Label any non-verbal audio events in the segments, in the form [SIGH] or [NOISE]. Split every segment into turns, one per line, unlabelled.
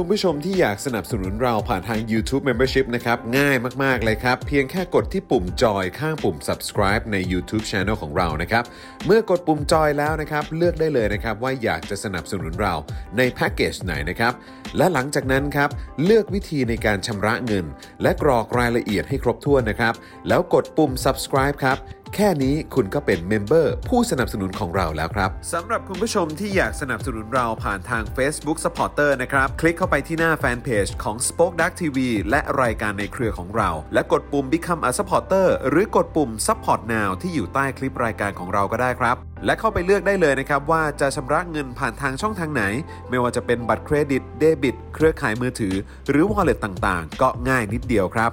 คุณผู้ชมที่อยากสนับสนุนเราผ่านทาง YouTube Membership นะครับ ง่ายมากๆเลยครับ เพียงแค่กดที่ปุ่มจอยข้างปุ่ม subscribe ใน YouTube Channel ของเรานะครับ เมื่อกดปุ่มจอยแล้วนะครับ เลือกได้เลยนะครับ ว่าอยากจะสนับสนุนเราในแพ็กเกจไหนนะครับ และหลังจากนั้นครับ เลือกวิธีในการชำระเงิน และกรอกรายละเอียดให้ครบถ้วนนะครับ แล้วกดปุ่ม subscribe ครับ แค่นี้คุณก็เป็นเมมเบอร์ผู้สนับสนุนของเราแล้วครับสำหรับคุณผู้ชมที่อยากสนับสนุนเราผ่านทาง Facebook Supporter นะครับ คลิกเข้าไปที่หน้าแฟนเพจของ Spoke Dark TV และรายการในเครือของเรา และกดปุ่ม Become a Supporter หรือกดปุ่ม Support Now ที่อยู่ใต้คลิปรายการของเราก็ได้ครับ และเข้าไปเลือกได้เลยนะครับ ว่าจะชำระเงินผ่านทางช่องทางไหน ไม่ว่าจะเป็นบัตรเครดิตเดบิตเครือข่ายมือถือ หรือ Wallet ต่างๆ ก็ง่ายนิดเดียวครับ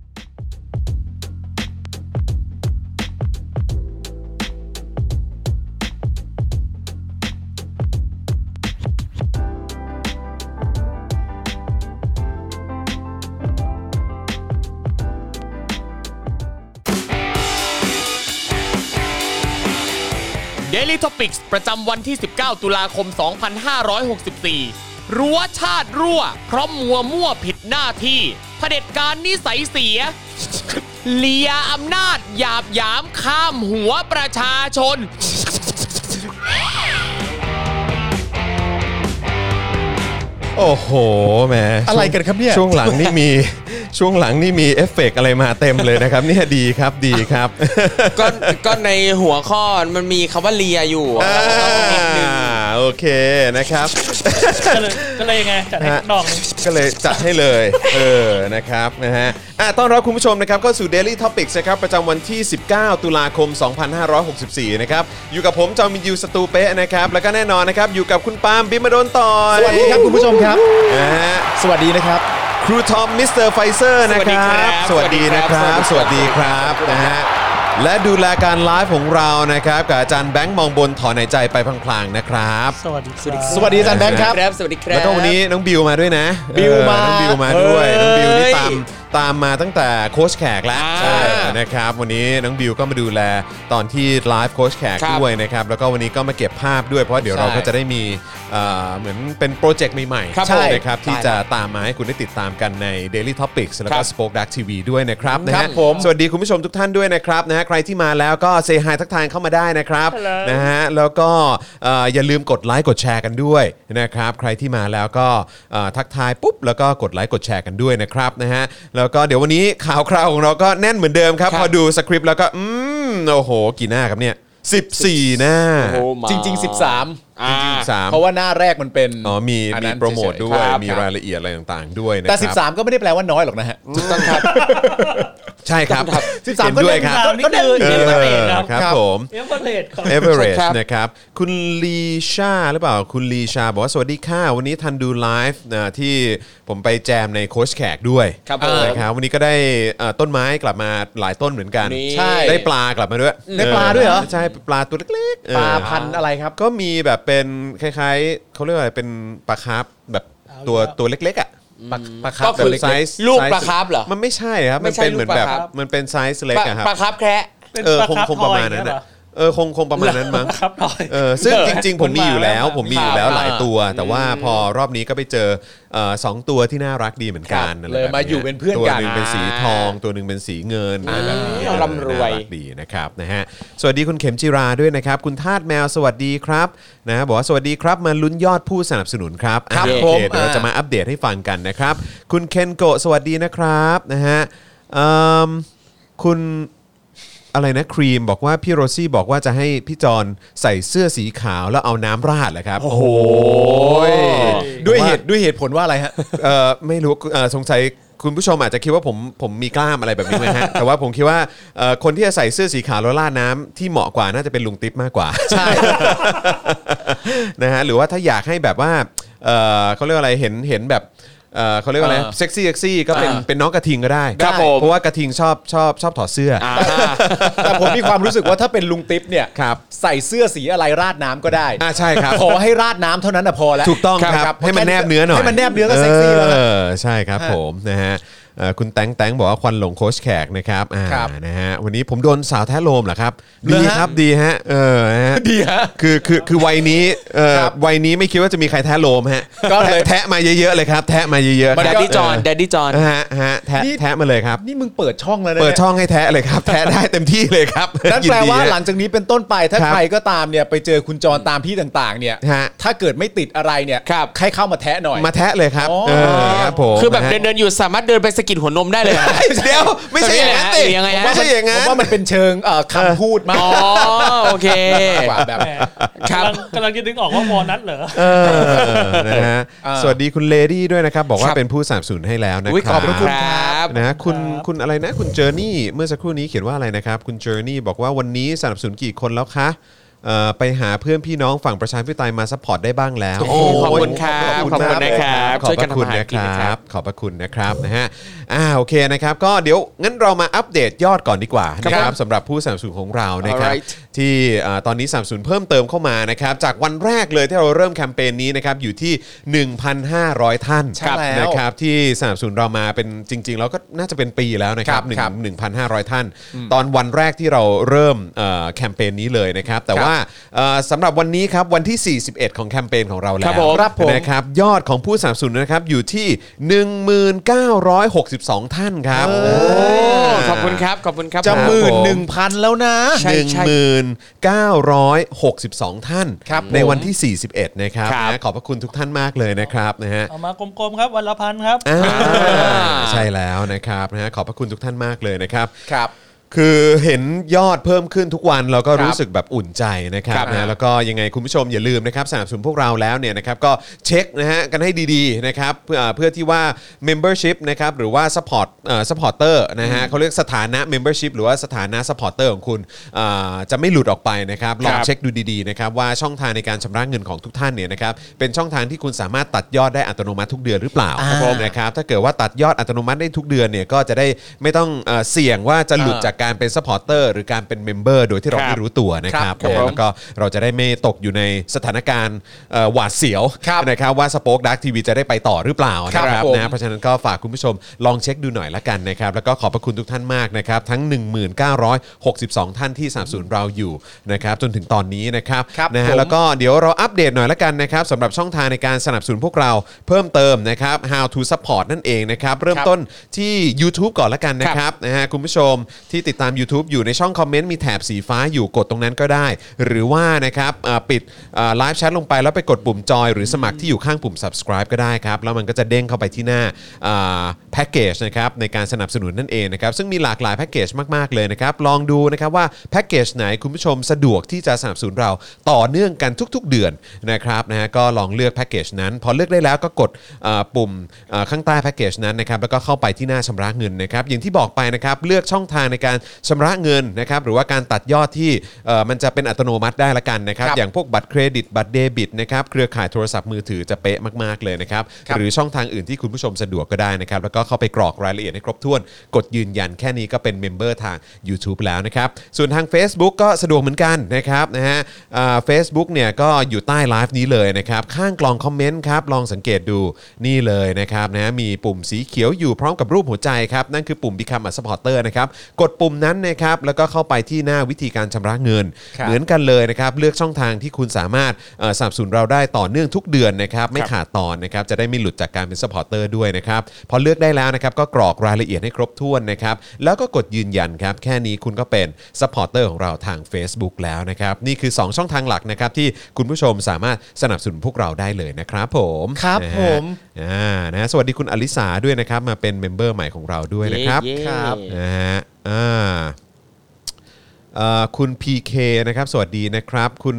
Daily Topics ประจำวันที่ 19 ตุลาคม 2564 รั้วชาติรั่ว เพราะมัวมั่วผิดหน้าที่เผด็จการนิสัยเสีย [LAUGHS] เลียอำนาจหยาบหยามข้ามหัวประชาชน
โอ้โหแหม
อะไรกันครับเนี่ย
ช่วงหลังนี่มี [LAUGHS] ช่วงหลังนี่มีเอฟเฟกต์อะไรมาเต็มเลยนะครับ เนี่ยดีครับดีครับ
[LAUGHS] ก็ก็ในหัวข้อมันมีคำว่าเลียอยู่
[LAUGHS]
อ่าโอเคนะครับ
ก็เลยก็เลยยังไงจัดให้ข้างนอกเลย
ก็เลยจัดให้เลย [LAUGHS] เออ นะครับ นะฮะ อ่ะ ต้อนรับคุณผู้ชมนะครับเข้าสู่ Daily Topics นะครับ ประจำวันที่ 19 ตุลาคม 2564 นะครับ อยู่กับผม จอมินยูสตูเป้นะครับ แล้วก็แน่นอนนะครับ อยู่กับคุณปาล์มบิมมาโดนต่อย
สวัสดีครับคุณผู้ชมครับ
นะฮะ
สวัสดีนะครับ
ครูทอมมิสเตอร์ไฟเซอร์นะครับ ส
สวั
วัส
สดี
ดี
ครั
นะ
บ
ครับ ส
สวั
วัส
สดี
ดีค
ครั
รับบ นะฮะ และดูแลการไลฟ์ของเรานะครับ กับอาจารย์แบงค์มองบนถอนหายใจไปพลางๆนะครับ
สวัสดีครับ
สวัสดีอาจารย์แบงค์ครับ
ครับ สวัสดีครับ
แล้วก็วันนี้น้องบิวมาด้วยนะ
บิวมา
เออน้องบิวมาด้วย
เอ้
น้อง
ย
บิวนี่ตามตามมาตั้งแต่โค้ชแขกแล้ว
อ่า
เออนะครับ วันนี้น้องบิวก็มาดูแลตอนที่ไลฟ์โค้ชแขก
ครับ
ด้วยนะครับ แล้วก็วันนี้ก็มาเก็บภาพด้วย เพราะเดี๋ยว
ใช่
เราก็จะได้มีเอ่อเหมือนเป็นโปรเจกต์ใหม่
ครับ
ๆใช่
ผม
นะครับที่จะตามมาให้คุณได้ติดตามกันใน Daily Topics แล้ว
ครั
ก็
บ
Spoke Dark TV ด้วยนะครับนะ
ครั
ฮะ
บผม
สวัสดีคุณผู้ชมทุกท่านด้วยนะครับนะฮะใครที่มาแล้วก็เซฮายทักทายเข้ามาได้นะครับ
Hello
นะฮะ นะฮะแล้วก็เอ่ออย่าลืมกดไลค์กดแชร์กันด้วยนะครับใครที่มาแล้วก็เอ่อทักทายปุ๊บแล้วก็กดไลค์กดแชร์กันด้วยนะครับนะฮะแล้วก็เดี๋ยววันนี้ข่าวคราวของเราก็แน่นเหมือนเดิมครับ
ครับ
พอดูสคริปต์แล้วก็อืมโอ้โห กี่หน้าครับเนี่ย 14 หน้า
โอ้มา
จริง ๆ 13
อ่า
สาม
เพราะว่าหน้าแรกมันเป็น
อ๋อมี
อัน
มี
นั้น
โปรโมท
เฉๆ
ด้วย
ครับ
มี
ครับ
รายละเอียดอะไรต่างๆด้วยนะค
แต่
รับ
13 ก็ไม่ได้แปลว่าน้อยหรอกนะฮะ
ต้องครับ
ใช่ครับ
13
เห็นด้วยครับ
ก็เดิน
เอ
เดินเดินเดิน
อครับผม
เอฟเฟอร์เรสของ
เอเวอเรส
ครับ
นะครับ คุณลีชาหรือเปล่า คุณลีชาบอกว่าสวัสดีค่ะ วันนี้ทันดูไลฟ์นะที่ผมไปแจมในโค้ชแขกด้วย
ครับผม
นะครับวันนี้ก็ได้เอ่อต้นไม้กลับมาหลายต้นเหมือนกัน
นี่
ใช่
ได้ปลากลับมาด้วย
ได้ปลาด้วยเหรอ
ใช่ปลาตัวเล็กๆเออ
ปลาพันธุ์อะไรครับ
ก็มีแบบเป็นคล้ายๆเขาเรียกว่าอะไรเป็นปลาคาร์ฟแบบตัว
เอาอีกแล้ว
ตัวเล็กๆอ่ะปลาปลาคาร์ฟ
ก็คือ
แบบไซส์
ลูก
ไซส์
ปลาคาร์ฟเหรอ
มันไม่ใช่ครับ
ไม่
มัน
ใช่
เป็นเหมือนแบบ
ลูกปลาคาร์ฟ
มันเป็นไซส์เล็ก
ปลา
อะครับ
ปลาครับแคระ
เป็น
เออ
ปลา
คง
รับ
คงประมาณนั้น
ทอยอย่งเงี้ย
อะ
เหอ
เออคงคงประมาณนั้นมั้ง
ปลครับทอย
เออซึ่ง
เออ
จริง ๆ ผมมีอยู่แล้ว
มันมาแล้ว
ผมมีอยู่แล้ว
ครับ
หลายตัว แต่ว่าพอรอบนี้ก็ไปเจอเอ่อสองตัวที่น่ารักดีเหมือนกัน
ครับ
อะไร
เลย
แบบ
มาอยู่เป็นเพื่อน
ตัว
กัน
หนึ่งเป็นสีทอง ตัวหนึ่งเป็นสีเงินอะไรแบบนี้
อ่าร่ำรวย
น่าดีนะครับนะฮะสวัสดีคุณเข็มจิราด้วยนะครับ คุณทาดแมวสวัสดีครับนะบอกว่าสวัสดีครับมาลุ้นยอดผู้สนับสนุนครับ
ครับ
อ่ะ
ผ
โอ
ม
เคเดี๋ยวเราจะมาอัปเดตให้ฟังกันนะครับ คุณเคนโกะสวัสดีนะครับนะฮะเอิ่มคุณ อะไรนะครีมบอกว่าพี่โรซี่บอกว่าจะให้พี่จอนใส่เสื้อสีขาวแล้วเอาน้ำราดเหรอครับ โอ้โห
ด้วยเหตุด้วยเหตุผลว่าอะไรฮะ
เออไม่รู้เอ่อสงสัยคุณผู้ชมอาจจะคิดว่าผมผมมีกล้ามอะไรแบบนี้ไหม
[LAUGHS]
ฮะ แต่ว่าผมคิดว่าเอ่อคนที่จะใส่เสื้อสีขาวแล้วราดน้ำที่เหมาะกว่าน่าจะเป็นลุงติ๊บมากกว่า
ใช่
นะฮะหรือว่าถ้าอยากให้แบบว่าเอ่อเขาเรียกว่าอะไรเห็นเห็นแบบเอ่อเขาเรียกว่าอะไร
เออ
เซ็กซี่เซ็กซี่ก็เป็น
อ่า
เป็นน้องกระทิงก็ได้
ครับผม
เพราะว่ากระทิงชอบชอบชอบถอดเสื้ออ
แต่ผมมีความรู้สึกว่าถ้าเป็นลุงติ๊บเนี่ย
ครับ
ใส่เสื้อสีอะไรราดน้ำก็ได้
อ่าใช่ครับ
ขอให้ราดน้ำเท่านั้นนะพอแล้ว
ถูกต้องครับ ให้มันแนบเนื้อหน่อย
ให้มันแนบเนื้อก็เซ็กซี่แล้ว
เอ
นะ
อใช่ครับ
ฮะ
ผมนะฮะ เอ่อคุณแตงแตงบอกว่าควันหลงโคชแขกนะครับอ่า
ครับ
นะฮะวันนี้ผมโดนสาวแท้โลมเหรอครับ
เหร
ดี
อฮะ
ครับดีฮะเออฮะ
[LAUGHS] ดีฮะ
คือคือคือวัยนี้เอ่อ
ครับ
วัยนี้ไม่คิดว่าจะมีใครแท้โลมฮะ
ก็เลย
แทะแทะมาเยอะๆเลยครับ แทะมาเยอะๆ
แดดดี้จอน
เ
แดดดี้จอน
ฮะฮะแทะ
นี่
แทะมาเลยครับ
นี่มึงเปิดช่องแล้วนะ
เปิด
นี่ย
ช่องให้แทะเลย
[LAUGHS]
ครับ แทะได้เต็มที่เลยครับ
นั่น
ยิ
แปล
ดี
ว่า
ฮะ
หลังจากนี้เป็นต้นไปถ้า
ครับ
ใครก็ตามเนี่ยไปเจอคุณจรตามที่ต่างๆ เนี่ย
ฮะ
ถ้าเกิดไม่ติดอะไรเนี่ย
ครับ
ให้เข้ามาแทะหน่อย
มาแทะเลยครับ
อ๋อ
เออครับผม
คือแบบเดิน
นะฮะ
เดินอยู่สามารถเดินไปสะกิดหัวนมได้เลย
เดี๋ยวไม่ใช่อย่างนั้นติ
หรือยังไงฮะ
ไม่ใช่อย่าง
ผม
นั้น
ว่ามันเป็นเชิงเอ่อคำพูด [LAUGHS] มาก
อ๋อโอเค
กว่าแบบ
แหม
ครับ
กำลังกำลังจะนึกออกว่าวอลนัทเหรอ
เออนะฮะ
อ่า
สวัสดีคุณเลดี้ด้วยนะครับ บอกว่า
ครับ
เป็นผู้สนับสนุนให้แล้วนะค
อุ๊ย
รั
ขอบพระคุณครับ
นะฮะคุณ
ครับ
คุณอะไรนะคุณเจอร์นี่เมื่อสักครู่นี้เขียนว่าอะไรนะครับ คุณเจอร์นี่บอกว่าวันนี้สนับสนุนกี่คนแล้วคะเอ่อไปหาเพื่อนพี่น้องฝั่งประชาธิปไตยมาซัพพอร์ตได้บ้างแล้ว
โอ้โหขอบคุณครับ
โย
ขอบคุณนะครับ
ขอบพระคุณ
ช่วยกันทำอาหาร
นะ
กินะ
คน
ครั
รับบ ขอบพระคุณนะครับนะฮะอ่าโอเคนะครับ ก็เดี๋ยวงั้นเรามาอัปเดตยอดก่อนดีกว่านะครับสำหรับผู้สนับสนุนของเรานะครับ
Alright
ที่เอ่อตอนนี้สนับสนุนเพิ่มเติมเข้ามานะครับจากวันแรกเลยที่เราเริ่มแคมเปญนี้นะครับอยู่ที่ 1,500 ท่าน
ใช่แล้ว
นะครับ ครับที่สนับสนุนเรามาเป็นจริง ๆ แล้วก็น่าจะเป็นปีแล้วนะครับ
ครับ
หนึ่ง
ครับ
หนึ่งพันห้าร้อยท่าน ตอนวันแรกที่เราเริ่มเอ่อแคมเปญนี้เลยนะครับ แต่
ครับ
ว่าเอ่อสำหรับวันนี้ครับวันที่ 41 ของแคมเปญของเราแล้ว
ครับผม
ครับผม
นะครับยอดของผู้สนับสนุนนะครับอยู่ที่ 1962 ท่านครับ
โอ้
โอ้ขอบคุณครับขอบคุณครับ
จะ
ผ
หมื่นหนึ่งพันแล้วนะ
ใช่ใช่
1962 ท่าน
ครับ
ใน
ผม
วันที่ 41 นะครับ
ครับ
นะขอบพระคุณทุกท่านมากเลยนะครับนะฮะ
เอามากลมๆครับ วันละพันครับ
อ่าใช่แล้วนะครับนะฮะขอบพระคุณทุกท่านมากเลยนะครับ
ครับ
คือเห็นยอดเพิ่มขึ้นทุกวันเราก็
ครับ
รู้สึกแบบอุ่นใจนะครับ
ครับ
นะแล้วก็ยังไงคุณผู้ชมอย่าลืมนะครับสนับสนุนพวกเราแล้วเนี่ยนะครับก็เช็คนะฮะกันให้ดีๆนะครับเพื่อเพื่อที่ว่า membership นะครับหรือว่า support เอ่อ supporter นะฮะเขาเรียกสถานะ membership หรือว่าสถานะ supporter ของคุณอ่าจะไม่หลุดออกไปนะครับลอ
ค
ง
รับ
เช็คดูดีๆนะครับว่าช่องทางในการชำระเงินของทุกท่านเนี่ยนะครับเป็นช่องทางที่คุณสามารถตัดยอดได้อัตโนมัติทุกเดือนหรือเปล่า
อ่า
นะครับถ้าเกิดว่าตัดยอดอัตโนมัติได้ทุกเดือนเนี่ยก็จะได้ไม่ต้องเอ่อเสี่ยงว่าจะหลุด
เออ
จากการเป็นซัพพอร์เตอร์หรือการเป็นเมมเบอร์โดยที่เรา
ครับ
ไม่รู้ตัวนะค
ค
รั
รั
บบ
ผม
นะฮะแล้วก็เราจะได้ไม่ตกอยู่ในสถานการณ์เอ่อหวาดเสียว
ครับ
นะครับว่าสป็อคดักทีวีจะได้ไปต่อหรือเปล่า
ครับ
นะครับ
ผม
นะเพราะฉะนั้นก็ฝากคุณผู้ชมลองเช็คดูหน่อยละกันนะครับแล้วก็ขอบพระคุณทุกท่านมากนะครับทั้ง 1962 ท่านที่สนับสนุนเราอยู่นะครับจนถึงตอนนี้นะครับ
ครับ
นะฮะ
ผม
แล้วก็ ก็เดี๋ยวเราอัปเดตหน่อยละกันนะครับสำหรับช่องทางในการสนับสนุนพวกเราเพิ่มเติมนะครับ how to support นั่นเองนะครับ เริ่มต้นที่ YouTube ก่อนละกันนะครับนะฮะคุณผู้ชมที่ติดตาม YouTube อยู่ในช่องคอมเมนต์มีแถบสีฟ้าอยู่กดตรงนั้นก็ได้ หรือว่านะครับเอ่อปิดไลฟ์แชทลงไปแล้วไปกดปุ่มจอยหรือสมัครที่อยู่ข้างปุ่ม subscribe ก็ได้ครับ แล้วมันก็จะเด้งเข้าไปที่หน้าแพ็กเกจนะครับในการสนับสนุนนั่นเองนะครับซึ่งมีหลากหลายแพ็กเกจมากๆเลยนะครับลองดูนะครับว่าแพ็กเกจไหนคุณผู้ชมสะดวกที่จะสนับสนุนเรา ต่อเนื่องกันทุกๆเดือนนะครับนะฮะก็ลองเลือกแพ็กเกจนั้นพอเลือกได้แล้วก็กดเอ่อปุ่มเอ่อข้างใต้แพ็กเกจนั้นนะครับแล้วก็เข้าไปที่หน้าชำระเงินนะครับอย่างที่บอกไปนะครับเลือกช่องทางในการชำระเงินนะครับหรือว่าการตัดยอดที่เอ่อมันจะเป็นอัตโนมัติได้ละกันนะครับ
ครับ
อย่างพวกบัตรเครดิตบัตรเดบิตนะครับเครือข่ายโทรศัพท์มือถือจะเป๊ะมากๆเลยนะครับ
ครับ
หรือช่องทางอื่นที่คุณผู้ชมสะดวกก็ได้นะครับแล้วก็เข้าไปกรอกรายละเอียดให้ครบถ้วน กดยืนยันแค่นี้ก็เป็นเมมเบอร์ทาง YouTube แล้วนะครับส่วนทาง Facebook ก็สะดวกเหมือนกันนะครับนะฮะ เฟซบุ๊กเนี่ยก็อยู่ใต้ไลฟ์นี้เลยนะครับ ข้างกล่องคอมเมนต์ครับ ลองสังเกตดูนี่เลยนะครับนะมีปุ่มสีเขียวอยู่พร้อมกับรูปหัวใจครับ นั่นคือปุ่ม Become a supporter นะครับ กดปุ่มนั้นนะครับ แล้วก็เข้าไปที่หน้าวิธีการชำระเงิน
ครับ
เหมือนกันเลยนะครับ เลือกช่องทางที่คุณสามารถเอ่อสนับสนุนเราได้ต่อเนื่องทุกเดือนนะครับ ไม่ขาดตอนนะครับ จะได้ไม่หลุดจากการเป็น supporter ด้วยนะครับ พอเลือกได้แล้วนะครับก็กรอกรายละเอียดให้ครบถ้วนนะครับแล้วก็กดยืนยันครับแค่นี้คุณก็เป็น supporter ของเราทาง Facebook แล้วนะครับนี่คือ 2 ช่องทางหลักนะครับที่คุณผู้ชมสามารถสนับสนุนพวกเราได้เลยนะครับผม
ครับ
นะฮะ
ผม
อ่านะสวัสดีคุณอลิสาด้วยนะครับมาเป็นเมมเบอร์ใหม่ของเราด้วยนะครับ
เย้
ครับ
นะฮะอ่าเอ่อคุณ PK นะครับ สวัสดีนะครับ คุณ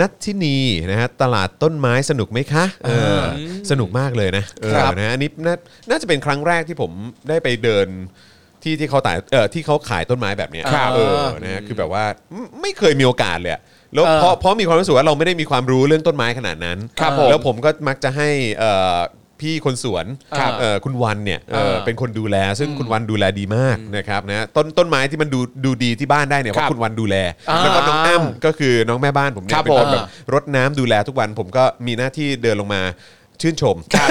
นัททินีนะฮะตลาดต้นไม้สนุกไหมคะเออสนุกมากเลยนะเออ
ครับ
นะฮะอันนี้น่าน่าจะเป็นครั้งแรกที่ผมได้ไปเดินที่ที่เขาขายเออที่เขาขายต้นไม้แบบเนี้ย
ครับ
เออนะฮะคือแบบว่าไม่ไม่เคยมีโอกาสเลยอะแล้วเพราะเพราะมีความรู้สึกว่าเราไม่ได้มีความรู้เรื่องต้นไม้ขนาดนั้น
ครับผม
แล้วผมก็มักจะให้เอ่อพี่คนสวน
ครับ
เอ่อคุณวันเนี่ยเอ่อ
เออ
เป็น เป็นคนดูแลซึ่งคุณวันดูแลดีมากนะครับนะต้นต้นไม้ที่มันดูดูดีที่บ้านได้เนี่ยเพ
ครั
ราะ
บ
คุณวันดูแล
อ่า
แล้วก็น้องอ้ำก็คือน้องแม่บ้านผมเนี่
ครั
ย
บ
เป็นค
ผ
น
ม
แบบรดน้ำดูแลทุกวันผมก็มีหน้าที่เดินลงมา ชื่นชม
ใช่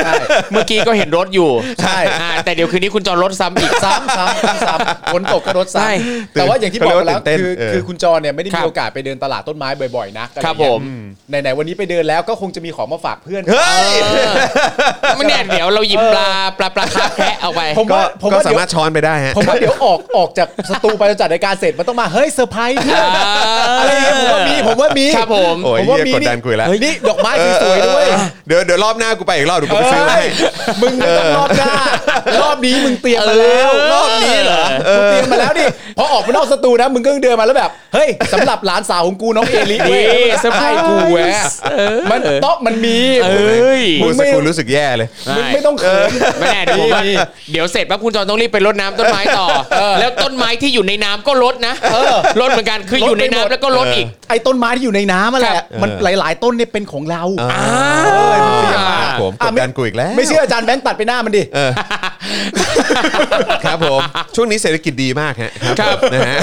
เมื่อกี้ก็เห็นรถอยู่
ใช่
อ่าแต่เดี๋ยวคืนนี้คุณจอรถซ้ำอีก
ซ้ำซ้ำซ้ำซ้ำฝนตกก็รถ
ใช่
ซ้ำแต่ว่าอย่างที่บอกไป
เขาเรี
แล้ว
ยกว่าตื่นเต้น
คือ
เออ
คือคุณจรเนี่ยไม่ได้
ครั
มี
บ
โอกาสไปเดินตลาดต้นไม้บ่อยๆนะครับ
ผม
ไหนๆวันนี้ไปเดินแล้วก็คงจะมีของมาฝากเพื่อน
เฮ้ย
ไม่แน่เดี๋ยวเราหยิบปลาปลาปลาคาร์ฟแคะเอาไป
ผม
ก็
ว่าผม
ก็
ว่า
สา
เดี๋ยว
มารถช้อนไปได้ฮะ
ผมว่าเดี๋ยว
[LAUGHS]
ออกออกจากสตูไปจะจัดรายการเสร็จมันต้องมาเฮ้ยเซอร์ไพรส์เพื่อนอะไรอย่างเงี้ยผมว่ามีผมว่ามี
ครับผม
โอ้ย
ผมว่า
เหี้ย
มี
กดดันกูอีกแล้ว
เฮ้ยนี่ดอกไม้สวยๆด้วย
เดี๋ยวเดี๋ยวรอบหน้ากูไปอีกรอบเดี๋ยวกูไปซื้อมาให้
มึงไม่ต้องรอบหน้ารอบนี้มึงเตรียมมาแล้
เอ
ว
อ
รอบนี้เหรอมึงเตรียมมาแล้วดิพอออกไปนอกสตูนะมึงก็เดินมาแล้วแบบเฮ้ยสำหรับหลานสาวของกูน้องเอลิเว้ย
เซอร์ไพรส์กูแหวะ
มันต้องมันมี
เอ้ย
กูรู้สึกกูรู้สึกแย่เลย
มึงไม่ต้องเขิน
ไม่แน่เดี๋ยวผมว่าเดี๋ยวเสร็จปั๊บคุณจอนต้องรีบไปรดน้ำต้นไม้ต่อ แล้วต้นไม้ที่อยู่ในน้ำก็รดนะรดเหมือนกันคืออยู่ในน้ำแล้วก็รดอีก
ไอ้ต้นไม้ที่อยู่ในน้ำอะแห
ครั
ละ
บ
มันหลาย ๆ ต้นเนี่ยเป็นของเรา
เอ้ยมึงเสียมากผมก
อ่ะ
ด
ไม่
ดันกูอีกแล้ว
ไม่เชื่ออาจารย์แบงค์ตัดไปหน้ามันดิ
ครับผม ช่วงนี้เศรษฐกิจดีมากฮะครับนะฮะ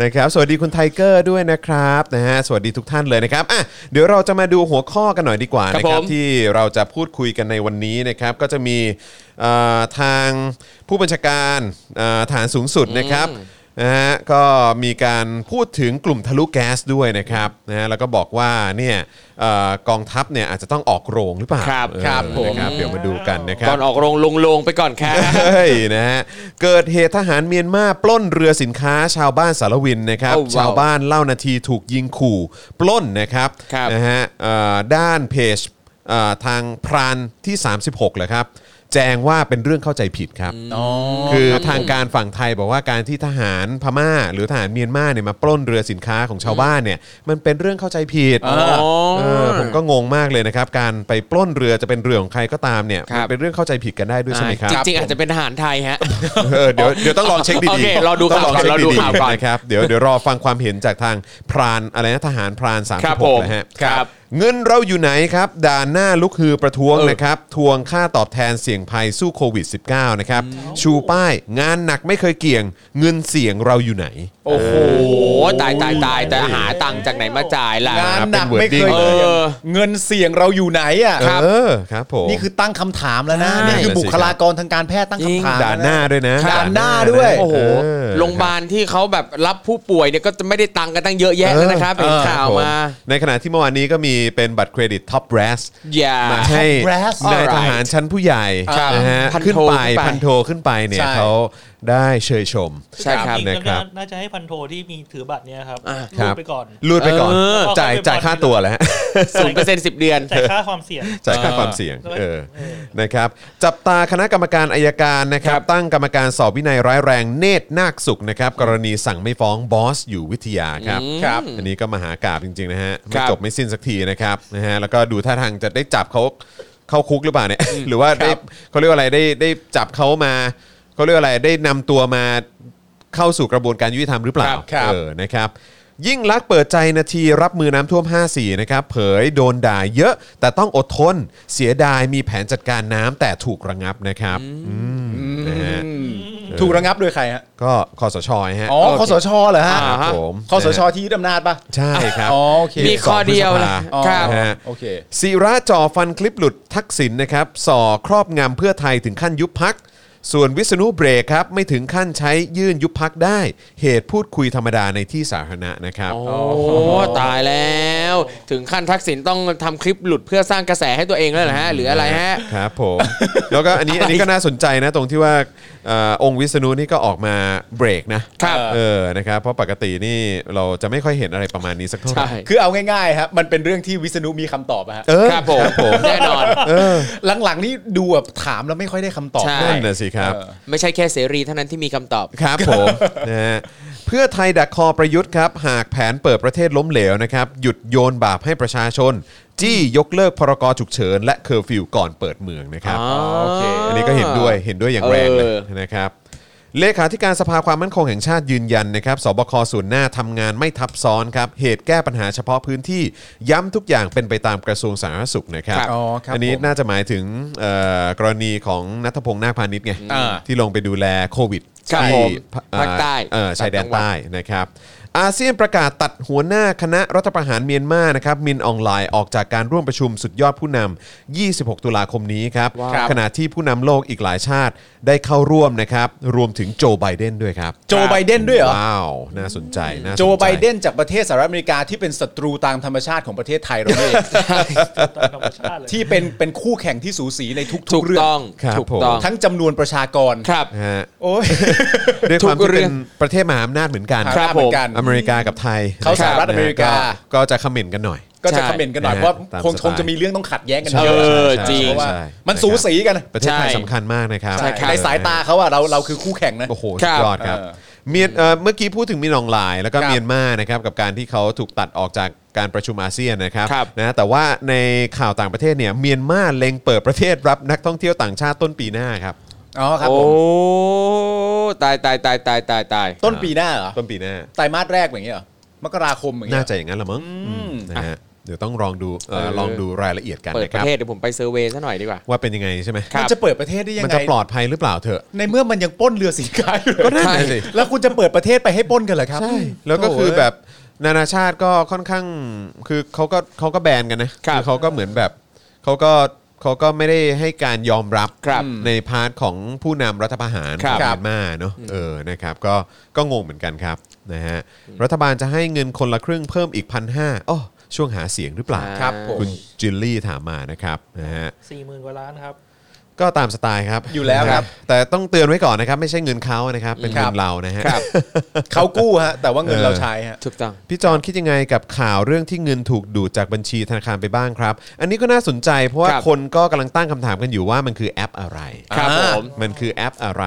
นะครับ สวัสดีคุณไทเกอร์ด้วยนะครับนะฮะสวัสดีทุกท่านเลยนะครับอ่ะเดี๋ยวเราจะมาดูหัวข้อกันหน่อยดีกว่านะค
ครั
รับบ
ผม
ที่เราจะพูดคุยกันในวันนี้นะครับ ก็จะมีเอ่อทางผู้บัญชาการเอ่อฐานสูงสุดนะครับนะฮะก็มีการพูดถึงกลุ่มทะลุแก๊สด้วยนะครับนะฮะแล้วก็บอกว่าเนี่ยเออกองทัพเนี่ยอาจจะต้องออกโรงหรือเปล่า
ครับ
เออ
ครับผม
นะครับเดี๋ยวมาดูกันนะครับ
ก่อนออกโรงลงโรงไปก่อนค่ะ
เฮ้ยนะฮะเกิดเหตุทหารเมียนมาปล้นเรือสินค้าชาวบ้านสารวินนะครับ
โอ้ว้าว
ชาวบ้านเล่านาทีถูกยิงขู่ ปล้นนะครับ
ครับ
นะฮะเอ่อด้านเพจเอ่อทางพรานที่ 36เหรอครับ แจ้งว่าเป็นเรื่องเข้าใจผิดครับ คือทางการฝั่งไทยบอกว่าการที่ทหารพม่า หรือทหารเมียนมาเนี่ยมาปล้นเรือสินค้าของชาวบ้านเนี่ยมันเป็นเรื่องเข้าใจผิด
อ๋อ
เออผมก็งงมากเลยนะครับ การไปปล้นเรือจะเป็นเรือของใครก็ตามเนี่ย
ครั
มั
บ
นเป็นเรื่องเข้าใจผิดกันได้ด้วยใช่ไหมครับ
จริงๆอาจจะเป็นทหารไทยฮะ
เออเดี๋ยวเดี๋ยวต้องลองเช็คดีๆ
โอเครอดู
ต้องลอง
ข่าวก่อน
เช็ค
รอดู
ดี
ข่าว
ๆ
ก่อน
นะครับเดี๋ยวเดี๋ยวรอฟังความเห็นจากทางพรานอะไรนะทหารพราน3าม
ครับผ
หก
ม
นะฮะ
ครับ
เงินเราอยู่ไหนครับ ด่านหน้าลุกฮือประท้วงนะครับทวงค่าตอบแทนเสี่ยงภัยสู้โควิด -19 นะครับ ชูป้ายงานหนักไม่เคยเกี่ยง เงินเสี่ยงเราอยู่ไหน
โอ้โหตายตายตายแต่หาตังค์จากไหนมาจ่ายล่ะ
งานหนัก
เป็น
ไม่เคย
wording
เออ
เงินเสี่ยงเราอยู่ไหนอ่ะ
ครับ
เออครับผม
นี่คือตั้งคำถามแล้วนะ
ใช่
นี่คือ
นั่นสิ
บุคลากรทางการแพทย์ตั้งคำถาม
ด่านห
แล้วะ
น้าด้วยนะ
ด่านหน้าด้วย
โอ้โห
เออ
โรงพยาบาลที่เขาแบบรับผู้ป่วยเนี่ยก็จะไม่ได้ตังค์กันตั้งเยอะแยะแล้วนะครับ
ออ
เห็นข่าว
ครั
มา
บผในขณะที่เมื่อวานนี้ก็มีเป็นบัตรเครดิตท็อปแรส
อย่า
มาให้
Top Brass
นายทหารชั้นผู้ใหญ่
ครับ
นะฮะ
พันโท
ขึ้นไป
ขึ้นไป
พันโทขึ้นไปเนี่ย
ใช่
เขาได้เชยชม
ใช่ครับ
จงๆ
นะครับ
น่าจะให้พันโทที่มีถือบัตรเนี่ยครับ
อ่า
รูดไปก่อน
ลูดไปก่อน
เออ
จ่าย
แล้วก็ไป
จ่ายค่า
บอล
ตัวแล้วฮะ
ศูนย์เปอร์เซ็นต์สิบเดือน
จ่ายค่าความเสี่ยง
จ่ายค่าความเสี่ยง
เออ
เออนะครับจับตาคณะกรรมการอายการนะครับ ตั้งกรรมการสอบวินัยร้ายแรงเนตรนาคสุขนะครับ กรณีสั่งไม่ฟ้องบอสอยู่วิทยาครับครับ อันนี้ก็มหากราบจริง ๆ นะฮะ
ค
ไม่
รับ
จบไม่สิ้นสักทีนะครับนะฮะแล้วก็ดูท่าทางจะได้จับเขาเข้าคุกหรือเปล่าเนี่ย หรือว่าได้เขาเรียกว่าอะไรได้ได้จับเขามาเขาเรียกว่าอะไรได้นำตัวมาเข้าสู่กระบวนการยุติธรรมหรือเปล่า
ครับครับ
เออ นะครับ ยิ่งลักษณ์เปิดใจนาทีรับมือน้ำท่วม 54 นะครับ เผยโดนด่าเยอะ แต่ต้องอดทน เสียดายมีแผนจัดการน้ำแต่ถูกระงับนะครับอืมนะฮะ
ถูกระงับโดยใครฮะ
ก็คอสชฮะ
อ๋อคอสชเหรอฮะ
ครับผม
คอสช
นะฮะ
ที่ยึดอำนาจปะ
ใช่ครับ
อ๋อโอเค
มีข้อเดียวนะ
อ๋อ
ครับ
นะฮะ
โอเค
ศิระจ่อฟันคลิปหลุดทักษิณนะครับส่อครอบงำเพื่อไทยถึงขั้นยุบพัก ส่วนวิษณุเบรกครับ ไม่ถึงขั้นใช้ยื่นยุบพักได้ เหตุพูดคุยธรรมดาในที่สาธารณะนะครับ
โอ้ตายแล้ว ถึงขั้นทักษิณต้องทำคลิปหลุดเพื่อสร้างกระแสให้ตัวเองแล้วเหรอฮะ หรืออะไรฮะ
ครับผม แล้วก็อันนี้อันนี้ก็น่าสนใจนะตรงที่ว่าเอ่อองค์วิษณุนี่ก็ออกมาเบรกนะครับ เออนะครับเพราะปกตินี่เราจะไม่ค่อยเห็นอะไรประมาณนี้สักเท่าไหร่
ใช่
คือเอาง่ายๆครับมันเป็นเรื่องที่วิษณุมีคำตอบอะฮะ
เออ
ครับผมแน่นอน
หลังๆนี่ดูแบบถามแล้วไม่ค่อยได้คำตอบ
ใช่
นั่นนะสิครับ
เออ
ไม่ใช่แค่เสรีเท่านั้นที่มีคำตอบ
ครับผม นะฮะเพื่อไทยดักคอประยุทธ์ครับ หากแผนเปิดประเทศล้มเหลวนะครับ หยุดโยนบาปให้ประชาชน จี้ยกเลิกพรกฉุกเฉิน และเคอร์ฟิวก่อนเปิดเมืองนะครับ
โอเค
อันนี้ก็เห็นด้วยเห็นด้วยอย่างแรงเลย
เออ
นะครับ เลขาธิการสภาความมั่นคงแห่งชาติยืนยันนะครับสบคส่วนหน้าทำงานไม่ทับซ้อนครับ เหตุแก้ปัญหาเฉพาะพื้นที่ย้ำทุกอย่างเป็นไปตามกระทรวงสาธารณสุขนะครับ
ครับอ๋อครับ
อันนี้
ผม
น่าจะหมายถึงเอ่อกรณีของนัทพงษ์นาคพาณิชย์ไง
อ่า
ที่ลงไปดูแลโควิด
ครับ
ที่
ผม
เอ่อ
ภาคใต้
เอ่อชายแดนใต้นะครับ อาเซียนประกาศตัดหัวหน้าคณะรัฐประหารเมียนมานะครับมินอองไลน์ออกจากการร่วมประชุมสุดยอดผู้นำ 26 ตุลาคมนี้ครับ ขณะที่ผู้นำโลกอีกหลายชาติได้เข้าร่วมนะครับ รวมถึงโจไบเดนด้วยครับ
โจไบเดนด้วยเหรอ
ว้าว น่าสนใจน่าสนใจ
โจไบเดนจากประเทศสหรัฐอเมริกาที่เป็นศัตรูตามธรรมชาติของประเทศไทยเราเอง
ตามธรรมชาติเลย
ที่เป็นเป็นคู่แข่งที่สูสีในทุ
ถู
ก
ก
ๆเรื่อง
ต้อง
ครับ
ถูกต้อง
ผม
ทั้งจำนวนประชากร
ครับ
ฮะ
โอ้ย
ด้วยความ
ทุ
ที่
กเรื่
เป็
อง
นประเทศมหาอำนาจเหมือนกัน
ครับ
เห
ผ
มื
ม
อนกัน
อเมริกากับไทย
เขาสหรัฐอเมริกา
นะคบก็จะคอมเมนต์กันหน่อย
ก็จะ
ใช่
คอมเมนต์กันหน่อย
นะ
เพราะ
ตาม
คง
สไตล์
คงจะมีเรื่องต้องขัดแย้งกัน
เอ
เย
อ
ใ
อะ
ช่
จริง
เพราะว่า
ใช่
มัน
ใช่
สูสีกัน
ประเทศไทย
ใช่
สำคัญมากนะครับ
ใช่ครับ
ในสายตาเขาอะเราเราคือคู่แข่งนะ
โอ้โห
ครับ
สุดยอดครับ
เออ
เมียนเอ่อเมื่อกี้พูดถึงมินอองไลน์แล้วก็
ครับ
เมียนมานะครับกับการที่เขาถูกตัดออกจากการประชุมอาเซียนนะครับ
ครับ
นะแต่ว่าในข่าวต่างประเทศเนี่ยเมียนมาเล็งเปิดประเทศรับนักท่องเที่ยวต่างชาติต้นปีหน้าครับ
อ๋อครับ
โอ้
ผม
ตายตายตายตายตายตาย
ต้นปีหน้าเหรอ
ต้นปีหน้า
ไตรมาสแรกอย่างเงี้ยเหรอมกราคมอย่างเงี้
น่าย จะอย่างนั้นละมั้งอืมนะฮะเดี๋ยวต้องลองดูเอ่อ
เออ
ลองดูรายละเอียดกัน
เปิด
นะ
ป
ค
ระ
รับ
เทศเดี๋ยวผมไปเซอร์เวย์ซะหน่อยดีกว่า
ว่าเป็นยังไงใช่ไหม
ครับ
มันจะเปิดประเทศได้ยัง
มัน
ไง
จะปลอดภัยหรือเปล่าเถอะ
ในเมื่อมันยังปล้นเรือสินค้าอยู่เลย
ก็นั่นน่ะสิ
แล้วคุณจะเปิดประเทศไปให้ปล้นกันเหรอครับ
ใช่ แล้วก็
โถ่
คือแบบนานาชาติก็ค่อนข้างคือเขาก็เขาก็แบนกันนะ
ครับ
เขาก็เหมือนแบบเขาก็เขาก็ไม่ได้ให้การยอมรับ
ครับ
ในพาร์ทของผู้นำรัฐประหาร
ครับ
ของเมียนมาเนอะเออนะครับก็ก็งงเหมือนกันครับนะฮะรัฐบาลจะให้เงินคนละครึ่งเพิ่มอีกพันห้าอ้อช่วงหาเสียงหรือเปล่า
ครับผม
คุณจิลลี่ถามมานะครับนะฮะ
สี่หมื่นกว่าล้านครับ
ก็ตามสไตล์ครับ
อยู่แล้วครับ
นะแต่ต้องเตือนไว้ก่อนนะครับ ไม่ใช่เงินเขานะครับ เป็นเงินเรานะฮะ
เขากู้ฮะ แต่ว่าเงิน
เออ
เราใช้ฮะ
ถูกต้อง
พี่จอนคิดยังไงกับข่าวเรื่องที่เงินถูกดูดจากบัญชีธนาคารไปบ้างครับ อันนี้ก็น่าสนใจเพราะว่า
ครับ
คนก็กำลังตั้งคำถามกันอยู่ว่ามันคือแอปอะไร
ครับ
อ่า
ผม
มันคือแอปอะไร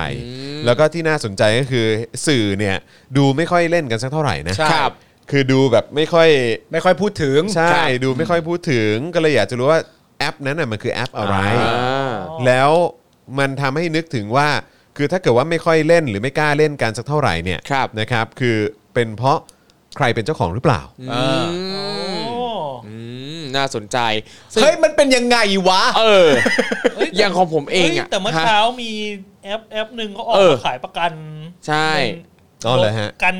แล้วก็ที่น่าสนใจก็คือสื่อเนี่ยดูไม่ค่อยเล่นกันสักเท่าไหร่นะ
ใช่
ครับ
คือดูแบบไม่ค่อย
ไม่ค่อยพูดถึง
ใช่ดูไม่ค่อยพูดถึงก็เลยอยากจะรู้ว่าแอปนั้นน่ะมันคือแอปอะไร
อ่า
แล้วมันทำให้นึกถึงว่า คือถ้าเกิดว่าไม่ค่อยเล่นหรือไม่กล้าเล่นกันสักเท่าไหร่เนี่ย
ครับ
นะครับ คือเป็นเพราะใครเป็นเจ้าของหรือเปล่า
โอ้
อืมน่าสนใจซึ่ง
เฮ้ย มันเป็นยังไงวะ
เออ
เฮ้ย
อย่างของผมเอง
ฮ้ย
อ่ะ
แต่เมื่อ
ฮะ
เช้ามีแอปแอปหนึ่งเขาออก
เออ
มาขายประกัน
ใช่
อ๋อเหรอฮะ
กัน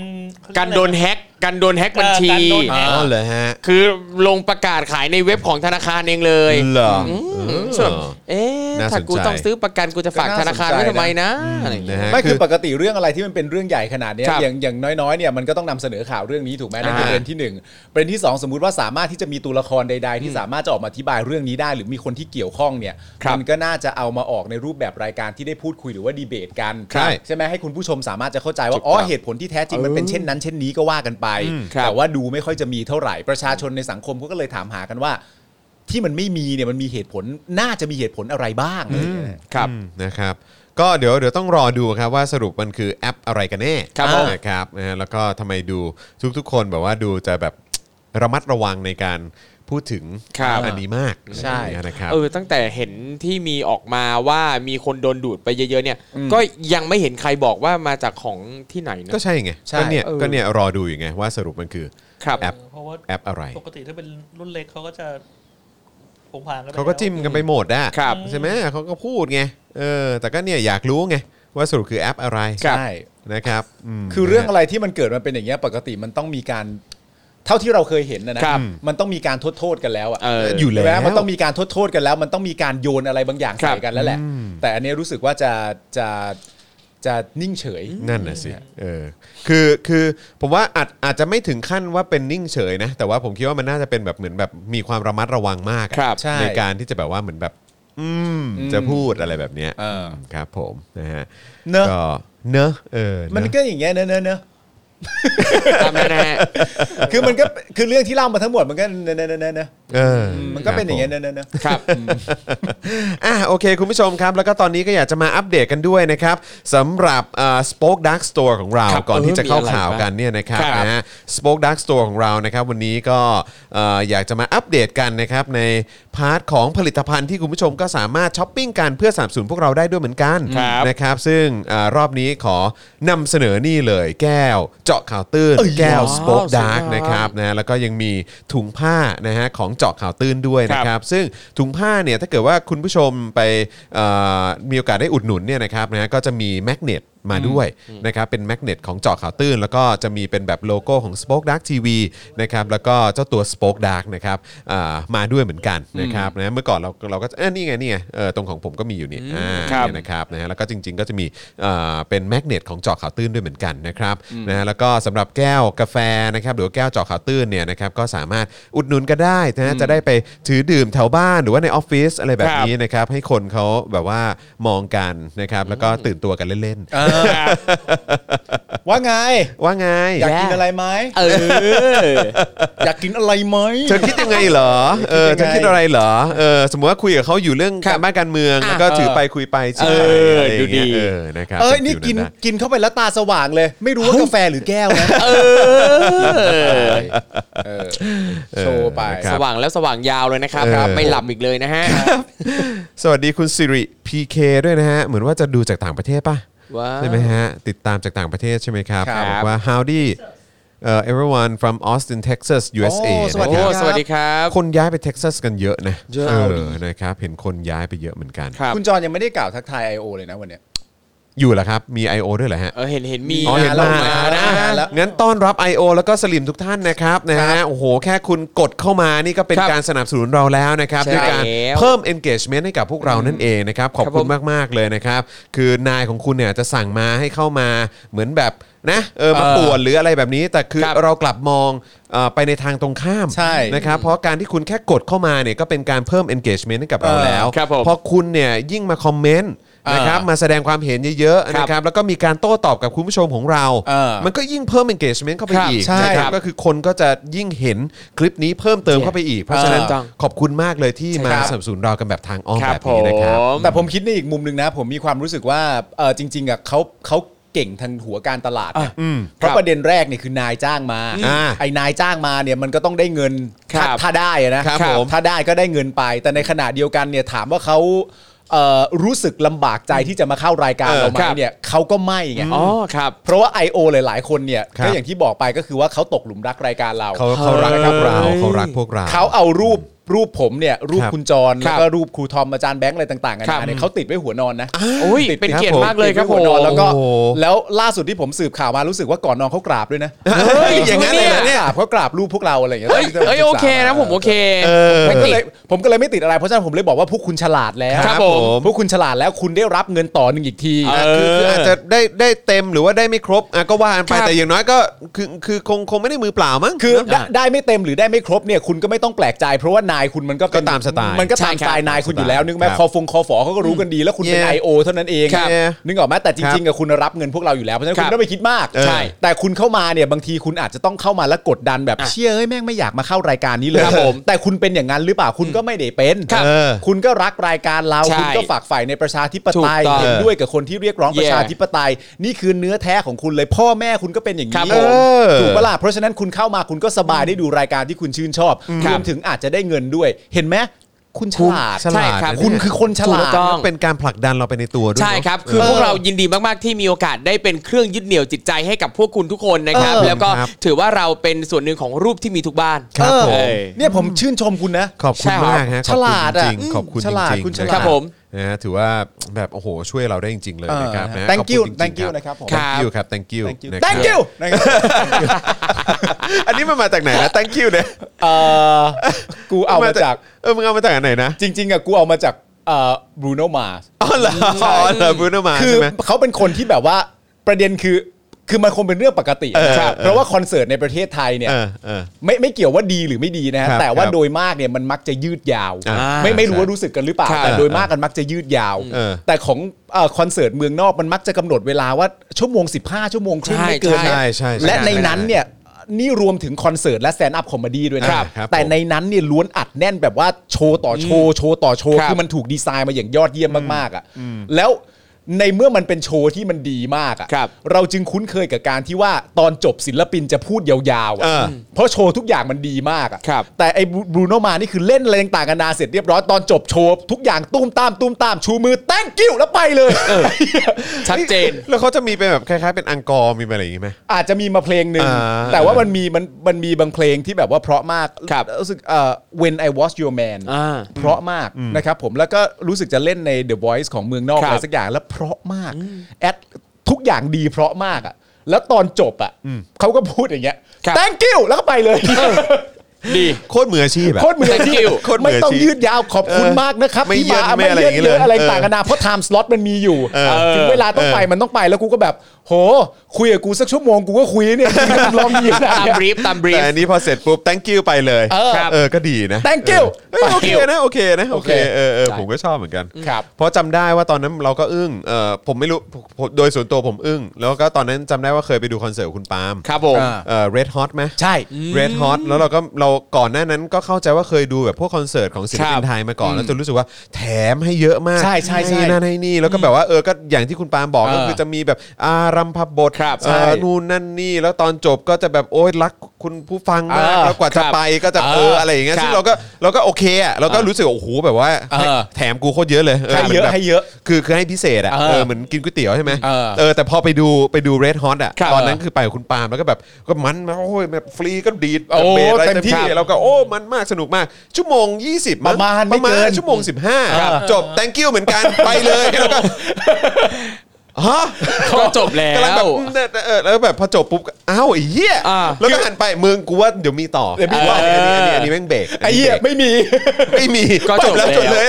การโดนแฮ็กการโดนแฮ็กบัญชี
การโดนแฮ็ก
อ๋อเหรอฮะ
คือลงประกาศขายในเว็บของธนาคารเองเลย
เหรอ
อืม
เอ
ส่วน
อ
เอ๊ะ
น่าสนใจ
ถ้ากูต้องซื้อประกันกูจะฝากธนาคารไว้ทำไมนะอะไรอย่างเงี้
นะ
ย
ฮะ
ไม่
คื
คือ อปกติเรื่องอะไรที่มันเป็นเรื่องใหญ่ขนาดเนี้ย
ครับ
อย่างอย่างน้อยๆเนี่ยมันก็ต้องนำเสนอข่าวเรื่องนี้ถูกไหมนั่นคือ
อ่า
ประเด็นที่หนึ่งประเด็นที่สองสมมติว่าสามารถที่จะมีตัวละครใด ๆ ที่สามารถจะออกมาอธิบายเรื่องนี้ได้ หรือมีคนที่เกี่ยวข้องเนี่ย
ครับ
มันก็น่าจะเอามาออกในรูปแบบรายการที่ได้พูดคุยหรือว่าดีเบตกัน
ใช่
ใช่ไหมให้คุณผู้ชมสามารถจะเข้าใจ
ถู
ว่าก
ต้อง
อ๋อเหตุผลที่แท้จริงมันเป็นเช่นนั้นเช่นนี้ก็ว่ากันไป
ครับ
แต่ว่าดูไม่ค่อยจะมีเท่าไหร่ประชาชนในสังคมเขาก็เลยถามหากันว่า ที่มันไม่มีเนี่ยมันมีเหตุผลน่าจะมีเหตุผลอะไรบ้างอะไรอย่างเงี้ย
ครับ
อืมนะครับ ก็เดี๋ยวเดี๋ยวต้องรอดูครับว่าสรุปมันคือแอปอะไรกันแน่
ครับผม
นะครับนะฮะแล้วก็ทำไมดูทุกๆคนแบบว่าดูจะแบบระมัดระวังในการพูดถึง
ครับ
อันนี้มาก
ใช่
นะครับ
เออตั้งแต่เห็นที่มีออกมาว่ามีคนโดนดูดไปเยอะๆเนี่ย ก็ยังไม่เห็นใครบอกว่ามาจากของที่ไหนนะ
ก็ใช่ไง
ใช่
ก็เนี่ย
เออ
ก็เนี่ยรอดูอยู่ไงว่าสรุปมันคือ
ครับ
แอป
เพราะว่า
แอปอะไร
ปกติถ้าเป็นรุ่นเล็กเขาก็จะผงผางกันไป
เขาก็จิ้มกันไปหมดอะ
ครับ
ใช่ไหมเขาก็พูดไงเออแต่ก็เนี่ยอยากรู้ไงว่าสรุปคือแอปอะไร
ครับ
ใช่
นะครับม
คือเรื่องอะไรที่มันเกิดมันเป็นอย่างเงี้ยปกติมันต้องมีการ เท่าที่เราเคยเห็นนะนะครับ มันต้องมีการทดโทษกันแล้วอะ
เออ
อยู่แล้ว
ใช่ไหมมันต้องมีการทดโทษกันแล้ว มันต้องมีการโยนอะไรบางอย่าง
ครับ
ใส่กันแล้วแหละ แต่อันเนี้ยรู้สึกว่าจะจะจะนิ่งเฉย
นั่นน่ะสิเออคือคือผมว่าอาจอาจจะไม่ถึงขั้นว่าเป็นนิ่งเฉยนะ แต่ว่าผมคิดว่ามันน่าจะเป็นแบบเหมือนแบบมีความระมัดระวังมากอะ
ครับ
ใช่
การที่จะแบบว่าเหมือนแบบ อืม
อืม
จะพูดอะไรแบบเนี้ย
เออ
ครับผมนะฮะ
เนอะ
ก็เนอะเออเอะ
มันก็อย่างเงี้ยเนอะเนอะเนอะ
ตามนั้นนะฮะ
คือมันก็คือเรื่องที่เล่ามาทั้งหมดมันก็เนอะเนอะเนอะเนอะเนอะ
เออ
มันก็เป็นอย่างเงี้ย
ค
เน
รับผ
อะเนอะเนอะ
ครับ
อ่ะโอเค คุณผู้ชมครับ แล้วก็ตอนนี้ก็อยากจะมาอัปเดตกันด้วยนะครับสำหรับสป็อคดักสโตร์ของเรา
ครับ
ก่อนที่จะเข้า
เออมีอะไร
ข่าวกันเนี่ยนะครับ
ครับ
นะฮะสป็อคดักสโตร์ของเรานะครับ วันนี้ก็เอ่ออยากจะมาอัปเดตกันนะครับ ในพาร์ทของผลิตภัณฑ์ที่คุณผู้ชมก็สามารถช้อปปิ้งกันเพื่อสนับสนุนพวกเราได้ด้วยเหมือนกัน
ครับ
นะครับ ซึ่งเออรอบนี้ขอนำเสนอนี่เลยแก้วเจาะข่าวตื้นแก้วสป็อคดักนะครับ ครับนะแล้วก็ยังมีถุงผ้านะฮะของเจาะข่าวตื้นด้วยนะครับ ซึ่งถุงผ้าเนี่ยถ้าเกิดว่าคุณผู้ชมไปเอ่อมีโอกาสได้อุดหนุนเนี่ยนะครับนะฮะก็จะมีแมกเนต มาด้วยนะครับเป็นแมกเนตของเจาะข่าวตื้น แล้วก็จะมีเป็นแบบโลโก้ของ Spoke Dark TV นะครับแล้วก็เจ้าตัว Spoke Dark นะครับอ่ามาด้วยเหมือนกันนะครับนะเมื่อก่อนเราเราก็จะเอ้ยนี่ไงนี่ไงเออตรงของผมก็มีอยู่นี่อ่า
ครับ
เนี่ยนะครับนะฮะแล้วก็จริง ๆ ก็จะมีเอ่อเป็นแมกเนตของเจาะข่าวตื้นด้วยเหมือนกันนะครับนะฮะแล้วก็สำหรับแก้วกาแฟนะครับหรือว่าแก้วเจาะข่าวตื้นเนี่ยนะครับก็สามารถอุดหนุนก็ได้นะฮะจะได้ไปถือดื่มแถวบ้านหรือว่าในออฟฟิศอะไรแบบนี้นะครับให้คนเขาแบบว่ามองกันนะครับแล้วก็ตื่นตัวกันเล่นๆ
ว่าไง
ว่าไง
อยากกินอะไรไหม
เออ
อยากกินอะไรไหม
เธอคิดยังไงเหรอ เออ
คิ
เธอ
ดยังไง
คิดอะไรเหรอ เออ สมมติว่าคุยกับเขาอยู่เรื่องการบ้านการเมือง แล้วก็ถือไปคุยไปใช่
เออ
ไรางเงี้
ดูดี
เออ นะครับ
เอ้ยนี่กิน
ฟิว
กินเข้าไปแล้วตาสว่างเลย ไม่รู้ว่ากาแฟหรือแก้วนะเออโชว์ไป
เออนะค
ส
รับ
ว่างแล้วสว่างยาวเลยนะครับ
เออ
ไม่หลับอีกเลยนะฮะ
สวัสดีคุณสิริ PK ด้วยนะฮะ เหมือนว่าจะดูจากต่างประเทศป่ะ
ว้าว
ใช่ไหมฮะ ติดตามจากต่างประเทศใช่ไหมครับ
ครับ
บอกว่า howdy เอ่อ everyone from Austin Texas USA
โอ้สวัสดี
โอ้
นะครับ
สวัสดีครับ
คนย้ายไปเท็กซัสกันเยอะนะ
เยอะ
เออนะครับ เห็นคนย้ายไปเยอะเหมือนกัน
ครับ
คุณจอนยังไม่ได้กล่าวทักทาย I.O. เลยนะวันเนี้ย
อยู่เหรอครับ มี I.O. ด้วยเหรอฮะ
เออเห็นเห็นมี
อ๋อเห็น
ล
มาง แล้
มาว
นะ
นะ
มาแล้ว
งั้นต้อนรับ I.O. แล้วก็สลิมทุกท่านนะครับนะฮะโอ้โห แค่คุณกดเข้ามานี่ก็เป็น
ครับ
การสนับสนุนเราแล้วนะครับ
ใช่
ด้วยการ
แล้ว
เพิ่ม engagement ให้กับพวกเรานั่นเองนะครับขอบคุณมาก ๆ เลยนะครับ คือนายของคุณเนี่ยจะสั่งมาให้เข้ามาเหมือนแบบนะเออมา
เออ
ป่วนหรืออะไรแบบนี้ แต่คือ
ครับ
เรากลับมองเอ่อไปในทางตรงข้าม
ใช่
นะครับเพราะการที่คุณแค่กดเข้ามาเนี่ยก็เป็นการเพิ่ม engagement ให้กับเรา
เออ
แล้ว
ครับผม
พอคุณเนี่ยยิ่งมาคอมเมนต์นะครับมาแสดงความเห็นเยอะๆ
ครับ
นะครับแล้วก็มีการโต้ตอบกับคุณผู้ชมของเรา
เออ
มันก็ยิ่งเพิ่ม engagement เข้าไป
ครับ
อีก
ใช่
นะค
ครั
รับบ ก็คือคนก็จะยิ่งเห็นคลิปนี้เพิ่มเติมเข้าไปอีก เพราะฉะนั้น
ถูกต้อง
ขอบคุณมากเลยที่มา
ครับ
สนับสนุนเรากันแบบทางอ้อม
ครั
แบบ บ
ผ
นี้นะครับ
ม
แต่ผมคิดในอีกมุมหนึ่งนะ ผมมีความรู้สึกว่าเออจริงๆอ่ะเขาเขาเก่งทางหัวการตลาดนะ
อืม
เพราะประเด็นแรกเนี่ยคือนายจ้างมา
อ่า
ไอ้นายจ้างมาเนี่ยมันก็ต้องได้เงินถ้า
ครับ
ถ้าได้อะนะครับ
ผม
ถ้าได้ก็ได้เงินไป แต่ในขณะเดียวกันเนี่ยถามว่าเขาเอ่อรู้สึกลำบากใจที่จะมาเข้ารายการ
เออ
เราไหม
ครับ
เนี่ยเขาก็ไม่ไง
อ๋อครับ
เพราะว่า I.O. หลาย ๆ คนเนี่ย
ครับ
ก็อย่างที่บอกไปก็คือว่าเขาตกหลุมรักรายการเรา
เขาเขารัก
เฮ้ย
เราเขารักพวกเรา
เขาเอารูปรูปผมเนี่ยรูป
ครับ
คุณจร
ครับ
แล้วก็รูปครูทอมอาจารย์แบงค์อะไรต่างๆกั
ครั
นา
บ
เนี่ยเขาติดไว้หัวนอนนะ
โอ้ยเป็นเกียรติมากเลยครับผม
ติดไว้หัวนอนแล้วก็
โอ้โห
แล้วล่าสุดที่ผมสืบข่าวมารู้สึกว่าก่อนนอนเขากราบด้วยนะ
เฮ้ยอย่
อา
ย่างง
นั้
นั้น น
เล
เลยย
เหรอ
เนี่ย
เนี่ยเพราะกราบรูปพวกเราอะไรอย่างเงี้ย
เอ้ยเอ้ยโอเคนะผมโอเค
เออ
ไม่
ผมก็
ติด
เลยผมก็เลยไม่ติดอะไรเพราะฉะนั้นผมเลยบอกว่าพวกคุณฉลาดแล้ว
ครับผม
พวกคุณฉลาดแล้วคุณได้รับเงินต่อหนึ่งอีกที
เอ
คือคืออาจจะได้ได้เต็มหรือว่าได้ไม่ครบอ่ะก็ว่ากันไป
ครับ
แต่อย่างน้อยก็คือคือคงคงไม่ได้มือเปล่ามั้ง
คือได้ได้ไม่เต็มหรือได้ไม่ครบเนี่ยคุณก็ไม่ต้องแปลกใจ เพราะว่านายคุณมันก็เป็น
ก็ตามสไตล์
มันก็ตาม
ใช่
ส
ค
ไต
รับ
ล์นายคุณอยู่แล้วนึกไหม
ครับ
คอฟงคอฝอเขาก็รู้กันดีแล้วคุณเป็น
Yeah
I.O. เท่านั้นเอง
ครับ Yeah
นึกออกไหมแต่จริงๆอะคุณรับเงินพวกเราอยู่แล้วเพราะฉะนั้น
ครั
คุณ
บ
ไม่ต้องไปคิดมาก
ใช่
แต่คุณเข้ามาเนี่ยบางทีคุณอาจจะต้องเข้ามาแล้วกดดันแบบเชี่ยเอ้ยแม่งไม่อยากมาเข้ารายการนี้เลย
ครับผม
แต่คุณเป็นอย่างนั้นหรือเปล่าคุณก็ไม่ได้เป็น
ครับ
เออ
คุณก็รักรายการเรา
ใช่
คุณก็ฝากฝ่ายในประชาธิปไตย
ถูกต้อง
เห็นด้วยกับคนที่เรียกร้องประชา
Yeah
ธิปไตย นี่คือเนื้อแท้ของคุณเลยพ่อแม่คุณก็เป็นอย่าง
ครับ
นี้
ผม
ถูกปะล่ะ อ่ะเพราะฉะนั้นคุณเข้ามาคุณก็สบายได้ดูรายการที่คุณชื่นชอบรวมถึงอาจจะได้เงินด้วย เห็นไหมคุณฉลาด
คุณฉลาด
ใช่ครับ
คุณคือคนฉลา
ถู
ด
กต้อง
เป็นการผลักดันเราไปในตัวด้วย
ใช่
เนอะ
ครับคือพวกเรายินดีมาก ๆ ที่มีโอกาสได้เป็นเครื่องยึดเหนี่ยวจิตใจให้กับพวกคุณทุกคนนะครับ
เออ
แล้วก็
ครับ
ถือว่าเราเป็นส่วนหนึ่งของรูปที่มีทุกบ้าน
ครับผม
เออ
เนี่ยผมชื่นชมคุณนะ
ขอบคุณมากฮะ
ฉลาดอะ
ขอบคุณจริงๆขอบคุณจริงๆ
ฉลาดคุณฉลาด
นะครับ
ผม
นะฮะถือว่าแบบโอ้โหช่วยเราได้จริง ๆ เลยนะครับ
เออ
นะ
thank
ขอบคุณ
you
จริงๆ
thank you นะครับผม
ครับ
thank you ครับ thank you
thank you
นะครับ
thank you นะครับ
อันนี้มันมาจากไหน [LAUGHS] นะ thank you เนี่ย
เอ่อกูเอามาจาก
เออมึงเอามาจากไหนนะ
จริง ๆอะกูเอามาจากเอ่อบรูโนมา
อ๋อเหรออ๋อเหรอบูนมา
คือ
ใช่ไหม
เขาเป็นคนที่แบบว่าประเด็นคือคือมันคงเป็นเรื่องปกตินะครับ
เออเออ
เพราะว่าคอนเสิร์ตในประเทศไทยเนี่ย
เออเออ
ไม่ไม่เกี่ยวว่าดีหรือไม่ดีนะฮะ
ครับ
แต่ว่า
ครับ
โดยมากเนี่ยมันมักจะยืดยาว
อ่า
ไม่ไม่
ใช่
รู้ว่ารู้สึกกันหรือเปล่า
ครับ
แต่โดย
เออ
มากกันมักจะยืดยาว
เออ
แต่ของเอ่อคอนเสิร์ตเมืองนอกมันมักจะกำหนดเวลาว่าชั่วโมง 15 ชั่วโมงครึ่ง
ใช่
ไม่เกินนะ
ใช่ใช่ช่
และใน
ช่ช่
นั้นเนี่ยนี่รวมถึงคอนเสิร์ตและแซนด์อัพคอมเมดี้ด้วยนะครับ
ครับ
แต่ในนั้นเนี่ยล้วนอัดแน่นแบบว่าโชว์ต่อโชว์โชว์ต่อโชว์
ครับ
คือมันถูกดีไซน์มาอย่างยอดเยี่ยมมากๆอ่ะแล้วในเมื่อมันเป็นโชว์ที่มันดีมากอ่ะ
ครับ
เราจึงคุ้นเคยกับการที่ว่าตอนจบศิลปินจะพูดยาวๆอะ
เออ
เพราะโชว์ทุกอย่างมันดีมากอะ
ครับ
แต่ไอ้บรูโนมานี่คือเล่นอะไรต่างๆกันานาเสร็จเรียบร้อยตอนจบโชว์ทุกอย่างตุ้มตามตุ้มตามชูมือ thank you แล้วไปเลย [LAUGHS]
ชัดเจน
แล้วเขาจะมีเป็นแบบคล้ายๆเป็นอังกอร์มีอะไรอย่างงี้ไหม
อาจจะมีมาเพลงหนึ่ง
อ่า
แต่ว่ามันมีมันมันมีบางเพลงที่แบบว่าเพราะมาก
ครับ
รู้สึกเอ่อ when I was your man
อ่า
เพราะมากนะครับผมแล้วก็รู้สึกจะเล่นใน The Voice ของเมืองนอก
ครับ
อะไรสักอย่างแล้วเพราะมากแอด ทุกอย่างดีเพราะมากอ่ะ แล้วตอนจบอ่ะเขาก็พูดอย่างเงี้ย
ครับ
thank you แล้วก็ไปเลย
ดี
โคตรมืออาชีพอะ
โคตรเหมือน
Thank
ที่
you
โคตรเหมื
ไม่
อน
ต้อง
ที่
ยืดยาวขอบคุณ
เออ
มากนะครับ
ไม่
ที่
เยินไม่อะไรอย่างงี้
เยอะอะไร
เลย
ต่างกันานาเพราะ time slot มันมีอยู่
เออ
ถึงเวลาต้องไป
เออ
มันต้องไปแล้วกูก็แบบ โห คุยกับกูสักชั่วโมงกูก็คุย
[LAUGHS]
เนี่ยมันลองยิงนะ
ตามบรีฟตามบรีฟ
แต่อันนี้พอเสร็จปุ๊บ thank you ไปเลย
เออครับ
เออ ก็ดีนะ
Thank you
เออเอ้ยโอเค
Thank you
นะโอเคนะโอเค
โอเค
เออเออ
ได้
ผมก็ชอบเหมือนกัน
ครับ
เพราะจำได้ว่าตอนนั้นเราก็อึ้งเออผมไม่รู้ผมโดยส่วนตัวผมอึ้ง แล้วก็ตอนนั้นจำได้ว่าเคยไปดูคอนเสิร์ตของคุณปาล์ม
ครับผม
อ่า
เออ red hot ไหม
ใช่
Red Hot แล้วเราก็เราก่อนหน้านั้นก็เข้าใจว่าเคยดูแบบพวกคอนเสิร์ตของศิลปิ
ครั
น
บ
ไทยมาก่อน แล้วจนรู้สึกว่าแถมให้เยอะมาก
ใช่ใช่ใช่
ห้นั่นให้นี่แล้วก็แบบว่าเออก็อย่างที่คุณปาล์มบอก
เออ
ก็คือจะมีแบบอารัมพบท
ครับ
เอ่อ
ใช่
นู่นนั่นนี่แล้วตอนจบก็จะแบบโอ๊ยรักคุณผู้ฟังมาก
เออ
แล้วกว่าจะ
ครับ
ไปก็จะเออ
เออ
อะไรอย่างเงี้ย
ครับ
ซึ่งเราก็เราก็โอเคอะเราก็รู้สึกว่าโอ้โหแบบว่า
เออ
แถมกูโคตรเยอะเลย
ให้เยอะ
แบบ
ให้เยอะ
คือคือให้พิเศษอ่ะ
เออ
เออเหมือนกินก๋วยเตี๋ยวใช่ไหม
เออ
เออแต่พอไปดูไปดู Red Hot อ่ะ
ครับ
ตอนนั้นคือไปกับคุณปาล์มแล้วก็แบบก็มันมากโอ้ยแบบฟรีก็ดีด
โอ้
บสอะไร
เต็ม
เต็มที่
ที่
แล้วก็โอ้มันมากสนุกมาก ชั่วโมง 20ง
ประมาณไม่
ประมาณ
เกิน
ชั่วโมง 15
ครับ
จบ thank you เหมือนกัน ไปเลยแล้วก็ฮะ
ก็จบแล้
กำลังแบบ
ว
อืมเนี่ยเออแล้วแบบพอจบปุ๊บก็อ้าวไอ้เหี้ย
อ่า
แล้วก็หันไปมึงกูว่าเดี๋ยวมีต่อ
เดี๋ยวมีต่อ
เอันนี้อันนี้อันนี้แม่งเบรกน
ไอ้
นี้
เหี้ย
บรก
ไม่มี
ไม่มี
ก็จบ
แล้ว
แล้ว
จบเลย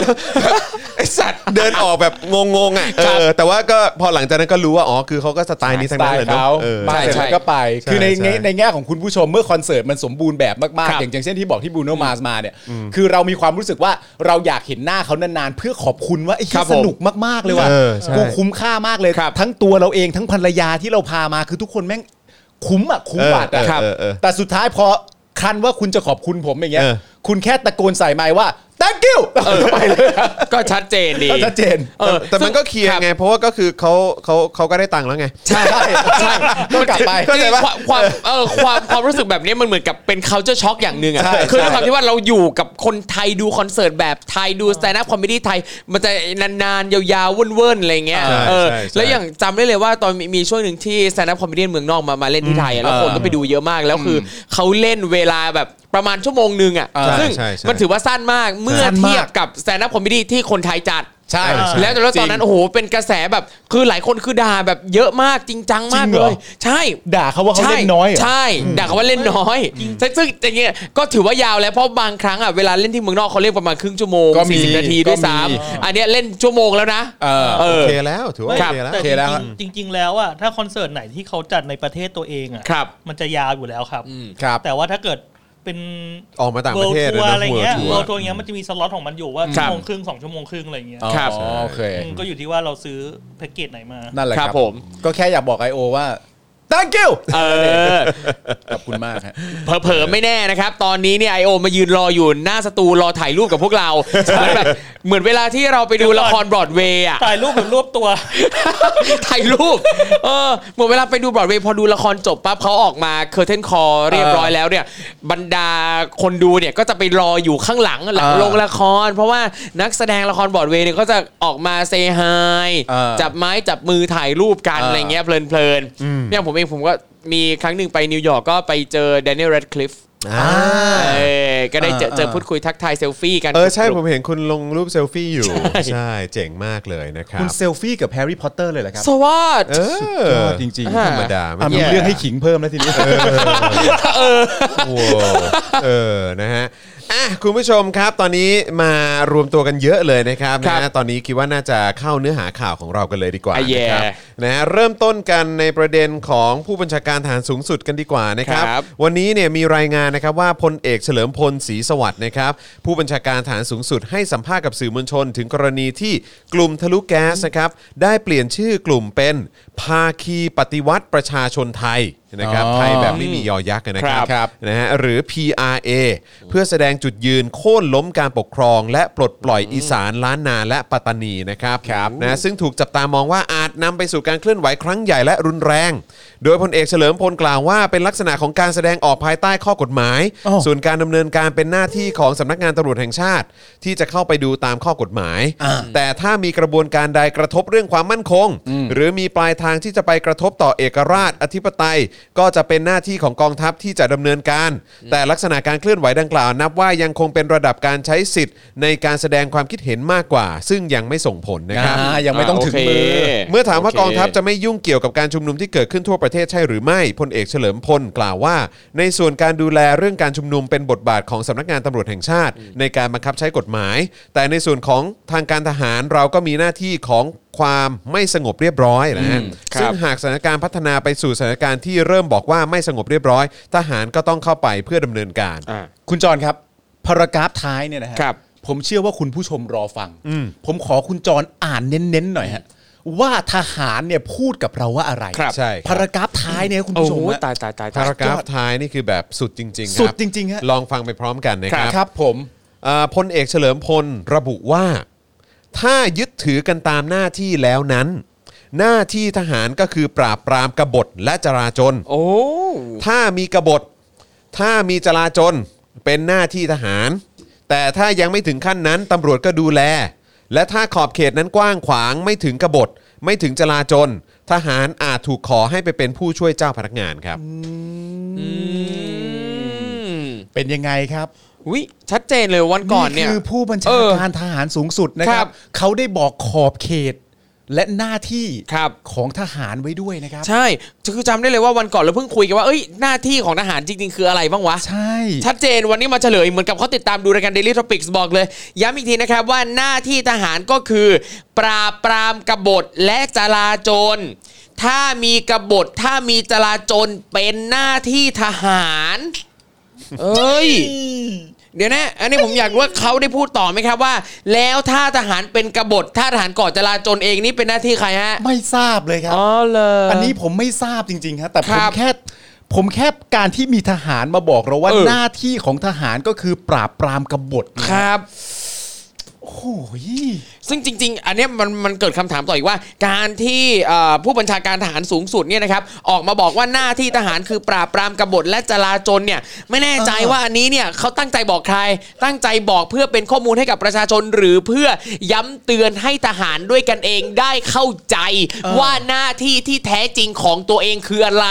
แล้วไอสัตว์เดินออกแบบงงๆอ่ะเอ
ครับ
อแต่ว่าก็พอหลังจากนั้นก็รู้ว่าอ๋อคือเขาก็สไตล์นี้ทั้งนั้นเลยเนาะเออ
มา
ใช่
เสร็จ
ใช่
แล้วก็ไป
ใช่
คือใน
ใช่
ในในแง่ของคุณผู้ชมเมื่อคอนเสิร์ตมันสมบูรณ์แบบมาก
ครั
ๆ
บ
อย่างอย่างเช่นที่บอกที่บูโนมาสมาเนี่ย คือเรามีความรู้สึกว่าเราอยากเห็นหน้าเขานานๆ เพื่อขอบคุณว่าไอ้
ครั
ที่
บผม
สนุกมากๆเลยว่ะ
เออใช่
กูคุ้มค่ามากเลย
ครับ
ทั้งตัวเราเองทั้งภรรยาที่เราพามาคือทุกคนแม่งคุ้มอ่ะคุ้มบาท
เอ
อ่ะ
อ
ครับ
เออเออ
แต่สุดท้ายพอคันว่าคุณจะขอบคุณผมอย่างเงี้ย
เออ
คุณแค่ตะโกนใส่ไมค์ว่า thank you แล้วก็ไปเลยอะ
ก็ชัดเจนดี
ก็ชัดเจน
เออ
แต่มันก็เคลียร์ไง เพราะว่าก็คือเขาเขาเขาก็ได้ตังค์แล้วไง
ใช่ใช่ก็กลับไป
คือความความเออความความรู้สึกแบบนี้มันเหมือนกับเป็น culture shock อย่างหนึ่งอ่ะ
ใช่
คือด้วย
ใช่
ความที่ว่าเราอยู่กับคนไทยดูคอนเสิร์ตแบบไทยดู stand up comedy ไทย มันจะนานๆ ยาวๆเว่นๆอะไรเงี้ย
ใช่
เออ
ใช่ใช่
แล้วอย่างจำได้เลยว่าตอนมีมีช่วงหนึ่งที่ stand up comedy เมืองนอกมามาเล่นที่ไทยอะแล้วคนก็ไปดูเยอะมากแล้วคืออเขาเล่นเวลาแบบประมาณชั่วโมงหนึ่งอ่ะ
ใช่
ซึ่ง
ใช่ใช่
มันถือว่าสั้นมากเมื่อ
สั้นมาก
เทียบกับ stand up comedy ที่คนไทยจัด
ใช่
ใช่
แล้วแล้วตอนนั้นโอ้โหเป็นกระแสแบบคือหลายคนคือด่าแบบเยอะมากจริงจังมาก
จริงเห
เล
รอ
ย ใช่
ด่าเขาว่าเขา
ใช่
เล่นน้อยเหรอ
ใช่ด่าเขาว่าเล่นน้อยซึ่งซึ่งอย่างเงี้ยก็ถือว่ายาวแล้วเพราะบางครั้งอ่ะเวลาเล่นที่เมืองนอกเขาเล่นประมาณครึ่งชั่วโมง
ก็มี
สี่สิบนาทีด้วยซ้
ก็มี
ำอันเนี้ยเล่นชั่วโมงแล้วนะ
เออ
เอ
โอ
อ
เคแล้วถือว่า
ไม่
โอเคแล้ว
แต่
โอเคแล้วฮะ
จริงๆจริง ๆ แล้วอะถ้าคอนเสิร์ตไหนที่เขาจัดในประเทศตัวเองอะ
ครับ
มันจะยาวอยู่แล้วครับ
ครับ
แต่ว่าถ้าเกิดเป็น
ออกมาต่างประเทศ
ทัว
นะ
อะไรเงี้ย
World
เวิ
Tour
ลทัวร์เงี้ยมันจะมีสล็อตของมันอยู่ว่า
ครั
ชั่ว
บ
โมงครึ่งสองชั่วโมงครึ่งอะไรเงี้ย
อ๋อ
ครับ
โอเค
มก็อยู่ที่ว่าเราซื้อแพ็กเกจไหนมา
นั่นแหละค
ครั
รับบ
ผม
ก็แค่อยากบอก I.O. ว่า thank you
เออ
ขอบคุณมากฮะ
เผลอๆไม่แน่นะครับ ตอนนี้เนี่ยไอโอมายืนรออยู่หน้าสตูรอถ่ายรูปกับพวกเราเหมือนแบบเหมือนเวลาที่เราไปดูละครบรอดเวย์อ่ะ
ถ่ายรูปแบบรวบตัว
[LAUGHS] ถ่ายรูป เออ เหมือนเวลาไปดูบรอดเวย์พอดูละครจบปั๊บเขาออกมาเคอร์เทนคอเรียบร้อยแล้วเนี่ย บรรดาคนดูเนี่ยก็จะไปรออยู่ข้างหลังหลัง
เออ
โรงละคร เพราะว่านักแสดงละครบรอดเวย์เนี่ยก็จะออกมาเซฮาย
เออ
จับไม้จับมือถ่ายรูปกัน
เอออ
อะไรเงี้ยเพลินๆเนี่ยผมเองผมก็มีครั้งหนึ่งไปนิวยอร์กก็ไปเจอแดเนียลแรดคลิฟ
อ่า
เออก็ได้เจอ
เออ
เจอพูดคุยทักทายเซลฟี่กัน
เออใช่
ก
ผ
รุ๊ป
มเห็นคุณลงรูปเซลฟี่อยู่
ใช่
ใช่เจ๋งมากเลยนะครั
คุณ
บ
เซลฟี่กับแฮร์รี่พอตเตอร์เลยเหรอครับ
สวัส
เอ
ดี
อ
จริง
อ่ะ
ธรรมดา
อ่ะมี
แย่
เรื่องให้ขิงเพิ่มแล้วทีนี้
โอ้โห [LAUGHS] เออ นะฮะ อ่ะ คุณผู้ชมครับ ตอนนี้มารวมตัวกันเยอะเลยนะครับ
ครับ
นะฮะตอนนี้คิดว่าน่าจะเข้าเนื้อหาข่าวของเรากันเลยดีกว่า
อ่ะแย่
นะครับ นะฮะ เริ่มต้นกันในประเด็นของผู้บัญชาการฐานสูงสุดกันดีกว่านะครับ
ครับ
วันนี้เนี่ยมีรายงานนะครับว่าพลเอกเฉลิมพลศรีสวัสดิ์นะครับผู้บัญชาการฐานสูงสุดให้สัมภาษณ์กับสื่อมวลชน ถึงกรณีที่กลุ่มทะลุแก๊สนะครับได้เปลี่ยนชื่อกลุ่มเป็นภาคีปฏิวัติประชาชนไทยนะครับ
อ๋อ
ไทยแบบไม่มียอยักษ์นะครั
ครับ
นะฮะหรือ PRA เพื่อแสดงจุดยืนโค่นล้มการปกครอง และปลดปล่อยอีสานล้านนาและปัตตานีนะครับนะซึ่งถูกจับตามองว่าอาจนำไปสู่การเคลื่อนไหวครั้งใหญ่และรุนแรง โดยพลเอกเฉลิมพลกล่าวว่าเป็นลักษณะของการแสดงออกภายใต้ข้อกฎหมาย
อ้าว
ส่วนการดำเนินการเป็นหน้าที่ของสำนักงานตำรวจแห่งชาติ ที่จะเข้าไปดูตามข้อกฎหมาย
อ่า
แต่ถ้ามีกระบวนการใดกระทบเรื่องความมั่นคง หรือมีปลายทางที่จะไปกระทบต่อเอกราช อธิปไตย ก็จะเป็นหน้าที่ของกองทัพที่จะดำเนินการ แต่ลักษณะการเคลื่อนไหวดังกล่าว นับว่ายังคงเป็นระดับการใช้สิทธิ์ในการแสดงความคิดเห็นมากกว่า ซึ่งยังไม่ส่งผลนะครับ
อ่ายังไม่ต้องถึงมือ
เมื่อถามว่ากองทัพ
จะ
จะไม่ยุ่งเกี่ยวกับการชุมนุมที่เกิดขึ้นทั่วประเทศใช่หรือไม่พลเอกเฉลิมพลกล่าวว่า ในส่วนการดูแลเรื่องการชุมนุมเป็นบทบาทของสำนักงานตำรวจแห่งชาติ ในการบังคับใช้กฎหมาย แต่ในส่วนของทางการทหารเราก็มีหน้าที่ของความไม่สงบเรียบร้อยนะฮะซึ่งหากสถานการณ์พัฒนาไปสู่สถานการณ์ที่เริ่มบอกว่าไม่สงบเรียบร้อย ทหารก็ต้องเข้าไปเพื่อดำเนินการ
คุณจรครับพารากราฟท้ายเนี่ยนะฮะ
ครับ
ผมเชื่อว่าคุณผู้ชมรอฟัง ผมขอคุณจรอ่านเน้นๆหน่อยฮะว่าทหารเนี่ยพูดกับเราว่าอะไร
ครับ
ใช่ครับ
พารากราฟท้ายเนี่ยคุณ
โอ้
ผู้ช
โห
มฮะ
ตายตายตายตา
พาย รากราฟท้ายนี่คือแบบสุดจริงๆครับ
สุดจริงๆฮะ
ลองฟังไปพร้อมกันนะครั
ครับผม
อ่าพลเอกเฉลิมพลระบุว่า ถ้ายึดถือกันตามหน้าที่แล้วนั้น หน้าที่ทหารก็คือปราบปรามกบฏและจราจร
โอ้
ถ้ามีกบฏ ถ้ามีจราจรเป็นหน้าที่ทหาร แต่ถ้ายังไม่ถึงขั้นนั้นตำรวจก็ดูแล และถ้าขอบเขตนั้นกว้างขวางไม่ถึงกบฏ ไม่ถึงจราจร ทหารอาจถูกขอให้ไปเป็นผู้ช่วยเจ้าพนักงานครับ
เป็นยังไงครับ
วิชัดเจนเลยวันก่อนเนี่ย
คือผู้บัญชา
เออ
การทหารสูงสุดนะค
ครั
รับ
บ
เขาได้บอกขอบเขตและหน้าที่
ครับ
ของทหารไว้ด้วยนะครับ
ใช่ คือจำได้เลยว่าวันก่อนเราเพิ่งคุยกันว่า เอ้ย หน้าที่ของทหารจริง ๆ คืออะไรบ้างวะ
ใช่
[LAUGHS] ชัดเจนวันนี้มาเฉลยเหมือนกับเขาติดตามดูรายการ Daily Topics บอกเลย ย้ำอีกทีนะครับว่าหน้าที่ทหารก็คือ ปราบปรามกบฏและจลาจล ถ้ามีกบฏถ้ามีจลาจลเป็นหน้าที่ทหาร เอ้ย เดี๋ยวนะ อันนี้ผมอยากรู้ว่าเขาได้พูดต่อไหมครับว่า แล้วถ้าทหารเป็นกบฏถ้าทหารก่อจลาจลเองนี่เป็นหน้าที่ใครฮะ
ไม่ทราบเลยครับ
อ๋อเลย
อันนี้ผมไม่ทราบจริงๆครับแต่ผ
ค
ม
รับ
แค่ผมแค่การที่มีทหารมาบอกเราว่า
เออ
หน้าที่ของทหารก็คือปราบปรามกบฏเนี่ย
ครับ
โอ้โห
ซึ่งจริง ๆ อันเนี้ยมันมันเกิดคำถามต่ออีกว่า การที่เอ่อผู้บัญชาการทหารสูงสุดเนี่ยนะครับออกมาบอกว่าหน้าที่ทหารคือปราบปรามกบฏและจลาจลเนี่ยไม่แน่ใจว่าอันนี้เนี่ยเขาตั้งใจบอกใคร ตั้งใจบอกเพื่อเป็นข้อมูลให้กับประชาชน หรือเพื่อย้ำเตือนให้ทหารด้วยกันเองได้เข้าใจ ว่าหน้าที่ที่แท้จริงของตัวเองคืออะไร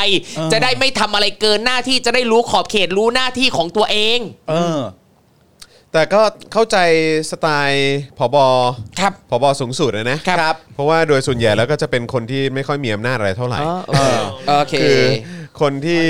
จะได้ไม่ทำอะไรเกินหน้าที่จะได้รู้ขอบเขตรู้หน้าที่ของตัวเอง
เออ
แต่ก็เข้าใจสไตล์ผบ
ครับ
ผบสูงสุดนะนะครับ เพราะว่าโดยส่วนใหญ่แล้วก็จะเป็นคนที่ไม่ค่อยมีอำนาจอะไรเท่าไหร่
โอเค
คือคนที่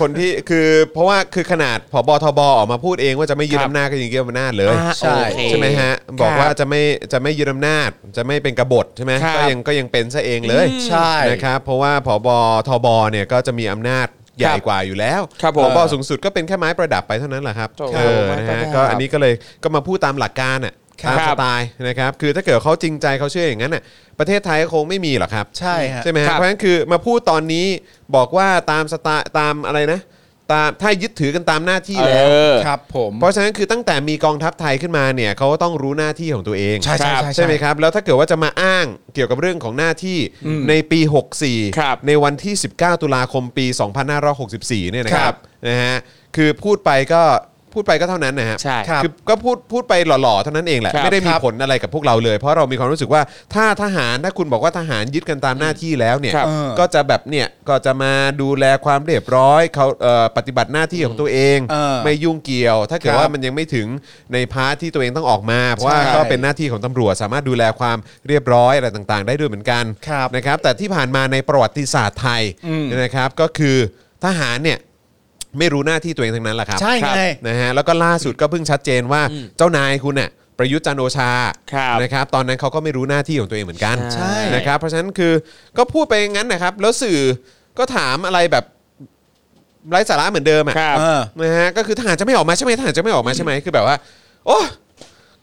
คนที่คือเพราะว่าคือขนาดผบทบออกมาพูดเองว่าจะไม่ยึด
ครับ
อำนาจก็ยังยึดอำนาจเลย
อ่า
ใช่
โอเค
ใช่ไหมฮะ
ครับ
บอกว่าจะไม่จะไม่ยึดอำนาจจะไม่เป็นกบฏใช่ไหม
ครับ
ก็ยังก็ยังเป็นซะเองเลย
ใช่
นะครับเพราะว่าผบทบเนี่ยก็จะมีอำนาจใหญ่กว่าอยู่แล้ว
ครับผม
ผบสูงสุดก็เป็นแค่ไม้ประดับไปเท่านั้นแหละครับ
ถูก
เออนะ
ไม้ประดั
ฮะ
บ
ก็อันนี้ก็เลยก็มาพูดตามหลักการอ่ะ
ครับ
ตามสไตล์นะครับคือถ้าเกิดเขาจริงใจเขาเชื่ออย่างนั้นน่ะประเทศไทยก็คงไม่มีหรอกครับ
ใช่ฮะ
ใช่ไหม
ครับ
ฮะเพราะฉะนั้นคือมาพูดตอนนี้บอกว่าตามสไตล์ตามอะไรนะ ตามถ้ายึดถือกันตามหน้าที่แล้ว
เออ
ครับผม
เพราะฉะนั้นคือตั้งแต่มีกองทัพไทยขึ้นมาเนี่ยเขาก็ต้องรู้หน้าที่ของตัวเอง
ใช่ใช่ใช่
ไหมครับแล้วถ้าเกิดว่าจะมาอ้างเกี่ยวกับเรื่องของหน้าที่ในปี 64
ครับ
ในวันที่ 19 ตุลาคมปี 2564 เนี่ยนะ
ค
ค
รั
รับบ นะฮะคือพูดไปก็พูดไปก็เท่านั้นนะฮะ
ใช่
ครับ
อก็พูดพูดไปหล่อๆเท่านั้นเองแหละ
ครับ
ไม่ได้มีผลอะไรกับพวกเราเลย เพราะเรามีความรู้สึกว่าถ้าทหารถ้าคุณบอกว่าทหารยึดกันตามหน้าที่แล้วเนี่ย
ครับ
เออ
ก็จะแบบเนี่ยก็จะมาดูแลความเรียบร้อยเขาเอ่อปฏิบัติหน้าที่ของตัวเอง
เออ
ไม่ยุ่งเกี่ยว ถ้าเกิด
ครับ
ว่ามันยังไม่ถึงในพาร์ทที่ตัวเองต้องออกมา เพราะว่า
ใช่
ก็เป็นหน้าที่ของตำรวจ สามารถดูแลความเรียบร้อยอะไรต่างๆ ได้ด้วยเหมือนกัน
ครับ
นะครับ แต่ที่ผ่านมาในประวัติศาสตร์ไทยนะครับก็คือทหารเนี่ยไม่รู้หน้าที่ตัวเองทั้งนั้นแหละครับ
ใช่ไง
นะฮะแล้วก็ล่าสุดก็เพิ่งชัดเจนว่าเจ้านายคุณน่ะประยุทธ์จันทร์โอชา
ครับ
นะครับตอนนั้นเขาก็ไม่รู้หน้าที่ของตัวเองเหมือนกัน
ใช่
นะครับเพราะฉะนั้นคือก็พูดไปงั้นนะครับ แล้วสื่อก็ถามอะไรแบบไร้สาระเหมือนเดิมอ่ะ
ครับ
เออ
นะฮะก็คือทหารจะไม่ออกมาใช่ไหมทหารจะไม่ออกมาใช่ไหมคือแบบว่า โอ้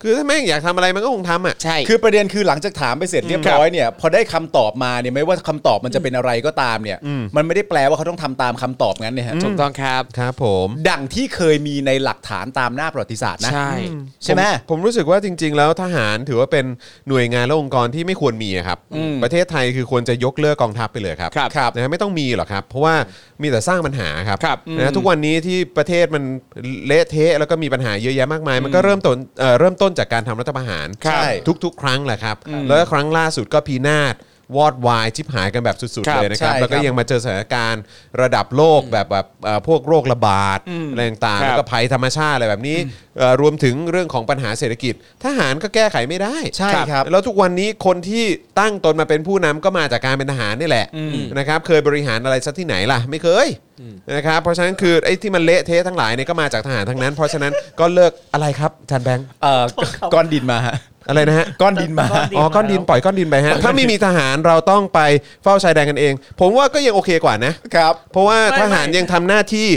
คือถ้าแม่งอยากทำอะไรมันก็คงทำอ่ะ
ใช่
คือประเด็นคือหลังจากถามไปเสร็จเรียบร้อยเนี่ยพอได้คำตอบมาเนี่ยไม่ว่าคำตอบมันจะเป็นอะไรก็ตามเนี่ย มันไม่ได้แปลว่าเขาต้องทำตามคำตอบงั้นเนี่ยฮะ
ถูกต้องครับ
ครับผม
ดังที่เคยมีในหลักฐานตามหน้าประวัติศาสตร์นะ
ใช่
ใช่ไหม
ผผมรู้สึกว่าจริง ๆ แล้วทหารถือว่าเป็นหน่วยงานและองค์กรที่ไม่ควรมีอะครับ ประเทศไทยคือควรจะยกเลิกกองทัพไปเลยครับ
ครับ
นะฮะไม่ต้องมีหรอกครับ เพราะว่ามีแต่สร้างปัญหาครับ
ครับ
นะฮะทุกวันนี้ที่ประเทศมันเละเทะแล้วก็มีปัญหาเยอะแยะมากมาย มันก็เริ่มต้นเอ่อเริ่มต้นจากการทำรัฐประหาร
ครับ
ทุก ๆ ครั้งแหละครับ แล้วก็ครั้งล่าสุดก็พีนาศ วอดวายชิบหายกันแบบสุด
ครับ
ๆเลยนะครับ
ใช่
แล้วก็
ครับ
ยังมาเจอสถานการณ์ระดับโลกแบบแบบเอ่อพวกโรคระบาดอะไรต่างๆ
ครับ
แล้วก็ภัยธรรมชาติอะไรแบบนี้เอ่อรวมถึงเรื่องของปัญหาเศรษฐกิจ ทหารก็แก้ไขไม่ได้
ใช่ครับ
แล้วทุกวันนี้คนที่ตั้งตนมาเป็นผู้นำก็มาจากการเป็นทหารนี่แหละนะครับเคยบริหารอะไรสักที่ไหนล่ะไม่เคยนะครับเพราะฉะนั้นคือไอ้ที่มันเละเทะทั้งหลายเนี่ยก็มาจากทหารทั้งนั้น เพราะฉะนั้นก็เลิกอะไรครับอาจานแบงค์
เอ่อก้อนดินมาฮะ
อะไรนะฮะ
ก้อนดินมา
อ๋อ ก้อนดินปล่อยก้อนดินไปฮะ ถ้าไม่มีทหารเราต้องไปเฝ้าชายแดนกันเอง ผมว่าก็ยังโอเคกว่านะ
ครับ
เพราะว่าท
ไม่
หาร
ไม่
ยังทำหน้าที่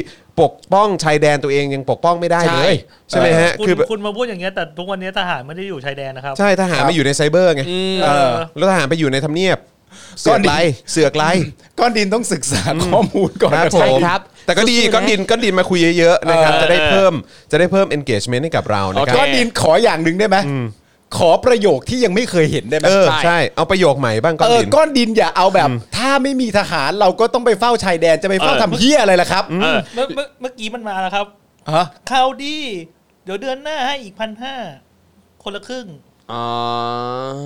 ปกป้องชายแดนตัวเองยังปกป้องไม่ได้เลย
ใช่
ใช่ไหมฮะ
คุณ
คือแบบ
คุณมาพูดอย่างเงี้ยแต่ทุกวันนี้ทหารไม่ได้อยู่ชายแดนนะครับ
ใช่ทหารมาอยู่ในไซเบอร์ไง
เออ
แล้วทหารไปอยู่ในทำเนียบ เสือกไรเสือกไร
ก้อนดินต้องศึกษาข้อมูลก่อน
ครับ
นะ
ผ
ครั
ม
บ
ครับ
แต่ก็ดี
สู้ๆนะ
ก้อนดินก้อนดินมาคุยเยอะๆนะครับจะได้เพิ่มจะได้เพิ่ม engagement ให้กับเรานะครั
ก้อบ นดินขออย่างหนึ่งได้ไหมขอประโยคที่ยังไม่เคยเห็นได้ไหม
เออใช่เอาประโยคใหม่บ้างก้อน
เออ
ดิน
ก้อนดินอย่าเอาแบบ ถ้าไม่มีทหารเราก็ต้องไปเฝ้าชายแดนจะไปเฝ้าทำเฮียอะไรล่ะครับ
เออ
เมื่อเมื่อเมื่อกี้มันมาแล้วครับ
ฮะ
ข่าวดี เดี๋ยวเดือนหน้าให้อีกพันห้าคนละครึ่ง
อ๋อ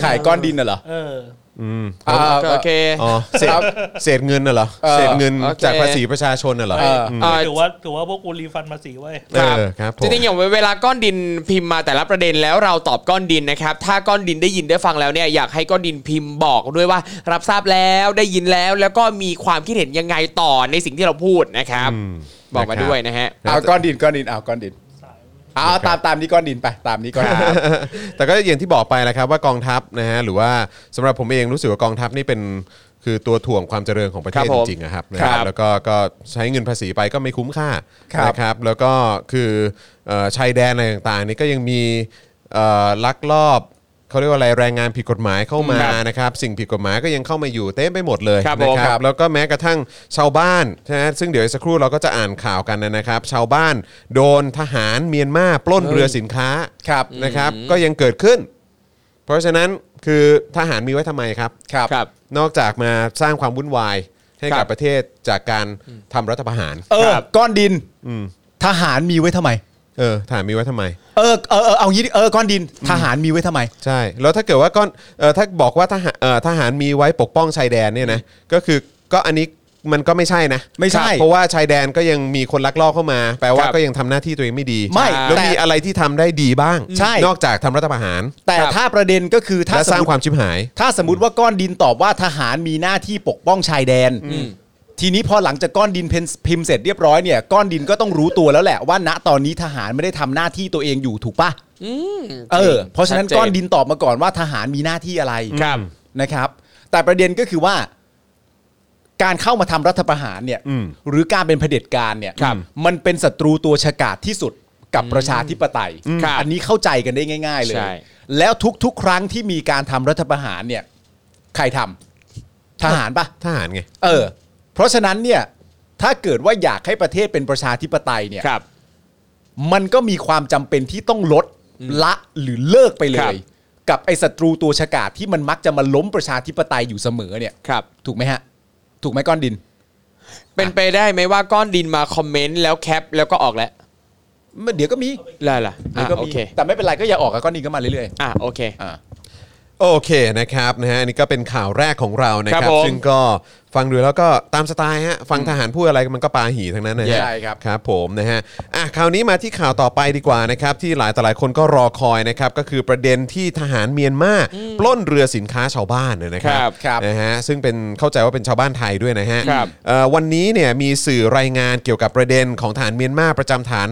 ขายก้อนดินน่ะเหรอ
เออ
อ่าโอเค
อ๋อเศษเศษเงินน่ะเหรอ
เออ
เศษเงิน
โอเค
จากภาษีประชาชนน่ะเหรอ
เอออื
ม
เอ่อ
ถือว่าถือว่าพวกกูรีฟันภาษีไว้ย
ค
เอ
รับ
อครับผม
จริงๆอย่างเวลาก้อนดินพิมพ์มาแต่ละประเด็นแล้วเราตอบก้อนดินนะครับ ถ้าก้อนดินได้ยินได้ฟังแล้วเนี่ยอยากให้ก้อนดินพิมพ์บอกด้วยว่า รับทราบแล้วได้ยินแล้วแล้วก็มีความคิดเห็นยังไงต่อในสิ่งที่เราพูดนะครับ
อืม
บอกมา
นะครับ
ด้วยนะฮะ
เอาก้อนดินก้อนดินเอาก้อนดินเอาตามตามนี้ก้อนดินไปตามนี้ก้อนดิน
แต่ก็อย่างที่บอกไปแหละครับว่ากองทัพนะฮะหรือว่าสำหรับผมเองรู้สึกว่ากองทัพนี่เป็นคือตัวถ่วงความเจริญของประเท
ครั
ศ
บผม
จริงๆนะครับนะ
ค
ค
รั
รั
บบ
แล้วก็ก็ใช้เงินภาษีไปก็ไม่คุ้มค่า
ครับ
นะครับแล้วก็คือเอ่อชายแดนอะไรต่างๆนี่ก็ยังมีเอ่อลักลอบเขาเรียกว่าอะไรแรงงานผิดกฎหมายเข้ามา
ครับ
นะครับสิ่งผิดกฎหมายก็ยังเข้ามาอยู่เต็มไปหมดเลย
ครับ
นะ
ผม
ครับ แล้วก็แม้กระทั่งชาวบ้านนะฮะซึ่งเดี๋ยวอีกสักครู่เราก็จะอ่านข่าวกันนะครับ ชาวบ้านโดนทหารเมียนมาปล้นเรือสินค้า
ครับ
นะครับ ก็ยังเกิดขึ้น เพราะฉะนั้นคือทหารมีไว้ทำไมครับ
ครับ
ครับ
นอกจากมาสร้างความวุ่นวายให้
ครั
กับบ ประเทศจากการทำรัฐประหาร
เออ
ครับ
ก้อนดิน
อืม
ทหารมีไว้ทำไม
เออทหารมีไว้ทำไม
เออเออเออเอางี้ดิเออก้อนดินทหารมีไว้ทำไม
ใช่ แล้วถ้าเกิดว่าก้อนเออถ้าบอกว่าทหารเออทหารมีไว้ปกป้องชายแดนเนี่ยนะก็คือก็อันนี้มันก็ไม่ใช่นะ
ไม่
ค
ใช่
รับเพราะว่าชายแดนก็ยังมีคนลักลอบเข้ามา แปลว่า
ครับ
ก็ยังทำหน้าที่ตัวเองไม่ดี
ไม่
แล้ว
แต่
มีอะไรที่ทำได้ดีบ้าง
ใช่
นอกจากทำรัฐประหาร
แต่ถ้าประเด็นก็คือถ้า
และสร้าง
มมติ
ความชิบหาย
ถ้าสมมติว่าก้อนดินตอบว่าทหารมีหน้าที่ปกป้องชายแดน ทีนี้พอหลังจากก้อนดินเพนพิมพ์เสร็จเรียบร้อยเนี่ยก้อนดินก็ต้องรู้ตัวแล้วแหละว่าณตอนนี้ทหารไม่ได้ทำหน้าที่ตัวเองอยู่ถูกปะเออ เพราะฉะนั้น
ชัดเจน
ก้อนดินตอบมาก่อนว่าทหารมีหน้าที่อะไร
ครับ
นะครับ แต่ประเด็นก็คือว่า การเข้ามาทำรัฐประหารเนี่ย
อืม
หรือการเป็นเผด็จการเนี่ย
ครับ
มันเป็นศัตรูตัวฉกาจที่สุดกับประชาธิปไตย
ครับ
อันนี้เข้าใจกันได้ง่าย ๆ เลย
ใช่
แล้วทุกๆ ครั้งที่มีการทำรัฐประหารเนี่ย ใครทำทหารปะ
ทหารไง
เออ เพราะฉะนั้นเนี่ยถ้าเกิดว่าอยากให้ประเทศเป็นประชาธิปไตยเนี่ย
ครับ
มันก็มีความจำเป็นที่ต้องลดละหรือเลิกไปเล
ครับ
ยกับไอ้ศัตรูตัวฉกาจที่มันมักจะมาล้มประชาธิปไตยอยู่เสมอเนี่ย
ครับ
ถูกไหมฮะ ถูกไหมก้อนดิน
เป็นไปได้ไหมว่าก้อนดินมาคอมเมนต์แล้วแคปแล้วก็ออกแล้ว
มันเดี๋ยวก็มี
ได้ล่ะ
เดี๋ย
อ่ะ
วก็
โอ
มี
เค
แต่ไม่เป็นไรก็อย่าออกกับก้อนดินก็มาเรื่อย
อ่ะโอเค
ๆอ่า
โอเคนะครับนะฮะอันนี่ก็เป็นข่าวแรกของเรานะค
ค
รั
รั
บบ
ผม
ซึ่งก็ฟังดูแล้วก็ตามสไตล์ฮะฟังทหารพูดอะไรมันก็ปาหีทั้งนั้นนะฮะ
ใช่ครับ
ครับผมนะฮะอ่ะคราวนี้มาที่ข่าวต่อไปดีกว่านะครับที่หลายต่อหลายคนก็รอคอยนะครับก็คือประเด็นที่ทหารเมียนมาปล้นเรือสินค้าชาวบ้านนะครั
ครับ
ครับ
นะฮะซึ่งเป็นเข้าใจว่าเป็นชาวบ้านไทยด้วยนะฮะ
ครับ
เอ่อวันนี้เนี่ยมีสื่อรายงานเกี่ยวกับประเด็นของทหารเมียนมาประจำฐาน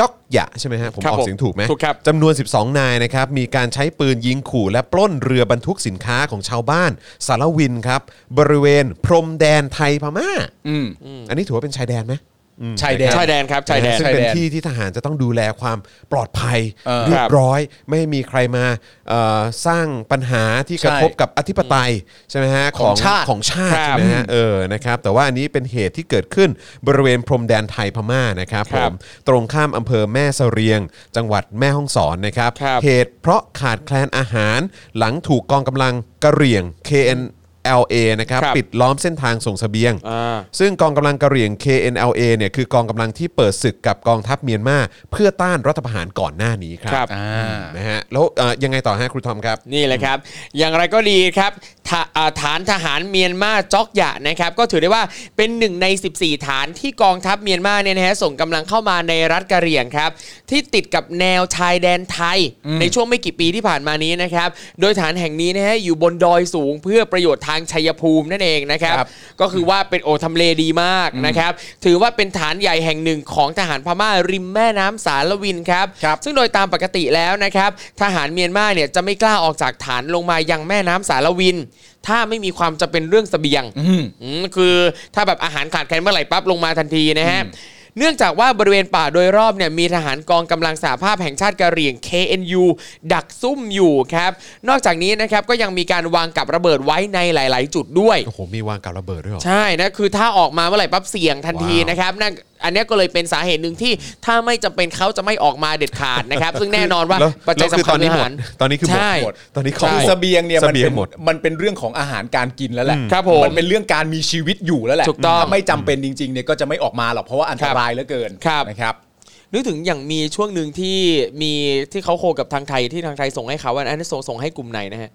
จอกหยะใช่ไหมฮะผม
ครับ
อ
ผ
อก
ม
เสียงถูกไหม
ถูกครับ
จำนวน 12 นายนะครับ มีการใช้ปืนยิงขู่และปล้นเรือบรรทุกสินค้าของชาวบ้าน สารวินครับ บริเวณพรมแดนไทยพม่า
อืม
อันนี้ถือว่าเป็นชายแดนไหมอืม
ชายแดน
ชายแดนครับชายแดน
ซึ่ง
ชายแดน
เป็นที่ที่ทหารจะต้องดูแลความปลอดภัย
เออ
เรี
ค
ย
รับ บ
ร้อย ไม่ให้มีใครมาเอ่อสร้างปัญหาที่กระทบกับอธิปไตยใช่ไหมฮะ
ของชาติ
ของชาติ
ครั
ใช่
บ
ไหมฮะเออนะครับแต่ว่าอันนี้เป็นเหตุที่เกิดขึ้นบริเวณพรมแดนไทยพม่านะครับ
ค
ผ
รับ
มตรงข้ามอำเภอแม่เสรียง จังหวัดแม่ฮ่องสอนนะครับ
ครับ
เหตุเพราะขาดแคลนอาหารหลังถูกกองกำลังกะเหรี่ยง KNLA นะครับ
ครับ
ปิดล้อมเส้นทางส่งเสบียง
อ่า
ซึ่งกองกำลังกะเหรี่ยง KNLA เนี่ยคือกองกำลังที่เปิดศึกกับกองทัพเมียนมาเพื่อต้านรัฐประหารก่อนหน้านี้ครั
ครับ
นะฮะแล้วเอ่อยังไงต่อฮะครูทอมครับ
นี่แหละครับ อย่างไรก็ดีครับ ฐาอ่าฐานทหารเมียนมาจอกหยะนะครับก็ถือได้ว่าเป็นหนึ่งใน 14 ฐานที่กองทัพเมียนมาเนี่ยนะฮะส่งกำลังเข้ามาในรัฐกะเหรี่ยงครับที่ติดกับแนวชายแดนไทย ในช่วงไม่กี่ปีที่ผ่านมานี้นะครับโดยฐานแห่งนี้นะฮะอยู่บนดอยสูงเพื่อประโยชน์ทางชัยภูมินั่นเองนะครับ
ครับ
ก็คือว่าเป็นโอทำเลดีมากนะครับถือว่าเป็นฐานใหญ่แห่งหนึ่งของทหารพม่าริมแม่น้ำสารวินครับ
ครับ
ซึ่งโดยตามปกติแล้วนะครับทหารเมียนมาเนี่ยจะไม่กล้าออกจากฐานลงมายังแม่น้ำสารวิน ถ้าไม่มีความจำเป็นเรื่องเสบียง
อืม
อืมคือถ้าแบบอาหารขาดแคลนเมื่อไหร่ปั๊บลงมาทันทีนะฮะ เนื่องจากว่าบริเวณป่าโดยรอบเนี่ยมีทหารกองกำลังสหภาพแห่งชาติกะเหรี่ยง KNU ดักซุ่มอยู่ครับ นอกจากนี้นะครับก็ยังมีการวางกับระเบิดไว้ในหลาย ๆ จุดด้วย
โอ้โห มีวางกับระเบิดด้วยเหรอ
ใช่นะคือถ้าออกมาเมื่อไหร่ปั๊บเสี่ยงทันที
ว้าว
นะครับนั่นอันเนี้ยก็เลยเป็นสาเหตุหนึ่งที่ถ้าไม่จำเป็นเขาจะไม่ออกมาเด็ดขาด
[LAUGHS]
นะครับ ซึ่งแน่นอนว่า
แล้ว
ปัจจัย
แล้ว
สำ
อ
คัญ
ตอนนี้หมด
าาร
ตอนนี้คือหมด
ใช่
หมดตอนนี้ขอ
ใช่
ง
คือ
หม
เส
ด
บียงเนี่ยมัน
เสบีย
เป็
ง
น
หมด
มันเป็นเรื่องของอาหารการกินแล้วแหละ
ครับผม
มันเป็นเรื่องการมีชีวิตอยู่แล้วแหละ
ถูกต้อง
ถ้าไม่จำเป็นจริงๆเนี่ยก็จะไม่ออกมาหรอกเพราะว่าอันตรายเหลือเกิน
ครับ
นะครับ
นึกถึงอย่างมีช่วงหนึ่งที่มีที่เขาโคกับทางไทยที่ทางไทยส่งให้เขาอันนั้นส่งส่งให้กลุ่มไหนนะฮะ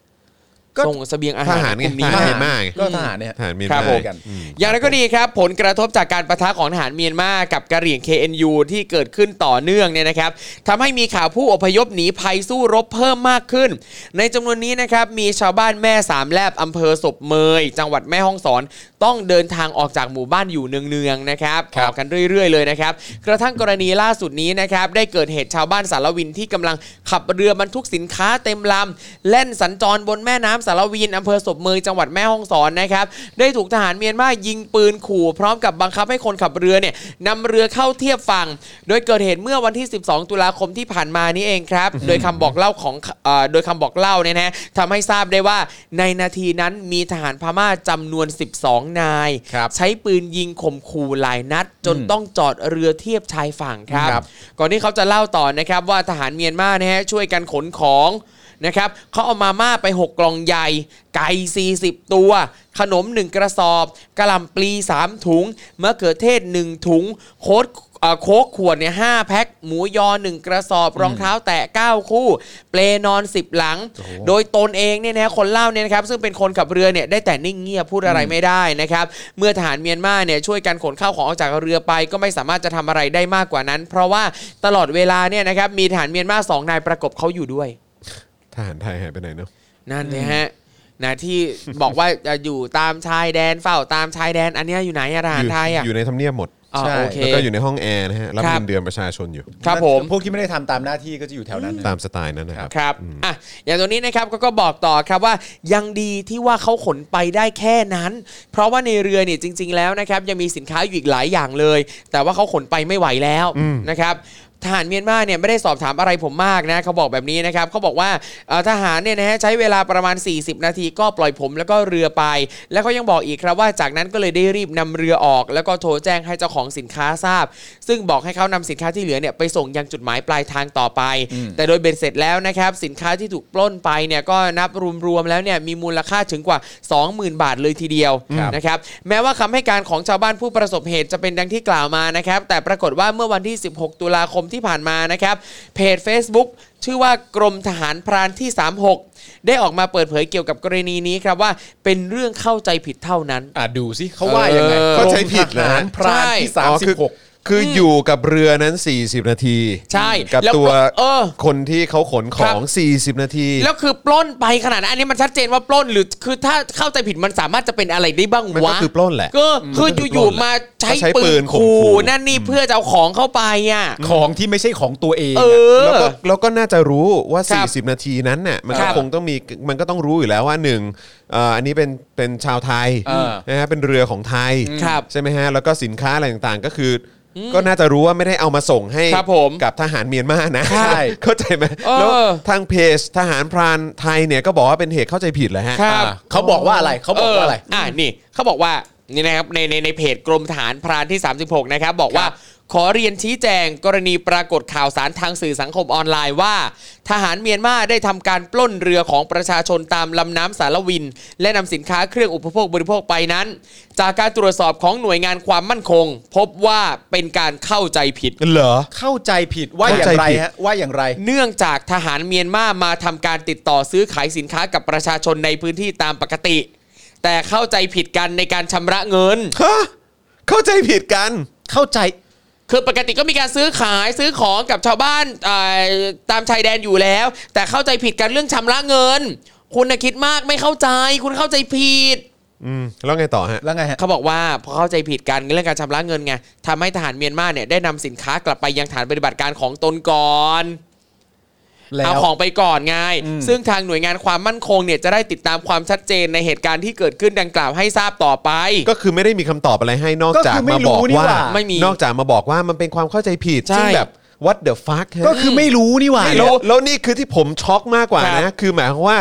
ก็
ส่งเสบียงอา
ท
หาร
หาร
ก
ไง
ลุ่ม
ท
นี้
หา
นะ
รเมียนมาไง
ก็ทหารเนี่ย
ทหารเมียนมา
ครับผม
กัน
อย่างไรก็ดีครับ ผลกระทบจากการประทะของทหารเมียนมากับกะเหรี่ยง KNU ที่เกิดขึ้นต่อเนื่องเนี่ยนะครับทำให้มีข่าวผู้อพยพหนีภัยสู้รบเพิ่มมากขึ้น ในจำนวนนี้นะครับมีชาวบ้านแม่สามแลบอำเภอศพเมย จังหวัดแม่ฮ่องสอน ต้องเดินทางออกจากหมู่บ้านอยู่เนืองๆนะครับ
ครั
อ
บอก
กันเรื่อยๆเลยนะครับกระทั่งกรณีล่าสุดนี้นะครับได้เกิดเหตุชาวบ้านสารวินที่กำลังขับเรือบรรทุกสินค้าเต็มลำแล่นสัญจรบนแม่น้ำสารวินอำเภอศพเมยจังหวัดแม่ฮ่องสอนนะครับได้ถูกทหารเมียนมายิงปืนขู่ พร้อมกับบังคับให้คนขับเรือเนี่ยนำเรือเข้าเทียบฝั่งโดยเกิดเหตุเมื่อวันที่ 12 ตุลาคมที่ผ่านมานี้เองครับ โดยคำบอกเล่าของเอ่อโดยคำบอกเล่าเนี่ยนะฮะทำให้ทราบได้ว่าในนาทีนั้นมีทหารพม่าจำนวน 12 นาย
ครับ
ใช้ปืนยิงข่มขู่หลายนัด จนต้องจอดเรือเทียบชายฝั่งครับ
ครับ
ก่อนที่เขาจะเล่าต่อนะครับว่าทหารเมียนมานะฮะช่วยกันขนของนะครับเขาเอามาม่าไป 6 กล่องใหญ่ ไก่ 40 ตัว ขนม 1 กระสอบกระหล่ำปลี 3 ถุงมะเขือเทศ 1 ถุง โค้ดเอ่อโค้กขวดเนี่ยห้าแพ็คหมูยอ 1 กระสอบ รองเท้าแตะ 9 คู่ เปลนอน 10 หลัง โดยตนเองเนี่ยนะคนเล่าเนี่ยนะครับซึ่งเป็นคนขับเรือเนี่ยได้แต่นิ่งเงียบพูดอะไรไม่ได้นะครับเมื่อทหารเมียนมาเนี่ยช่วยกันขนข้าวของออกจากเรือไป ก็ไม่สามารถจะทำอะไรได้มากกว่านั้น เพราะว่าตลอดเวลาเนี่ยนะครับมีทหารเมียนมาสองนายประกบเขาอยู่ด้วย
ทหารไทยหายไปไหนเนาะ
นั่นนะฮะนะที่บอกว่าจะอยู่ตามชายแดนเฝ้าตามชายแดน อันเนี้ยอยู่ไหนอะทหารไทยอะ
อยู่ในทำเนียบหมด
อ๋อ
ใช่
โอเค
แล้วก็อยู่ในห้องแอร์นะฮะ รับ
ครับ
เงินเดือนประชาชนอยู่
ครับผม
พวกที่ไม่ได้ทำตามหน้าที่ก็จะอยู่แถวนั้น
ตามสไตล์นั้นนะครับ
ครับอ่ะอย่างตัวนี้นะครับก็ก็บอกต่อครับว่ายังดีที่ว่าเขาขนไปได้แค่นั้น เพราะว่าในเรือเนี่ยจริง ๆ แล้วนะครับยังมีสินค้าอยู่อีกหลายอย่างเลย แต่ว่าเขาขนไปไม่ไหวแล้วนะครับทหารเมียนมาเนี่ยไม่ได้สอบถามอะไรผมมากนะเขาบอกแบบนี้นะครับเขาบอกว่าเอ่อทหารเนี่ยนะฮะใช้เวลาประมาณ 40 นาทีก็ปล่อยผมแล้วก็เรือไป แล้วเขายังบอกอีกครับว่าจากนั้นก็เลยได้รีบนำเรือออก แล้วก็โทรแจ้งให้เจ้าของสินค้าทราบ ซึ่งบอกให้เขานำสินค้าที่เหลือเนี่ยไปส่งยังจุดหมายปลายทางต่อไป แต่โดยเบ็ดเสร็จแล้วนะครับ สินค้าที่ถูกปล้นไปเนี่ยก็นับรวมๆแล้วเนี่ยมีมูลค่าถึงกว่า 20,000 บาทเลยทีเดียวนะครับแม้ว่าคำให้การของชาวบ้านผู้ประสบเหตุจะเป็นดังที่กล่าวมานะครับ แต่ปรากฏว่าเมื่อวันที่ 16 ตุลาคมที่ผ่านมานะครับเพจ Facebook ชื่อว่ากรมทหารพรานที่ 36 ได้ออกมาเปิดเผยเกี่ยวกับกรณีนี้ครับว่าเป็นเรื่องเข้าใจผิดเท่านั้น
อ่ะดูสิเขาว่ายังไง
เออ
เข้า
เข้าใจ
ใจ
ผิ
ผิ
ด
ด
เหรอ
นะพรานที่
ใช่
สามสิ
คื
บหก
คืออยู่กับเรือนั้น 40 นาที
ใช่
กับ
แล้ว
ตัว
เออ
คนที่เขาขนข
ครั
อง
บ
40 นาที
แล้วคือปล้นไปขนาดนั้นอันนี้มันชัดเจนว่าปล้นหรือคือถ้าเข้าใจผิดมันสามารถจะเป็นอะไรได้บ้าง
มัน
วะ
ก็คือปล้นแหละ
ก็คือ
มันก็คือ
อยู่
ปล้นแหละ
ๆมาใช้
ใช้ปื
ปื
น
น
ข่มขู่
ขู่นั่นนี่เพื่อจะเอาของเข้าไปอ่ะ
ของที่ไม่ใช่ของตัวเอง
เออ
อะ
แล้วก็แล้วก็น่าจะรู้ว่า
ครับ
40 นาทีนั้นเนี่ยมัน
ค
ก็
รับ
คงต้องมีมันก็ต้องรู้อยู่แล้วว่าหนึ่งเอ่ออันนี้เป็นเป็นชาวไทย
เออ
นะฮะเป็นเรือของไทย
ครับ
ใช่ไหมฮะแล้วก็สินค้าอะไรต่างๆก็คืออก็น่าจะรู้ว่าไม่ได้เอามาส่งให้
ครับผม
กับทหารเมียนมานะ
ใช่
[LAUGHS] เข้าใจไหม
เออ
แล้วทางเพจทหารพรานไทยเนี่ยก็บอกว่าเป็นเหตุเข้าใจผิดแหละฮะ
ครับ
อ่า
เขาบอกว่าอะไรเขาบอกว่าอะไร
อ่านี่เขาบอกว่า นี่นะครับในในในเพจกรมทหารพรานที่ 36 นะครับ บอกว่า ขอเรียนชี้แจงกรณีปรากฏข่าวสารทางสื่อสังคมออนไลน์ว่า ทหารเมียนมาได้ทำการปล้นเรือของประชาชนตามลำน้ำสารวิน และนำสินค้าเครื่องอุปโภคบริโภคไปนั้น จากการตรวจสอบของหน่วยงานความมั่นคง พบว่าเป็นการเข้าใจผิด
เหรอ
เข้าใจผิดว่าอย่างไร
เข้าใจผิด
ฮะว่าอย่างไร
เนื่องจากทหารเมียนมามาทำการติดต่อซื้อขายสินค้ากับประชาชนในพื้นที่ตามปกติ แต่เข้าใจผิดกันในการชำระเงิน
ฮะเข้าใจผิดกัน
เข้าใจ
คือปกติก็มีการซื้อขายซื้อของกับชาวบ้านเอ่อตามชายแดนอยู่แล้ว แต่เข้าใจผิดกันเรื่องชำระเงิน คุณนะคิดมากไม่เข้าใจ คุณเข้าใจผิด
อืม แล้วไงต่อฮะ
แล้วไงฮะ
เขาบอกว่าพอเข้าใจผิดกันเรื่องการชำระเงินไงทำให้ทหารเมียนมาเนี่ยได้นำสินค้ากลับไปยังฐานปฏิบัติการของตนก่อน
แล้
เอา
ว
ของไปก่อนไง
อืม
ซึ่งทางหน่วยงานความมั่นคงเนี่ยจะได้ติดตามความชัดเจนในเหตุการณ์ที่เกิดขึ้นดังกล่าวให้ทราบต่อไป
ก็คือไม่ได้มีคำตอบอะไรให้นอกจาก
ก็คือไม่
มา
รู้
บอก
นี่
ว่า
หว่า
ไม่มี
นอกจากมาบอกว่ามันเป็นความเข้าใจผิด
ใช่
ซึ่งแบบ what the fuck ฮะ
ก็คือไม่รู้นี่หว่า
แล้วแล้วนี่คือที่ผมช็อกมากกว่า
ครับ
นะ คือหมายความว่า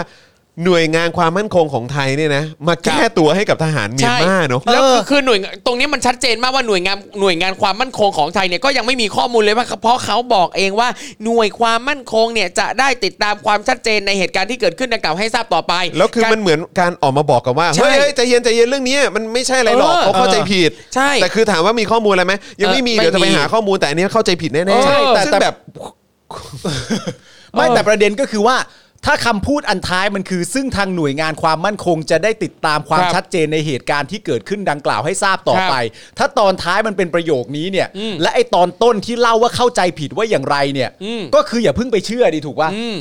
หน่วยงานความมั่นคงของไทยเนี่ยนะ มาแก้
ครับ
ตัวให้กับทหารเมียนมาเนอะ
แล้ว
เออ
คือหน่วยงานตรงนี้มันชัดเจนมากว่าหน่วยงานหน่วยงานความมั่นคงของไทยเนี่ยก็ยังไม่มีข้อมูลเลยว่าเพราะเขาบอกเองว่าหน่วยความมั่นคงเนี่ยจะได้ติดตามความชัดเจนในเหตุการณ์ที่เกิดขึ้นดังกล่าวให้ทราบต่อไป
แล้วคือ
การ
มันเหมือนการออกมาบอกกันว่า
ใช่
เฮ้ยเฮ้ยใจเย็นใจเย็นเรื่องนี้มันไม่ใช่อะไรหรอก
เออ
เขาเข้าใจผิด
ใช่
แต่คือถามว่ามีข้อมูลอะไรไหมยังไม่มี
เออ
เดี๋ยวจะไป
ไม่มี
หาข้อมูลแต่อันเนี้ยเข้าใจผิดแน่
ใช่
ๆแต่ซึ่งแบบ
ไม่แต่ประเด็นก็คือว่า ถ้าคำพูดอันท้ายมันคือ ซึ่งทางหน่วยงานความมั่นคง จะได้ติดตามความ
ครับ
ชัดเจนในเหตุการณ์ที่เกิดขึ้นดังกล่าวให้ทราบต่อ
ครับ
ไป ถ้าตอนท้ายมันเป็นประโยคนี้เนี่ย และไอตอนต้นที่เล่าว่าเข้าใจผิดว่าอย่างไรเนี่ย
อืม
ก็คืออย่าเพิ่งไปเชื่อดีถูกป่ะ
อืม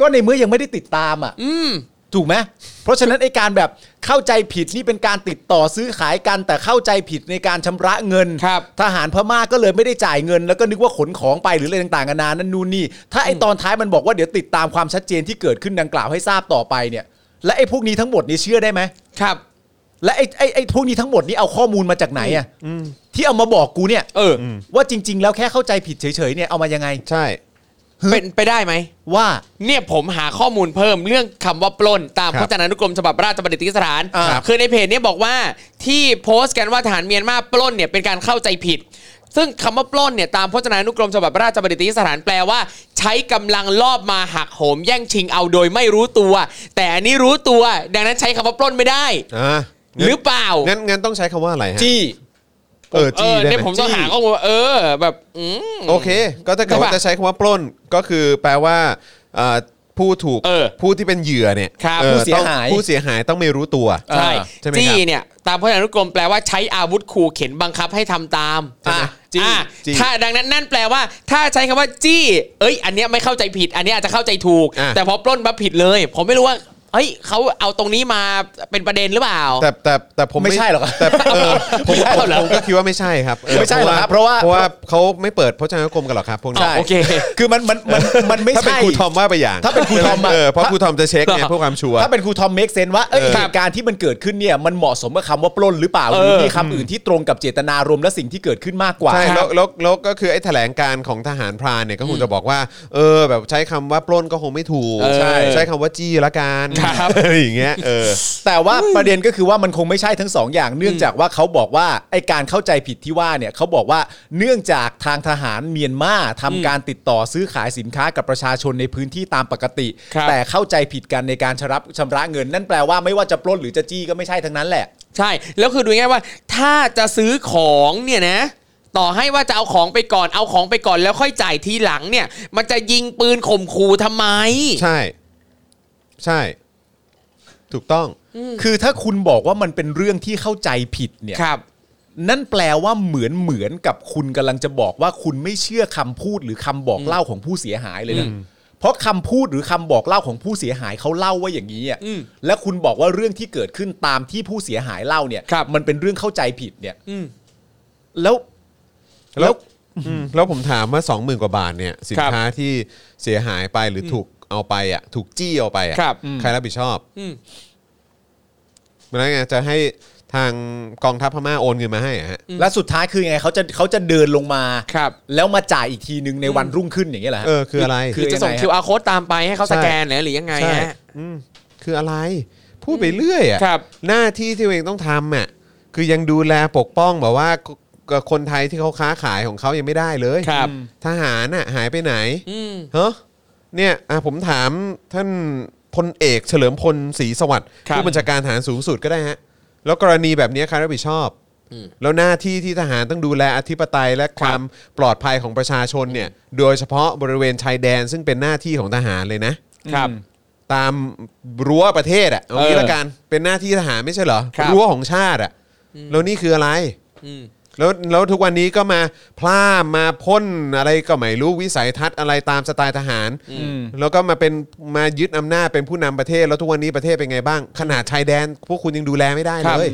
ก็ในเมื่อยังไม่ได้ติดตามอ่ะ
อืม
ถูกไหมเพราะฉะนั้นไอการแบบเข้าใจผิดนี่เป็นการติดต่อซื้อขายกันแต่เข้าใจผิดในการชำระเงิน
ครับ
ทหารพม่าก็เลยไม่ได้จ่ายเงิน แล้วก็นึกว่าขนของไปหรืออะไรต่างๆนานานั่นนู่นนี่ ถ้าไอตอนท้ายมันบอกว่าเดี๋ยวติดตามความชัดเจนที่เกิดขึ้นดังกล่าวให้ทราบต่อไปเนี่ย และไอพวกนี้ทั้งหมดนี่เชื่อได้ไหม
ครับ
และไอไอไอพวกนี้ทั้งหมดนี่เอาข้อมูลมาจากไหนอ่ะที่เอามาบอกกูเนี่ย
เอออ
ว่าจริง ๆ แล้วแค่เข้าใจผิดเฉยๆเนี่ยเอามายังไง
ใช่
เป็นไปได้ไหม
ว่า
เนี่ยผมหาข้อมูลเพิ่มเรื่องคำว่าปล้นตาม
ครับ
พจนานุกรมฉบับราชบัณฑิตยสถาน
อ่าครับ
คือในเพจเนี้บอกว่าที่โพสต์กันว่าทหารเมียนมาปล้นเนี่ยเป็นการเข้าใจผิด ซึ่งคำว่าปล้นเนี่ยตามพจนานุกรมฉบับราชบัณฑิตยสถานแปลว่า ใช้กำลังลอบมาหักโหมแย่งชิงเอาโดยไม่รู้ตัว แต่อันนี้รู้ตัว ดังนั้นใช้คำว่าปล้นไม่ได้
ะ
หรือเปล่า
งั้นงั้นต้องใช้คำว่าอะไรฮะ
จี้
เออ
เอ
จี้
อ
ได้
เนี่ย
ไหม
ผมต้องหาข้อมูลว่าเออแบบอืม
โอเค ก็ถ้าเกิด
ใช่
ว่า
ปะ
จะใช้คำว่าปล้นก็คือแปลว่าเอ่อผู้ถูก
เออ
ผู้ที่เป็นเหยื่อเนี่ย
ครับ
ออ
ผู้เสียหาย
ต้องผู้เสียหายต้องไม่รู้ตัว
ใช่
ใช่ไหม
จี้
ครับ
เนี่ยตามพจนานุกรมแปลว่าใช้อาวุธขู่เข็นบังคับให้ทำตาม
ใช่ไหม
อ่ะ
จี้
อ่ะ
จี้
ถ้าดังนั้นนั่นแปลว่า ถ้าใช้คำว่าจี้ เอ้ย อันเนี้ยไม่เข้าใจผิด อันเนี้ยอาจจะเข้าใจถูก
อ่ะ
แต่พอปล้นมาผิดเลย ผมไม่รู้ว่าเฮ้ยเขาเอาตรงนี้มาเป็นประเด็นหรือเปล่า
แต่แต่แต่ผม
ไม่ใช่หรอกครับ
แต่เออผม
[LAUGHS] ไม่ใช่
ผ
หร
ม
อกเหรอ
ผมก็คิดว่าไม่ใช่ครับเออ
ไม่ใช่หรอกครับ
เพ
เพ
ราะ
ราะ
ว่า
ว่า
เขาไม่เปิดพจนานุกรมกันหรอกครับพวกนี้
อ๋อโอเค [LAUGHS]
คือมันมันมันมันไม่
ถ้าเป็น
ใช่
ครูทอมว่าไปอย่าง
ถ้าเป็นครูทอมอะ
เออเพราะครูทอมจะเช็คไง
ครับ
เพื่อความชัวร์
ถ้าเป็นครูทอมเมกเซนว่าเอ้ย
เออ
เหตุการณ์ที่มันเกิดขึ้นเนี่ยมันเหมาะสมกับคำว่าปล้นหรือเปล่า
เอ
ห
อ
รือมีคำอื่นที่ตรงกับเจตนารมณ์และสิ่งที่เกิดขึ้นมากกว่า
ใช่แล้วแล้วแล้วก็คือไอ้แถลงการของทหารพรานเนี่ยก็คงจะบอกว่า เออ แบบใช้คำว่าปล้นก็คงไม่ถูก
เออ
ใช่ใช้คำว่าจี้ละกัน
ครับ
อะไรอย่างเงี้ยเออ
แต่ว่าประเด็นก็คือว่ามันคงไม่ใช่ทั้งสองอย่าง เนื่องจากว่าเขาบอกว่าไอการเข้าใจผิดที่ว่าเนี่ยเขาบอกว่าเนื่องจากทางทหารเมียนมาทำการติดต่อซื้อขายสินค้ากับประชาชนในพื้นที่ตามปกติ
ครับ
แต่เข้าใจผิดกันในการชำระชำระเงิน นั่นแปลว่าไม่ว่าจะปล้นหรือจะจี้ก็ไม่ใช่ทั้งนั้นแหละ
ใช่ แล้วคือดูง่ายๆว่า ถ้าจะซื้อของเนี่ยนะ ต่อให้ว่าจะเอาของไปก่อนเอาของไปก่อนแล้วค่อยจ่ายทีหลังเนี่ย มันจะยิงปืนข่มขู่ทำไม
ใช่ ใช่ ถูกต้อง
คือถ้าคุณบอกว่ามันเป็นเรื่องที่เข้าใจผิดเนี่ย
ครับ
นั่นแปลว่าเหมือนเหมือนกับคุณกำลังจะบอกว่าคุณไม่เชื่อคำพูดหรือคำบอกเล่าของผู้เสียหายเลยนะเพราะคำพูดหรือคำบอกเล่าของผู้เสียหายเขาเล่าว่าอย่างนี้อ่ะ
อืม
และคุณบอกว่าเรื่องที่เกิดขึ้นตามที่ผู้เสียหายเล่าเนี่ย
ครับ
มันเป็นเรื่องเข้าใจผิดเนี่ย
อืม
แล้ว
แล้วอืมแล้วผมถามว่า 2 0,000 กว่าบาทเนี่ย สิน
ครับ
ค้าที่เสียหายไปหรืออถูกเอาไปอ่ะ ถูกจี้เอาไปอ่ะ
ครับ
ใครรับผิดชอบ
อืม
มันแล้วไงจะให้ทางกองทัพพม่าโอนเงินมาให้อะฮะ
และสุดท้ายคือยังไงเขาจะเขาจะเดินลงมา
ครับ
แล้วมาจ่ายอีกทีนึงในวันรุ่งขึ้นอย่างเงี้ยเหรอฮะ
เออคืออะไร
คือจะส่ง
ยังไงฮะ
QR code ตามไปให้เขา
ใช่
สแกนเหรอหรือยังไง
ใช่
ฮะ
อืมคืออะไร พูดไปเรื่อยอ่ะ
ครับ
หน้าที่ที่ตัวเองต้องทำอ่ะ คือยังดูแลปกป้องแบบว่ากับคนไทยที่เขาค้าขายของเขายังไม่ได้เลย
ครับ
ทหารน่ะหายไปไหน
อืม
เฮ้เนี่ยอ่ะผมถามท่านพลเอกเฉลิมพลศรีสวัสดิ์
ครับ
ผู้บัญชาการทหารสูงสุดก็ได้ฮะแล้วกรณีแบบนี้ใครรับผิดชอบ
อืม
แล้วหน้าที่ที่ทหารต้องดูแลอธิปไตยและความปลอดภัยของประชาชนเนี่ยโดยเฉพาะบริเวณชายแดนซึ่งเป็นหน้าที่ของทหารเลยนะ
ครับ
ตามรั้วประเทศอ่ะเอางี้
เออ
ละกันเป็นหน้าที่ทหารไม่ใช่เหรอ
ครับ
รั้วของชาติอ่ะแล้วนี่คืออะไร
อืม
แล้วแล้วทุกวันนี้ก็มาพลาดมาพ่นอะไรก็ไม่รู้วิสัยทัศน์อะไรตามสไตล์ทหาร แล้วก็มาเป็นมายึดอำนาจเป็นผู้นำประเทศ แล้วทุกวันนี้ประเทศเป็นไงบ้าง ขนาดชายแดน พวกคุณยังดูแลไม่ได้เลย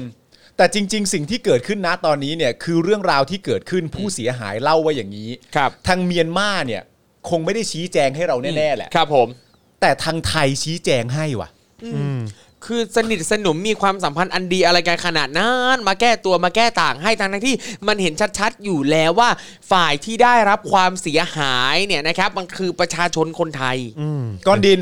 แต่จริง ๆ สิ่งที่เกิดขึ้นนะตอนนี้เนี่ยคือเรื่องราวที่เกิดขึ้นผู้เสียหายเล่าว่าอย่างนี้
ครับ
ทางเมียนมาเนี่ยคงไม่ได้ชี้แจงให้เราแน่ๆแหละ
ครับผม
แต่ทางไทยชี้แจงให้ว่ะ
คือสนิทสนมมีความสัมพันธ์อันดีอะไรกันขนาดนั้นมาแก้ตัวมาแก้ต่างให้ทั้งทั้งที่มันเห็นชัดๆ อยู่แล้วว่าฝ่ายที่ได้รับความเสียหายเนี่ยนะครับ มันคือประชาชนคนไทย
ก้อนดิน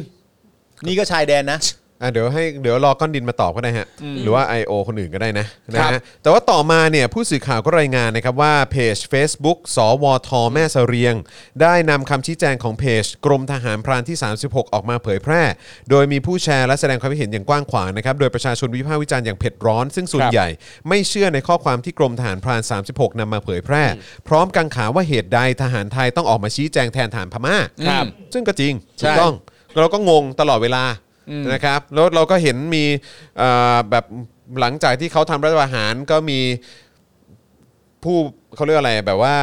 นี่ก็ชายแดนนะ
อ่ะเดี๋ยวให้เดี๋ยวรอก้อนดินมาตอบก็ได้ฮะ หรือว่า I.O. คนอื่นก็ได้นะนะครับ ฮะแต่ว่าต่อมาเนี่ยผู้สื่อข่าวก็รายงานนะครับว่าเพจ Facebook สวท แม่เสรียง ได้นำคำชี้แจงของเพจ กรมทหารพรานที่ 36 ออกมาเผยแพร่ โดยมีผู้แชร์และแสดงความคิดเห็นอย่างกว้างขวางนะครับ โดยประชาชนวิพากษ์วิจารณ์อย่างเผ็ดร้อน ซึ่งส่วน
ครับ
ใหญ่ไม่เชื่อในข้อความที่กรมทหารพราน 36นำมาเผยแพร่ พร้อมกังขาว่าเหตุใดทหารไทยต้องออกมาชี้แจงแทนทหารพม่า
ครับ
ซึ่งก็จริง
ใช่
ถูกต้องเราก็งงตลอดเวลานะครับแล้วเราก็เห็นมีเอ่อแบบหลังจากที่เขาทำรัฐประหารก็มีผู้เขาเรียกอะไรแบบว่า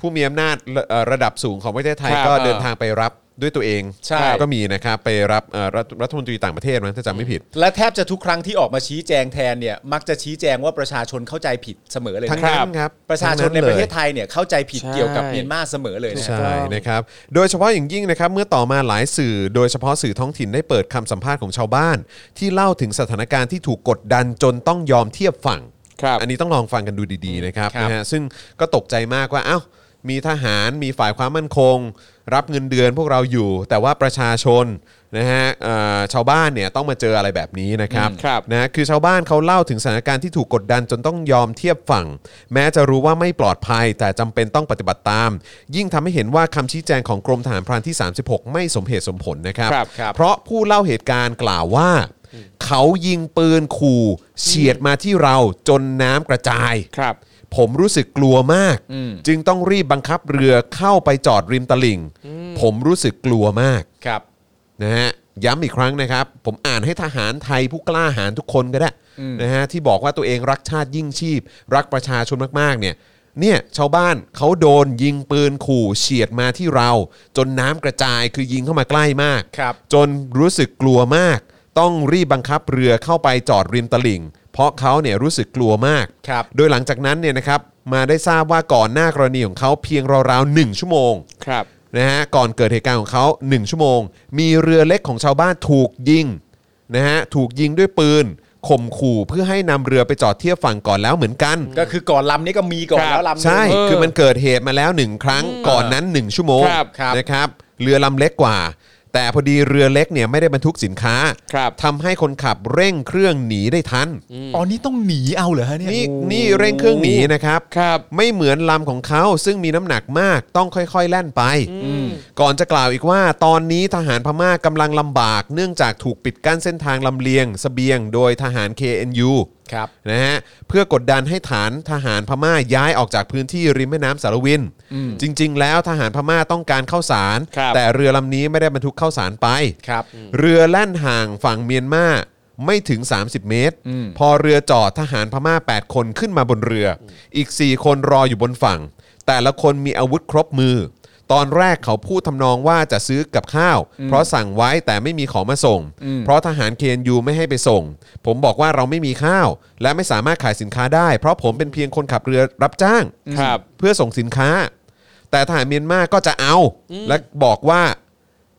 ผู้มีอำนาจระเอ่อระดับสูงของประเทศไทย
ครับ
ก็
เออ
เดินทางไปรับด้วยตัวเอง
ใช่
ก็มีนะครับไปรับเอ่อรัฐรัฐมนตรีต่างประเทศมั้งถ้าจำไม่ผิด
และแทบจะทุกครั้งที่ออกมาชี้แจงแทนเนี่ยมักจะชี้แจงว่าประชาชนเข้าใจผิดเสมอเลย
ทั้ง
นะ
นั้นครับ
ประชาช
ทั้
น
ง
ในประเทศ
ลย
ไทยเนี่ยเข้าใจผิด
ใช่
เกี่ยวกับเมียนมาเสมอเลยนะ
ใช่นะครับ โดยเฉพาะอย่างยิ่งนะครับเมื่อต่อมาหลายสื่อ โดยเฉพาะสื่อท้องถิ่นได้เปิดคำสัมภาษณ์ของชาวบ้าน ที่เล่าถึงสถานการณ์ที่ถูกกดดันจนต้องยอมเทียบฝั่ง
ครับ
อันนี้ต้องลองฟังกันดูดีๆนะครับ
ครับ
นะฮะซึ่งก็ตกใจมากว่าเอ้ามีทหารมีฝ่ายความมั่นคง รับเงินเดือนพวกเราอยู่ แต่ว่าประชาชนนะฮะเอ่อชาวบ้านเนี่ยต้องมาเจออะไรแบบนี้นะครับ
อืมครับ
นะฮะคือชาวบ้านเขาเล่าถึงสถานการณ์ที่ถูกกดดันจนต้องยอมเทียบฝั่ง แม้จะรู้ว่าไม่ปลอดภัย แต่จำเป็นต้องปฏิบัติตาม ยิ่งทำให้เห็นว่าคำชี้แจงของกรมทหารพรานที่ 36 ไม่สมเหตุสมผลนะครับ
ครับครับ
เพราะผู้เล่าเหตุการณ์กล่าวว่า เขายิงปืนขู่เฉียดมาที่เราจนน้ำกระจาย
ครับ
ผมรู้สึกกลัวมาก จึงต้องรีบบังคับเรือเข้าไปจอดริมตลิ่ง ผมรู้สึกกลัวมาก
ครับ
นะฮะย้ำอีกครั้งนะครับ ผมอ่านให้ทหารไทยผู้กล้าหาญทุกคนก็ได้นะฮะที่บอกว่าตัวเองรักชาติยิ่งชีพ รักประชาชนมากๆเนี่ยเนี่ยชาวบ้านเขาโดนยิงปืนขู่เฉียดมาที่เรา จนน้ำกระจายคือยิงเข้ามาใกล้มาก
ครับ
จนรู้สึกกลัวมาก ต้องรีบบังคับเรือเข้าไปจอดริมตลิ่ง เพราะเขาเนี่ยรู้สึกกลัวมาก
ครับ
โดยหลังจากนั้นเนี่ยนะครับมาได้ทราบว่าก่อนหน้ากรณีของเขาเพียงราวๆหนึ่งชั่วโมง
ครับ
นะฮะก่อนเกิดเหตุการณ์ของเขา 1 ชั่วโมง มีเรือเล็กของชาวบ้านถูกยิงนะฮะถูกยิงด้วยปืนข่มขู่เพื่อให้นำเรือไปจอดเทียบฝั่งก่อนแล้วเหมือนกัน
ก็คือก่อนลำนี้ก็มีก่อน
ครับ
แล้วลำหนึ่ง
ใช่
เออ
คือมันเกิดเหตุมาแล้วหนึ่งครั้งก่อนนั้น 1 ชั่วโมง
ครับครับ
นะครับ เรือลำเล็กกว่า แต่พอดีเรือเล็กเนี่ยไม่ได้บรรทุกสินค้า
ครับ
ทำให้คนขับเร่งเครื่องหนีได้ทัน
อ๋อ นี่ต้องหนีเอาเหรอฮะเนี่ย
นี่นี่เร่งเครื่องหนีนะครับ
ครับ
ไม่เหมือนลำของเขาซึ่งมีน้ำหนักมากต้องค่อยๆ แล่นไป ก่อนจะกล่าวอีกว่า ตอนนี้ทหารพม่ากำลังลำบาก เนื่องจากถูกปิดกั้นเส้นทางลำเลียงเสบียง โดยทหาร KNU
ครับ
นะฮะเพื่อกดดันให้ฐานทหารพม่าย้ายออกจากพื้นที่ริมแม่น้ำสารวิน จริง ๆ แล้วทหารพม่าต้องการข้าวสาร
ครับ
แต่เรือลำนี้ไม่ได้บรรทุกข้าวสารไป
ครับ
เรือแล่นห่างฝั่งเมียนมาไม่ถึง 30 เมตร พอเรือจอดทหารพม่า 8 คนขึ้นมาบนเรือออีก 4 คนรออยู่บนฝั่ง แต่ละคนมีอาวุธครบมือ ตอนแรกเขาพูดทำนองว่าจะซื้อกับข้าว เพราะสั่งไว้แต่ไม่มีของมาส่ง เพราะทหารเคนยูไม่ให้ไปส่ง ผมบอกว่าเราไม่มีข้าว และไม่สามารถขายสินค้าได้ เพราะผมเป็นเพียงคนขับเรือรับจ้าง
ครับ
เพื่อส่งสินค้า แต่ทหารเมียนมาก็จะเอา และบอกว่า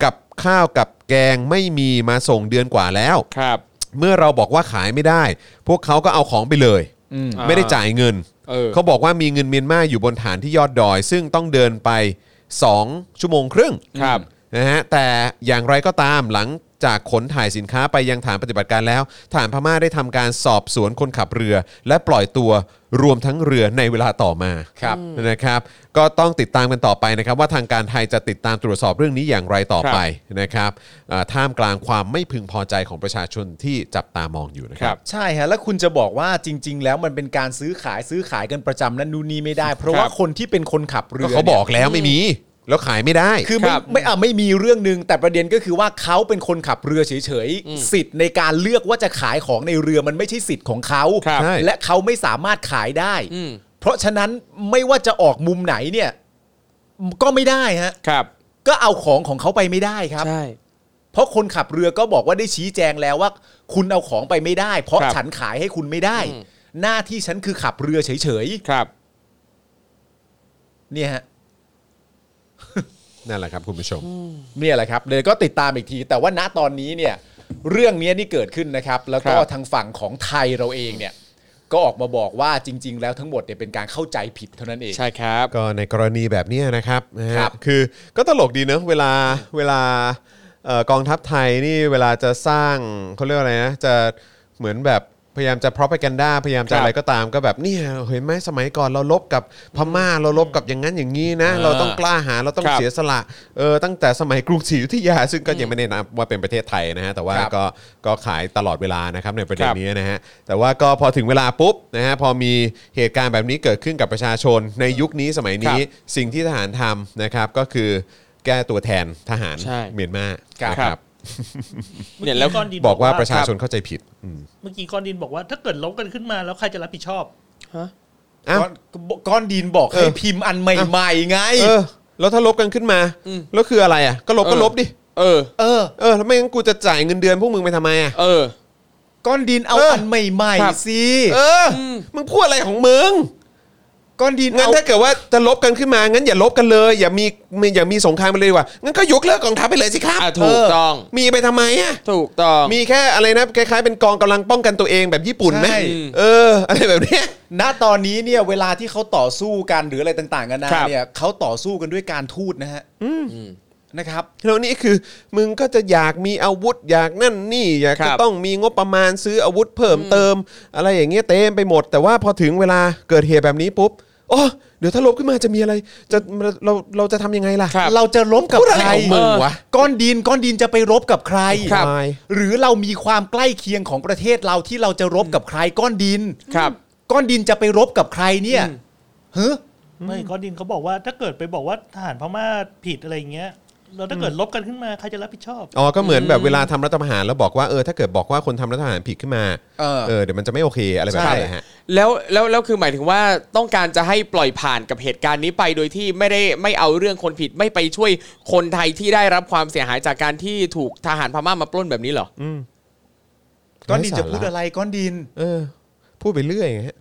กับข้าวกับแกงไม่มีมาส่งเดือนกว่าแล้ว
ครับ
เมื่อเราบอกว่าขายไม่ได้ พวกเขาก็เอาของไปเลย ไม่ได้จ่ายเงิน
เออ
เขาบอกว่ามีเงินเมียนมาอยู่บนฐานที่ยอดดอย ซึ่งต้องเดินไป 2 ชั่วโมงครึ่ง
ครับ
นะฮะแต่อย่างไรก็ตามหลัง จากขนถ่ายสินค้าไปยังฐานปฏิบัติการแล้ว ฐานพม่าได้ทำการสอบสวนคนขับเรือ และปล่อยตัวรวมทั้งเรือในเวลาต่อมาครับนะครับ ก็ต้องติดตามกันต่อไปนะครับ ว่าทางการไทยจะติดตามตรวจสอบเรื่องนี้อย่างไรต่อไปนะครับอ่าท่ามกลางความไม่พึงพอใจของประชาชนที่จับตามองอยู่นะครับ
ใช่ฮะแล้วคุณจะบอกว่าจริง ๆ แล้วมันเป็นการซื้อขายซื้อขายกันประจำนั่นนู่นนี่ไม่ได้ เพราะว่าคนที่เป็นคนขับเรื
ก็
อ
เขา
นี่
บ
ย
อกแล้วไม่มี แล้วขายไม่ได้
คือไม่
ครับ
ไม่อ่ะไม่มีเรื่องหนึ่งแต่ประเด็นก็คือว่าเขาเป็นคนขับเรือเฉยๆสิทธิ์ในการเลือกว่าจะขายของในเรือมันไม่ใช่สิทธิ์ของเขา
ครับ
ใช่
และเขาไม่สามารถขายได้
อืม
เพราะฉะนั้นไม่ว่าจะออกมุมไหนเนี่ยก็ไม่ได้ฮะ
ครับ
ก็เอาของของเขาไปไม่ได้ครับ
ใช่
เพราะคนขับเรือก็บอกว่าได้ชี้แจงแล้วว่า คุณเอาของไปไม่ได้ เพราะ
ครับ
ฉันขายให้คุณไม่ได้
อืม
หน้าที่ฉันคือขับเรือเฉย
ครับ
ๆเนี่ยฮะ
นั่นแหละครับคุณผู้ชม
เนี่ยแหละครับเลยก็ติดตามอีกที แต่ว่าณตอนนี้เนี่ยเรื่องเนี้ยนี่เกิดขึ้นนะครับ แล้วก็
ครับ
ทางฝั่งของไทยเราเองเนี่ย ก็ออกมาบอกว่าจริง ๆ แล้วทั้งหมดเนี่ยเป็นการเข้าใจผิดเท่านั้นเอง
ใช่ครับ
ก็ในกรณีแบบเนี้ยนะครับนะฮะ
ครับ
คือก็ตลกดีเนอะเวลาเวลาเอ่อกองทัพไทยนี่เวลาจะสร้างเขาเรียกว่าอะไรนะจะเหมือนแบบพยายามจะพรอพแกนด้าพยายามจะ
ครับ
อะไรก็ตามก็แบบเนี่ยเห็นไหมสมัยก่อนเราลบกับพม่าเราลบกับอย่างนั้นอย่างนี้นะ
อ่า
เราต้องกล้าหาญเราต้อง
ครับ
เสียสละเออตั้งแต่สมัยกรุงศรีอยุธยา ซึ่งก็ยังไม่ได้นับว่าเป็นประเทศไทยนะฮะแต่ว่า
ครับ
ก็ก็ขายตลอดเวลานะครับในประเด็
ค
น
รับ
นี้ นะฮะแต่ว่าก็พอถึงเวลาปุ๊บนะฮะพอมีเหตุการณ์แบบนี้เกิดขึ้นกับประชาชน ในยุคนี้สมัยนี้สิ่งที่ทหารทำนะครับก็คือแก้ตัวแทนทหาร
ใช่
เมียนมา
ครับ
นะครับ
เนี่ยแล้ว
มื่อดิน
บอกว่าประชาชนเข้าใจผิดอืม
เมื่อกี้ก้อนดินบอกว่า ถ้าเกิดล้มกันขึ้นมาแล้วใครจะรับผิดชอบ
อ้าว
ก้อนก้อนดินบอก
เออ
ให้พิมพ์อันใหม่ๆไง
เออแล้วถ้าลบกันขึ้นมา
อืม
แล้วคืออะไรอ่ะก็ลบ
เออ
ก็ลบดิ
เออ
เออ
เออแล้วไม่งั้นกูจะจ่ายเงินเดือนพวกมึงไปทำไมอ่ะ
เออ
ก้อนดินเอา
เอออั
อันใหม่
ครับ
ๆสิ
เอออมึงพูดอะไรของมึง
ก้อนดิน
งั้น
เอา
ถ้าเกิดว่าจะลบกันขึ้นมางั้นอย่าลบกันเลยอย่ามีอย่ามีสงครามไปเลยดีกว่างั้นก็ยกเลิกกองทัพไปเลยสิครับ
อ่ะถูกต้อง
เมีไปทำไมอ่ะ
ถูกต้อง
มีแค่อะไรนะคล้ายๆเป็นกองกำลังป้องกันตัวเองแบบญี่ปุ่นไหม
ใช่
เออ อะไรแบบเนี้ย
ณตอนนี้เนี่ยเวลาที่เขาต่อสู้กันหรืออะไรต่างๆกันานา
ครับ
เนี่ยเขาต่อสู้กันด้วยการทูตนะฮะนะครับ
แล้วนี่คือมึงก็จะอยากมีอาวุธอยากนั่นนี่ อยาก
ครั
จะ
บ
ต้องมีงบประมาณซื้ออาวุธเพิ่มเติม อะไรอย่างเงี้ยเต็มไปหมด แต่ว่าพอถึงเวลาเกิดเหตุแบบนี้ปุ๊บโอ้เดี๋ยวถ้าลบขึ้นมาจะมีอะไร จะเราเราจะทำยังไงล่ะ
ครับ
เราจะล้มกับ
พูดอะ
ใค
ไร
ร
ของมึงวะ
เออก้อนดินก้อนดินจะไปรบกับใคร
ครับ
วาย
หรือเรามีความใกล้เคียงของประเทศเราที่เราจะรบกับใครก้อนดิน
ครับ
ก้อนดินจะไปรบกับใครเนี่ย
อืม
เฮ้อ
ไม่ก้อนดินเขาบอกว่าถ้าเกิดไปบอกว่าทหารพม่าผิดอะไรอย่างเงี้ยแล้วถ้าเกิดลบกันขึ้นมาใครจะรับผิดชอบ
อ๋อ ก็เหมือนแบบเวลาทำรัฐประหารแล้วบอกว่าเออถ้าเกิดบอกว่าคนทำรัฐประหารผิดขึ้นมา
เออ
เออเดี๋ยวมันจะไม่โอเคอะไรแบบนี้
ใช่
ฮะ
แล้วแล้วแล้วคือหมายถึงว่าต้องการจะให้ปล่อยผ่านกับเหตุการณ์นี้ไปโดยที่ไม่ได้ไม่เอาเรื่องคนผิดไม่ไปช่วยคนไทยที่ได้รับความเสียหายจากการที่ถูกทหารพม่ามาปล้นแบบนี้เหรอ
ก้อนดินจะพูดอะไรก้อนดิน
เออพูดไปเรื่อยไงฮะ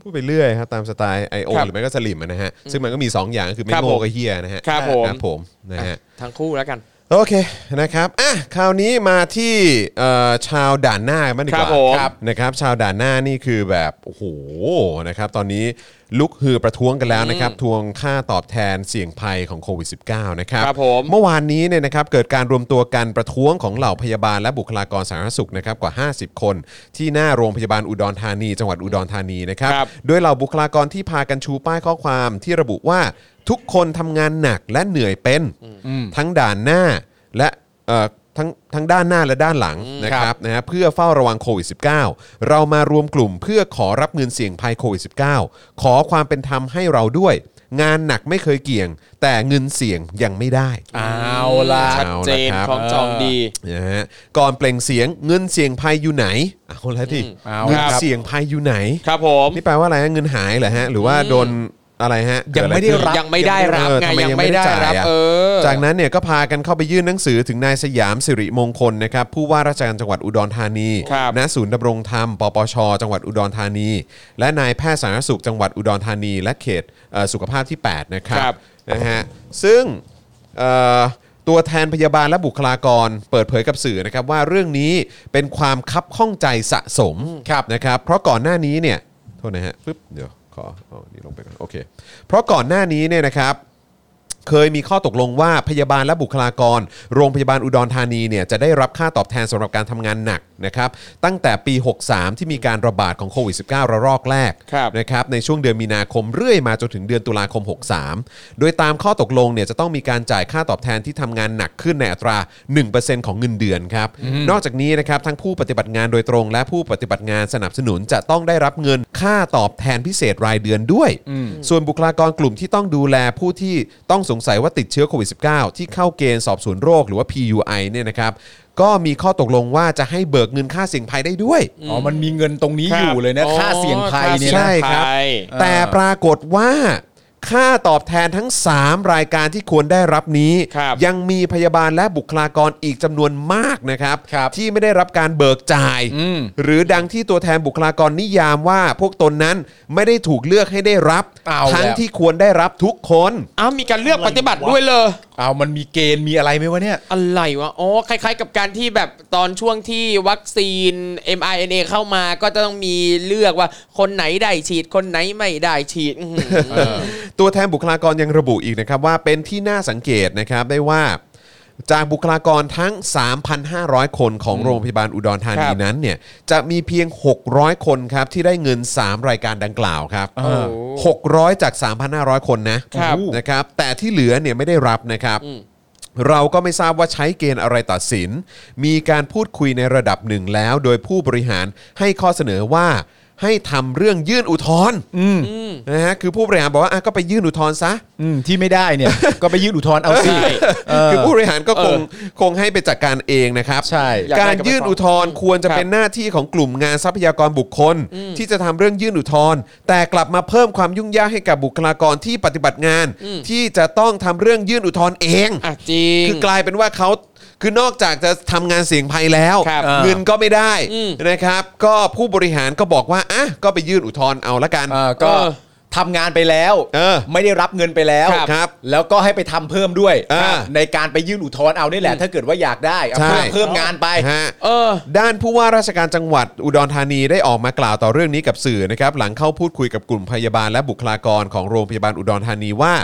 พูดไปเรื่อยครับตามสไตล์ไอโอ
ครับ
หรือไม่ก็สลิมอะนะฮะซึ่งมันก็มี 2 อย่างคือไม่
ครับ
โง่
ผม
ก็เฮียนะฮะ
ครับผม
ผมนะ
อ่ะ
ฮะ
ทั้งคู่แล้วกัน
โอเคนะครับอ่ะคราวนี้มาที่เอ่อชาวด่านหน้ากันบ้างดีก
ครับผม
ว่าครับนะครับชาวด่านหน้านี่คือแบบโอ้โหนะครับตอนนี้ลุกฮือประท้วงกันแล้วนะครับทวงค่าตอบแทนเสี่ยงภัยของโควิด -19 นะครับ
ครับผม
เมื่อวานนี้เนี่ยนะครับเกิดการรวมตัวกันประท้วงของเหล่าพยาบาลและบุคลากรสาธารณสุขนะครับกว่า 50 คน ที่หน้าโรงพยาบาลอุดรธานี จังหวัดอุดรธานีนะครับ
ครับ
โดยเหล่าบุคลากรที่พากันชูป้ายข้อความที่ระบุว่าทุกคนทำงานหนักและเหนื่อยเป็น ทั้งด่านหน้าและเอ่อทั้งทั้งด้านหน้าและด้านหลังนะครับนะฮะเพื่อเฝ้าระวังโควิด -19 เรามารวมกลุ่มเพื่อขอรับเงินเสี่ยงภัยโควิด -19 ขอความเป็นธรรมให้เราด้วย งานหนักไม่เคยเกี่ยง แต่เงินเสี่ยงยังไม่ได้
เอาล่ะ
ชัดเจน
เอาละครับ
ของจองดี
นะฮะก่อนเปล่งเสียงเงินเสี่ยงภัยอยู่ไหนเอาละดิ
เอา
เงิน
ครับ
เสี่ยงภัยอยู่ไหน
ครับผม
นี่แปลว่าอะไรฮะเงินหายเหรอฮะหรือว่าโดนอะไรฮะ
ยังไม่ได้
เกิอะขึ้น
ยังไม่ได้รับ
เออ
ไง
ทำไมยั
ยัง ง
ไม่
ไม่
ได้
ได้
จ่าย
รับ
อะ
เออ
จากนั้นเนี่ยก็พากันเข้าไปยื่นหนังสือถึงนายสยามสิริมงคลนะครับผู้ว่าราชการจังหวัดอุดรธานี
ครับ
ณศูนย์ดำรงธรรมปปช จังหวัดอุดรธานี และนายแพทย์สาธารณสุขจังหวัดอุดรธานี และเขตเอ่อสุขภาพที่ 8 นะครั
ครับ
นะฮะซึ่งเอ่อตัวแทนพยาบาลและบุคลากรเปิดเผยกับสื่อนะครับว่าเรื่องนี้เป็นความคับข้องใจสะสมนะครับเพราะก่อนหน้านี้เนี่ยโทษนะฮะปึ๊บเดี๋ยวขอเอานี่ลงไปก่อนโอเคเพราะก่อนหน้านี้เนี่ยนะครับ เคยมีข้อตกลงว่าพยาบาลและบุคลากร โรงพยาบาลอุดรธานีเนี่ยจะได้รับค่าตอบแทนสำหรับการทำงานหนักนะครับตั้งแต่ปี 63 ที่มีการระบาดของโควิด -19 ระลอกแรก
ครับ
นะครับในช่วงเดือนมีนาคมเรื่อยมาจนถึงเดือนตุลาคม 63 โดยตามข้อตกลงเนี่ยจะต้องมีการจ่ายค่าตอบแทนที่ทำงานหนักขึ้นในอัตรา 1%ของเงินเดือนครับ นอกจากนี้นะครับทั้งผู้ปฏิบัติงานโดยตรง และผู้ปฏิบัติงานสนับสนุนจะต้องได้รับเงินค่าตอบแทนพิเศษรายเดือนด้วย ส่วนบุคลากรกลุ่มที่ต้องดูแลผู้ที่ต้องสงสัยว่าติดเชื้อโควิด -19 ที่เข้าเกณฑ์สอบสวนโรคหรือว่า PUI เนี่ยนะครับก็มีข้อตกลงว่าจะให้เบิกเงินค่าเสี่ยงภัยได้ด้วย
อ๋อมันมีเงินตรงนี้อยู่เลยนะค่าเสี่ยงภัยเนี่ย
ใช่
นะ
ครับ
ใช่
แต่ปรากฏว่าค่าตอบแทนทั้ง 3 รายการที่ควรได้รับนี้
ครับ
ยังมีพยาบาลและบุคลากรอีกจำนวนมากนะครับ
ครับ
ที่ไม่ได้รับการเบิกจ่าย หรือดังที่ตัวแทนบุคลากรนิยามว่าพวกตนนั้นไม่ได้ถูกเลือกให้ได้รับ
เอา
ทั้ง
แล้ว
ที่ควรได้รับทุกคน
อ้าวมีการเลือกปฏิบัติด้วยเลย
เอามันมีเกณฑ์มีอะไรไหมวะเนี่ย
อะไรวะ อ๋อ คล้าย ๆ กับการที่แบบตอนช่วงที่วัคซีน mRNA เข้ามาก็จะต้องมีเลือกว่าคนไหนได้ฉีด คนไหนไม่ได้ฉีดอื้อหือ
ตัวแทนบุคลากรยังระบุอีกนะครับว่าเป็นที่น่าสังเกตนะครับได้ว่า จากบุคลากรทั้ง 3,500 คนของโรงพยาบาลอุดรธานี
ครับ
นั้นเนี่ยจะมีเพียง 600 คนครับที่ได้เงิน 3 รายการดังกล่าวครับ600 จาก 3,500 คนนะครับ นะครับแต่ที่เหลือเนี่ยไม่ได้รับนะครับ เราก็ไม่ทราบว่าใช้เกณฑ์อะไรตัดสิน มีการพูดคุยในระดับหนึ่งแล้ว โดยผู้บริหารให้ข้อเสนอว่าให้ทำเรื่องยื่นอุทธรณ์ นะฮะคือผู้บริหารบอกว่าอ่ะก็ไปยื่นอุทธรณ์ซะ
อืมที่ไม่ได้เนี่ย ก็ไปยื่นอุทธรณ์เอาสิ เออ
คือผู้บริหารก็คง
เอ
คงให้ไปจัดการเองนะครับ
ใช่
อยากได้
การยื่นอุทธรณ์ควรจะ
ครับ
เป็นหน้าที่ของกลุ่มงานทรัพยากรบุคคล ที่จะทำเรื่องยื่นอุทธรณ์แต่กลับมาเพิ่มความยุ่งยากให้กับบุคลากรที่ปฏิบัติงาน ที่จะต้องทำเรื่องยื่นอุทธรณ์เอง
อ่ะจริง
คือกลายเป็นว่าเขาคือนอกจากจะทำงานเสี่ยงภัยแล้ว
ครับ
เงินก็ไม่ได้
อืม
นะครับ ก็ผู้บริหารก็บอกว่าอ่ะก็ไปยื่นอุทธรณ์เอาละกัน
เออก็
เออ
ทำงานไปแล้ว
เออ
ไม่ได้รับเงินไปแล้ว
ครับ
ครับ
แล้วก็ให้ไปทำเพิ่มด้วย
อ่า
ในการไปยื่นอุทธรณ์เอานี่แหละ ถ้าเกิดว่าอยากได้เอา
ใช่
เพิ่มเพิ่มงานไป
ฮะ
เออ
ด้านผู้ว่าราชการจังหวัดอุดรธานีได้ออกมากล่าวต่อเรื่องนี้กับสื่อนะครับหลังเข้าพูดคุยกับกลุ่มพยาบาลและบุคลากรของโรงพยาบาลอุดรธานีว่า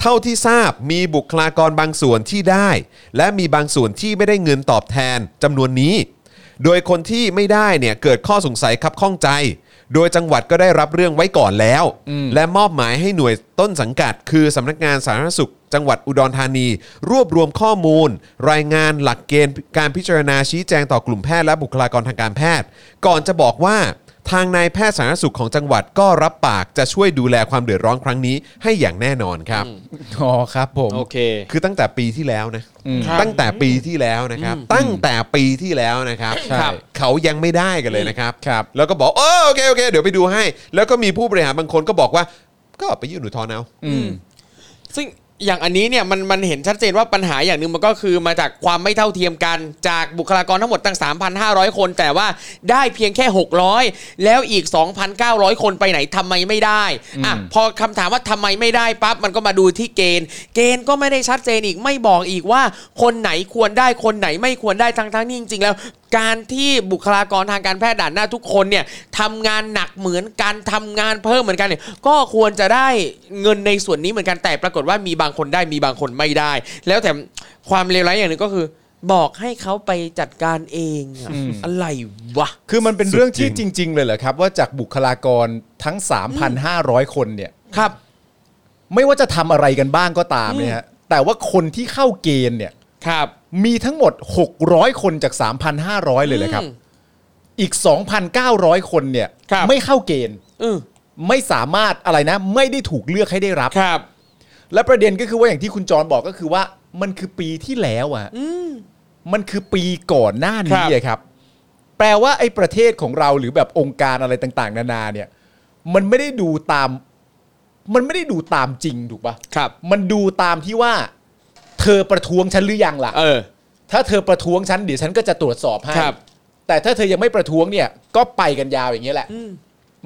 เท่าที่ทราบมีบุคลากรบางส่วนที่ได้ และมีบางส่วนที่ไม่ได้เงินตอบแทนจำนวนนี้ โดยคนที่ไม่ได้เนี่ยเกิดข้อสงสัยครับข้องใจ โดยจังหวัดก็ได้รับเรื่องไว้ก่อนแล้ว และมอบหมายให้หน่วยต้นสังกัด คือสำนักงานสาธารณสุข จังหวัดอุดรธานี รวบรวมข้อมูล รายงานหลักเกณฑ์การพิจารณาชี้แจงต่อกลุ่มแพทย์และบุคลากรทางการแพทย์ ก่อนจะบอกว่า ทางนายแพทย์สาธารณสุขของจังหวัดก็รับปากจะช่วยดูแลความเดือดร้อนครั้งนี้ให้อย่างแน่นอนครับ
อ๋อครับผม
โอเค
คือตั้งแต่ปีที่แล้วนะ
ครับ
ตั้งแต่ปีที่แล้วนะครับ ตั้งแต่ปีที่แล้วนะครับ
ใช่ครับ
เขายังไม่ได้กันเลยนะครับ แล้วก็บอกเออโอเคโอเค เดี๋ยวไปดูให้ แล้วก็มีผู้บริหารบางคนก็บอกว่า ก็ไปยื่นอุทธรณ์เอา
ซึ่งอย่างอันนี้เนี่ยมันมันเห็นชัดเจนว่าปัญหาอย่างหนึ่งมันก็คือมาจากความไม่เท่าเทียมกันจากบุคลากรทั้งหมดตั้ง 3,500 คน แต่ว่าได้เพียงแค่ 600 แล้วอีก 2,900 คนไปไหนทำไมไม่ได้อ่ะพอคำถามว่าทำไมไม่ได้ปั๊บมันก็มาดูที่เกณฑ์ เกณฑ์ก็ไม่ได้ชัดเจนอีกไม่บอกอีกว่า คนไหนควรได้คนไหนไม่ควรได้ทั้งทั้งๆนี่จริงๆแล้ว การที่บุคลากรทางการแพทย์ด่านหน้าทุกคนเนี่ยทำงานหนักเหมือนกันทำงานเพิ่มเหมือนกันเนี่ยก็ควรจะได้เงินในส่วนนี้เหมือนกันแต่ปรากฏว่ามีบางคนได้มีบางคนไม่ได้ แล้วแต่ความเลวร้ายอย่างหนึ่งก็คือ บอกให้เขาไปจัดการเองอะอะไรวะ
คือมันเป็นเรื่องที่จริง ๆ เลยเหรอครับ ว่าจากบุคลากรทั้ง 3,500 คนเนี่ย
ครับ
ไม่ว่าจะทำอะไรกันบ้างก็ตามเนี่ยฮะแต่ว่าคนที่เข้าเกณฑ์เนี่ย
ครับ
มีทั้งหมด 600 คนจาก 3,500 เลยเลยครับ อีก 2,900 คนเนี่ย
ครับ
ไม่เข้าเกณฑ์
อืม
ไม่สามารถอะไรนะ ไม่ได้ถูกเลือกให้ได้รับ
ครับ
และประเด็นก็คือว่าอย่างที่คุณจรบอกก็คือว่า มันคือปีที่แล้วอะมันคือปีก่อนหน้านี้อะครับ แปลว่าไอ้ประเทศของเราหรือแบบองค์การอะไรต่างๆ นานาเนี่ย มันไม่ได้ดูตาม มันไม่ได้ดูตามจริงถูกปะ
ครับ
มันดูตามที่ว่า เธอประท้วงฉันหรือยังล่ะ
เออ
ถ้าเธอประท้วงฉันเดี๋ยวฉันก็จะตรวจสอบให้
ครับ
แต่ถ้าเธอยังไม่ประท้วงเนี่ย ก็ไปกันยาวอย่างเงี้ยแหละ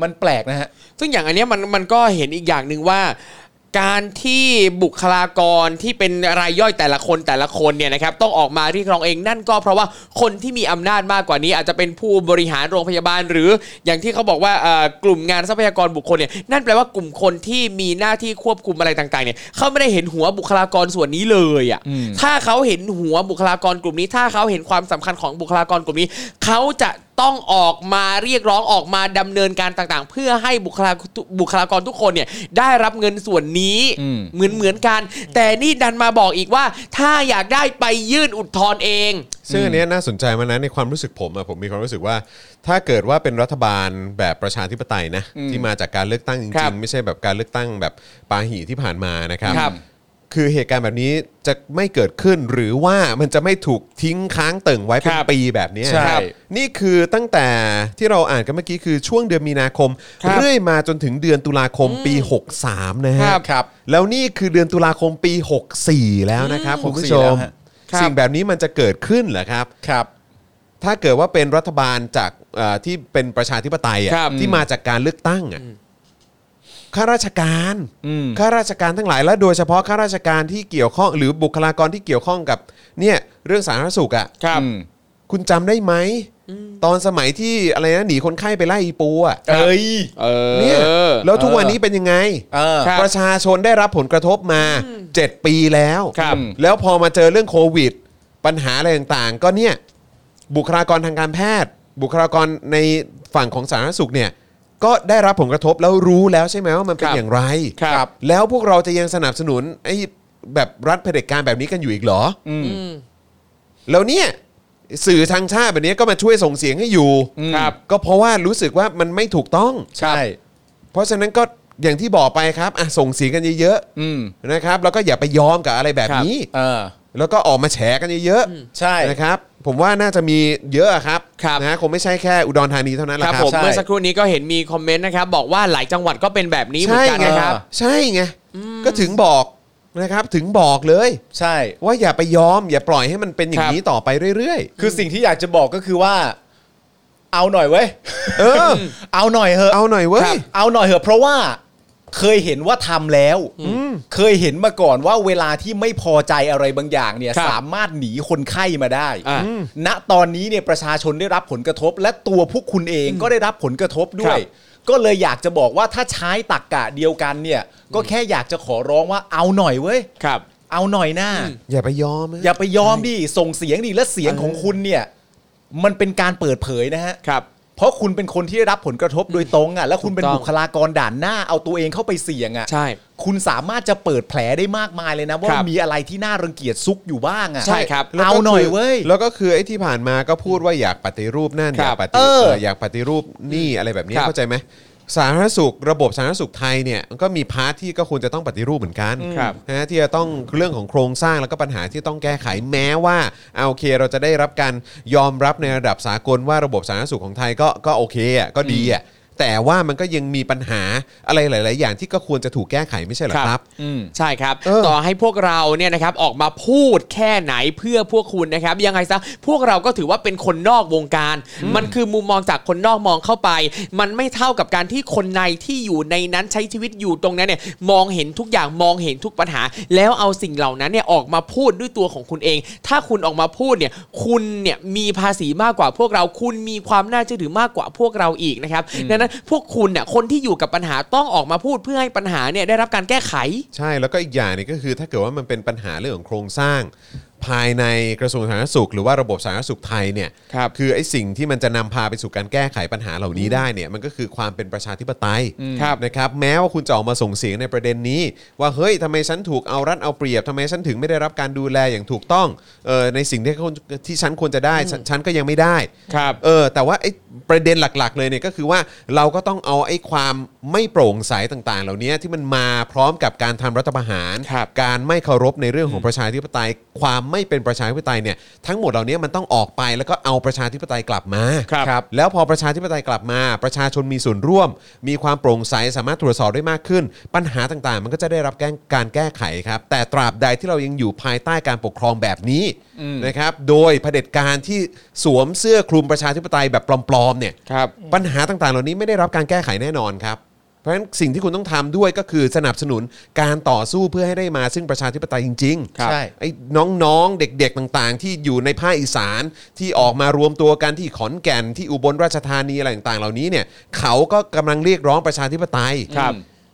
มันแปลกนะฮะ
ซึ่งอย่างอันเนี้ยมันมันก็เห็นอีกอย่างหนึ่งว่า การที่บุคลากรที่เป็นรายย่อยแต่ละคนแต่ละคนเนี่ยนะครับต้องออกมาเรียกร้องเองนั่นก็เพราะว่าคนที่มีอำนาจมากกว่านี้ อาจจะเป็นผู้บริหารโรงพยาบาล หรืออย่างที่เขาบอกว่าเอ่อกลุ่มงานทรัพยากรบุคคลเนี่ยนั่นแปลว่ากลุ่มคนที่มีหน้าที่ควบคุมอะไรต่างๆเนี่ยเขาไม่ได้เห็นหัวบุคลากรส่วนนี้เลยอ่ะถ้าเขาเห็นหัวบุคลากรกลุ่มนี้ ถ้าเขาเห็นความสำคัญของบุคลากรกลุ่มนี้เขาจะต้องออกมาเรียกร้องออกมาดำเนินการต่างๆ เพื่อให้บุคลาบุคลากรทุกคนเนี่ยได้รับเงินส่วนนี้
อืม
เหมือนเหมือนกัน แต่นี่ดันมาบอกอีกว่า ถ้าอยากได้ไปยื่นอุทธรณ์เอง
ซึ่งอันเนี้ยน่าสนใจมากนะในความรู้สึกผมอะผมมีความรู้สึกว่า ถ้าเกิดว่าเป็นรัฐบาลแบบประชาธิปไตยนะที่มาจากการเลือกตั้งจ
ครั
ริ
บ
งๆ ไม่ใช่แบบการเลือกตั้งแบบปาหีที่ผ่านมานะครับ
ครับ
คือเหตุการณ์แบบนี้จะไม่เกิดขึ้นหรือว่ามันจะไม่ถูกทิ้งค้างเติ่งไว้เป็น
ครับ
ปีแบบเนี้ย
ใช่
ครับนี่คือตั้งแต่ที่เราอ่านกันเมื่อกี้คือช่วงเดือนมีนาคม
ครับ
เรื่อยมาจนถึงเดือนตุลาคมปี 63 นะ
ค
ฮะ
รับ
ครับ
แล้วนี่คือเดือนตุลาคมปี 64 แล้วนะครับคุณผู้ช
64แล้
ม
วฮะ
ครับ
สิ่งแบบนี้มันจะเกิดขึ้นเหรอครับ
ครับ
ถ้าเกิดว่าเป็นรัฐบาลจากเอ่อที่เป็นประชาธิปไตยอะ
ครับ
ที่มาจากการเลือกตั้งอะข้าราชการ
อืม
ข้าราชการทั้งหลายและโดยเฉพาะข้าราชการที่เกี่ยวข้อง หรือบุคลากรที่เกี่ยวข้องกับ เนี่ย เรื่องสาธารณสุขอะ
ครับ
อืม
คุณจำได้ไหม ตอนสมัยที่อะไรนะหนีคนไข้ไปไล่อีปูอะ
เอ้ย
เออ
เนี่ยแล้วทุกวันนี้เป็นยังไง
เออ
ครับ
ประชาชนได้รับผลกระทบมา 7 ปีแล้ว
ครับ
แล้วพอมาเจอเรื่องโควิด ปัญหาอะไรต่างๆ ก็เนี่ยบุคลากรทางการแพทย์ บุคลากรในฝั่งของสาธารณสุขเนี่ยก็ได้รับผลกระทบแล้วรู้แล้วใช่ไหมว่ามันเป็น
ครับ
อย่างไร
ครับ
แล้วพวกเราจะยังสนับสนุนไอ้แบบรัฐเผด็จการแบบนี้กันอยู่อีกเหรอ
อืม
แล้วเนี่ยสื่อทางชาติแบบนี้ก็มาช่วยส่งเสียงให้อยู่
ครับ
ก็เพราะว่ารู้สึกว่ามันไม่ถูกต้อง
ใช่
เพราะฉะนั้นก็อย่างที่บอกไปครับอ่ะส่งเสียงกันเยอะ
อืม
ๆนะครับแล้วก็อย่าไปยอมกับอะไรแบบนี้
เออ
แล้วก็ออกมาแฉกันเยอะ
ใช่
ๆนะครับ ผมว่าน่าจะมีเยอะอะครับ
ครับ
นะฮะคงไม่ใช่แค่อุดรธานีเท่านั้นแห
ค
ละ
รับ
ครับ
ผม
ใช่
เมื่อสักครู่นี้ก็เห็นมีคอมเมนต์นะครับ บอกว่าหลายจังหวัดก็เป็นแบบนี้เหมือ
ใช่
นกัน
ไง
นะ
ค
ค
รั
รับ
บ ใช่ไงก็ถึงบอกนะครับถึงบอกเลย
ใช่
ว่าอย่าไปยอม อย่าปล่อยให้มันเป็นอย่างนี้ต่อไปเรื่อย
คือสิ่งที่อยากจะบอกก็คือว่า เอาหน่อยเว้ย
ๆ เออ
เอาหน่อยเหอะ
เอาหน่อยเว้
ค
ย
รับเอาหน่อยเหอะเพราะว่าเคยเห็นว่าทำแล้ว เคยเห็นมาก่อนว่าเวลาที่ไม่พอใจอะไรบางอย่างเนี่ย
ครับ
สามารถหนีคนไข้มาได้
อ่า
ณตอนนี้เนี่ยประชาชนได้รับผลกระทบ และตัวพวกคุณเองก็ได้รับผลกระทบด้
ค
ว
รั
ย
บ
ก็เลยอยากจะบอกว่าถ้าใช้ตักกะเดียวกันเนี่ย ก็แค่อยากจะขอร้องว่าเอาหน่อยเว้ย
ครับ
เอาหน่อยหน้า
อย่าไปยอมนะ
อย่าไปยอมดิส่งเสียงดิและเสียงของคุณเนี่ย มันเป็นการเปิดเผยนะฮะ
ครับ
เพราะคุณเป็นคนที่ได้รับผลกระทบโดยตรงอ่ะแล้วคุณเป็น
ถูกต้อง
บุคลากรด่านหน้าเอาตัวเองเข้าไปเสี่ยงอ่ะ
ใช่
คุณสามารถจะเปิดแผลได้มากมายเลยนะ ว่า
ครับ
มีอะไรที่น่ารังเกียจซุกอยู่บ้างอ่ะ
ใช่ครับ
แล้ว
เอา
ก็คื
หน่อยเว้ย
แล้วก็คือไอ้ที่ผ่านมาก็พูดว่าอยากปฏิรูปนั่น
ค
อ
รับ
ยากปฏิ
เออ
เอออยากปฏิรูปนี่อะไรแบบนี้
ครับ
เข้าใจไหมสาธารณสุขระบบสาธารณสุขไทยเนี่ยมันก็มีพาร์ทที่ก็ควรจะต้องปฏิรูปเหมือนกัน
ครับ
นะฮะที่จะต้องเรื่องของโครงสร้างแล้วก็ปัญหาที่ต้องแก้ไขแม้ว่าเอาโอเคเราจะได้รับการยอมรับในระดับสากลว่าระบบสาธารณสุขของไทยก็ก็โอเคอ่ะก็ดีอ่ะแต่ว่ามันก็ยังมีปัญหาอะไรหลาย ๆ อย่างที่ก็ควรจะถูกแก้ไขไม่ใช่เหรอครับ
ใช่ครับ
เออ
ต่อให้พวกเราเนี่ยนะครับออกมาพูดแค่ไหนเพื่อพวกคุณนะครับ ยังไงซะพวกเราก็ถือว่าเป็นคนนอกวงการ มันคือมุมมองจากคนนอกมองเข้าไป มันไม่เท่ากับการที่คนในที่อยู่ในนั้นใช้ชีวิตอยู่ตรงนั้นเนี่ยมองเห็นทุกอย่างมองเห็นทุกปัญหา แล้วเอาสิ่งเหล่านั้นเนี่ยออกมาพูดด้วยตัวของคุณเอง ถ้าคุณออกมาพูดเนี่ยคุณเนี่ยมีภาษีมากกว่าพวกเราคุณมีความน่าเชื่อถือมากกว่าพวกเราอีกนะครับดังนั้นพวกคุณเนี่ยคนที่อยู่กับปัญหาต้องออกมาพูดเพื่อให้ปัญหาเนี่ยได้รับการแก้ไข
ใช่แล้วก็อีกอย่างหนึงก็คือถ้าเกิดว่ามันเป็นปัญหาเรื่องของโครงสร้าง ภายในกระทรวงสาธารณสุข หรือว่าระบบสาธารณสุขไทยเนี่ย
ครับ
อไอ้สิ่งที่มันจะนำพาไปสู่การแก้ไขปัญหาเหล่านี้ได้เนี่ยมันก็คือความเป็นประชาธิปไตย
ครับ
นะครับแม้ว่าคุณจะออกมาส่งเสียงในประเด็นนี้ ว่าเฮ้ยทำไมฉันถูกเอารัดเอาเปรียบทำไมฉันถึงไม่ได้รับการดูแลอย่างถูกต้องเออในสิ่งที่เขาที่ฉันควรจะได้ฉันฉันก็ยังไม่ได้
ครับ
เออแต่ว่าไอ้ประเด็นหลักๆ เลยเนี่ยก็คือว่าเราก็ต้องเอาไอ้ความไม่โปร่งใสต่าง ๆ เหล่านี้ที่มันมาพร้อมกับการทำรัฐประหาร
ครับ
การไม่เคารพในเรื่องของประชาธิปไตย ความไม่เป็นประชาธิปไตยเนี่ยทั้งหมดเหล่านี้มันต้องออกไปแล้วก็เอาประชาธิปไตยกลับมา
ครับครับ
แล้วพอประชาธิปไตยกลับมา ประชาชนมีส่วนร่วม มีความโปร่งใสสามารถตรวจสอบได้มากขึ้น ปัญหาต่างๆ มันก็จะได้รับแก้การแก้ไขครับ แต่ตราบใดที่เรายังอยู่ภายใต้การปกครองแบบนี้นะครับโดยเผด็จการที่สวมเสื้อคลุมประชาธิปไตยแบบปลอมๆเนี่ย
ครับ
ปัญหาต่างๆ เหล่านี้ไม่ได้รับการแก้ไขแน่นอนครับ เพราะฉะนั้นสิ่งที่คุณต้องทำด้วยก็คือสนับสนุนการต่อสู้เพื่อให้ได้มาซึ่งประชาธิปไตยจริงๆ
ครับใช่
ไอ้น้องๆเด็กๆต่างๆ ที่อยู่ในภาคอีสานที่ออกมารวมตัวกันที่ขอนแก่นที่อุบลราชธานีอะไรต่างๆ เหล่านี้เนี่ยเขาก็กำลังเรียกร้องประชาธิปไตย
ครับ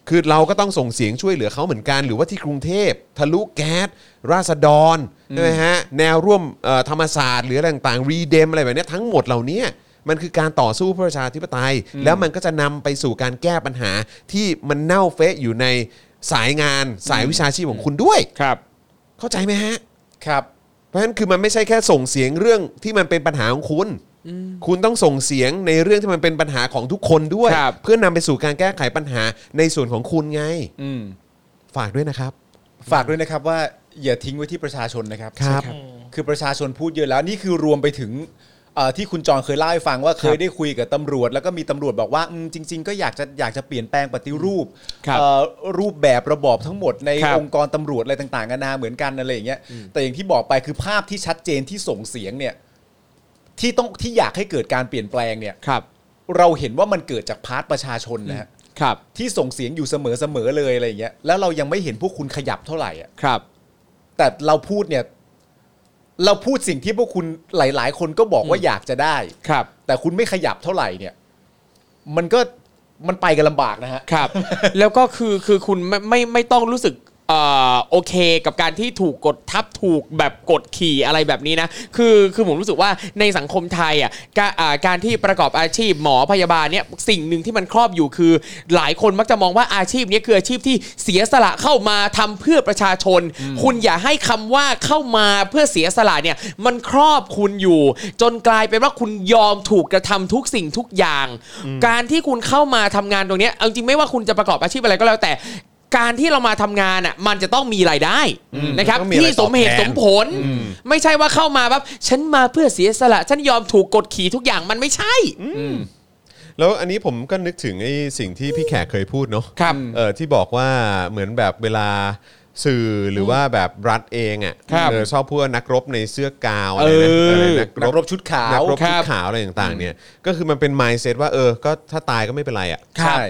คือเราก็ต้องส่งเสียงช่วยเหลือเขาเหมือนกัน หรือว่าที่กรุงเทพทะลุแก๊ส ราษฎรใช่ไหมฮะแนวร่วมเอ่อธรรมศาสตร์หรืออะไรต่างๆรีเดมอะไรแบบเนี้ยทั้งหมดเหล่านี้มันคือการต่อสู้เพื่อประชาธิปไตย แล้วมันก็จะนำไปสู่การแก้ปัญหาที่มันเน่าเฟะอยู่ในสายงานสายวิชาชีพของคุณด้วย
ครับ
เข้าใจไหมฮะ
ครับ
เพราะฉะนั้นคือมันไม่ใช่แค่ส่งเสียงเรื่องที่มันเป็นปัญหาของคุณ คุณต้องส่งเสียงในเรื่องที่มันเป็นปัญหาของทุกคนด้วย
ครับ
เพื่อนำไปสู่การแก้ไขปัญหาในส่วนของคุณไง ฝากด้วยนะครับ
ฝากด้วยนะครับว่าอย่าทิ้งไว้ที่ประชาชนนะครับ
ครับ
ใช่คือประชาชนพูดเยอะแล้วนี่คือรวมไปถึงเอ่อที่คุณจอนเคยเล่าให้ฟังว่าเคยได้คุยกับตำรวจ แล้วก็มีตำรวจบอกว่าอืมจริง ๆ ก็อยากจะอยากจะเปลี่ยนแปลงปฏิรูป
ครับ
เอ่อรูปแบบระบอบทั้งหมดใน
ครับ
องค์กรตำรวจอะไรต่างๆนานาเหมือนกันอะไรอย่างเงี้ยแต่อย่างที่บอกไปคือภาพที่ชัดเจนที่ส่งเสียงเนี่ยที่ต้องที่อยากให้เกิดการเปลี่ยนแปลงเนี่ย
ครับ
เราเห็นว่ามันเกิดจากพาร์ทประชาชนนะฮะ
ครับ
ที่ส่งเสียงอยู่เสมอๆเลยอะไรอย่างเงี้ยแล้วเรายังไม่เห็นพวกคุณขยับเท่าไหร่อะ
ครับ
แต่เราพูดเนี่ย เราพูดสิ่งที่พวกคุณหลาย ๆ คนก็บอกว่าอยากจะได้
ครับ
แต่คุณไม่ขยับเท่าไหร่เนี่ย มันก็มันไปกันลำบากนะฮะ [LAUGHS]
ครับ แล้วก็คือคือคุณไม่ไม่ไม่ต้องรู้สึกเอ่อโอเคกับการที่ถูกกดทับถูกแบบกดขี่อะไรแบบนี้นะคือคือผมรู้สึกว่าในสังคมไทยอ่ะกะอ่าการที่ประกอบอาชีพหมอพยาบาลเนี่ยสิ่งหนึ่งที่มันครอบอยู่คือ หลายคนมักจะมองว่าอาชีพเนี้ยคืออาชีพที่เสียสละเข้ามาทำเพื่อประชาชน คุณอย่าให้คำว่าเข้ามาเพื่อเสียสละเนี่ยมันครอบคุณอยู่ จนกลายเป็นว่าคุณยอมถูกกระทำทุกสิ่งทุกอย่าง การที่คุณเข้ามาทำงานตรงเนี้ยเอาจริงไม่ว่าคุณจะประกอบอาชีพอะไรก็แล้วแต่ การที่เรามาทำงานอ่ะมันจะต้องมีรายได้นะครับ
ต้องมีอะไร
ที่สมเหตุ
ตอบแทน
สมผล ไม่ใช่ว่าเข้ามาแบบฉันมาเพื่อเสียสละฉันยอมถูกกดขี่ทุกอย่างมันไม่ใช่
แล้วอันนี้ผมก็นึกถึงไอ้สิ่งที่พี่แขกเคยพูดเนาะ
ครับ
เออที่บอกว่าเหมือนแบบเวลาสื่อหรือว่าแบบรัฐเองอ่ะ
ครับ
เออชอบพูดว่านักรบในเสื้อกาวอะ
เอ
ไรนะ
ออ
อะไรนั
นักรบชุดขาว
นักรบ
ครั
ชุด
บ
ขาวอะไรต่างๆเนี่ย ก็คือมันเป็น mindset ว่าเออ ก็ถ้าตายก็ไม่เป็นไรอ่ะ
ครับ
ใช่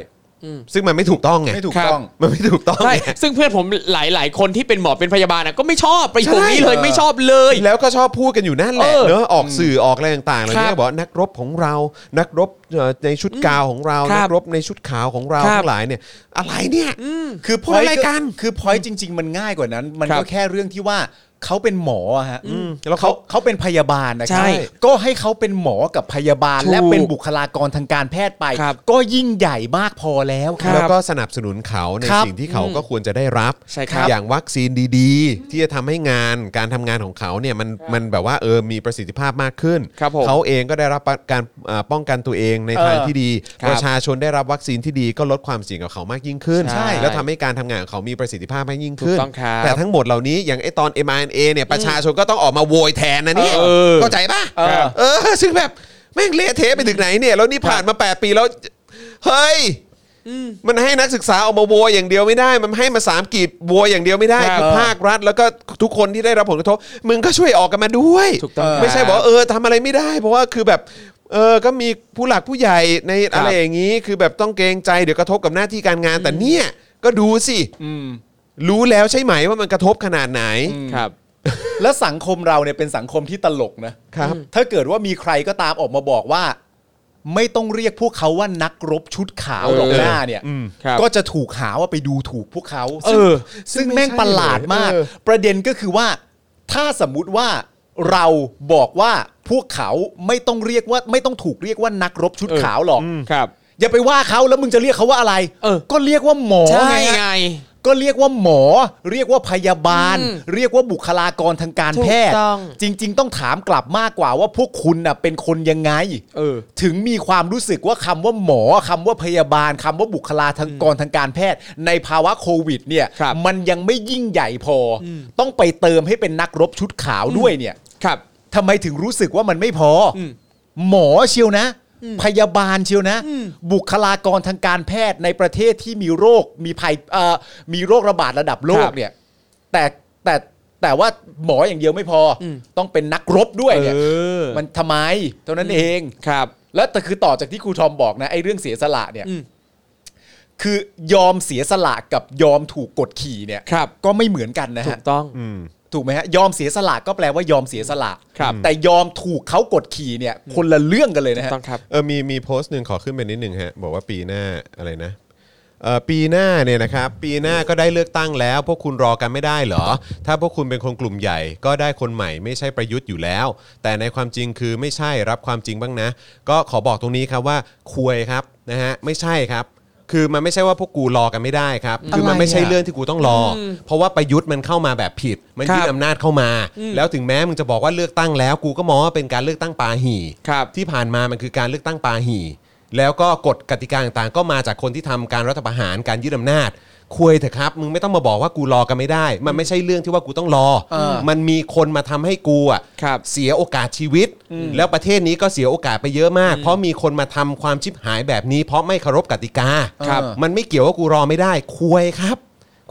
ซึ่งมันไม่ถูกต้องไง
ไม่ถูก
ครับ
ต้อง
มันไม่ถูกต้อง
ใช่
ไง
ซึ่งเพื่อนผมหลาย ๆ คนที่เป็นหมอเป็นพยาบาลอะก็ไม่ชอบประโยคนี้
ใช่
เลยไม่ชอบเลย
แล้วก็ชอบพูดกันอยู่นั่นแหละ
เออ
เนอะออกสื่อออกอะไรต่างๆเหลย
ครับ
เนี่ยบอกว่านักรบของเรา นักรบเอ่อในชุดกาวของเรา
ครับ
นัรบในชุดขาวของเรา
ครับ
ทั้งหลายเนี่ย อะไรเนี่ย
คือ
พูด
point
อะไรกัน
คือ point จริง ๆ มันง่ายกว่านั้น มัน
ครั
ก็
บ
แค่เรื่องที่ว่าเขาเป็นหมออะฮะ
แล้ว
เขา
เขา
เขาเป็นพยาบาลนะค
ใช่
รัก็ให้เขาเป็นหมอกับพยาบาล
ถูก
และเป็นบุคลากรทางการแพทย์ไป
ครับ
ก็ยิ่งใหญ่มากพอแล้วค
ครับ
รับ
แล้วก็สนับสนุนเขาใน
ครับ
สิ่งที่เขาก็ควรจะได้รับ
ใช่ครับ
อย่างวัคซีนดีๆ ที่จะทำให้งานการทำงานของเขาเนี่ยมันมันแบบว่าเออมีประสิทธิภาพมากขึ้น
ครับผม
เขาเองก็ได้รับการอ่าป้องกันตัวเองในทาง
เออ
ที่ดี
ครับ
ประชาชนได้รับวัคซีนที่ดีก็ลดความเสี่ยงกับเขามากยิ่งขึ้น
ใช่
แล้วทำให้การทำงานของเขามีประสิทธิภาพมากยิ่งขึ้น
ถูกต้องครับ
แต่ทั้งหมดเหล่านี้อย่างไอตอน mRNA เนี่ยประชาชนก็ต้องออกมาโวยแทนนะเนี่ย
เออ
เข้าใจป่ะ
เออ
เออซึ่งแบบแม่งเละเทะไปถึงไหนเนี่ยแล้วนี่ผ่านมาแปดปีแล้วเฮ้ย มันให้นักศึกษาออกมาโวยอย่างเดียวไม่ได้ มันให้มาสามกีดโวยอย่างเดียวไม่ได้
ครับ
คือภาครัฐแล้วก็ทุกคนที่ได้รับผลกระทบมึงก็ช่วยออกกันมาด้วย
ถูกต้องครับ
ไม่ใช่บอกว่าเออทำอะไรไม่ได้ เพราะว่าคือแบบเออก็มีผู้หลักผู้ใหญ่ใน
ครับ
อะไรอย่างนี้ คือแบบต้องเกรงใจเดี๋ยวกระทบกับหน้าที่การงานแต่เนี่ยก็ดูสิรู้แล้วใช่ไหมว่ามันกระทบขนาดไหน
ครับ
แล้วสังคมเราเนี่ยเป็นสังคมที่ตลกนะ
ครับ
ถ้าเกิดว่ามีใครก็ตามออกมาบอกว่า ไม่ต้องเรียกพวกเขาว่านักรบชุดขาวหรอก
เออ
หน้าเนี่ย
ครับ
ก็จะถูกหาว่าไปดูถูกพวกเขา
เอ
ซึ่ง
อ
ซึ่ง
ซึ่งไม่
แม่งประหลาดมาก
ใช่เลยเออ
ประเด็นก็คือว่า ถ้าสมมุติว่าเราบอกว่าพวกเขาไม่ต้องเรียกว่า ไม่ต้องถูกเรียกว่านักรบชุดขาวหรอก
ครับ
อย่าไปว่าเขาแล้วมึงจะเรียกเขาว่าอะไร
เออ
ก็เรียกว่าหมอ
ใช่
ไงฮะ
ไง
ก็เรียกว่าหมอ เรียกว่าพยาบาล
อืม
เรียกว่าบุคลากรทางการแพทย์
ถูกต้อง
จริง ๆ ต้องถามกลับมากกว่าว่าพวกคุณน่ะเป็นคนยังไง
เออ
ถึงมีความรู้สึกว่าคำว่าหมอคำว่าพยาบาลคำว่าบุคลาทางกรทางการแพทย์ ในภาวะโควิดเนี่ย
ครับ
มันยังไม่ยิ่งใหญ่พออต้องไปเติมให้เป็นนักรบชุดขาวด้วยเนี่ย
ครับ
ทำไมถึงรู้สึกว่ามันไม่พออหมอเชียวนะ พยาบาลเชียวนะ บุคลากรทางการแพทย์ในประเทศที่มีโรคมีภัยเอ่อมีโรคระบาดระดับโล
ค
ก
รับ
เนี่ยแต่แต่แต่ว่าหมออย่างเดียวไม่พออต้องเป็นนักรบด้วยเนี่ย
เออ
มันทำไมเท่านั้นเอง
ครับ
แล้วแต่คือต่อจากที่ครูทอมบอกนะไอ้เรื่องเสียสละเนี่ย
อืม
คือยอมเสียสละกับยอมถูกกดขี่เนี่ย
ครับ
ก็ไม่เหมือนกันนะ
ถู
ฮะ
กต้อง
ถูกไหมฮะยอมเสียสละก็แปลว่ายอมเสียสละ
ครับ
แต่ยอมถูกเขากดขี่เนี่ย คนละเรื่องกันเลยนะฮะ
ต้องครับ
เออมีมีโพสต์หนึ่งขอขึ้นไปนิดหนึ่งฮะ บอกว่าปีหน้าอะไรนะเอ่อปีหน้าเนี่ยนะครับ ปีหน้าก็ได้เลือกตั้งแล้ว พวกคุณรอกันไม่ได้เหรอ ถ้าพวกคุณเป็นคนกลุ่มใหญ่ ก็ได้คนใหม่ไม่ใช่ประยุทธ์อยู่แล้ว แต่ในความจริงคือไม่ใช่รับความจริงบ้างนะ ก็ขอบอกตรงนี้ครับว่าคุยครับนะฮะไม่ใช่ครับ คือมันไม่ใช่ว่าพวกกูรอกันไม่ได้ครับ คือมันไม่ใช่เรื่องที่กูต้องรออเพราะว่าประยุทธ์มันเข้ามาแบบผิด มันยึด
ครับ
อำนาจเข้ามา แล้วถึงแม้มึงจะบอกว่าเลือกตั้งแล้ว กูก็มองว่าเป็นการเลือกตั้งปาหี
ครับ
ที่ผ่านมามันคือการเลือกตั้งปาหี แล้วก็กฎกติกาต่างๆ ก็มาจากคนที่ทำการรัฐประหารการยึดอำนาจ คุยเถอะครับ มึงไม่ต้องมาบอกว่ากูรอกันไม่ได้ มันไม่ใช่เรื่องที่ว่ากูต้องรอ มันมีคนมาทำให้กูอ่ะ
ครับ
เสียโอกาสชีวิต แล้วประเทศนี้ก็เสียโอกาสไปเยอะมาก เพราะมีคนมาทำความชิบหายแบบนี้ เพราะไม่เคารพกติกา
ครับ
มันไม่เกี่ยวว่ากูรอไม่ได้ คุยครับ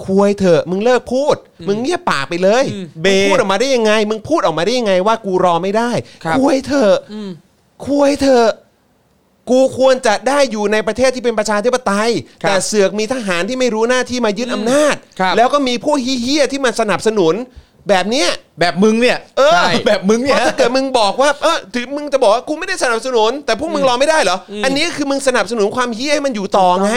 คุยเถอะ มึงเลิกพูด มึงเงียบปากไปเลย
เบ
มึงพูดออกมาได้ยังไง มึงพูดออกมาได้ยังไงว่ากูรอไม่ได้
ครับ
ยเถอะ คุยเถอะกูควรจะได้อยู่ในประเทศที่เป็นประชาธิปไตย
ครับ
แต่เสือกมีทหารที่ไม่รู้หน้าที่มายึดอำนาจ
ครับ
แล้วก็มีพวกเฮี้ยๆที่มันสนับสนุนแบบเนี้ย
แบบมึงเนี่ย
เออ
ใช่แบบมึง
เพ
เนี่ย
ราะถ้าเกิดมึงบอกว่าเออถึงมึงจะบอกว่ากูไม่ได้สนับสนุน แต่พวกมึงรอไม่ได้เหรอออันนี้คือมึงสนับสนุนความเฮี้ยให้มันอยู่ต่อไง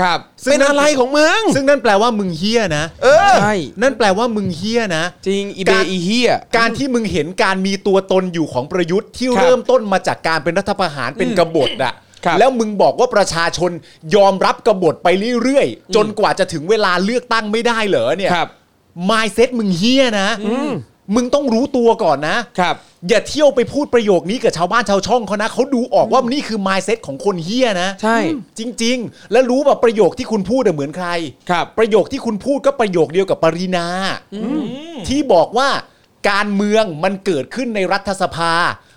ครับ
เป็นอะไรของมึง
ซึ่งนั่นแปลว่ามึงเฮี้ยนะ
เออ
ใช่
นั่นแปลว่ามึงเฮี้ยนะ
จริง อีเบ
การ
อีเฮีย
การที่มึงเห็นการมีตัวตนอยู่ของประยุทธ์ที่
ครับ
เริ่มต้นมาจากการเป็นรัฐประหารเป็นกบฏอะ
ครับ
แล้วมึงบอกว่าประชาชนยอมรับกบฏไปเรื่อยๆ จนกว่าจะถึงเวลาเลือกตั้งไม่ได้เหรอเนี่ย
ครับ
มายเซ็ตมึงเฮี้ยนะมึงต้องรู้ตัวก่อนนะ
ครับ
อย่าเที่ยวไปพูดประโยคนี้กับชาวบ้านชาวช่องเขานะเขาดูออกว่านี่คือมายเซ็ตของคนเฮี้ยนะ
ใช่
จริง ๆ แล้วรู้แบบประโยคที่คุณพูดอะเหมือนใคร
ครับ
ประโยคที่คุณพูดก็ประโยคเดียวกับปรินาที่บอกว่าการเมืองมันเกิดขึ้นในรัฐสภา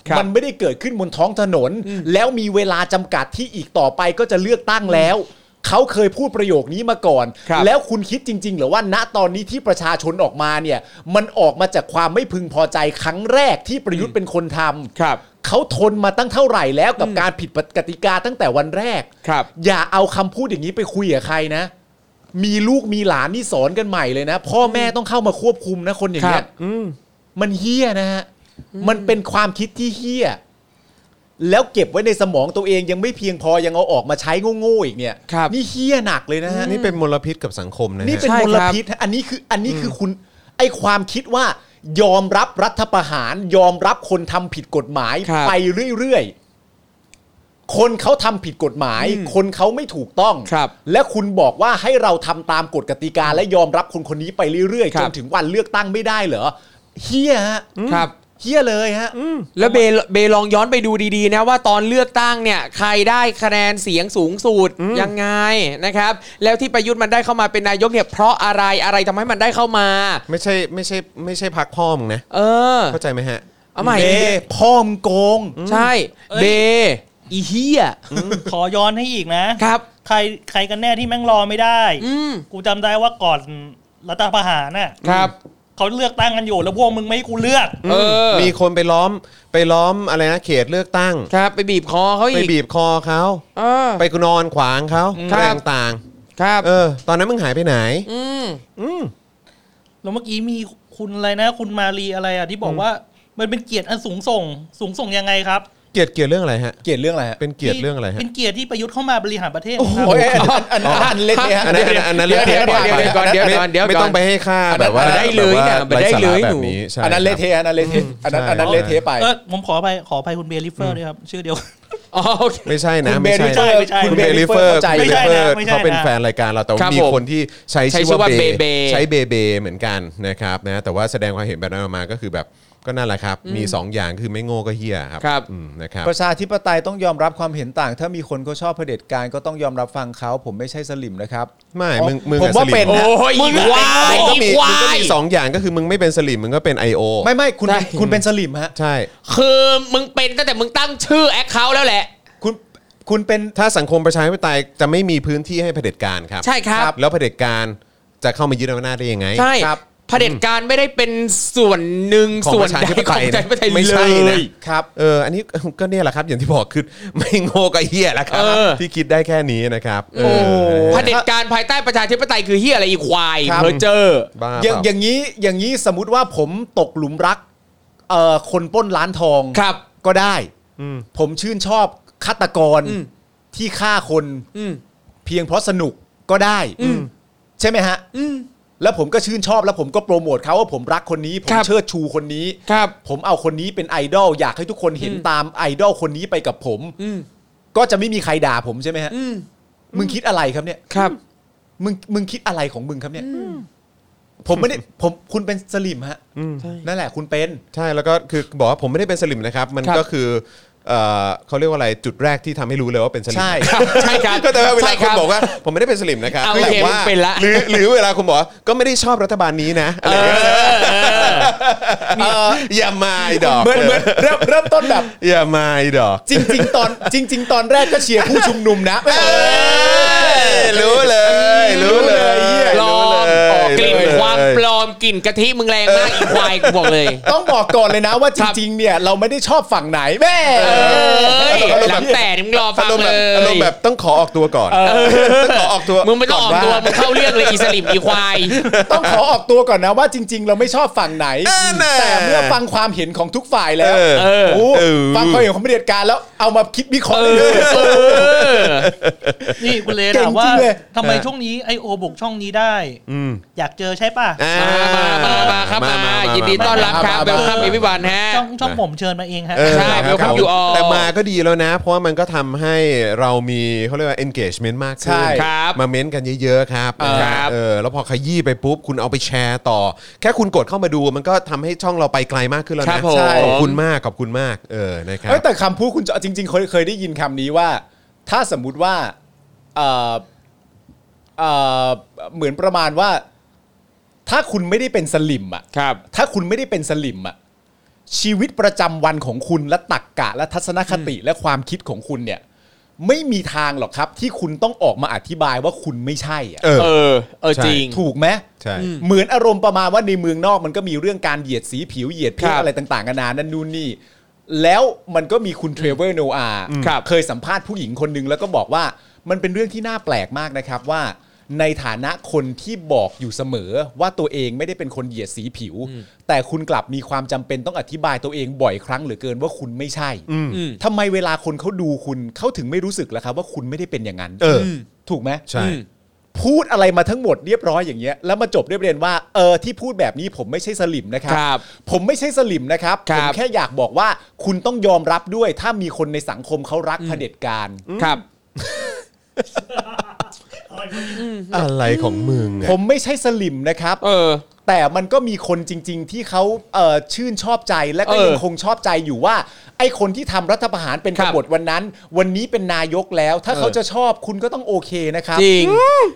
ครับ
มันไม่ได้เกิดขึ้นบนท้องถนน แล้วมีเวลาจำกัดที่อีกต่อไปก็จะเลือกตั้งแล้ว เขาเคยพูดประโยคนี้มาก่อน
ครับ
แล้วคุณคิดจริง ๆ เหรือว่าณตอนนี้ที่ประชาชนออกมาเนี่ย มันออกมาจากความไม่พึงพอใจครั้งแรกที่ประยุทธ์เป็นคนทำ
ครับ
เขาทนมาตั้งเท่าไหร่แล้วกับการผิดกติกาตั้งแต่วันแรก
ครับ
อย่าเอาคำพูดอย่างนี้ไปคุยกับใครนะ มีลูกมีหลานนี่สอนกันใหม่เลยนะ พ่อแม่ต้องเข้ามาควบคุมนะคนอย่าง
ค
เงี้
รั
ย
บ
มันเฮี้ยนะฮะ มันเป็นความคิดที่เฮี้ย แล้วเก็บไว้ในสมองตัวเองยังไม่เพียงพอยังเอาออกมาใช้โง่ๆอีกเนี่ย
ครับ
นี่เฮี้ยหนักเลยนะฮะ
นี่เป็นมลพิษกับสังคมนะฮะ
นี่เป็น
ใช่
ม
ครับ
ลพิษฮะอันนี้คืออันนี้คือคุณไอความคิดว่า ยอมรับรัฐประหาร ยอมรับคนทำผิดกฎหมาย
ครับ
ไปเรื่อยๆ คนเขาทำผิดกฎหมาย คนเขาไม่ถูกต้อง
ครับ
และคุณบอกว่าให้เราทำตามกฎกติกา และยอมรับคนคนนี้ไปเรื่อย
ครั
ๆจ
บ
นถึงวันเลือกตั้งไม่ได้เหรอเฮียฮะ
ครับ
เฮียเลยฮะ
แล้วเบเบลองย้อนไปดูดีๆนะว่าตอนเลือกตั้งเนี่ยใครได้คะแนนเสียงสูงสุดยังไงนะครับ แล้วที่ประยุทธ์มันได้เข้ามาเป็นนายกเนี่ยเพราะอะไรอะไรทำให้มันได้เข้ามา
ไม่ใช่ไม่ใช่ไม่ใช่พักพ่อมึงนะ
เออ
เข้าใจไหมฮะ
เอาใหม่
เบพ่อมงโกง
ใช่เบอีเฮีย
ขอย้อนให้อีกนะ
ครับ
ใครใครกันแน่ที่แม่งรอไม่ได้
อืม
กูจำได้ว่าก่อนรัฐประหารน่ะ
ครับ
เขาเลือกตั้งกันอยู่แล้วพวกมึงไม่ให้กูเลือก
เออ
มีคนไปล้อมไปล้อมอะไรนะเขตเลือกตั้ง
ครับไปบีบคอเขา
ไป
อีก
บีบคอเขา
เออ
ไปนอนขวางเขา
ครั
อะไร
บ
ต่าง
ครับ
ๆเออ ตอนนั้นมึงหายไปไหน
อืม
แล้วเมื่อกี้มีคุณอะไรนะ คุณมารีอะไรอ่ะที่บอกว่ามันเป็นเกียรติอันสูงส่ง สูงส่งยังไงครับ
เกลียดเกลียดเรื่องอะไรฮะ
เกลียดเรื่องอะไรฮะ
เป็นเกลียดเรื่องอะไรฮะ
เป็นเกียรติที่ประยุทธ์เข้ามาบริหารประเทศ
โอ้
ครับ
ยอันอันอันอันเล็กเนี่ยฮะ
อันนั้นอันนั้น
เดี๋ยวเดี๋ยวเดี๋ยวเดี๋ยวก่อนเดี๋ยวก่อนเดี๋ยวก่อน
ไม่ต้องไปให้ค่า
อัน
แบ
นั้น
บว่า
ได้เลยเนี่ย
แบบว่า
ได้เลย
สาระ
หนู
แบบนี้ใช่
อันนั้น
ค
เละ
รั
เทะอันนั้นเละเทะอันนั้น
ใช่
อันนั้นเละเทะไป
เออผมขอไปขอไปคุณเบลิฟเฟอร์ด้วยครับ ชื่อ
[LAUGHS]
เดียว
อ๋อโอเค
บไม่ใช่นะ
คุณเบ
ไม่ใช่
ลิเฟอร์
ไม่ใช่
คุณ
เบ
เบ
ลิ
ลิเฟอร์คุณเบลิเฟอร์
ไม่ใช่นะ
เฟอร์เข้าใจ
ไม่ใช่นะ
เขาเป็นแฟนรายการเราแต่
ครั
ว่า
บ
มี
ผม
คนที่ใช้
ใช้
ชื่
ชื่
อ
อ
ว่า
ว่า
เบ
เบ
เบ
เบ
ใช้เบเบเหมือนกันนะครับนะแต่ว่าแสดงความเห็นแบบนั้นออกมาก็คือแบบก็นั่นแหละครับ มีสองอย่างคือไม่โง่ก็เฮี้ยครับ
ครับ
อืมนะครับ
ประชาธิปไตยต้องยอมรับความเห็นต่าง ถ้ามีคนเขาชอบเผด็จการก็ต้องยอมรับฟังเขาผมไม่ใช่สลิมนะครับ
ไม่
อ๋อ
มึงมึง
ผมว่า
อะสลิม
เป็น
โอ้
นะ
ยอีกวาย
มึงก็
อี
มี
กวา
มึงก็
ย
มีสองอย่างก็คือมึงไม่เป็นสลิมมึงก็เป็น I.O.
ไม่ไม่คุณ
ใช่
คุณเป็นสลิมฮะ
ใช่
คือมึงเป็นตั้งแต่มึงตั้งชื่อแอคเคาท์แล้วแหละ
คุณคุณเป็น
ถ้าสังคมประชาธิปไตยจะไม่มีพื้นที่ให้เผด็จการครับ
ใช่ครับ
แล้วเผด็จการจะเข้ามายึดอำนาจได้ยังไง
ใช่ เผด็จการไม่ได้เป็นส่วนหนึ่ง
ของ
ส่ว
ป
น
ระชา
ใด
ธิป
ข
ไต
อง
ย
ใจประเทศ
ไม่
เล
ใช่นะ
ย
ครับเอออันนี้ [LAUGHS] ก็เนี่ยแหละครับ อย่างที่บอกคือไม่โง่ก็เฮี้ยแหละครับ
เออ
ที่คิดได้แค่นี้นะครับเ
โอ้โห
นะ
เผ
ฮะ
ด็จการภายใต้ประชาธิปไตยคือเฮียอะไรอีควาย
ครับ
เพอเจอร์
บ้า
อย่า
เป
ง
ล่า
อย่างนี้อย่างนี้สมมติว่าผมตกหลุมรักเอ่อคนปล้นร้านทอง
ครับ
ก็ได้
อืม
ผมชื่นชอบฆาตกร
อืม
ที่ฆ่าคน
อืม
เพียงเพราะสนุกก็ได้
อืม
ใช่ไหมฮะ
อืม
แล้วผมก็ชื่นชอบแล้วผมก็โปรโมทเขาว่าผมรักคนนี้ ผม
ครับ
เชิดชูคนนี้
ครับ
ผมเอาคนนี้เป็นไอดอลอยากให้ทุกคนเห็นตามไอดอลคนนี้ไปกับผม
อืม
ก็จะไม่มีใครด่าผมใช่ไหมฮะ
อืม
มึงคิดอะไรครับเนี่ย
ครับ
มึงมึงคิดอะไรของมึงครับเนี่ยผมไม่ได้ผมคุณเป็นสลิมฮะนั่นแหละคุณเป็น
ใช่แล้วก็คือบอกว่าผมไม่ได้เป็นสลิมนะครับ มัน
ครับ
ก็คือเอ่อเขาเรียกว่าอะไรจุดแรกที่ทำให้รู้เลยว่าเป็นสลิม
ใช่
ใช่ครับ
ก็แต่ว่าเว
ใช่
ลา
ค
คน
รับ
บอกว่าผมไม่ได้เป็นสลิมนะครับ
อ่ะโอเค
แต่ว่า
ผมเป็นละ
หรือหรือเวลาคุณบอกว่าก็ไม่ได้ชอบรัฐบาลนี้นะอะไรอย่างเงี้ยอย่ามาไอ้ดอก
เหมือนเหมือนเริ่มเริ่มต้นแบบ
อย่ามาไอ้ดอก
จริง ๆ ตอนจริง ๆ ตอนแรกก็เชียร์ผู้ชุมนุมนะเอ
เอ้
อ
ยรู้เลย รู้เลยเหี้ย
ปลอ
รู้
ม
เลย
ออกกลิ่น
รู้เย
ความปลอมกลิ่นกะทิมึงแรงมากอีควายกูบอกเลย
ต้องบอกก่อนเลยนะว่าจริง ๆ เนี่ย เราไม่ได้ชอบฝั่งไหนแม่
เอ้ย
อารมณ์แบบ
หลังแต่นี่มึงรอฟั
อาง รมณ์
เล
แบบ
ย
อารมณ์แบบต้องขอออกตัวก่อนต้องขอออกตัว
มึงไม่ต้องออกตัว
า
มึงเข้าเรื่องเลยอีสลิมอีควาย
ต้องขอออกตัวก่อนนะว่าจริง ๆ เราไม่ชอบฝั่งไหน
เออน่ะ
แต่เมื่อฟังความเห็นของทุกฝ่ายแล้ว
เออ
โอ้โห
เออ
ฟังความเห็นของเผด็จการแล้วเอามาคิดวิเคราะห์เลย
นี่คุณเลน
เก่ง
ถามว่า
จริงเลย
ทำไมช่วงนี้ไอโอบกช่องนี้ได้
อืม
อยากเจอใช่ป่ะ
อ่า
มามามามาครับมายินดีต้อนรับครับเวลคัมอีพิวันฮะ
ช่องช่องผมเชิญมาเองฮะ
เออ
ใช่
ครับ
welcome
ผม
you all
แต่มาก็ดีแล้วนะ เพราะว่ามันก็ทำให้เรามีเขาเรียกว่า engagement มาก
ใช่
ขึ้น
ครับ
มาเม้นต์กันเยอะๆครับ
ครับ
เออแล้วพอขยี้ไปปุ๊บ คุณเอาไปแชร์ต่อ แค่คุณกดเข้ามาดูมันก็ทำให้ช่องเราไปไกลมากขึ้นแล้ว
ครั
นะ
บผม
ใช่ขอบคุณมากขอบคุณมากเออนะครับ
เอ้ยแต่คำพูดคุณจอจริง ๆ เคยเคยได้ยินคำนี้ว่า ถ้าสมมุติว่าเอ่อเอ่อเหมือนประมาณว่า ถ้าคุณไม่ได้เป็นสลิมอะ
ครับ
ถ้าคุณไม่ได้เป็นสลิมอะชีวิตประจำวันของคุณและตักกะ และทัศนคติและความคิดของคุณเนี่ย ไม่มีทางหรอกครับ ที่คุณต้องออกมาอธิบายว่าคุณไม่ใช่อะ
เออ
เออ เออจริง
ถูกไหม
ใช่
เหมือนอารมณ์ประมาณว่าในเมืองนอกมันก็มีเรื่องการเหยียดสีผิวเหยียดเพ
ครั
ศ
บ
อะไรต่างๆกันานานั่นนู่นนี่ แล้วมันก็มีคุณเทรเวอร์โนอาห์
ครับ
เคยสัมภาษณ์ผู้หญิงคนหนึงแล้วก็บอกว่ามันเป็นเรื่องที่น่าแปลกมากนะครับว่า ในฐานะคนที่บอกอยู่เสมอว่าตัวเองไม่ได้เป็นคนเหยียดสีผิว แต่คุณกลับมีความจำเป็นต้องอธิบายตัวเองบ่อยครั้งเหลือเกินว่าคุณไม่ใช่
อืม
ทำไมเวลาคนเขาดูคุณเขาถึงไม่รู้สึกล่ะครับ ว่าคุณไม่ได้เป็นอย่างนั้น
เอออืม
ถูกไหม
ใช่
อืม
พูดอะไรมาทั้งหมดเรียบร้อยอย่างเงี้ยแล้วมาจบด้วยประเด็นว่าเออที่พูดแบบนี้ผมไม่ใช่สลิมนะครั
ครับ
ผมไม่ใช่สลิมนะครับ
ครั
ผ
บ
มแค่อยากบอกว่าคุณต้องยอมรับด้วย ถ้ามีคนในสังคมเขารักเผด็จการ
ครับ
อะไรของมึงอะ
ผมไม่ใช่สลิมนะครับ
เออ
แต่มันก็มีคนจริง ๆ ที่เขาเอ่อชื่นชอบใจและก็
เออ
ยังคงชอบใจอยู่ว่า ไอ้คนที่ทำรัฐประหารเป็น
ค
ก
รับ
บฏวันนั้น วันนี้เป็นนายกแล้ว ถ้าเขาจะชอบคุณก็ต้องโอเคนะครับ
จริง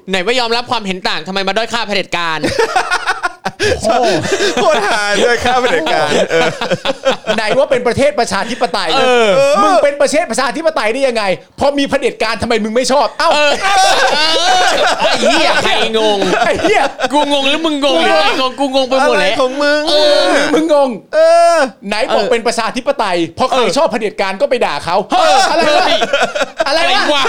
ไหนว่ายอมรับความเห็นต่างทำไมมาด้อยค่าเผด็จการ
โอ้
โคตรหาด้วยค่าบริการเออ
ไหนว่าเป็นประเทศประชาธิปไตย
เออ
มึงเป็นประเทศประชาธิปไตยได้ยังไงพอมีเผด็จการทำไมมึงไม่ชอบเอ้า
เออเออไอ้เหี้ยใครงง
ไอ้เหี้ย
กูงงหรือมึงงงหรือใครงงกูงงไปหมด
อะไร
แล้ว
ของมึง
เออหรือมึงงง
เออ
ไหนบอกเป็นประชาธิปไตย พอใคร
เออ
ชอบเผด็จการก็ไปด่าเขาเฮ้ยอะไรวะอะ
อะไรไร
วะ
วะ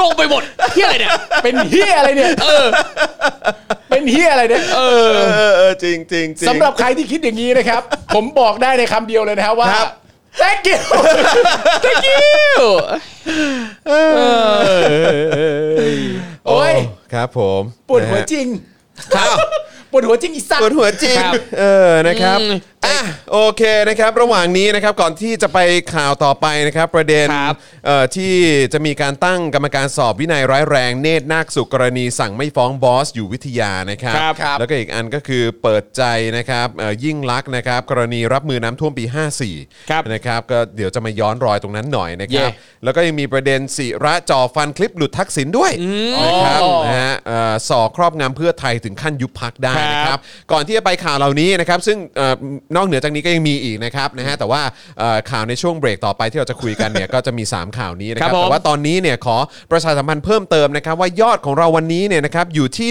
งงไปหมดเหี้ยอะไรเนี่ย
เป็นเฮียอะไรเนี่ย
เออ
เป็นเฮียอะไรเนี่ย
เออ
เออเออจริงจริงจริง
สำหรับใครที่คิดอย่างนี้นะครับ ผมบอกได้ในคำเดียวเลยนะครับว่า
ครับ
thank you
thank you
โอ้ย
ครับผม
ปวดหัว
นะฮะ
จริงปวดหัวจริงอีสัต
ปวด
ว์
หัวจริง
ครับ
เออนะครับ
อืม
อ่ะโอเคนะครับ ระหว่างนี้นะครับก่อนที่จะไปข่าวต่อไปนะครับ ประเด็น
ครับ
เอ่อที่จะมีการตั้งกรรมการสอบวินัยร้ายแรง เนตรนาคสุกรณีสั่งไม่ฟ้องบอส อยู่วิทยานะครับ
ครับครับ
แล้วก็อีกอันก็คือเปิดใจนะครับเอ่อยิ่งลักษณ์นะครับ กรณีรับมือน้ำท่วมปี 54
ครับ
นะครับก็เดี๋ยวจะมาย้อนรอยตรงนั้นหน่อยนะครับ
เย่
แล้วก็ยังมีประเด็นสิระจ่อฟันคลิปหลุดทักษิณด้วยนะครับ
อ๋อ
นะฮะเอ่อสอครอบงำเพื่อไทยถึงขั้นยุบพักได้นะค
ครั
รับ
บ
ก่อนที่จะไปข่าวเหล่านี้นะครับ ซึ่งเอ่อ นอกเหนือจากนี้ก็ยังมีอีกนะครับนะฮะแต่ว่าเอ่อข่าวในช่วงเบรกต่อไปที่เราจะคุยกันเนี่ย [LAUGHS] ก็จะมี 3 ข่าวนี้นะครับ
ครับผม
แต่ว่าตอนนี้เนี่ยขอประชาสัมพันธ์เพิ่มเติมนะครับ ว่ายอดของเราวันนี้เนี่ยนะครับอยู่ที่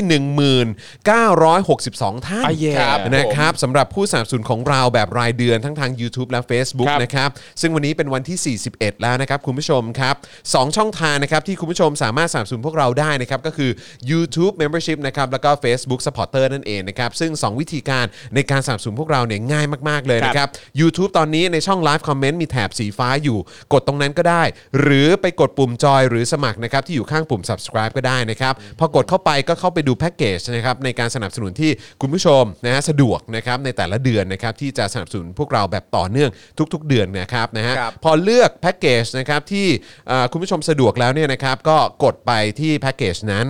1962 ท่าน
อ่ะแย่
ครับนะครับสำหรับผู้สนับสนุนของเราแบบรายเดือนทั้งทาง YouTube และ Facebook
ครับ
นะครับซึ่งวันนี้เป็นวันที่ 41 แล้วนะครับคุณผู้ชมครับสองช่องทางนะครับที่คุณผู้ชมสามารถสนับสนุนพวกเราได้นะครับก็คือ YouTube Membership นะครับแล้วก็ Facebook Supporter นั่นเองนะครับซึ่งสองวิธีการในการสนับสนุนพวกเราเนี่ยง่ายมากๆเลยนะครับ นะครับ YouTube ตอนนี้ในช่อง Live Comment มีแถบสีฟ้าอยู่ กดตรงนั้นก็ได้ หรือไปกดปุ่มจอยหรือสมัครนะครับ ที่อยู่ข้างปุ่ม subscribe ก็ได้นะครับ พอกดเข้าไปก็เข้าไปดูแพ็กเกจนะครับ ในการสนับสนุนที่คุณผู้ชมนะฮะสะดวกนะครับ ในแต่ละเดือนนะครับ ที่จะสนับสนุนพวกเราแบบต่อเนื่องทุก ๆ เดือนนะครับนะฮะ
ครับ
พอเลือกแพ็กเกจนะครับที่เอ่อคุณผู้ชมสะดวกแล้วเนี่ยนะครับก็กดไปที่แพ็กเกจนั้น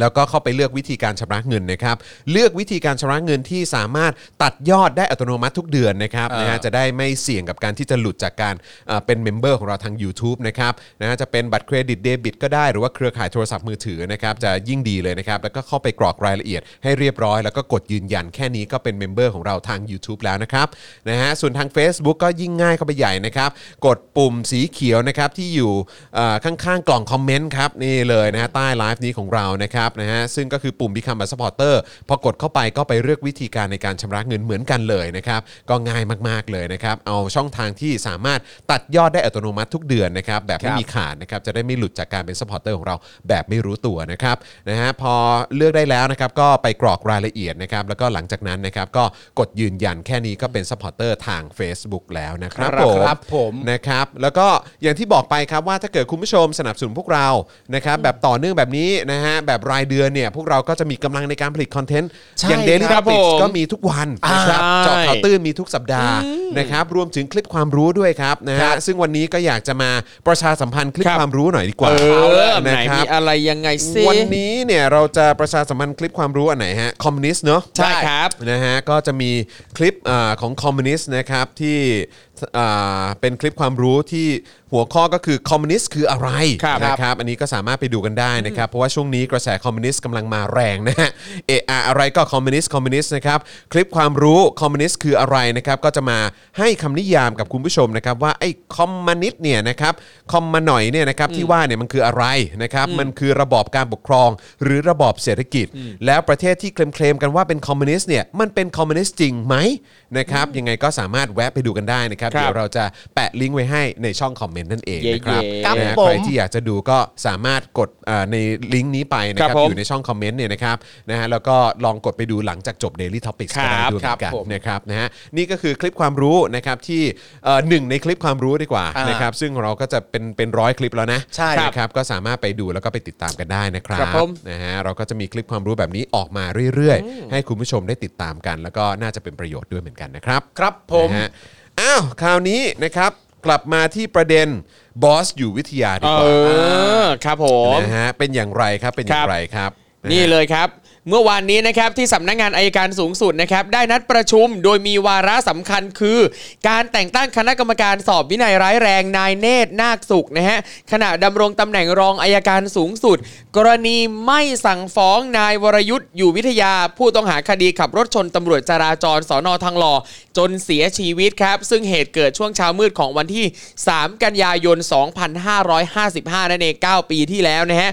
แล้วก็เข้าไปเลือกวิธีการชำระเงินนะครับ เลือกวิธีการชำระเงินที่สามารถตัดยอดได้อัตโนมัติทุกเดือนนะครับนะฮะจะได้ไม่เสี่ยงกับการที่จะหลุดจากการเอ่อเป็นเมมเบอร์ของเราทาง YouTube นะครับนะฮะจะเป็นบัตรเครดิตเดบิตก็ได้หรือว่าเครือข่ายโทรศัพท์มือถือนะครับจะยิ่งดีเลยนะครับ แล้วก็เข้าไปกรอกรายละเอียดให้เรียบร้อย แล้วก็กดยืนยันแค่นี้ก็เป็นเมมเบอร์ของเราทาง YouTube แล้วนะครับนะฮะส่วนทาง Facebook ก็ยิ่งง่ายเข้าไปใหญ่นะครับกดปุ่มสีเขียวนะครับที่อยู่เอ่อข้างๆกล่องคอมเมนต์ครับนี่เลยนะฮะใต้ไลฟ์นี้ของเรา ของเรานะครับนะฮะซึ่งก็คือปุ่ม Become a supporter พอกดเข้าไปก็ไปเลือกวิธีการในการชำระเงินเหมือนกันเลยนะครับ ก็ง่ายมาก ๆ เลยนะครับ เอาช่องทางที่สามารถตัดยอดได้อัตโนมัติทุกเดือนนะครับ แบบไม่มีขาดนะครับ จะได้ไม่หลุดจากการเป็น supporter ของเราแบบไม่รู้ตัวนะครับนะฮะพอเลือกได้แล้วนะครับ ก็ไปกรอกรายละเอียดนะครับ แล้วก็หลังจากนั้นนะครับ ก็กดยืนยันแค่นี้ก็เป็น supporter ทาง Facebook แล้วนะครับ
ครับ
ผม
ครับผม
นะครับ แล้วก็อย่างที่บอกไปครับว่าถ้าเกิดคุณผู้ชมสนับสนุนพวกเรานะครับแบบต่อเนื่องแบบนี้นะฮะแบบรายเดือนเนี่ยพวกเราก็จะมีกำลังในการผลิตคอนเทนต์
ใช่
อย่าง Daily
ครับ
Topics
ผม
ก็มีทุกวันนะครับ
ใช่
เจาะข่าวตื้นมีทุกสัปดาห์นะครับรวมถึงคลิปความรู้ด้วยครับนะ
ครั
ฮะ
บ
ซึ่งวันนี้ก็อยากจะมาประชาสัมพันธ์คลิป
ครับ
ความรู้หน่อยดีกว่า
เออไหน
นะค
มี
รับ
อะไรยังไงซิ
วันนี้เนี่ยเราจะประชาสัมพันธ์คลิปความรู้อันไหนฮะคอมมิวนิสต์เนาะ
ใช่ครับ
นะฮะก็จะมีคลิปอาของคอมมิวนิสต์นะครับที่อ่าเป็นคลิปความรู้ที่หัวข้อก็คือคอมมิวนิสต์คืออะไร
ครับ
นะครับอันนี้ก็สามารถไปดูกันได้นะครับเพราะว่าช่วงนี้กระแสคอมมิวนิสต์กำลังมาแรงนะฮะเอะอะอะไรก็คอมมิวนิสต์คอมมิวนิสต์นะครับคลิปความรู้คอมมิวนิสต์คืออะไรนะครับก็จะมาให้คำนิยามกับคุณผู้ชมนะครับว่าไอ้คอมมิวนิสต์เนี่ยนะครับคอมมาหน่อยเนี่ยนะครับที่ว่าเนี่ยมันคืออะไรนะครับมันคือระบอบการปกครอง หรือระบอบเศรษฐกิจ แล้วประเทศที่เคลมๆกันว่าเป็นคอมมิวนิสต์เนี่ยมันเป็นคอมมิวนิสต์จริงไหมนะครับยังไงก็สามารถแวะไปดูกันได้นะครับ
ครับ
เดี๋ยวเราจะแปะลิงก์ไว้ให้ในช่องคอมเมนต์นั่นเอง
เย้
นะครับ
ครับ
นะฮะ
ผม
ใครที่อยากจะดูก็สามารถกดเอ่อในลิงก์นี้ไปนะครั
ครับ บผม
อยู่ในช่องคอมเมนต์เนี่ยนะครับนะฮะแล้วก็ลองกดไปดูหลังจากจบ Daily Topics ก็ได้
ครับ
ด้วยเหมือนกันนะครับนะฮะนี่ก็คือคลิปความรู้นะครับที่เอ่อหนึ่งในคลิปความรู้ดีกว่า
อ่าน
นะครับซึ่งเราก็จะเป็นเป็นร้อยคลิปแล้วนะ
ใช่
นะครับก็สามารถไปดูแล้วก็ไปติดตามกันได้นะครับ
ครับผม
นะฮะเราก็จะมีคลิปความรู้แบบนี้ออกมาเรื่อยๆ ให้คุณผู้ชมได้ติดตามกัน แล้วก็น่าจะเป็นประโยชน์ด้วยเหมือนกันนะครับ
ครับผม
นะฮะอ้าวคราวนี้นะครับกลับมาที่ประเด็นบอสอยู่วิทยาดี
เอก
ว่า
อครับผม
นะฮะเป็นอย่างไรครับเป็นอ
ค
ย่า
รั
ง
บ
ไรครับะฮะ
นี่เลยครับ เมื่อวานนี้นะครับที่สำนักงานอายการสูงสุดนะครับได้นัดประชุมโดยมีวาระสำคัญคือ การแต่งตั้งคณะกรรมการสอบวินัยร้ายแรงนายเนตรนาคสุขนะฮะขณะดำรงตำแหน่งรองอายการสูงสุด กรณีไม่สั่งฟ้องนายวรยุทธ์อยู่วิทยาผู้ต้องหาคดีขับรถชนตำรวจจราจรสอนอทองหล่อจนเสียชีวิตครับซึ่งเหตุเกิดช่วงเช้ามืดของวันที่ 3 กันยายน 2555 นั่นเอง 9 ปีที่แล้วนะฮะ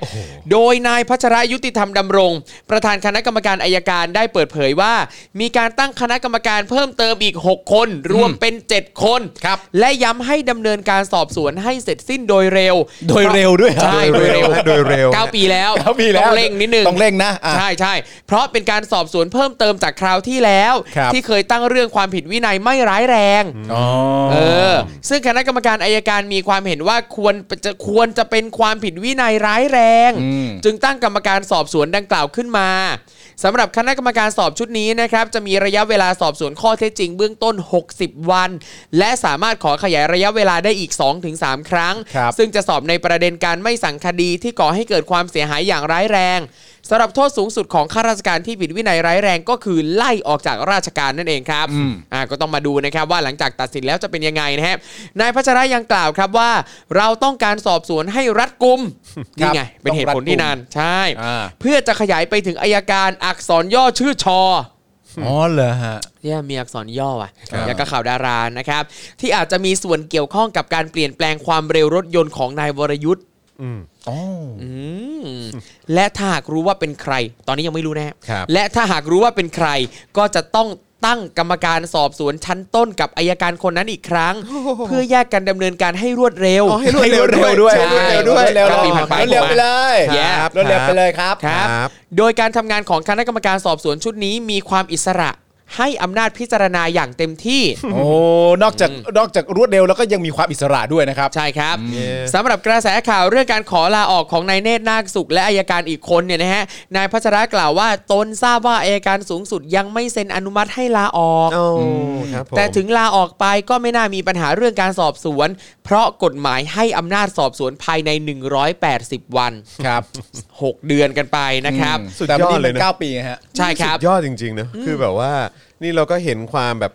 โดยนายพัชระยุติธรรมดำรง ประธานคณะกรรมการอายการได้เปิดเผยว่า มีการตั้งคณะกรรมการเพิ่มเติมอีก 6 คน รวมเป็น 7 คนครับและย้ำให้ดำเนินการสอบสวนให้เสร็จสิ้นโดยเร็ว
โดยเร็วด้วยเหรอ
ใช่โดยเร็ว
โดยเร็ว
เก้าปีแล้ว
เก้าปีแล้ว
ต้องเร่งนิดนึง
ต้องเร่งนะอ่ะ
ใช่ใช่เพราะเป็นการสอบสวนเพิ่มเติมจากคราวที่แล้ว
ครับ
ที่เคยตั้งเรื่องความผิดวินัยไม่ร้ายแรง
อ๋อ
เออ ซึ่งคณะกรรมการอายการมีความเห็นว่าควรจะควรจะเป็นความผิดวินัยร้ายแรง
อืม
จึงตั้งกรรมการสอบสวนดังกล่าวขึ้นมาสำหรับคณะกรรมการสอบชุดนี้นะครับจะมีระยะเวลาสอบสวนข้อเท็จจริงเบื้องต้น 60 วัน และสามารถขอขยายระยะเวลาได้อีก 2-3 ครั้ง
ครับ
ซึ่งจะสอบในประเด็นการไม่สั่งคดีที่ก่อให้เกิดความเสียหายอย่างร้ายแรงสำหรับโทษสูงสุดของข้าราชการที่ผิดวินัยร้ายแรงก็คือไล่ออกจากราชการนั่นเองครับอ่าก็ต้องมาดูนะครับว่าหลังจากตัดสินแล้วจะเป็นยังไงนะฮะนายพัชระยังกล่าวครับว่า เราต้องการสอบสวนให้รัด [LAUGHS] กุมนี่ไงเป็นเหตุผลที่นานใช่
อ่า
เพื่อจะขยายไปถึงอายการอักษรย่อชื่อชอ
อ๋อเหรอฮะ
เนี่ยมีอักษรย่อว่ะ
ครับ
แล้วก็ข่าวดารานะครับ ที่อาจจะมีส่วนเกี่ยวข้องกับการเปลี่ยนแปลงความเร็วรถยนต์ของนายวรยุทธ์
อืม
อ๋อ
อืมและถ้าหากรู้ว่าเป็นใคร ตอนนี้ยังไม่รู้แน่
ครับ
และถ้าหากรู้ว่าเป็นใคร ก็จะต้องตั้งกรรมการสอบสวนชั้นต้นกับอายการคนนั้นอีกครั้ง เพื่อแยกกันดำเนินการให้รวดเร็ว
อ๋อให้รวดเร็วด้วย
ให้รวดเร็วด้วยค
ใช่
รับ
รวดเร็ว
ปีผ่านไป
รวดเร็วไปเลย
แย่
ครับรวดเร็วไปเลยครับ
ครับ
ครับ
โดยการทำงานของคณะกรรมการสอบสวนชุดนี้มีความอิสระ ให้อำนาจพิจารณาอย่างเต็มที่
โอ้ นอกจาก นอกจากรวดเร็วแล้วก็ยังมีความอิสระด้วยนะครับ
ใช่ครับ
เย้
สำหรับกระแสข่าวเรื่องการขอลาออกของนายเนตรนาคสุขและอายการอีกคนเนี่ยนะฮะนายพัชระกล่าวว่าตนทราบว่าอายการสูงสุดยังไม่เซ็นอนุมัติให้ลาออก
โอ้ครับผม
แต่ถึงลาออกไปก็ไม่น่ามีปัญหาเรื่องการสอบสวน เพราะกฎหมายให้อำนาจสอบสวนภายใน 180 วัน
ครับ
6 เดือนกันไปนะครับ
อืม
สุด
แต่
ย
ไม่
อด
ได้
เล
เป็
ย
น
นะ
เก้าปีไงฮะ
ใช่ครับ
สุดยอดจริงๆนะคือแบบว่านี่เราก็เห็นความแบบ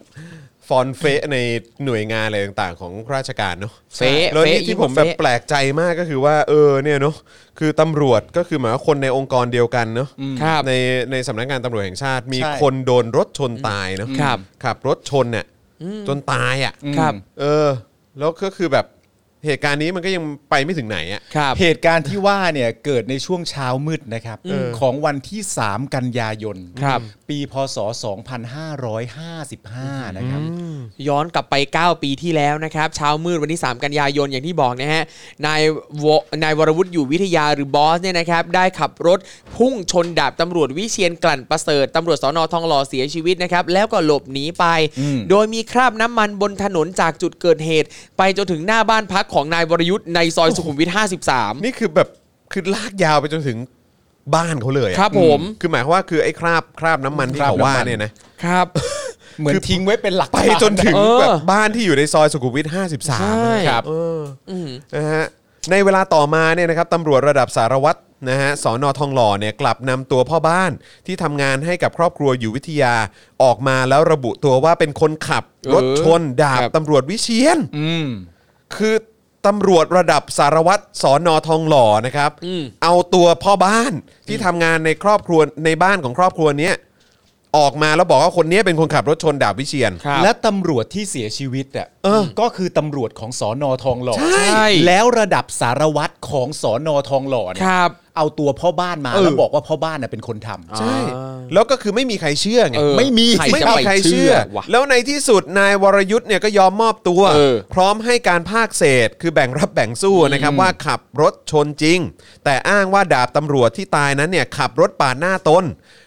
ฟอนเฟะในหน่วยงานอะไรต่างๆ ของราชการเนาะ
เฟะ
แล้วนี่
เฟะ
ที่ผมแบบ
เฟะ
แปลกใจมากก็คือว่าเออเนี่ยเนาะคือตำรวจก็คือหมายว่าคนในองค์กรเดียวกันเนาะ
ครับ
ในในสำนักงานตำรวจแห่งชาติ มี
ใช่
คนโดนรถชนตายเนาะ
ครับ
ขับรถชนเนี่ยจนตายอ่ะ
ครับ
เออ แล้วก็คือแบบเหตุการณ์นี้มันก็ยังไปไม่ถึงไหนอ่ะ
ครับ
เหตุการณ์ที่ว่าเนี่ยเกิดในช่วงเช้ามืดนะครับ
เออ
ของวันที่ 3 กันยายน
ครับ
ปีพศ 2555 นะครับ
ย้อนกลับไป 9 ปีที่แล้วนะครับ เช้ามืดวันที่ 3 กันยายนอย่างที่บอกนะฮะ นายวนายวรวุฒิอยู่วิทยาหรือบอสเนี่ยนะครับ ได้ขับรถพุ่งชนดาบตำรวจวิเชียนกลั่นประเสริฐตำรวจสอนอทองหล่อเสียชีวิตนะครับ แล้วก็หลบหนีไป
อืม
โดยมีคราบน้ำมันบนถนนจากจุดเกิดเหตุ ไปจนถึงหน้าบ้านพักของนายวรยุทธ์ในซอยสุขุมวิท 53
นี่คือแบบคือลากยาวไปจนถึงบ้านเขาเลยอะ
ครับผม
อืคือหมายความว่าคือไอ้คราบคราบน้ำมันที่
คราบ
เขาว่า
น้ำมัน
เนี่ยนะ
ครับ
เหมือนทิ้งไว้เป็นหลัก
ไป
ฐา
จนถึง
เออ
แบบบ้านที่อยู่ในซอยสุขุมวิท
ใช่
53นะครับเออ
อืม
นะฮะในเวลาต่อมาเนี่ยนะครับตำรวจระดับสารวัตรนะฮะสอนอทองหล่อเนี่ยกลับนำตัวพ่อบ้านที่ทำงานให้กับครอบครัวอยู่วิทยาออกมาแล้วระบุตัวว่าเป็นคนขับ รถชนดาบ
ครับ
ตำรวจวิเชียน
อืม
คือตำรวจระดับสารวัตรสอนอทองหล่อนะครับ
อืม
เอาตัวพ่อบ้านที่ทำงานในครอบครัวในบ้านของครอบครัวเนี้ยออกมาแล้วบอกว่าคนเนี้ยเป็นคนขับรถชนดาบวิเชียน
ครับ
และตำรวจที่เสียชีวิตอ่ะก็คือตำรวจของสอนอทองหล่อ
ใช่ใช่
แล้วระดับสารวัตรของสอนอทองหล่อ
ค
เนี่ย
รับ
เอาตัวพ่อบ้านมา
เออ
แล้วบอกว่าพ่อบ้านน่ะเป็นคนทำ
ใช่ แล้วก็คือไม่มีใครเชื่อไง
เออ
ไม่มี
ใคร
ไม่
จะ
มี
ไป
ใครเชื่อ
เชื่อวะ
แล้วในที่สุดนายวรยุทธ์เนี่ยก็ยอมมอบตัว
เออ
พร้อมให้การภาคเศษคือแบ่งรับแบ่งสู้นะครับว่าขับรถชนจริง แต่อ้างว่าดาบตำรวจที่ตายนั้นเนี่ยขับรถปาดหน้าตน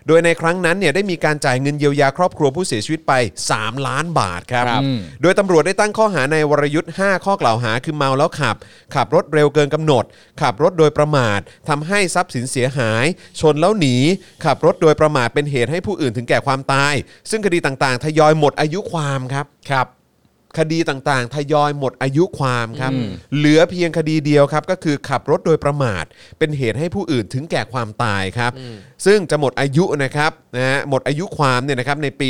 โดยในครั้งนั้นเนี่ยได้มีการจ่ายเงินเยียวยาครอบครัวผู้เสียชีวิตไป 3 ล้านบาทครับ
ครับ
โดยตำรวจได้ตั้งข้อหาในวรยุทธ์ 5 ข้อกล่าวหาคือเมาแล้วขับ ขับรถเร็วเกินกำหนด ขับรถโดยประมาททำให้ทรัพย์สินเสียหาย ชนแล้วหนี ขับรถโดยประมาทเป็นเหตุให้ผู้อื่นถึงแก่ความตาย ซึ่งคดีต่างๆ ทยอยหมดอายุความครับ ครับ คดีต่างๆ ทยอยหมดอายุความครับ เหลือเพียงคดีเดียวครับ ก็คือขับรถโดยประมาท เป็นเหตุให้ผู้อื่นถึงแก่ความตายครับ ซึ่งจะหมดอายุนะครับนะฮะหมดอายุความเนี่ยนะครับในปี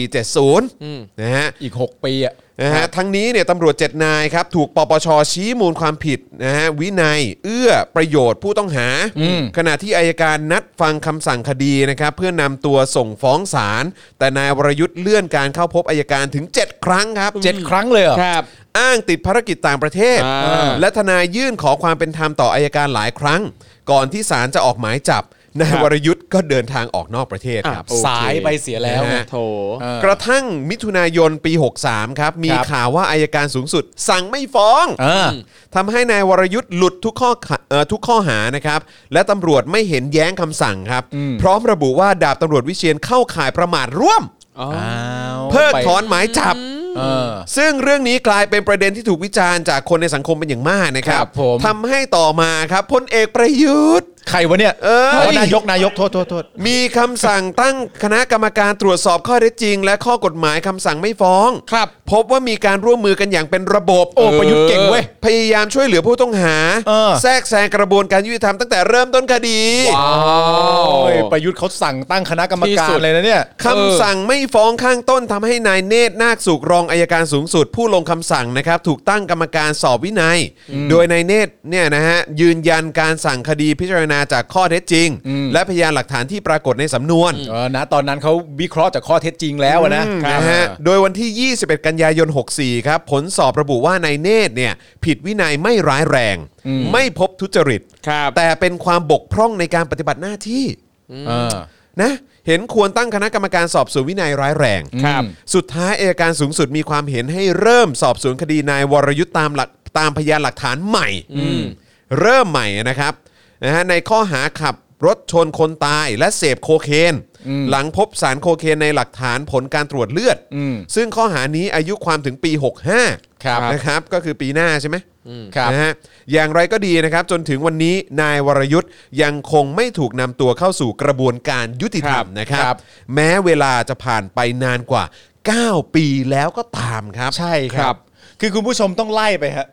70นะฮะ
อีก 6 ปีอ่ะ
นะฮะทั้งนี้เนี่ยตำรวจ 7 นายครับ ถูกปปชชี้มูลความผิดนะฮะวินัย เอื้อประโยชน์ผู้ต้องหา ขณะที่อายการนัดฟังคำสั่งคดีนะครับ เพื่อนำตัวส่งฟ้องศาลแต่นายวรยุทธ์เลื่อนการเข้าพบอายการถึง 7 ครั้งครับ
เจ็ดครั้งเลยเหรอ
ครับ
อ้างติดภารกิจต่างประเทศ
อ่า
และทนายยื่นขอความเป็นธรรมต่ออายการหลายครั้ง ก่อนที่ศาลจะออกหมายจับนายวรยุทธ์ก็เดินทางออกนอกประเทศครับ
สายไปเสียแล้ว
นะ
ไง
ฮะ
โถ
กระทั่งมิถุนายนปี 63 ครับ มี
ครับ
ข่าวว่าอายการสูงสุด สั่งไม่ฟ้อง
เออ
ทำให้นายวรยุทธ์หลุดทุกข้อขะเอ่อทุกข้อหานะครับ และตำรวจไม่เห็นแย้งคำสั่งครับ
อืม
พร้อมระบุว่าดาบตำรวจวิเชียนเข้าข่ายประมาทร่วม
อ้าว
เพิกถอนหมายจับ
เออ
ซึ่งเรื่องนี้กลายเป็นประเด็นที่ถูกวิจารณ์จากคนในสังคมเป็นอย่างมากนะครับ
ครับผม
ทำให้ต่อมาครับพลเอกประยุทธ์
ใครวะเนี่ย
เอ้ย
อ๋อนายกนายกโทษโทษโทษ
มีคำสั่งตั้งคณะกรรมการตรวจสอบข้อเท็จจริง และข้อกฎหมายคำสั่งไม่ฟ้อง
ครับ
พบว่ามีการร่วมมือกันอย่างเป็นระบบ
โอ้ประยุทธ์เก่งเว้ย
พยายามช่วยเหลือผู้ต้องหา
เออ
แทรกแซงกระบวนการยุติธรรมตั้งแต่เริ่มต้นคดี
้า
โอ้ยประยุทธ์เขาสั่งตั้งคณะกรรม
ที่
การ
สุด
เลยนะเนี่ย
คำสั่งไม่ฟ้องข้างต้นทำให้นายเนตรนาคสุกรองอายการสูงสุด ผู้ลงคำสั่งนะครับ ถูกตั้งกรรมการสอบวินัย โดยนายเนตรเนี่ยนะฮะยืนยันการสั่งคดีพิจาร ณาจากข้อเท็จจริง
อืม
และพยานหลักฐานที่ปรากฏในสำนวน
เออนะตอนนั้นเขาวิเคราะห์จากข้อเท็จจริงแล้วอะนะ
อืม
ครับ
นะฮะโดยวันที่ 21 กันยายน 64 ครับ ผลสอบระบุว่านายเนตรเนี่ยผิดวินัยไม่ร้ายแรง
อืม
ไม่พบทุจริต
ครับ
แต่เป็นความบกพร่องในการปฏิบัติหน้าที่
เออ
นะเห็นควรตั้งคณะกรรมการสอบสวนวินัยร้ายแรง
ครับ
สุดท้ายเอยการสูงสุดมีความเห็นให้เริ่มสอบสวนคดีนายวรยุทธ์ตามหลักตามพยานหลักฐานใหม่ เริ่มใหม่นะครับนะฮะในข้อหาขับรถชนคนตายและเสพโคเคน หลังพบสารโคเคนในหลักฐานผลการตรวจเลือด
อืม
ซึ่งข้อหานี้อายุความถึงปี 65
ครับ
นะครับก็คือปีหน้าใช่ไหม
ครับ
นะฮะอย่างไรก็ดีนะครับ จนถึงวันนี้นายวรยุทธ์ยังคงไม่ถูกนำตัวเข้าสู่กระบวนการยุติธรรมนะครั
ครับ บ
แม้เวลาจะผ่านไปนานกว่า 9 ปีแล้วก็ตามครับ
ใช่ครับ คือคุณผู้ชมต้องไล่ไปฮะ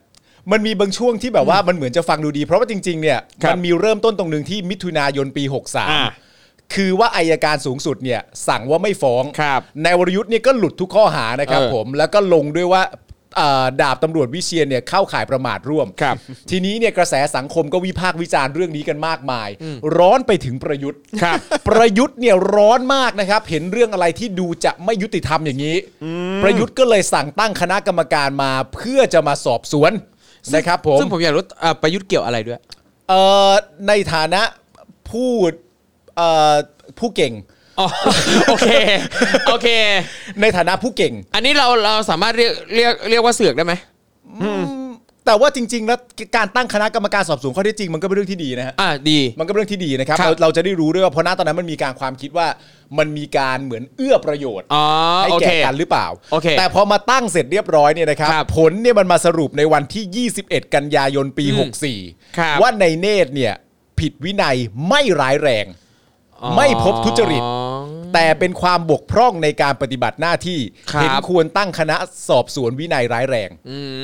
มันมีบางช่วงที่แบบว่ามันเหมือนจะฟังดูดี เพราะว่าจริง ๆ เนี่ย
ครับ
มันมีเริ่มต้นตรงหนึ่งที่มิถุนายนปี
อ่า
63 คือว่าอายการสูงสุดเนี่ยสั่งว่าไม่ฟ้อง
ครับ
นายวรยุทธ์เนี่ยก็หลุดทุกข้อหานะครับ
เออ
ผม แล้วก็ลงด้วยว่าเอ่อดาบตำรวจวิเชียนเนี่ยเข้าข่ายประมาทร่วม
ครับ
ทีนี้เนี่ยกระแสสังคมก็วิพากษ์วิจารณ์เรื่องนี้กันมากมาย ร้อนไปถึงประยุทธ์
ครับ
ประยุทธ์เนี่ยร้อนมากนะครับ เห็นเรื่องอะไรที่ดูจะไม่ยุติธรรมอย่างนี้ ประยุทธ์ก็เลยสั่งตั้งคณะกรรมการมาเพื่อจะมาสอบสวนนะครับผม
ซึ่งผมอยากรู้อ่ะประยุทธ์เกี่ยวอะไรด้วย
เอ่อในฐานะผู้เอ่อผู้เก่ง
อ๋อ [LAUGHS] โอเค โอเค
ในฐานะผู้เก่ง
อันนี้เราเราสามารถเรียกเรียกเรียกว่าเสือกได้ไหม
แต่ว่าจริง ๆ แล้วการตั้งคณะกรรมการสอบสวนข้อเท็จจริงมันก็เป็นเรื่องที่ดีนะฮะ
อ่ะดี
มันก็เป็นเรื่องที่ดีนะครับ
ครับ
เราเราจะได้รู้ด้วยว่าเพราะหน้าตอนนั้นมันมีการความคิดว่ามันมีการเหมือนเอื้อประโยชน์
อ๋อ
ให้
โอเค
แก่กันหรือเปล่า
โอเค
แต่พอมาตั้งเสร็จเรียบร้อยเนี่ยนะครับ
ครับ
ผลเนี่ยมันมาสรุปในวันที่ 21 กันยายนปี
อืมครับ
64 ว่าในเนตรเนี่ยผิดวินัยไม่ร้ายแรง
อ๋อ
ไม่พบทุจริต แต่เป็นความบกพร่องในการปฏิบัติหน้าที่
ครับ
เห็นควรตั้งคณะสอบสวนวินัยร้ายแรง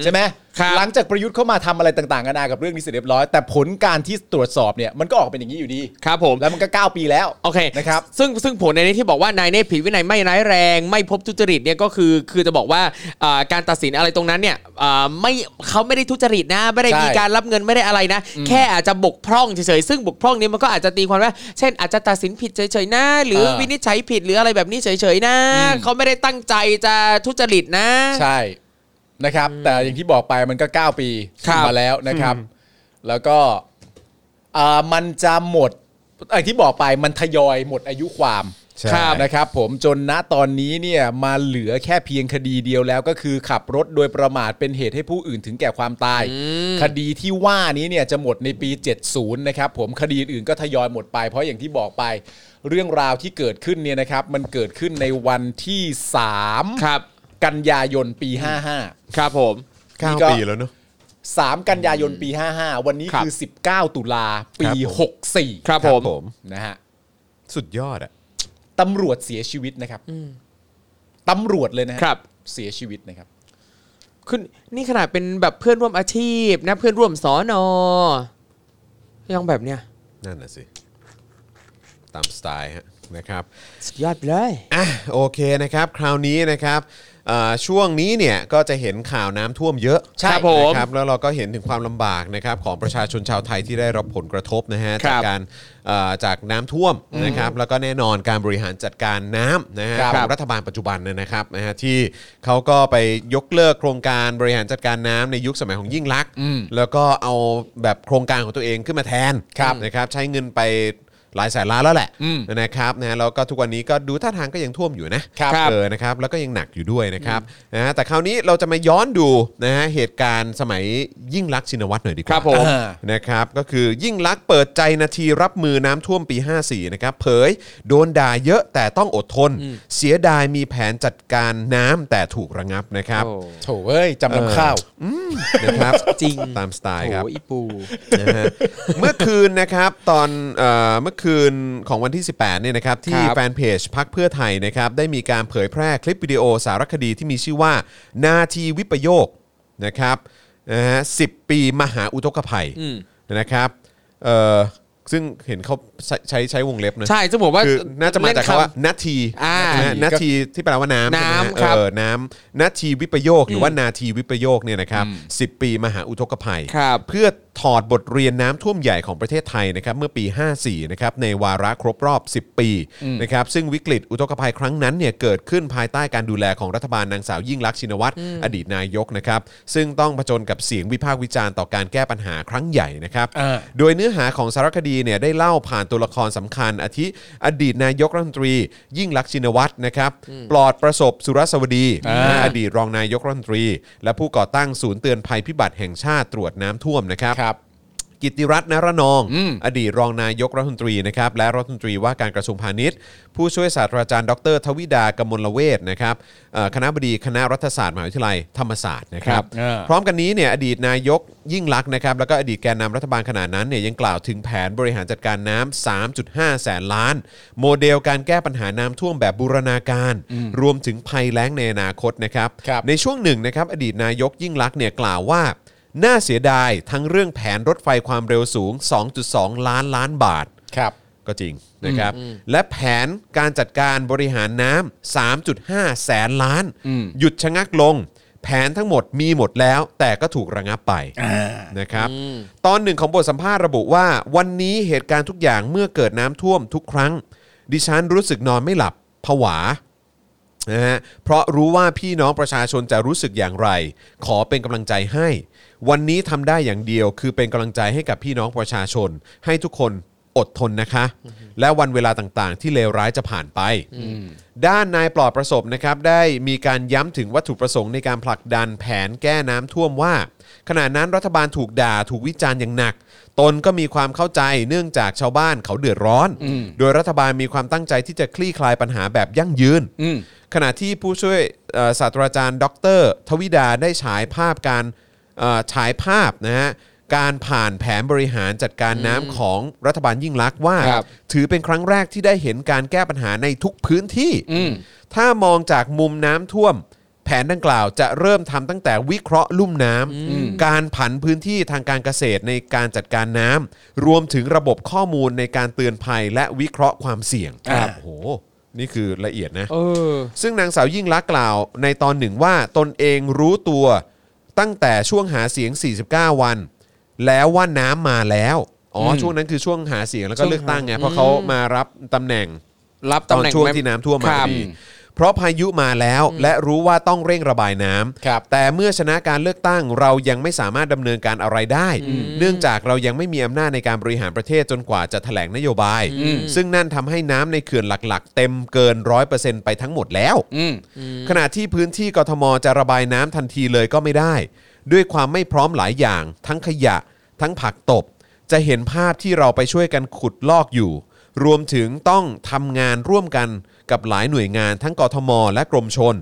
ใช่ไหม
ครับ
หลังจากประยุทธ์เข้ามาทำอะไรต่างๆกันานากับเรื่องนี้เสร็จเรียบร้อย แต่ผลการที่ตรวจสอบเนี่ยมันก็ออกเป็นอย่างนี้อยู่ดี
ครับผม
แล้วมันก็ 9 ปีแล้ว
โอเค
นะครับ
ซึ่งซึ่งผลในนี้ที่บอกว่านายเนตรผิดวินัยไม่ร้ายแรง ไม่พบทุจริตเนี่ยก็คือคือจะบอกว่าอ่าการตัดสินอะไรตรงนั้นเนี่ยอ่าไม่เขาไม่ได้ทุจริตนะ ไม่ได้
ใช่
มีการรับเงินไม่ได้อะไรนะ แค่อาจจะบกพร่องเฉยๆซึ่งบกพร่องนี้มันก็อาจจะตีความว่า เช่นอาจจะตัดสินผิดเฉยๆนะหรืออา วินิจฉัยผิดหรืออะไรแบบนี้เฉยๆนะเขาไม่ได้ตั้งใจจะทุจริตนะ
ใช่นะครับ แต่อย่างที่บอกไปมันก็ 9 ปี
ครับ
มาแล้วนะครับ แล้วก็อ่ามันจะหมดอย่างที่บอกไปมันทยอยหมดอายุความ
ใช่ครับ
นะครับผมจนณตอนนี้เนี่ยมาเหลือแค่เพียงคดีเดียวแล้วก็คือขับรถโดยประมาทเป็นเหตุให้ผู้อื่นถึงแก่ความตาย คดีที่ว่านี้เนี่ยจะหมดในปี 70 นะครับผมคดีอื่นๆก็ทยอยหมดไป เพราะอย่างที่บอกไปเรื่องราวที่เกิดขึ้นเนี่ยนะครับ มันเกิดขึ้นในวันที่สาม
ครับ
กันยายนปี
ครับผม
นี่ก็
9 ปีแล้วเนอะ
55 3 กันยายนปี 55 วันนี้
ครับ
คือ 19 ตุลาปี
ครับผม
64
ครับ
ค
ผ
รับ
ม
ผม
นะฮะ
สุดยอดอะ
ตำรวจเสียชีวิตนะครับตำรวจเลยนะฮะ
ครับ
เสียชีวิตนะครับ
คือนี่ขนาดเป็นแบบเพื่อนร่วมอาชีพนะเพื่อนร่วมสอนอยังแบบเนี้ย
นั่นน่ะสิ ตามสไตล์ฮะนะครับ
สุดยอดไปเลย
อ่ะโอเคนะครับคราวนี้นะครับเอ่อช่วงนี้เนี่ยก็จะเห็นข่าวน้ำท่วมเยอะ
ใช่ครับผม
นะครับแล้วเราก็เห็นถึงความลำบากนะครับของประชาชนชาวไทยที่ได้รับผลกระทบนะฮะ
ครั
จาก
บ
การเอ่อจากน้ำท่วมนะครับแล้วก็แน่นอนการบริหารจัดการน้ำนะฮะ
ครับ
ของรัฐบาลปัจจุบันเนยนะครับนะฮะที่เขาก็ไปยกเลิกโครงการบริหารจัดการน้ำในยุคสมัยของยิ่งลักษณ์แล้วก็เอาแบบโครงการของตัวเองขึ้นมาแทน
ครับ
นะครับใช้เงินไปหลายแสนล้านแล้วแหละ
อืม
นะครับนะฮะแล้วก็ทุกวันนี้ก็ดูท่าทางก็ยังท่วมอยู่นะ
ครับ
เออนะครับแล้วก็ยังหนักอยู่ด้วยนะครับนะฮะแต่คราวนี้เราจะมาย้อนดูนะฮะเหตุการณ์สมัยยิ่งลักษณ์ชินวัตรหน่อยดีก
ครั
ว่า
บผม
อ่า
นะครับก็คือยิ่งลักษณ์เปิดใจนาทีรับมือน้ำท่วมปี 54นะครับเผยโดนด่าเยอะแต่ต้องอดทน เสียดายมีแผนจัดการน้ำแต่ถูกระงับนะครับ
โอ้
โถเอ้ยจำลำข้าว
นะครับ
จริง
ตามสไตล์ครับ
โอ้อีปู
นะฮะ [LAUGHS] เมื่อคืนนะครับตอนเอ่อเมื่อคืนของวันที่ 18เนี่ยนะครับที่แฟนเพจพักเพื่อไทยนะครับได้มีการเผยแพร่คลิปวิดีโอสารคดีที่มีชื่อว่านาทีวิปโยคนะครับนะฮะสิปีมหาอุทกภัยนะครับเอ่อซึ่งเห็นเขาใช้ใช้ใช้วงเล็บนะ
ใช่จะบอกว่า
คือน่าจะมาจากคำว่า
เล่น
นาที
อ่า
นะฮะนาทีที่แปลว่าน้ำใช่ไหมฮะ
น้ำครับ
เออน้ำนาทีวิปโยคหรือว่านาทีวิปโยคเนี่ยนะครับสิปีมหาอุทกภัย
ครับ
เพื่อ ถอดบทเรียนน้ำท่วมใหญ่ของประเทศไทยนะครับเมื่อปี 54นะครับในวาระครบรอบ 10 ปีนะครับซึ่งวิกฤตอุทกภัยครั้งนั้นเนี่ยเกิดขึ้นภายใต้การดูแลของรัฐบาลนางสาวยิ่งลักษณ์ชินวัตรอดีตนายกนะครับซึ่งต้องผจญกับเสียงวิพากษ์วิจารณ์ต่อการแก้ปัญหาครั้งใหญ่นะครับ
อ่า
โดยเนื้อหาของสารคดีเนี่ยได้เล่าผ่านตัวละครสำคัญ อาทิ อดีตนายกรัฐมนตรี ยิ่งลักษณ์ชินวัตรนะครับ ปลอดประสบสุรสวดีอดีตรองนายกรัฐมนตรี และผู้ก่อตั้งศูนย์เตือนภัยพิบัติแห่งชาติตรวจน้ำท่วมนะครับ กิติรัตน์นรนอง อดีตรองนายกรัฐมนตรีนะครับและรัฐมนตรีว่าการกระทรวงพาณิชย์ ผู้ช่วยศาสตราจารย์ดร ทวิดากมลเวทนะครับเอ่อคณะบดีคณะรัฐศาสตร์มหาวิทยาลัยธรรมศาสตร์นะครั
ครั
บ
บเออ
พร้อมกันนี้เนี่ยอดีตนายกยิ่งลักษณ์นะครับแล้วก็อดีตแกนนำรัฐบาลขณะนั้นเนี่ยยังกล่าวถึงแผนบริหารจัดการน้ำ 3.5 แสนล้าน โมเดลการแก้ปัญหาน้ำท่วมแบบบูรณาการ รวมถึงภัยแล้งในอนาคตนะครับ
ครับ
ในช่วงหนึ่งนะครับอดีตนายกยิ่งลักษณ์เนี่ยกล่าวว่า น่าเสียดายทั้งเรื่องแผนรถไฟความเร็วสูง 2.2 ล้านล้านบาท
ครับ
ก็จริงนะครับ และแผนการจัดการบริหารน้ำ 3.5 แสนล้าน หยุดชะงักลง แผนทั้งหมดมีหมดแล้ว แต่ก็ถูกระงับไปนะครับ ตอนหนึ่งของบทสัมภาษณ์ระบุว่า วันนี้เหตุการณ์ทุกอย่างเมื่อเกิดน้ำท่วมทุกครั้ง ดิฉันรู้สึกนอนไม่หลับผวา นะฮะเพราะรู้ว่าพี่น้องประชาชนจะรู้สึกอย่างไร ขอเป็นกำลังใจให้ วันนี้ทำได้อย่างเดียว คือเป็นกำลังใจให้กับพี่น้องประชาชน ให้ทุกคนอดทนนะคะ และวันเวลาต่างๆ ที่เลวร้ายจะผ่านไป ด้านนายปลอดประสบนะครับได้มีการย้ำถึงวัตถุประสงค์ในการผลักดันแผนแก้น้ำท่วมว่า ขณะนั้นรัฐบาลถูกด่าถูกวิจารณ์อย่างหนัก ตนก็มีความเข้าใจเนื่องจากชาวบ้านเขาเดือดร้อน โดยรัฐบาลมีความตั้งใจที่จะคลี่คลายปัญหาแบบยั่งยืน ขณะที่ผู้ช่วยเอ่อศาสตราจารย์ ดร ทวิดาได้ฉายภาพการเอ่อฉายภาพนะฮะการผ่านแผนบริหารจัดการน้ำของรัฐบาลยิ่งลักษณ์ว่า
ครับ
ถือเป็นครั้งแรกที่ได้เห็นการแก้ปัญหาในทุกพื้นที่ ถ้ามองจากมุมน้ำท่วม แผนดังกล่าวจะเริ่มทำตั้งแต่วิเคราะห์ลุ่มน้ำการผันพื้นที่ทางการเกษตรในการจัดการน้ำรวมถึงระบบข้อมูลในการเตือนภัยและวิเคราะห์ความเสี่ยง
ครับ
โอ้โห นี่คือละเอียดนะ
เออ
ซึ่งนางสาวยิ่งลักษณ์กล่าวในตอนหนึ่งว่าตนเองรู้ตัวตั้งแต่ช่วงหาเสียง 49 วัน แล้วว่าน้ำมาแล้ว อ๋ออช่วงนั้นคือช่วงหาเสียงแล้วก็เลือกตั้งไงเพราะเขามารับตำแหน่ง
รับ
ต
ตำ
อ
แห
น
น่ง
ช่วง
แม่
ที่น้ำท่วมมา
ค
พ
รับ
อดีเพราะพายุมาแล้วและรู้ว่าต้องเร่งระบายน้ำ
ครับ
แต่เมื่อชนะการเลือกตั้งเรายังไม่สามารถดำเนินการอะไรได้ เนื่องจากเรายังไม่มีอำนาจในการบริหารประเทศจนกว่าจะแถลงนโยบาย ซึ่งนั่นทำให้น้ำในเขื่อนหลักๆ เต็มเกินร้อยเปอร์เซ็นต์ไปทั้งหมดแล้ว ขณะที่พื้นที่กทมจะระบายน้ำทันทีเลยก็ไม่ได้ ด้วยความไม่พร้อมหลายอย่าง ทั้งขยะ ทั้งผักตบ จะเห็นภาพที่เราไปช่วยกันขุดลอกอยู่ รวมถึงต้องทำงานร่วมกันกับหลายหน่วยงานทั้งกทม และกรมชน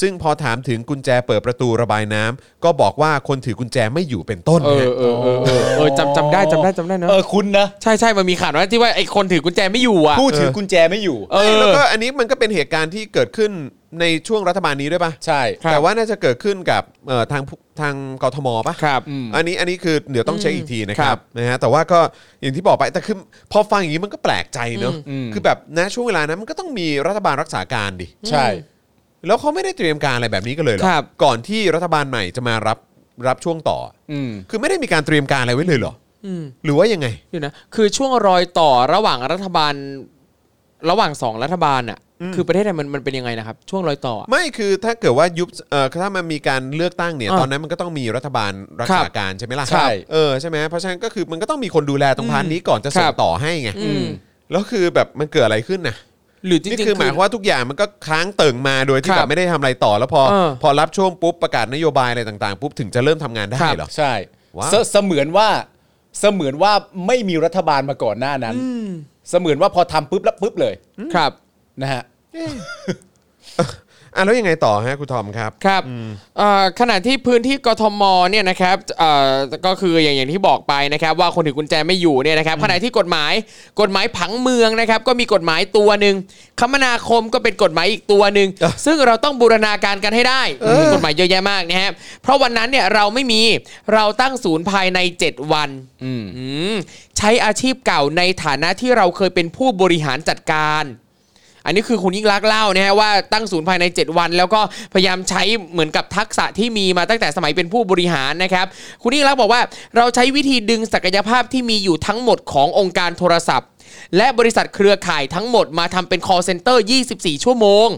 ซึ่งพอถามถึงกุญแจเปิดประตูระบายน้ำก็บอกว่าคนถือกุญแจไม่อยู่เป็นต้น
เอ
ฮะ
อเออเออเออเออจำจำได้จำได้จำได้เน
เอ
อะ
อคุณนะ
ใช่ใช่มันมีข่าวว่าที่ว่าไอ้คนถือกุญแจไม่อยู่อ่ะ
ผู้ถือกุญแจไม่อยู่
เออ
แล้วก็อันนี้มันก็เป็นเหตุการณ์ที่เกิดขึ้นในช่วงรัฐบาลนี้ด้วยปะ
ใช่
ครับ
แต่ว่าน่าจะเกิดขึ้นกับเอ่อทางผู้ทางกทมปะ
ครับ
อันนี้อันนี้คือเดี๋ยวต้องเช็คอีกทีนะค
ค
รั
รั
บบ นะฮะแต่ว่าก็อย่างที่บอกไปแต่คือพอฟังอย่างนี้มันก็แปลกใจเนอะ
อืม
คือแบบนะช่วงเวลานั้นมันก็ต้องมีรัฐบาลรักษาการดิ
ใช่
แล้วเขาไม่ได้เตรียมการอะไรแบบนี้กันเลยเหรอ
ครับ
ก่อนที่รัฐบาลใหม่จะมารับรับช่วงต่ออ
อืม
คือไม่ได้มีการเตรียมการอะไรไว้เลยเหรอ
อืม
หรือว่ายังไง
อยู่นะคือช่วงรอยต่อระหว่างรัฐบาล ระหว่างสองรัฐบาลอ่ะ
อืม
คือประเทศไทยมันมันเป็นยังไงนะครับ ช่วงรอยต่ออะ
ไม่คือถ้าเกิดว่ายุบเอ่อถ้ามันมีการเลือกตั้งเนี่ย
อ่ะ
ตอนนั้นมันก็ต้องมีรัฐบาลรักษาการใช่ไหมล่ะ
ใช่
เออใช่ไหมเพราะฉะนั้นก็คือมันก็ต้องมีคนดูแลตรงพาร์ทนี้ก่อนจะส่
ค
ง
รับ
ต่อให้ไง
อืม
แล้วคือแบบมันเกิดอะไรขึ้นนะ
หรือจริงๆ
นี่คือหมายความว่าทุกอย่างมันก็ค้างเติ่งมาโดยที่
ครับ
แบบไม่ได้ทำอะไรต่อแล้วพอ
เออ
พอรับช่วงปุ๊บประกาศนโยบายอะไรต่างๆปุ๊บถึงจะเริ่มทำงานได้เหรอ
ใช่
ว้าว
เสเสมือนว่าเสมือนว่าไม่มีรัฐบาลมาก่อนหน้านั้น เสมือนว่าพอทำปุ๊บแล้วปุ๊บเลย
ครับ
นะฮะ
อ่ะแล้วยังไงต่อฮะคุณทอมครับ
ครับเอ่อขณะที่พื้นที่กทมเนี่ยนะครับเอ่อก็คืออย่างอย่างที่บอกไปนะครับ ว่าคนถือกุญแจไม่อยู่เนี่ยนะครับขณะที่กฎหมายกฎหมายผังเมืองนะครับ ก็มีกฎหมายตัวหนึ่งคมนาคมก็เป็นกฎหมายอีกตัวหนึ่ง
เออ
ซึ่งเราต้องบูรณาการกันให้ได้
เออ
กฎหมายเยอะแยะมากนะฮะเพราะวันนั้นเนี่ยเราไม่มีเราตั้งศูนย์ภายใน 7 วันอืมใช้อาชีพเก่าในฐานะที่เราเคยเป็นผู้บริหารจัดการ อันนี้คือคุณยิ่งรักษณ์เล่านะฮะว่าตั้งศูนย์ภายใน 7 วัน แล้วก็พยายามใช้เหมือนกับทักษะที่มีมาตั้งแต่สมัยเป็นผู้บริหารนะครับ คุณยิ่งรักษณ์บอกว่าเราใช้วิธีดึงศักยภาพที่มีอยู่ทั้งหมดขององค์การโทรศัพท์ และบริษัทเครือข่ายทั้งหมดมาทำเป็น call center 24 ชั่วโมง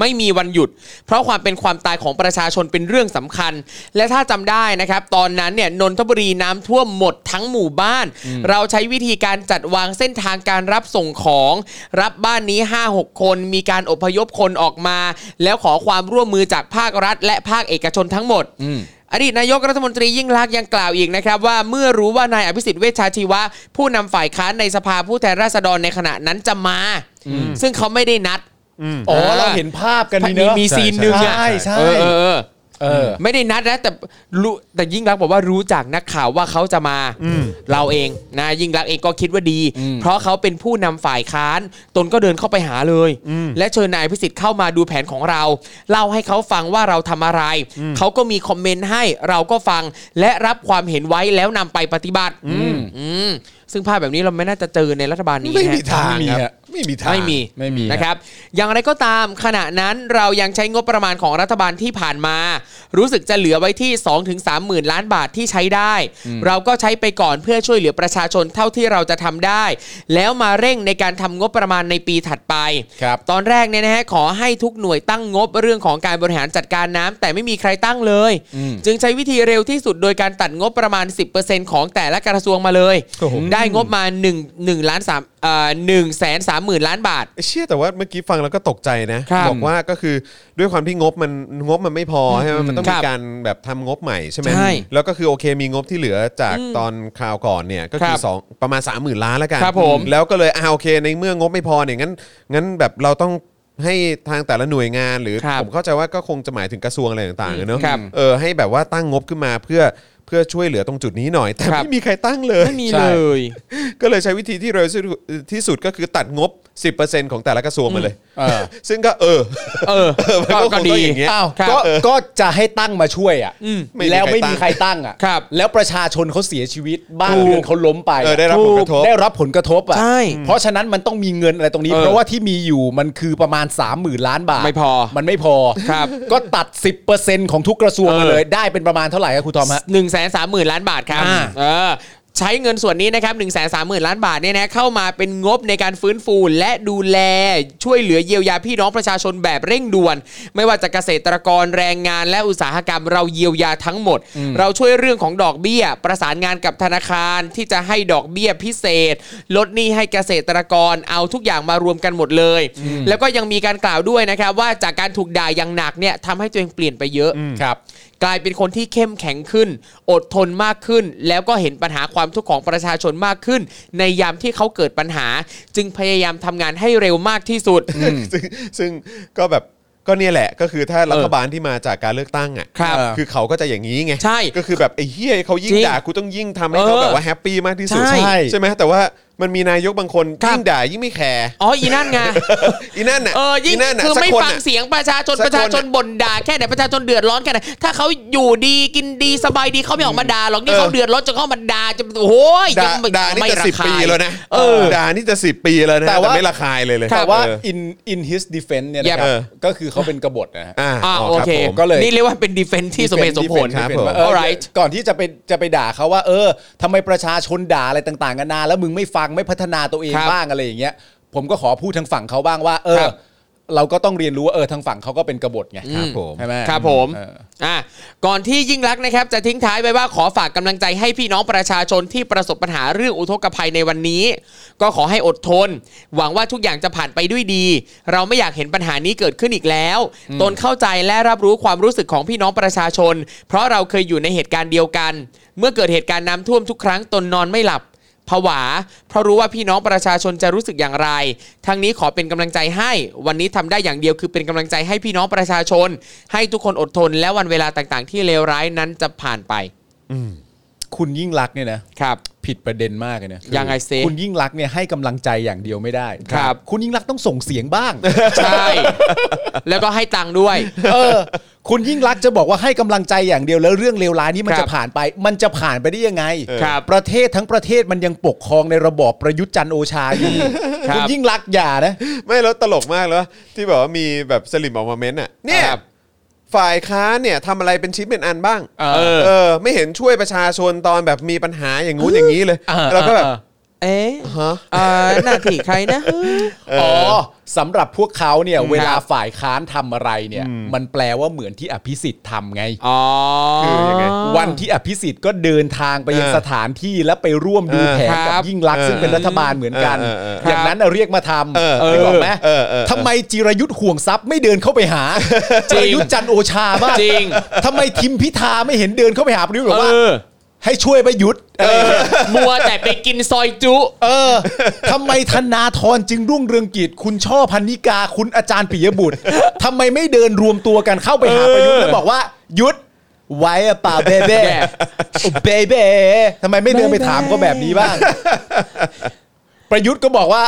ไม่มีวันหยุด เพราะความเป็นความตายของประชาชนเป็นเรื่องสำคัญ และถ้าจำได้นะครับ ตอนนั้นเนี่ยนนทบุรีน้ำท่วมหมดทั้งหมู่บ้าน เราใช้วิธีการจัดวางเส้นทางการรับส่งของ รับบ้านนี้ 5-6 คน มีการอพยพคนออกมา แล้วขอความร่วมมือจากภาครัฐ และภาคเอกชนทั้งหมด อดีตนายกรัฐมนตรียิ่งลักษณ์ยังกล่าวอีกนะครับว่าเมื่อรู้ว่านายอภิสิทธิ์เวชชาชีวะ ผู้นำฝ่ายค้านในสภาผู้แทนราษฎรในขณะนั้นจะมา ซึ่งเขาไม่ได้นัด
อ๋อเราเห็นภาพกัน
มี
นี่เนอะ
มีซีนหนึ่งอะ
ใช่ใช่
เออเออเออ
เออ
ไม่ได้นัดนะแต่รู้แต่ยิ่งรักษณ์บอกว่ารู้จากนักข่าวว่าเขาจะมาเราเองนะยิ่งรักษณ์เองก็คิดว่าดี เพราะเขาเป็นผู้นำฝ่ายค้าน ตนก็เดินเข้าไปหาเลย และเชิญนายพิสิทธิ์เข้ามาดูแผนของเรา เล่าให้เขาฟังว่าเราทำอะไร เขาก็มีคอมเมนต์ให้เราก็ฟังและรับความเห็นไว้แล้วนำไปปฏิบัติอืมซึ่งภาพแบบนี้เราไม่น่าจะเจอในรัฐบาลนี้
ไม่
ฮะ
มีทางค
ไม่มี
รับ
ฮะ
ไม่มีทาง
ไม่มี
ไม่มีฮะ
นะครับ อย่างไรก็ตามขณะนั้นเรายังใช้งบประมาณของรัฐบาลที่ผ่านมา รู้สึกจะเหลือไว้ที่ 2-3ถึงหมื่นล้านบาทที่ใช้ได้ เราก็ใช้ไปก่อนเพื่อช่วยเหลือประชาชนเท่าที่เราจะทำได้ แล้วมาเร่งในการทำงบประมาณในปีถัดไป
ครับ
ตอนแรกเนี่ยนะฮะขอให้ทุกหน่วยตั้งงบเรื่องของการบริหารจัดการน้ำแต่ไม่มีใครตั้งเลย จึงใช้วิธีเร็วที่สุดโดยการตัดงบประมาณ 10%ของแต่ละกระทรวงมาเลย ได้งบมา1 1ล้าน3เอ่อ1แสน3หมื่นล้านบาท
เชื่อแต่ว่าเมื่อกี้ฟังแล้วก็ตกใจนะครับบอกว่าก็คือด้วยความที่งบมันงบมันไม่พอใช่ไหมมันต้อง
ครับ
มีการแบบทำงบใหม่ใช่ไหม
ใช่
แล้วก็คือโอเคมีงบที่เหลือจากตอนคราวก่อนเนี่ยก็
ค
คือ
รับ
สองประมาณ 3 0,000 ล้านแล้วกัน
ครับผม
แล้วก็เลยอ่าโอเค ในเมื่องบไม่พอเนี่ยงั้นงั้นแบบเราต้องให้ทางแต่ละหน่วยงาน หรือ
ครับ
ผมเข้าใจว่าก็คงจะหมายถึงกระทรวงอะไรต่างๆอะเนอะ
ครับ
เออให้แบบว่าตั้งงบขึ้นมาเพื่อเพื่อช่วยเหลือตรงจุดนี้หน่อย แต่
ครับ
ไม่มีใครตั้งเลย
ไม่มีเลย
ก็เลยใช้วิธีที่เร็วที่สุดที่สุดก็คือตัดงบ 10%ของแต่ละกระทรวงมาเลย
เออ
[LAUGHS] ซึ่งก็เออ
เออ
เออมันก็คงต้องอย่างเงี้ย
อ้าว
ก็ก็จะให้ตั้งมาช่วยอ่ะ
ไม่มี
แล้วไม่มี
ใค
ใค
ร
ร
ตั้
ตั้
ง
งอ่ะ
ครับ
แล้วประชาชนเขาเสียชีวิตบ้านเรือนเขาล้มไป
เออได้รับผลกระทบ
ได้รับผลกระทบอ่ะ
ใช่
เพราะฉะนั้นมันต้องมีเงินอะไรตรงนี้
เออ
เพราะว่าที่มีอยู่มันคือประมาณ 3 0,000 ล้านบาท
ไม่พอ
มันไม่พอ
ครับ
ก็ตัด 10%ของทุกกระทรวงมา
เออ
เลยได้เป็นประมาณเท่าไหร่ครับครูทอมฮะ
หนึ่งแสนสามหมื่นล้านบาทครับ
อ่า
เออใช้เงินส่วนนี้นะครับ1นึ่งแสนสามหมื่นล้านบาทเนี่ยนะเข้ามาเป็นงบในการฟื้นฟูและดูแลช่วยเหลือเยียวยาพี่น้องประชาชนแบบเร่งด่วน ไม่ว่าจะเกษตรกรแรงงานและอุตสาหกรรมเราเยียวยาทั้งหมด เราช่วยเรื่องของดอกเบี้ย ประสานงานกับธนาคารที่จะให้ดอกเบี้ยพิเศษ ลดหนี้ให้เกษตรกรเอาทุกอย่างมารวมกันหมดเลย แล้วก็ยังมีการกล่าวด้วยนะครับว่าจากการถูกด่าอย่างหนักเนี่ยทำให้ตัวเองเปลี่ยนไปเยอะ
ครับ
กลายเป็นคนที่เข้มแข็งขึ้น อดทนมากขึ้น แล้วก็เห็นปัญหาความทุกข์ของประชาชนมากขึ้น ในยามที่เขาเกิดปัญหา จึงพยายามทำงานให้เร็วมากที่สุด
ซึ่งซึ่งก็แบบก็เนี่ยแหละ ก็คือถ้ารัฐบาลที่มาจากการเลือกตั้งอ่ะ
ครับ
คือเขาก็จะอย่างนี้ไง
ใช่
ก็คือแบบไอ้เฮียเขายิ่
จ
ง
ริง
ด่ากูต้องยิ่งทำให้เขา
เออ
แบบว่าแฮปปี้มากที่สุด
ใช่
ใช่ไหมแต่ว่ามันมีนายกบางคน
ครับ
ยิ่งด่ายิ่งไม่แคร์
อ๋ออีนั่นไง
อีนั่นน่ะ
เอ
[LAUGHS]
อยิ่ง
นั่นน่ะ
คือ
สัก
ไม่
น
ฟัง
น่ะ
เสียงประชาชนป
สักคน
ระชาชน
น่ะ
บ่นด่าแค่ไหนประชาชนเดือดร้อนแค่ไหนถ้าเขาอยู่ดีกินดีสบายดีเขาไม่ออกมาด่าหรอกนี่
เออ
เขาเดือดร้อนจนเขามาด่าจะโอ้ย
ด่า
ยังไม่
ด่านี่
ไม่
จะ
ระ
สิบ
คา
ปี
ย
แล้วนะ
เออ
ด่านี่จะสิบปีแล้วนะ
แต่
แต่
ว่า
ไม่ระคายเลยเลย
แต่ว่า
เออ
in in his defense เนี่ยนะค
ครั
รับ บก็คือเขาเป็นกบฏนะฮะ
อ่า
อ่า
อ๋อ
โอ
รับ
เค
ผม
ก็เลย
นี่เรียกว่าเป็นดีเฟนที่สมเหตุสมผล
ครับผม
เออ
Alright
ก่อนที่จะไปจะไปด่าเขาว่า เออทำไมประชาชนด่าอะไรต่างๆกันานาแล้วมึงไม่ฟังไม่พัฒนาตัวเอง
ครับ
บ้างอะไรอย่างเงี้ย ผมก็ขอพูดทางฝั่งเขาบ้างว่า เออ
ครับ
เราก็ต้องเรียนรู้ว่าเออทางฝั่งเขาก็เป็นกบฏไง
ครับผม
ใช่ไหม
ครับผม
เออ
อ่ะก่อนที่ยิ่งรักษณ์นะครับ จะทิ้งท้ายไว้ว่าขอฝากกำลังใจให้พี่น้องประชาชนที่ประสบปัญหาเรื่องอุทกภัยในวันนี้ ก็ขอให้อดทน หวังว่าทุกอย่างจะผ่านไปด้วยดี เราไม่อยากเห็นปัญหานี้เกิดขึ้นอีกแล้ว ตนเข้าใจและรับรู้ความรู้สึกของพี่น้องประชาชน เพราะเราเคยอยู่ในเหตุการณ์เดียวกัน เมื่อเกิดเหตุการณ์น้ำท่วมทุกครั้งตนนอนไม่หลับ ผวา เพราะรู้ว่าพี่น้องประชาชนจะรู้สึกอย่างไร ทั้งนี้ขอเป็นกำลังใจให้ วันนี้ทำได้อย่างเดียวคือเป็นกำลังใจให้พี่น้องประชาชน ให้ทุกคนอดทน และวันเวลาต่างๆ ที่เลวร้ายนั้นจะผ่านไป
คุณยิ่งรักษณ์เนี่ยนะครับ ผิดประเด็นมากเลยนะ
ยังไงเซ
คุณยิ่งรักษณ์เนี่ยให้กำลังใจอย่างเดียวไม่ได้
ครับ
คุณยิ่งรักษณ์ต้องส่งเสียงบ้าง
ใช่ แล้วก็ให้ตังค์ด้วย
เออ คุณยิ่งรักษณ์จะบอกว่าให้กำลังใจอย่างเดียวแล้วเรื่องเลวร้ายนี้มัน
ครับ
จะผ่านไป มันจะผ่านไปได้ยังไง
ครับ
ประเทศทั้งประเทศมันยังปกครองในระบอบประยุทธ์จันทร์โอชาอยู่
ครับ
คุณยิ่งรักษณ์อย่านะ
ไม่แล้วตลกมากเลยว่าที่แบบว่ามีแบบสลิมออกมาเม้นต์อ่ะเนี่ย
ครับ
ฝ่ายค้านเนี่ยทำอะไรเป็นชิ้นเป็นอันบ้าง
เออ
เออ ไม่เห็นช่วยประชาชนตอนแบบมีปัญหาอย่างงู้นอย่างนี้เลย
เออ
เราก็แบบ
เออ เอ๊ะ
ฮะ
เอ่อหน้าที่ใครนะ
เอออ๋
อ๋อสำหรับพวกเขาเนี่ยเวลาฝ่ายค้านทำอะไรเนี่ย มันแปลว่าเหมือนที่อภิสิทธิ์ทำไง
อ๋อ
คือยังไง
วันที่อภิสิทธิ์ก็เดินทางไปยัง
เออ
สถานที่และไปร่วมดู
เออ
แผนกับ
ครับ
ยิ่งลักษณ์ซึ่งเป็นรัฐบาลเหมือนกัน
เออเออเออ
อ
อย่าง
นั้นน่ะเรียกมาทำ
เออ
นึกออกไหม
เออเออเออ
ทำไมจิรยุทธ์ห่วงทรัพย์ไม่เดินเข้าไปหาจิรยุทธ์จันทร์โอชาบ้าง
จริง
ทำไมทิมพิธาไม่เห็นเดินเข้าไปหาประยุทธ์บอก
เอ
ว่า
อ
ให้ช่วยประยุทธ์อะไรอย่างเงี้ย
มัวแต่ไปกินซอยจุ
เออ ทำไมธนาธรจึงรุ่งเรืองกิจ คุณช่อพันนิกา คุณอาจารย์ปิยบุตร ทำไมไม่เดินรวมตัวกันเข้าไปหาประยุทธ์แล้วบอกว่า หยุด ไว้อะ
[LAUGHS]
เปล่าเบเบ้เบเบ้ทำไมไม่เดินไปถามก็แบบนี้บ้าง
[LAUGHS]
ประยุทธ์ก็บอกว่า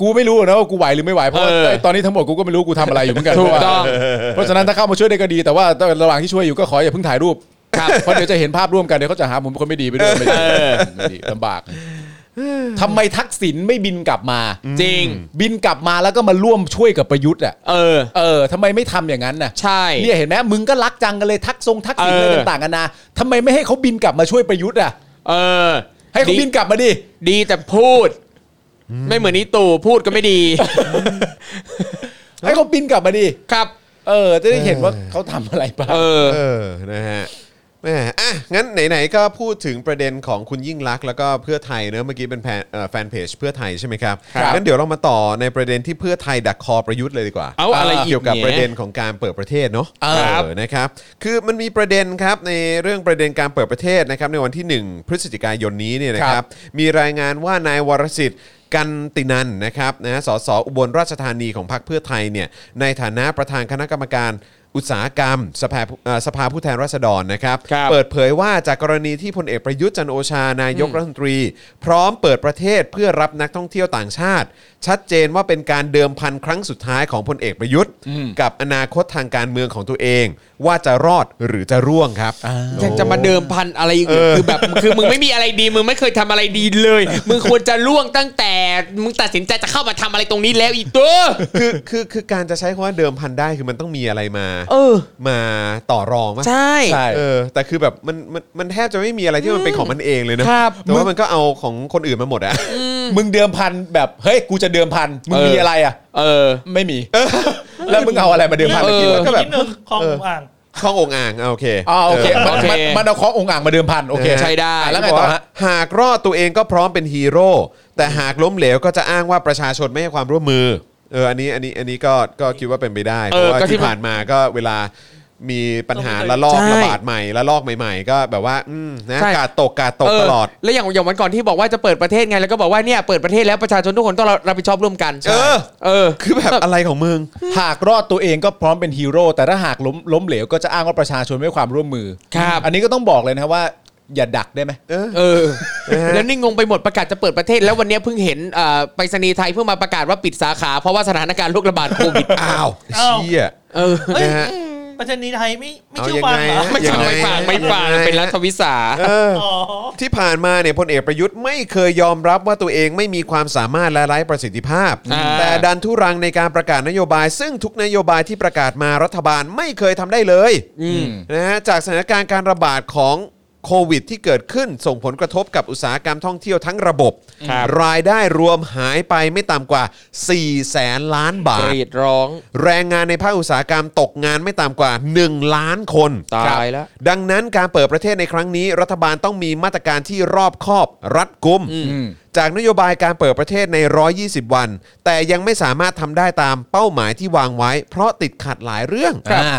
กูไม่รู้นะว่ากูไหวหรือไม่ไหว เพราะว่า
เออ
ตอนนี้ทั้งหมดกูก็ไม่รู้กูทำอะไรอยู่เหมือนกัน
ถู
เพ
ก
ราะว่า
ต้อง
เพราะฉะนั้นถ้าเข้ามาช่วยได้ก็ดี แต่ว่าระหว่างที่ช่วยอยู่ก็ขออย่าเพิ่งถ่ายรูป
ครับ
เพราะเดี๋ยวจะเห็นภาพร่วมกันเดี๋ยวเขาจะหาผมเป็นคนไม่ดีไปด้วยไม่ดีไม่ดีลำบากทำไมทักษิณไม่บินกลับมา
จริง
บินกลับมาแล้วก็มาร่วมช่วยกับประยุทธ์อ่ะ
เออ
เออทำไมไม่ทำอย่างนั้นน่ะ
ใช่
เนี่ยเห็นไหมมึงก็รักจังกันเลยทักทรงทักษิณ
เออ
อะไรต่างๆกันานาทำไมไม่ให้เขาบินกลับมาช่วยประยุทธ์อ่ะ
เออ
ให้เขา
ดี
บินกลับมาดิ
ดีแต่พูด ไม่เหมือนนี้ตู่พูดก็ไม่ดี
ให้เขาบินกลับมาดิ
ครับ
เออ จะได้เห็นว่าเขาทำอะไรบ้าง
เออ
เออ นะฮะแหม่อ่ะ งั้นไหนๆ ก็พูดถึงประเด็นของคุณยิ่งรักษณ์แล้วก็เพื่อไทยเนอะเมื่อกี้เป็นแฟนเอ่อแฟนเพจเพื่อไทยใช่ไหมครับ
ครับ
งั้นเดี๋ยวเรามาต่อในประเด็นที่เพื่อไทยดักคอประยุทธ์เลยดีกว่า
เอาอะไรอีก
เกี่ยวกับ
เนี่ย
ประเด็นของการเปิดประเทศเนาะ
เออครับ
เออนะครับ คือมันมีประเด็นครับในเรื่องประเด็นการเปิดประเทศนะครับในวันที่ 1 พฤศจิกายนนี้เนี่ยนะครับ มีรายงานว่านายวรสิทธิ์กันตินันนะครับนะฮะสสอุบลราชธานีของพรรคเพื่อไทยเนี่ยในฐานะประธานคณะกรรมการ อุตสาหกรรมสภาเอ่อสภาผู้แทนราษฎรนะครับ
ครับ
เปิดเผยว่าจากกรณีที่พลเอกประยุทธ์จันทร์โอชานายกรัฐมนตรี พร้อมเปิดประเทศเพื่อรับนักท่องเที่ยวต่างชาติ ชัดเจนว่าเป็นการเดิมพันครั้งสุดท้ายของพลเอกประยุทธ์ กับอนาคตทางการเมืองของตัวเอง ว่าจะรอดหรือจะร่วงครับ
ยังจะมาเดิมพันอะไรอีกเหรอคือแบบคือมึงไม่มีอะไรดีมึงไม่เคยทำอะไรดีเลย
[LAUGHS]
มึงควรจะล่วงตั้งแต่ มึงตัดสินใจจะเข้ามาทำอะไรตรงนี้แล้วอีตัว
คือคือคือการจะใช้คำว่าเดิมพันได้คือมันต้องมีอะไรมา
เออ
มาต่อรองมั้ย
ใช่
ใช่
เออแต่คือแบบมันมันมันแทบจะไม่มีอะไรที่มันเป็นของมันเองเลยนะครับ แต่ว่ามันก็เอาของคนอื่นมาหมดอะ
มึงเดิมพันแบบเฮ้ยกูจะเดิมพันมึง
เออ
มีอะไรอ่ะ
เออ
ไม่มี แล้วมึงเอาอะไรมาเดิมพัน
เอ
เมื่อ
อ
กี้วะ
ก็แบบ
นิดนึงของอ่าง
ข้ององอ่างอ่ะโอเค
อ๋อโอเคมัน
โอเค
มันมันเอาขององค์อ่างมาเดิมพันโอเค
ใช้ได้
อ่ะแล้วไง
บก
ต่อ
ว่า
ฮะ
หากรอดตัวเองก็พร้อมเป็นฮีโร่แต่หากล้มเหลวก็จะอ้างว่าประชาชนไม่ให้ความร่วมมือเอออันนี้อันนี้อันนี้ก็ก็คิดว่าเป็นไปได้ เพ
เออ
ราะว่า
ก็ที่
ที่ผ่านมาก็เวลามีปัญหาละลอก
ใช่
ระบาดใหม่ละลอกใหม่ ๆ ก็แบบว่าอืมนะ
ใช่
กาดตกกาดตก
เ
ตลอด
อแล้วอย่างอย่างวันก่อนที่บอกว่าจะเปิดประเทศไงแล้วก็บอกว่าเนี่ยเปิดประเทศแล้วประชาชนทุกคนต้องรับผิดชอบร่วมกัน
เออ
เออ
คือแบบอะไรของมึง
หากรอดตัวเองก็พร้อมเป็นฮีโร่แต่ถ้าหากล้มล้มเหลวก็จะอ้างว่าประชาชนไม่ให้ความร่วมมือ
ครับ
อันนี้ก็ต้องบอกเลยนะว่า อย่าดักได้ไหม
เออ
เออ แล้วนี่งงไปหมดประกาศจะเปิดประเทศ แล้ววันเนี้ยเพิ่งเห็นเอ่อไปรษณีย์ไทยเพิ่งมาประกาศว่าปิดสาขาเพราะว่าสถานการณ์โรคระบาดโควิด
อ้าว
อ้าว
เชี่ย
เออ
เฮ้ย
นะฮะ
ประชานีไทยไม่ไม่
เอา
เชื่อ
ยัง
ฟัง
ไง
เหรอ
ฮะ
ไม่ฟังไม่ฟังไม่ฟังเป็นรัฐวิสา
เออ
อ๋อ
ที่ผ่านมาเนี่ยพลเอกประยุทธ์ไม่เคยยอมรับว่าตัวเองไม่มีความสามารถและไร้ประสิทธิภาพ
อ่า
แต่ดันทุรังในการประกาศนโยบาย ซึ่งทุกนโยบายที่ประกาศมารัฐบาลไม่เคยทำได้เลยนะฮะจากสถานการณ์การระบาดของโควิดที่เกิดขึ้น ส่งผลกระทบกับอุตสาหกรรมท่องเที่ยวทั้งระบบ รายได้รวมหายไปไม่ต่ำกว่า 4 แสนล้านบาท
กรีดร้อง
แรงงานในภาคอุตสาหกรรมตกงานไม่ต่ำกว่า 1 ล้านคน
ตาย
ครับ
แล้ว
ดังนั้นการเปิดประเทศในครั้งนี้ รัฐบาลต้องมีมาตรการที่รอบคอบ รัดกุม จากนโยบายการเปิดประเทศใน 120 วัน แต่ยังไม่สามารถทำได้ตามเป้าหมายที่วางไว้ เพราะติดขัดหลายเรื่อง
อ่า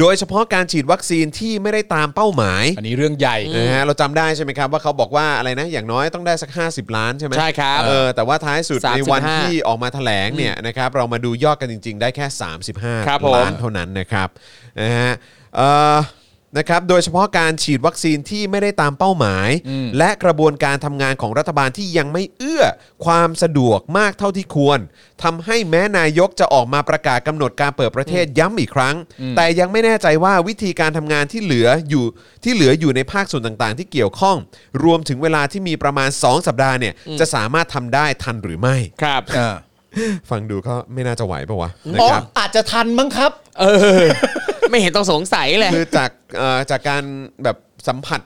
โดยเฉพาะการฉีดวัคซีนที่ไม่ได้ตามเป้าหมาย
อันนี้เรื่องใหญ่
นะฮะเราจำได้ใช่ไหมครับ ว่าเขาบอกว่าอะไรนะอย่างน้อยต้องได้สัก 50 ล้านใช่ไหม
ใช่ครับ
เออแต่ว่าท้ายสุดในวัน
35
ที่ ที่ออกมาแถลงเนี่ยนะครับเรามาดูยอดกันจริง ๆ ได้แค่ 35
ครับผม
ล้านเท่านั้นนะครับนะฮะเอ่อ นะครับโดยเฉพาะการฉีดวัคซีนที่ไม่ได้ตามเป้าหมาย และกระบวนการทำงานของรัฐบาลที่ยังไม่เอื้อความสะดวกมากเท่าที่ควรทำให้แม้นายกจะออกมาประกาศกำหนดการเปิดประเทศย้ำอีกครั้ง แต่ยังไม่แน่ใจว่าวิธีการทำงานที่เหลืออยู่ที่เหลืออยู่ในภาคส่วนต่างๆ ที่เกี่ยวข้อง รวมถึงเวลาที่มีประมาณ 2 สัปดาห์เนี่ยจะสามารถทำได้ทันหรือไม่
ครับ
อ่า
ฟังดูก็ไม่น่าจะไหวปะวะนะ
อ๋อ
ครับ
อาจจะทันมั้งครับ
เออ ไม่เห็นต้องสงสัยเลย
คือจากเอ่อจากการแบบสัมผัส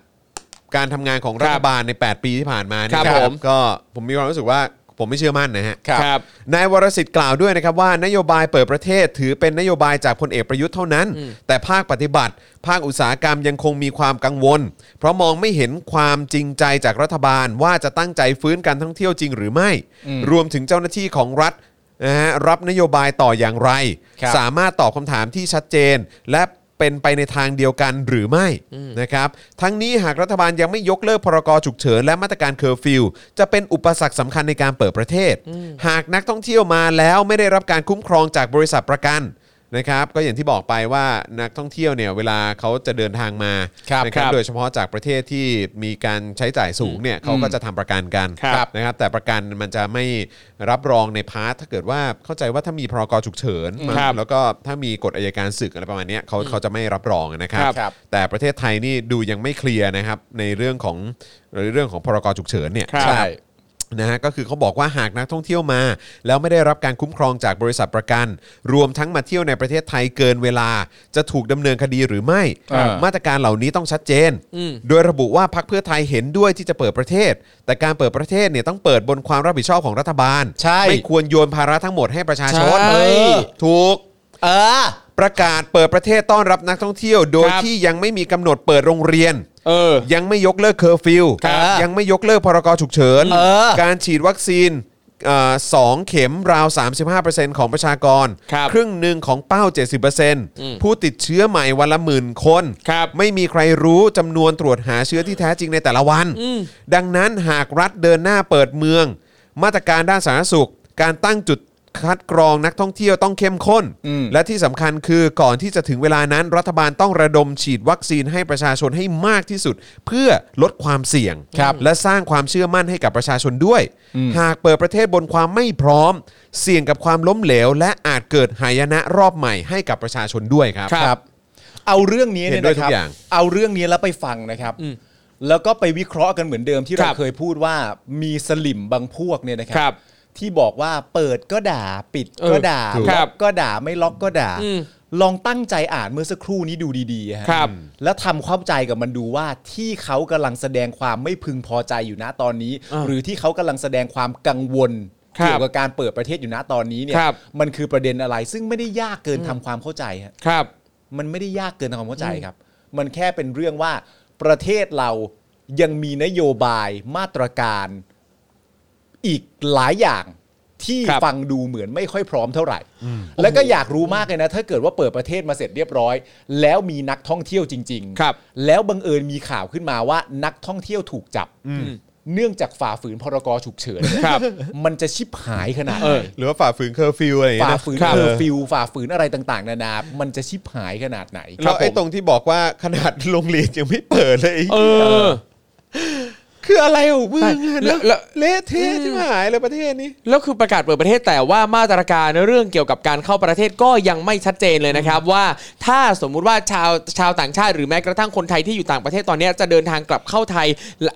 การทำงานของรัฐบาลใน 8 ปีที่ผ่านมาเนี่ย
ครับ
นะ
ผม
ก็ผมมีความรู้สึกว่าผมไม่เชื่อมั่นนะฮะ
ครับ
นายวรสิทธิ์กล่าวด้วยนะครับว่านโยบายเปิดประเทศถือเป็นนโยบายจากพลเอกประยุทธ์เท่านั้น แต่ภาคปฏิบัติ ภาคอุตสาหกรรมยังคงมีความกังวล เพราะมองไม่เห็นความจริงใจจากรัฐบาลว่าจะตั้งใจฟื้นการท่องเที่ยวจริงหรือไม่ รวมถึงเจ้าหน้าที่ของรัฐนะฮะรับนโยบายต่ออย่างไร
ครับ
สามารถตอบคำถามที่ชัดเจน และเป็นไปในทางเดียวกันหรือไม่นะครับทั้งนี้หากรัฐบาลยังไม่ยกเลิกพรกฉุกเฉินและมาตรการเคอร์ฟิวจะเป็นอุปสรรคสำคัญในการเปิดประเทศ หากนักท่องเที่ยวมาแล้วไม่ได้รับการคุ้มครองจากบริษัทประกันนะครับก็อย่างที่บอกไปว่านักท่องเที่ยวเนี่ยเวลาเขาจะเดินทางมา
ครับ
นะครั
ค
บ
รับ
โดยเฉพาะจากประเทศที่มีการใช้จ่ายสูงเนี่ยเขาก็จะทำประกันกัน
ครับ
นะครับแต่ประกันมันจะไม่รับรองในพาร์ทถ้าเกิดว่าเข้าใจว่าถ้ามีพรกฉุกเฉิน
ครั
มั้ง
บ
แล้วก็ถ้ามีกฎอายการศึกอะไรประมาณเนี้ยเขาเขาจะไม่รับรองนะครั
ครับ
ครับ
แต่ประเทศไทยนี่ดูยังไม่เคลียร์นะครับในเรื่องของเรื่องของพรกฉุกเฉินเนี่ย
ครับ
ใช่นะฮะก็คือเขาบอกว่าหากนักท่องเที่ยวมา แล้วไม่ได้รับการคุ้มครองจากบริษัทประกัน รวมทั้งมาเที่ยวในประเทศไทยเกินเวลา จะถูกดำเนินคดีหรือไม่
อ่าม
มาตรการเหล่านี้ต้องชัดเจน
อืม
โดยระบุว่าพักเพื่อไทยเห็นด้วยที่จะเปิดประเทศ แต่การเปิดประเทศเนี่ยต้องเปิดบนความรับผิดชอบของรัฐบาล
ใช่
ไม่ควรโยนภาระทั้งหมดให้ประชาชน
ใช่
ถูก
เออ
ประกาศเปิดประเทศต้อนรับนักท่องเที่ยว โดย
ครับ
ที่ยังไม่มีกำหนดเปิดโรงเรียน
เออ
ยังไม่ยกเลิกเคอร์ฟิว
ครับ
ยังไม่ยกเลิกพรกฉุกเฉิน
เออ
การฉีดวัคซีนเอ่อสองเข็มราว 35%ของประชากร
ครับ
ครึ่งหนึ่งของเป้า 70%ผู้ติดเชื้อใหม่วันละหมื่นคน
ครับ
ไม่มีใครรู้จำนวนตรวจหาเชื้อที่แท้จริงในแต่ละวัน ดังนั้นหากรัฐเดินหน้าเปิดเมือง มาตรการด้านสาธารณสุข การตั้งจุดคัดกรองนักท่องเที่ยวต้องเข้มข้น
อืม
และที่สำคัญคือก่อนที่จะถึงเวลานั้น รัฐบาลต้องระดมฉีดวัคซีนให้ประชาชนให้มากที่สุด เพื่อลดความเสี่ยง และสร้างความเชื่อมั่นให้กับประชาชนด้วย หากเปิดประเทศบนความไม่พร้อม เสี่ยงกับความล้มเหลว และอาจเกิดหายนะรอบใหม่ให้กับประชาชนด้วยครับ
ครับ
เอาเรื่องนี้เนี่ย
เห็นด้วย
นะ
ทุ
ครั
ก
บ
อย่าง
เอาเรื่องนี้แล้วไปฟังนะครับ แล้วก็ไปวิเคราะห์กันเหมือนเดิมที่
ค
เรา
รับ
เคยพูดว่ามีสลิมบางพวกเนี่ยนะครั
ครับ
ที่บอกว่าเปิดก็ด่าปิด
เออ
ก็ด่า
ถูกค
ล็
รั
อบ กก็ด่าไม่ล็อกก็ด่า
อืม
ลองตั้งใจอ่านเมื่อสักครู่นี้ดูดีๆฮะ
ครับ
แล้วทำความใจกับมันดูว่าที่เขากำลังแสดงความไม่พึงพอใจอยู่นะตอนนี้
อ่า
หรือที่เขากำลังแสดงความกังวล
ครับ
เกี่ยวกับการเปิดประเทศอยู่นะตอนนี้เนี่ย
ครับ
มันคือประเด็นอะไร ซึ่งไม่ได้ยากเกินทำความเข้าใจฮะ
ครับ
มันไม่ได้ยากเกินทำความเข้าใจครับ มันแค่เป็นเรื่องว่าประเทศเรายังมีนโยบายมาตรการอีกหลายอย่างที่
ครับ
ฟังดูเหมือนไม่ค่อยพร้อมเท่าไหร่ แล้วก็อยากรู้มากเลยนะ ถ้าเกิดว่าเปิดประเทศมาเสร็จเรียบร้อย แล้วมีนักท่องเที่ยวจริง
ครับ
แล้วบังเอิญมีข่าวขึ้นมาว่านักท่องเที่ยวถูกจับ เนื่องจากฝ่าฝืนพรกฉุกเฉินเนี่ย
ครับ
มันจะชิบหายขนาดไห
เอน อ
หรือว่าฝ่าฝืนเคอร์ฟิวอะไรอย่าง
ฝ่า
เงี้ยนะ
ฝืน
ครับ
เคอร์ฟิวฝ่าฝืนอะไรต่างๆ นานา มันจะชิบหายขนาดไหน
แล้วไอ้ตรงที่บอกว่าขนาดโรงเรียนยังไม่เปิดเลย
เออ
คืออะไรของมึง
แล้
แล้ว
วแล้ว
เละเทะที่หายเลยประเทศนี้
แล้วคือประกาศเปิดประเทศแต่ว่ามาตรการเรื่องเกี่ยวกับการเข้าประเทศก็ยังไม่ชัดเจนเลยนะครับ ว่าถ้าสมมุติว่าชาวชาวต่างชาติหรือแม้กระทั่งคนไทยที่อยู่ต่างประเทศตอนเนี้ยจะเดินทางกลับเข้าไทย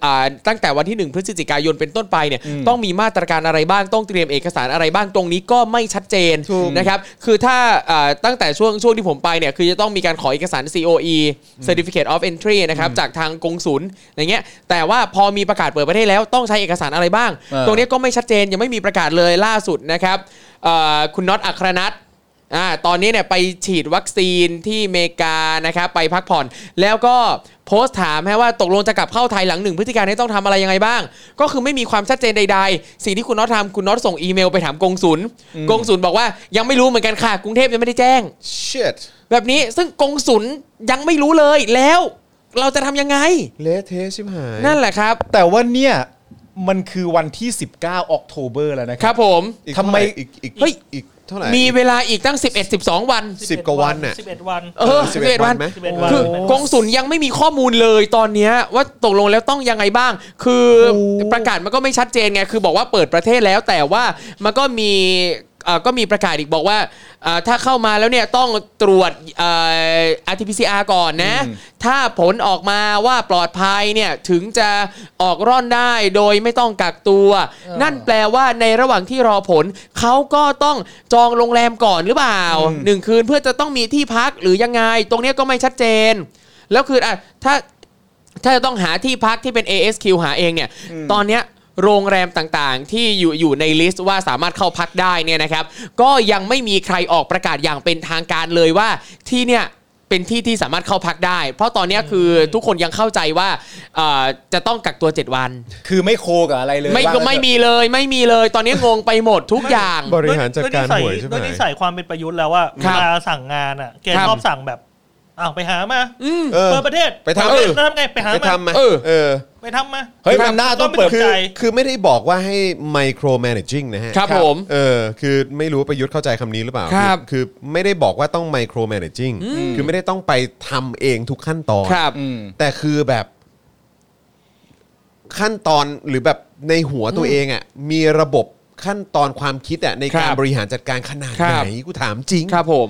อ่าตั้งแต่วันที่ 1 พฤศจิกายนเป็นต้นไปเนี่ยต้องมีมาตรการอะไรบ้างต้องเตรียมเอกสารอะไรบ้างตรงนี้ก็ไม่ชัดเจน
ถูก
นะครับคือถ้าอ่าตั้งแต่ช่วงช่วงที่ผมไปเนี่ยคือจะต้องมีการขอเอกสาร COE Certificate of Entry นะครับจากทางกงศุลอย่างเงี้ยแต่ว่าพอมีประกาศเปิดประเทศแล้วต้องใช้เอกสารอะไรบ้าง
เออ
ตรงเนี้ย ก็ไม่ชัดเจนยังไม่มีประกาศเลยล่าสุดนะครับเอ่อคุณน็อตอัครนัทอ่าตอนนี้เนี่ยไปฉีดวัคซีนที่อเมริกานะครับไปพักผ่อน แล้วก็โพสต์ถามฮะว่าตกลงจะกลับเข้าไทยหลังหนึ่งพฤศจิการนี้ต้องทำอะไรยังไงบ้าง ก็คือไม่มีความชัดเจนใด ๆ สิ่งที่คุณน็อตทำคุณน็อตส่งอีเมลไปถามกงศุลกงศุลบอกว่ายังไม่รู้เหมือนกันค่ะกรุงเทพยังไม่ได้แจ้ง
shit
แบบนี้ซึ่งกงศุลยังไม่รู้เลยแล้วเราจะทำยังไง
เละเทะชิบหาย
นั่นแหละครับ
แต่ว่าเนี่ยมันคือวันที่ 19 ออกโทเบอร์แล้วนะค
ค
รั
รับ บผม
อีก
ทำไม
เท่าหร่อีกอีก
เฮ้ย
อีก เท่าไหร่
มีเวลาอีกตั้ง 11-12 วัน
สิบกว่าวันน่ะ
สิบเอ็ดวัน
เออ
สิบ
สิบ
เอ็
เอ็
ด
ด
วั
วัน น
ไหม
สิบเอ็ดวัน
คือกองสุนยังไม่มีข้อมูลเลยตอนเนี้ยว่าตกลงแล้วต้องยังไงบ้าง คือประกาศมันก็ไม่ชัดเจนไง คือบอกว่าเปิดประเทศแล้วแต่ว่ามันก็มีเอ่อก็มีประกาศอีกบอกว่าเอ่อถ้าเข้ามาแล้วเนี่ยต้องตรวจเอ่อ RT-PCR ก่อนนะ ถ้าผลออกมาว่าปลอดภัยเนี่ยถึงจะออกร่อนได้โดยไม่ต้องกักตัว นั่นแปลว่าในระหว่างที่รอผลเขาก็ต้องจองโรงแรมก่อนหรือเปล่าหนึ่งคืนเพื่อจะต้องมีที่พักหรือยังไง ตรงเนี้ยก็ไม่ชัดเจน แล้วคืออ่ะถ้าถ้าจะต้องหาที่พักที่เป็น ASQ หาเองเนี่ย ตอนเนี้ยโรงแรมต่างๆ ที่อยู่อยู่ในลิสต์ว่าสามารถเข้าพักได้เนี่ยนะครับ ก็ยังไม่มีใครออกประกาศอย่างเป็นทางการเลยว่าที่เนี่ยเป็นที่ที่สามารถเข้าพักได้ เพราะตอนเนี้ยคือทุกคนยังเข้าใจว่าเอ่อจะต้องกักตัว 7 วัน
คือไม่โคกับอะไรเลย
ไม่
ว่า
ก็
งั้น
ไม่
เถอะ
มีเลยไม่มีเลย ตอนนี้งงไปหมดทุกอย่าง
บริหารจัดการหวยใช่ไหม
ด้วยนิสัยความเป็นประยุทธ์แล้วว่า
ค
เว
รับ
ลาสั่งงานอ่ะ แก
ครับ
ชอบสั่งแบบอ้าวไปหามา
อืม
เออ
เปิดประเทศ
ไปทำ
เปิดประเทศแล้วทำไงไปหา
ไป
มา
ทำมา
เออ
เออ
ไปทำมา
เฮ้ยมันน่าต้องเปิด
ไม่
คือ
ใจ
คือไม่ได้บอกว่าให้ micro managing นะฮะ
ครับผม
เออคือไม่รู้ว่าประยุทธ์เข้าใจคำนี้หรือเปล่า
ครับ
อไม่ได้บอกว่าต้อง micro managing คือไม่ได้ต้องไปทำเองทุกขั้นตอน
ครับ
อืม
แต่คือแบบขั้นตอนหรือแบบในหัวตัวเองอะ่ะมีระบบขั้นตอนความคิดอะ่ะใน
ครั
การ
บบ
ริหารจัดการขนาด
ครับ
ไหนกูถามจริง
ครับผม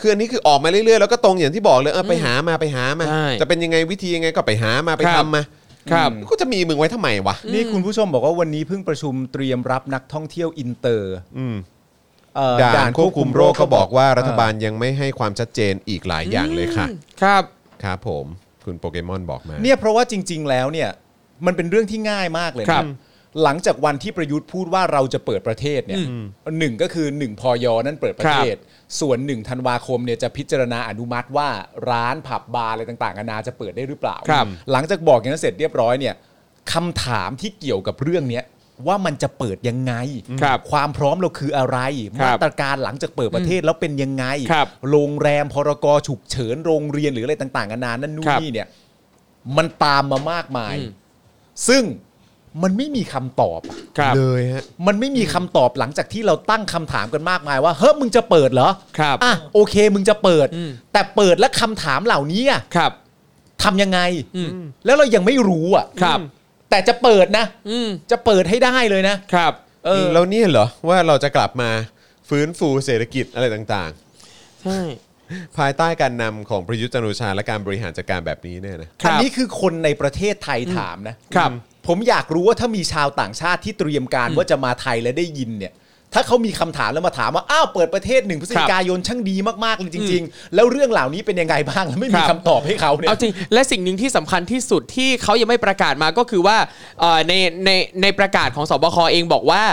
คืออันนี้คือออกมาเรื่อยๆ แล้วก็ตรงอย่างที่บอกเลยเออไปหามาไปหามา
ใช่
จะเป็นยังไงวิธียังไงก็ไปหามาไป
ครับ
ทำมา
ครับ
ก็จะมีมึงไว้ทำไมวะ
นี่คุณผู้ชมบอกว่าวันนี้เพิ่งประชุมเตรียมรับนักท่องเที่ยวอินเตอร์
อืม
เอ่อ
ด่านควบคุมโรคก็บอกว่ารัฐบา
เอ
ลยังไม่ให้ความชัดเจนอีกหลายอย่างเลยค่ะ
ครับ
ครับผมคุณโปเกมอนบอกมา
อเนี่ยเพราะว่าจริง ๆ แล้วเนี่ยมันเป็นเรื่องที่ง่ายมากเลยนะครับ หลังจากวันที่ประยุทธ์พูดว่าเราจะเปิดประเทศเนี่ยหนึ่งก็คือหนึ่งพอยอนั่นเปิดประเทศ ส่วนหนึ่งธันวาคมเนี่ยจะพิจารณาอนุมัติว่าร้านผับบาร์อะไรต่างๆนานาจะเปิดได้หรือเปล่า
ครับ
หลังจากบอกอย่างนั้นเสร็จเรียบร้อยเนี่ยคำถามที่เกี่ยวกับเรื่องเนี้ยว่ามันจะเปิดยังไง
ครับ
ความพร้อมเราคืออะไร
ครับ
มาตรการหลังจากเปิดประเทศแล้วเป็นยังไง
ครับ
โรงแรมพรกฉุกเฉินโรงเรียนหรืออะไรต่างๆนานานั่นนู่น
ครับ
นี่เนี่ย มันตามมามากมาย
อืม
ซึ่งมันไม่มีคำตอบอะ
ครับ
เลยฮะ
มันไม่มีคำตอบหลังจากที่เราตั้งคำถามกันมากมายว่าเฮ้ยมึงจะเปิดเหรอ
ครับ
อ่ะโอเค มึงจะเปิด
อืม
แต่เปิดแล้วคำถามเหล่านี้อะ
ครับ
ทำยังไง
อืม
แล้วเรายังไม่รู้อ่ะ
ครับ
แต่จะเปิดนะ
อืม
จะเปิดให้ได้เลยนะ
ครับ
เออ
แล้วเนี่ยเหรอ ว่าเราจะกลับมาฟื้นฟูเศรษฐกิจอะไรต่าง
ใช่
ๆ ภายใต้การนำของประยุทธ์จันทร์โอชาและการบริหารจัดการแบบนี้เนี่ยนะ
ครั
อัน
บ
นี้คือคนในประเทศไทยถามนะครับ ผมอยากรู้ว่าถ้ามีชาวต่างชาติที่เตรียมการว่าจะมาไทยและได้ยินเนี่ย ถ้าเขามีคำถามแล้วมาถามว่าอ้าวเปิดประเทศหนึ่งพฤศจิกายนช่างดีมากๆเลยจริง ๆ แล้วเรื่องเหล่านี้เป็นยังไงบ้างแล้วไม่มี
ค
คำ
รับ
ตอบให้เขาเนี่ย
เอาจริงและสิ่งหนึ่งที่สำคัญที่สุดที่เขายังไม่ประกาศมาก็คือว่าเอ่อในในในประกาศของสบคเองบอกว่า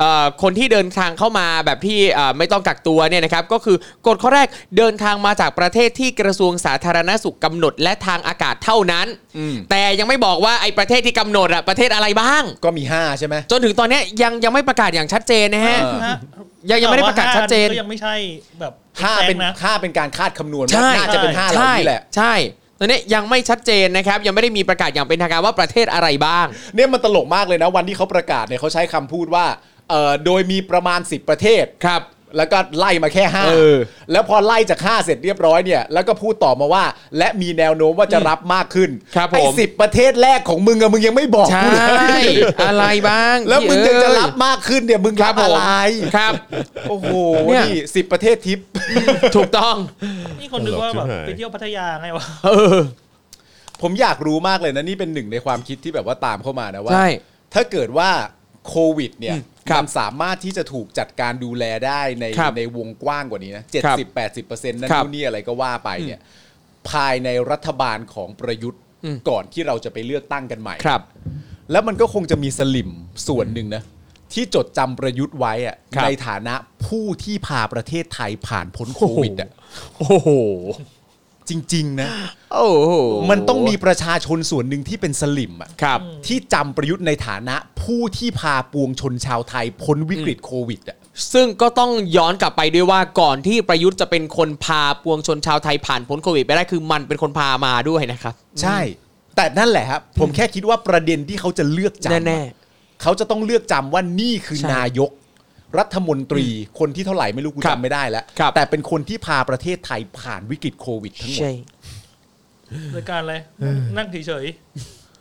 เอ่อคนที่เดินทางเข้ามาแบบที่เอ่อไม่ต้องกักตัวเนี่ยนะครับก็คือกฎข้อแรกเดินทางมาจากประเทศที่กระทรวงสาธารณสุขกำหนด และทางอากาศเท่านั้น
อืม
แต่ยังไม่บอกว่าไอ้ประเทศที่กำหนดอะประเทศอะไรบ้าง
ก็มีห้าใช่ไหม
จนถึงตอนเนี้ยยังยังไม่ประกาศอย่างชัดเจนนะฮะ
เออ
ฮะ
ยังยังไม่ได้ประกาศชัดเจน
แต่ว่าห้าอัก็ยังไม่ใช่แบบ
ห้าเป็น
แจ้งนะ
ห้าเป็นการคาดคำนวณ
ใช่
ว่าน่าจะเป็นห้าเหล่า
ใช่
นี้แหละ
ใช่ตอนนี้ยังไม่ชัดเจนนะครับ ยังไม่ได้มีประกาศอย่างเป็นทางการว่าประเทศอะไรบ้าง
เนี่ยมันตลกมากเลยนะวันที่เขาประกาศเนี่ยเขาใช้คำพูดว่าเอ่อโดยมีประมาณ 10 ประเทศ
ครับ
แล้วก็ไล่มาแค่ห้า
เออ
แล้วพอไล่จากห้าเสร็จเรียบร้อยเนี่ย แล้วก็พูดต่อมาว่า และมีแนวโน้มว่าจะรับมากขึ้น
ครับผม
ไอ้สิบประเทศแรกของมึงอะมึงยังไม่บอก
ใช่
กูเลย
อะไรบ้าง
แล้วมึง
เอ้ย
ยังจะรับมากขึ้นเนี่ยมึง
ครั
รั
บบ ผ
อะ
ม
ไร
ครับ
โอ้โห
เนี่ย
นี่สิบประเทศทิป
ถูกต้อง
นี่คนนึกว่าแบบไปเที่ยวพัทยาไงวะ
เออ
ผมอยากรู้มากเลยนะ นี่เป็นหนึ่งในความคิดที่แบบว่าตามเข้ามานะว่า
ใช่
ถ้าเกิดว่าโควิดเนี่ย
ครับ
มันสามารถที่จะถูกจัดการดูแลได้ใน
ครับ
ในวงกว้างกว่านี้นะ
ครั
70 80เปอร์เซ็นต์นั่น
ครับ
นู่นนี่อะไรก็ว่าไปเนี่ย ภายในรัฐบาลของประยุทธ์
อืม
ก่อนที่เราจะไปเลือกตั้งกันใหม่
ครับ
แล้วมันก็คงจะมีสลิมส่วนหนึ่งนะ ที่จดจำประยุทธ์ไว้อะ
ครับ
ในฐานะผู้ที่พาประเทศไทยผ่านพ้นโควิดอะ
โอ้โห
จริง ๆ นะ
โอ้โห
มันต้องมีประชาชนส่วนหนึ่งที่เป็นสลิมอะ
ครับ
ที่จำประยุทธ์ในฐานะผู้ที่พาปวงชนชาวไทยพ้นวิกฤตโควิดอ่ะ
ซึ่งก็ต้องย้อนกลับไปด้วยว่าก่อนที่ประยุทธ์จะเป็นคนพาปวงชนชาวไทยผ่านพ้นโควิดไปได้คือมันเป็นคนพามาด้วยนะครับ
ใช่ แต่นั่นแหละครับ ผมแค่คิดว่าประเด็นที่เขาจะเลือกจำอะ
แน่
เขาจะต้องเลือกจำว่านี่คือ
ใช่
นายก รัฐมนตรีคนที่เท่าไหร่ไม่รู้กู
ครับ
จำไม่ได้แล้ว
ครับ
แต่เป็นคนที่พาประเทศไทยผ่านวิกฤตโควิดทั้งหมด
ใช่
โดยการอะไรนั่งเฉย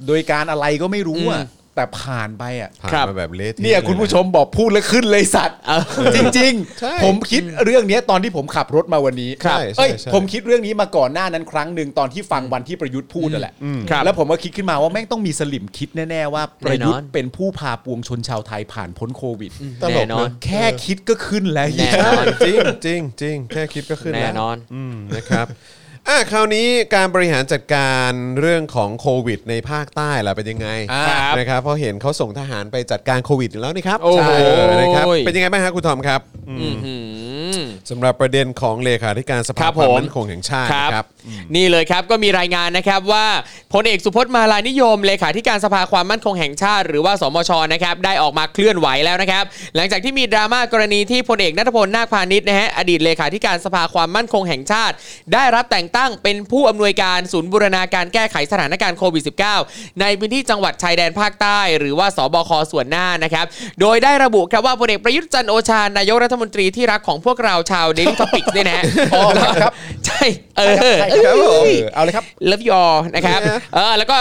โดยการอะไรก็ไม่รู้อ่ะ
อืม
แต่ผ่านไปอ่ะ
ผ่าน
ครับ
มาแบบเละทะ
เนี่ย
ล
คุณผู้ช
นะ
มบอกพูดแล้วขึ้นเลยสัตว์
เออ
จริง ๆ ผมคิดเรื่องเนี้ยตอนที่ผมขับรถมาวันนี้
ครับใช่
เอ้ย
ใช่ใช่
ผมคิดเรื่องนี้มาก่อนหน้านั้นครั้งหนึ่งตอนที่ฟังวันที่ประยุทธ์พูดนั่นแหละ
ครับ
แล้วผมก็คิดขึ้นมาว่าแม่งต้องมีสลิมคิดแน่ๆว่าประยุทธ์
แน่นอน
เป็นผู้พาปวงชนชาวไทยผ่านพ้นโควิด
ตล
แน่
ก
นอน
นะ
แค่คิดก็ขึ้นแล้ว
แน่นอน
จริงจริงจริงแค่คิดก็ขึ้นล้ว
แน่นอน
มนะครับ [LAUGHS] อ่ะคราวนี้การบริหารจัดการเรื่องของโควิด ในภาคใต้ล่ะเป็นยังไง
ครับ
นะครับเพราะเห็นเขาส่งทหารไปจัดการโควิดแล้วนี่ครับ
โอ้โห
ใช่เออนะครับเป็นยังไงบ้างครับคุณทอมครับอืม
อื้อหือ
สำหรับประเด็นของเลขาธิการสภา
ครับ
ควา
ผม ม
มั่นคงแห่งชาติ
ครับ
นะครับ
นี่เลยครับก็มีรายงานนะครับว่าพลเอกสุพจน์มาลานิยม เลขาธิการสภาความมั่นคงแห่งชาติ หรือว่าสมชนะครับได้ออกมาเคลื่อนไหวแล้วนะครับหลังจากที่มีดราม่ากรณีที่พลเอกนัทพลนาคพาณิชย์นะฮะอดีตเลขาธิการสภาความมั่นคงแห่งชาติ ได้รับแต่งตั้งเป็นผู้อำนวยการศูนย์บูรณาการแก้ไขสถานการณ์โควิด -19 ในพื้นที่จังหวัดชายแดนภาคใต้ หรือว่าสบคส่วนหน้านะครับโดยได้ระบุครับว่าพลเอกประยุทธ์จันทร์โอชานายกรัฐมนตรีที่รักของพวกเราชาวเดลิทอพิกเนี่ยนะฮะ
อ๋อครับ
ใช่เออ
ครับผมเอาเลยครับ
เลิฟยอนะครับ เออ แล้วก็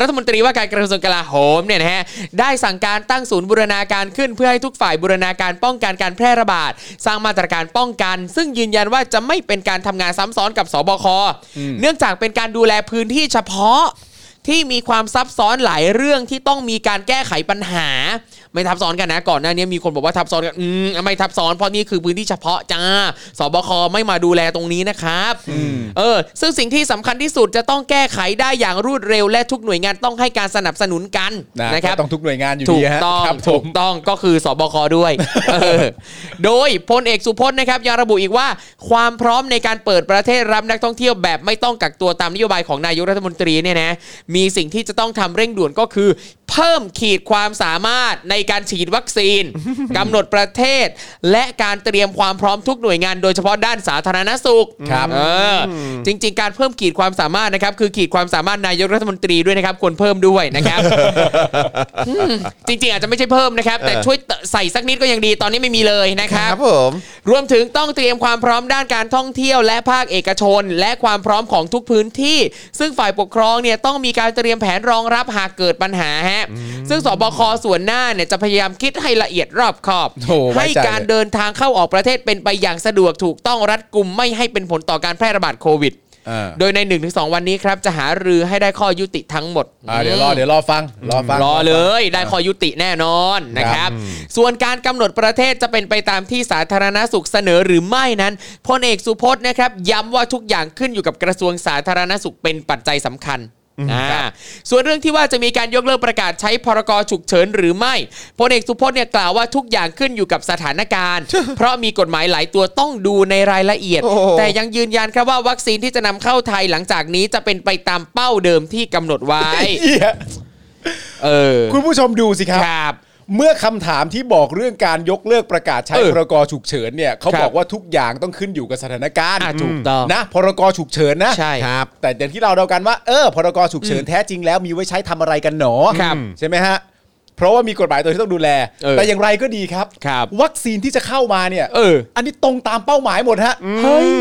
รัฐมนตรีว่าการกระทรวงกลาโหมเนี่ยนะฮะ ได้สั่งการตั้งศูนย์บูรณาการขึ้นเพื่อให้ทุกฝ่ายบูรณาการป้องกันการแพร่ระบาด สร้างมาตรการป้องกัน ซึ่งยืนยันว่าจะไม่เป็นการทำงานซ้ำซ้อนกับสบค เนื่องจากเป็นการดูแลพื้นที่เฉพาะ ที่มีความซับซ้อนหลายเรื่องที่ต้องมีการแก้ไขปัญหา ไม่ทับซ้อนกันนะก่อนหน้านี้มีคนบอกว่าทับซ้อนกันอืมไม่ทับซ้อนเพราะนี่คือพื้นที่เฉพาะจ้าสบคไม่มาดูแลตรงนี้นะครับเออ ซึ่งสิ่งที่สำคัญที่สุดจะต้องแก้ไขได้อย่างรวดเร็ว และทุกหน่วยงานต้องให้การสนับสนุนกันนะครับ
ต้องทุกหน่วยงานอยู่
ถู
ดี
ก
ฮะ
ต้อง
ครับผ
ถู
ม
กต้องก็คือสบค
[LAUGHS]
ด้วยเออโดยพลเอกสุพจน์นะครับยังระบุอีกว่า ความพร้อมในการเปิดประเทศรับนักท่องเที่ยวแบบไม่ต้องกักตัวตามนโยบายของนายกรัฐมนตรีเนี่ยนะมีสิ่งที่จะต้องทำเร่งด่วนก็คือ เพิ่มขีดความสามารถในการฉีดวัคซีน
[LAUGHS]
กำหนดประเทศ และการเตรียมความพร้อมทุกหน่วยงานโดยเฉพาะด้านสาธารณสุข
ครับ
เออจริง ๆ การเพิ่มขีดความสามารถนะครับคือขีดความสามารถนายกรัฐมนตรีด้วยนะครับควรเพิ่มด้วยนะครับ จริงๆ อาจจะไม่ใช่เพิ่มนะครับ แต่
เออ
ช่วยเตใส่สักนิดก็ยังดีตอนนี้ไม่มีเลยนะครับ
ผม
รวมถึงต้องเตรียมความพร้อมด้านการท่องเที่ยวและภาคเอกชน และความพร้อมของทุกพื้นที่ ซึ่งฝ่ายปกครองเนี่ยต้องมีการเตรียมแผนรองรับหากเกิดปัญหาฮะซึ่งสบคส่วนหน้าเนี่ยจะพยายามคิดให้ละเอียดรอบคอบ
โอ้ไว้ใจ
ให้การเดินทางเข้าออกประเทศเป็นไปอย่างสะดวกถูกต้องรัดกุมไม่ให้เป็นผลต่อการแพร่ระบาดโควิด
เออ
โดยใน 1-2 วันนี้ครับจะหารือให้ได้ข้อยุติทั้งหมด
อ่าเดี๋ยวรอเดี๋ยวรอฟังรอฟัง
รอเลยได้ข้อยุติแน่นอนนะครับ ส่วนการกำหนดประเทศจะเป็นไปตามที่สาธารณสุขเสนอหรือไม่นั้นพลเอกสุพจน์นะครับ ย้ำว่าทุกอย่างขึ้นอยู่กับกระทรวงสาธารณสุขเป็นปัจจัยสำคัญอ่าส่วนเรื่องที่ว่าจะมีการยกเลิกประกาศใช้พรกฉุกเฉินหรือไม่พลเอกสุพจน์เนี่ยกล่าวว่าทุกอย่างขึ้นอยู่กับสถานการณ์ เพราะมีกฎหมายหลายตัวต้องดูในรายละเอียด แต่ยังยืนยันครับว่าวัคซีนที่จะนำเข้าไทยหลังจากนี้จะเป็นไปตามเป้าเดิมที่กำหนดไว้
เหี้ย
เออ
คุณผู้ชมดูสิครับ
ครับ
เมื่อคำถามที่บอกเรื่องการยกเลิกประกาศใช้
เออ
พรกฉุกเฉินเนี่ยเขา
ครับ
บอกว่าทุกอย่างต้องขึ้นอยู่กับสถานการณ์
อ่ะถูกต้อง
นะพรกฉุกเฉินนะ
ใช่
ครับแต่อย่างที่เราเดากันว่าเออพรกฉุกเฉินแท้จริงแล้วมีไว้ใช้ทำอะไรกันหนอ
ครับ
ใช่ไหมฮะเพราะว่ามีกฎหมายตัวที่ต้องดูแล
เออ
แต่อย่างไรก็ดีครับ
ครับ
วัคซีนที่จะเข้ามาเนี่ย
เออ
นนี้ตรงตามเป้าหมายหมดฮะ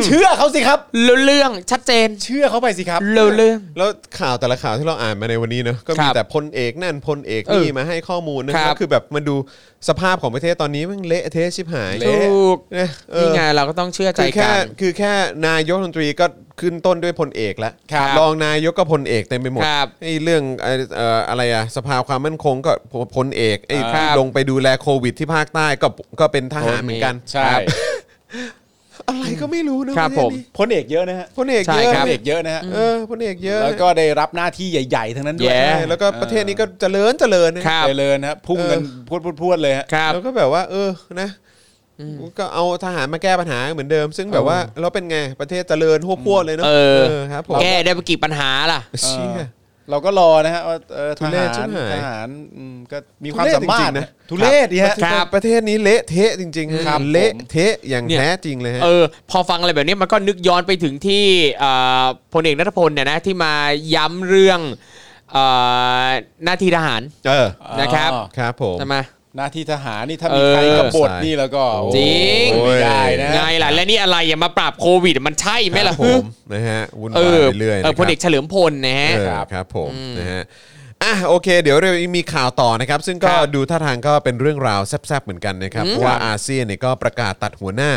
เชื่อเขาสิครับ
รู้เรื่องชัดเจน
เชื่อเขาไปสิครับ
รู้เรื่อง
แล้วข่าวแต่ละข่าวที่เราอ่านมาในวันนี้เนอะก็
ค
มี
รับ
แต่พลเอกนั่นพลเอกนี่
เออ
มาให้ข้อมูลนะค
ค
รั
รั
บบ คือแบบมาดูสภาพของประเทศตอนนี้มันเละเทะชิบหาย
เละ
ถูก
เนี่ยเออ
นี่ไงเราก็ต้องเชื่อใจ
คือ
กั
แค่
น
คือแค่นายกรัฐมนตรีก็ขึ้นต้นด้วยพลเอกแล้ว
ครับ
องนายกก็พลเอกเต็มไปหมด
ครับ
ไอ้เรื่องไอ้เอ่ออะไรอะสภาความมั่นคงก็พลเอกไอ้
ครับ
ลงไปดูแลโควิดที่ภาคใต้ก็ก็เป็นทหารเหมือนกัน
ใช่
ครับอะไรก็ไม่รู้นะครับ ปะเทศ
ผม
นี้
พลเอกเยอะนะฮะ
พลเอก
ใช่
เยอะ
ครับ
พลเอกเยอะนะฮะ
เออพลเอกเยอะ
แล้วก็ได้รับหน้าที่ใหญ่ ๆ ทั้งนั้นด้วย
แย่
ใช่แล้วก็ประเทศนี้ก็เจริญเจริญนะครับ
เจริญนะครับพุ่งกันพรวดพรวดพรวดเลยฮะ
ครับ
แล้วก็แบบว่า เออนะก็เอาทหารมาแก้ปัญหาเหมือนเดิม ซึ่งแบบว่าเราเป็นไงประเทศเจริญหัวพวดเลยเนาะ
เออ
ครับผม
แก้ได้ไปกี่ปัญหาล่ะ
เชี่ย
เราก็รอนะฮะว่าเอ่อ
ทุ
ท
เรศ
หาร
ชิบหาย
ทหารอืมก็มีความสามาร
ทุเรศจริ
ถ
งๆนะ
ทุเรศดีฮะ
ครับ
ประเทศนี้เละเทะจริงๆฮะ
ครับผม
เละเทะอย่างแท้จริงเลยฮะ
เออ พอฟังอะไรแบบนี้มันก็นึกย้อนไปถึงที่เอ่อพลเอกนัทพลเนี่ยนะที่มาย้ำเรื่องเอ่อหน้าที่ทหาร
เออ
นะครับ
อ๋อ
ครับผม
ใช่ไหม
หน้าที่ทหารนี่ถ้ามีใคร
เออก
บฏนี่แล้วก็
จริง
โอ้ยไม่ได้นะ
ไงล่ะและนี่อะไรอย่ามาปราบโควิดมันใช่ไหม
ครั
ล่ะ
บผมนะฮะวุ่น
เอ
วาย
อ
ไปเรื่อยนะ
เออ
ครับ
พลเอกเฉลิมพลนะฮะ
เออครับผมนะฮะอ่ะโอเค เดี๋ยวเรามีข่าวต่อนะครับ ซึ่งก็
ครับ
ดูท่าทางก็เป็นเรื่องราวแซ่บๆเหมือนกันนะครับเพราะว่าอาเซียนเนี่ยก็ประกาศตัดหัวหน้า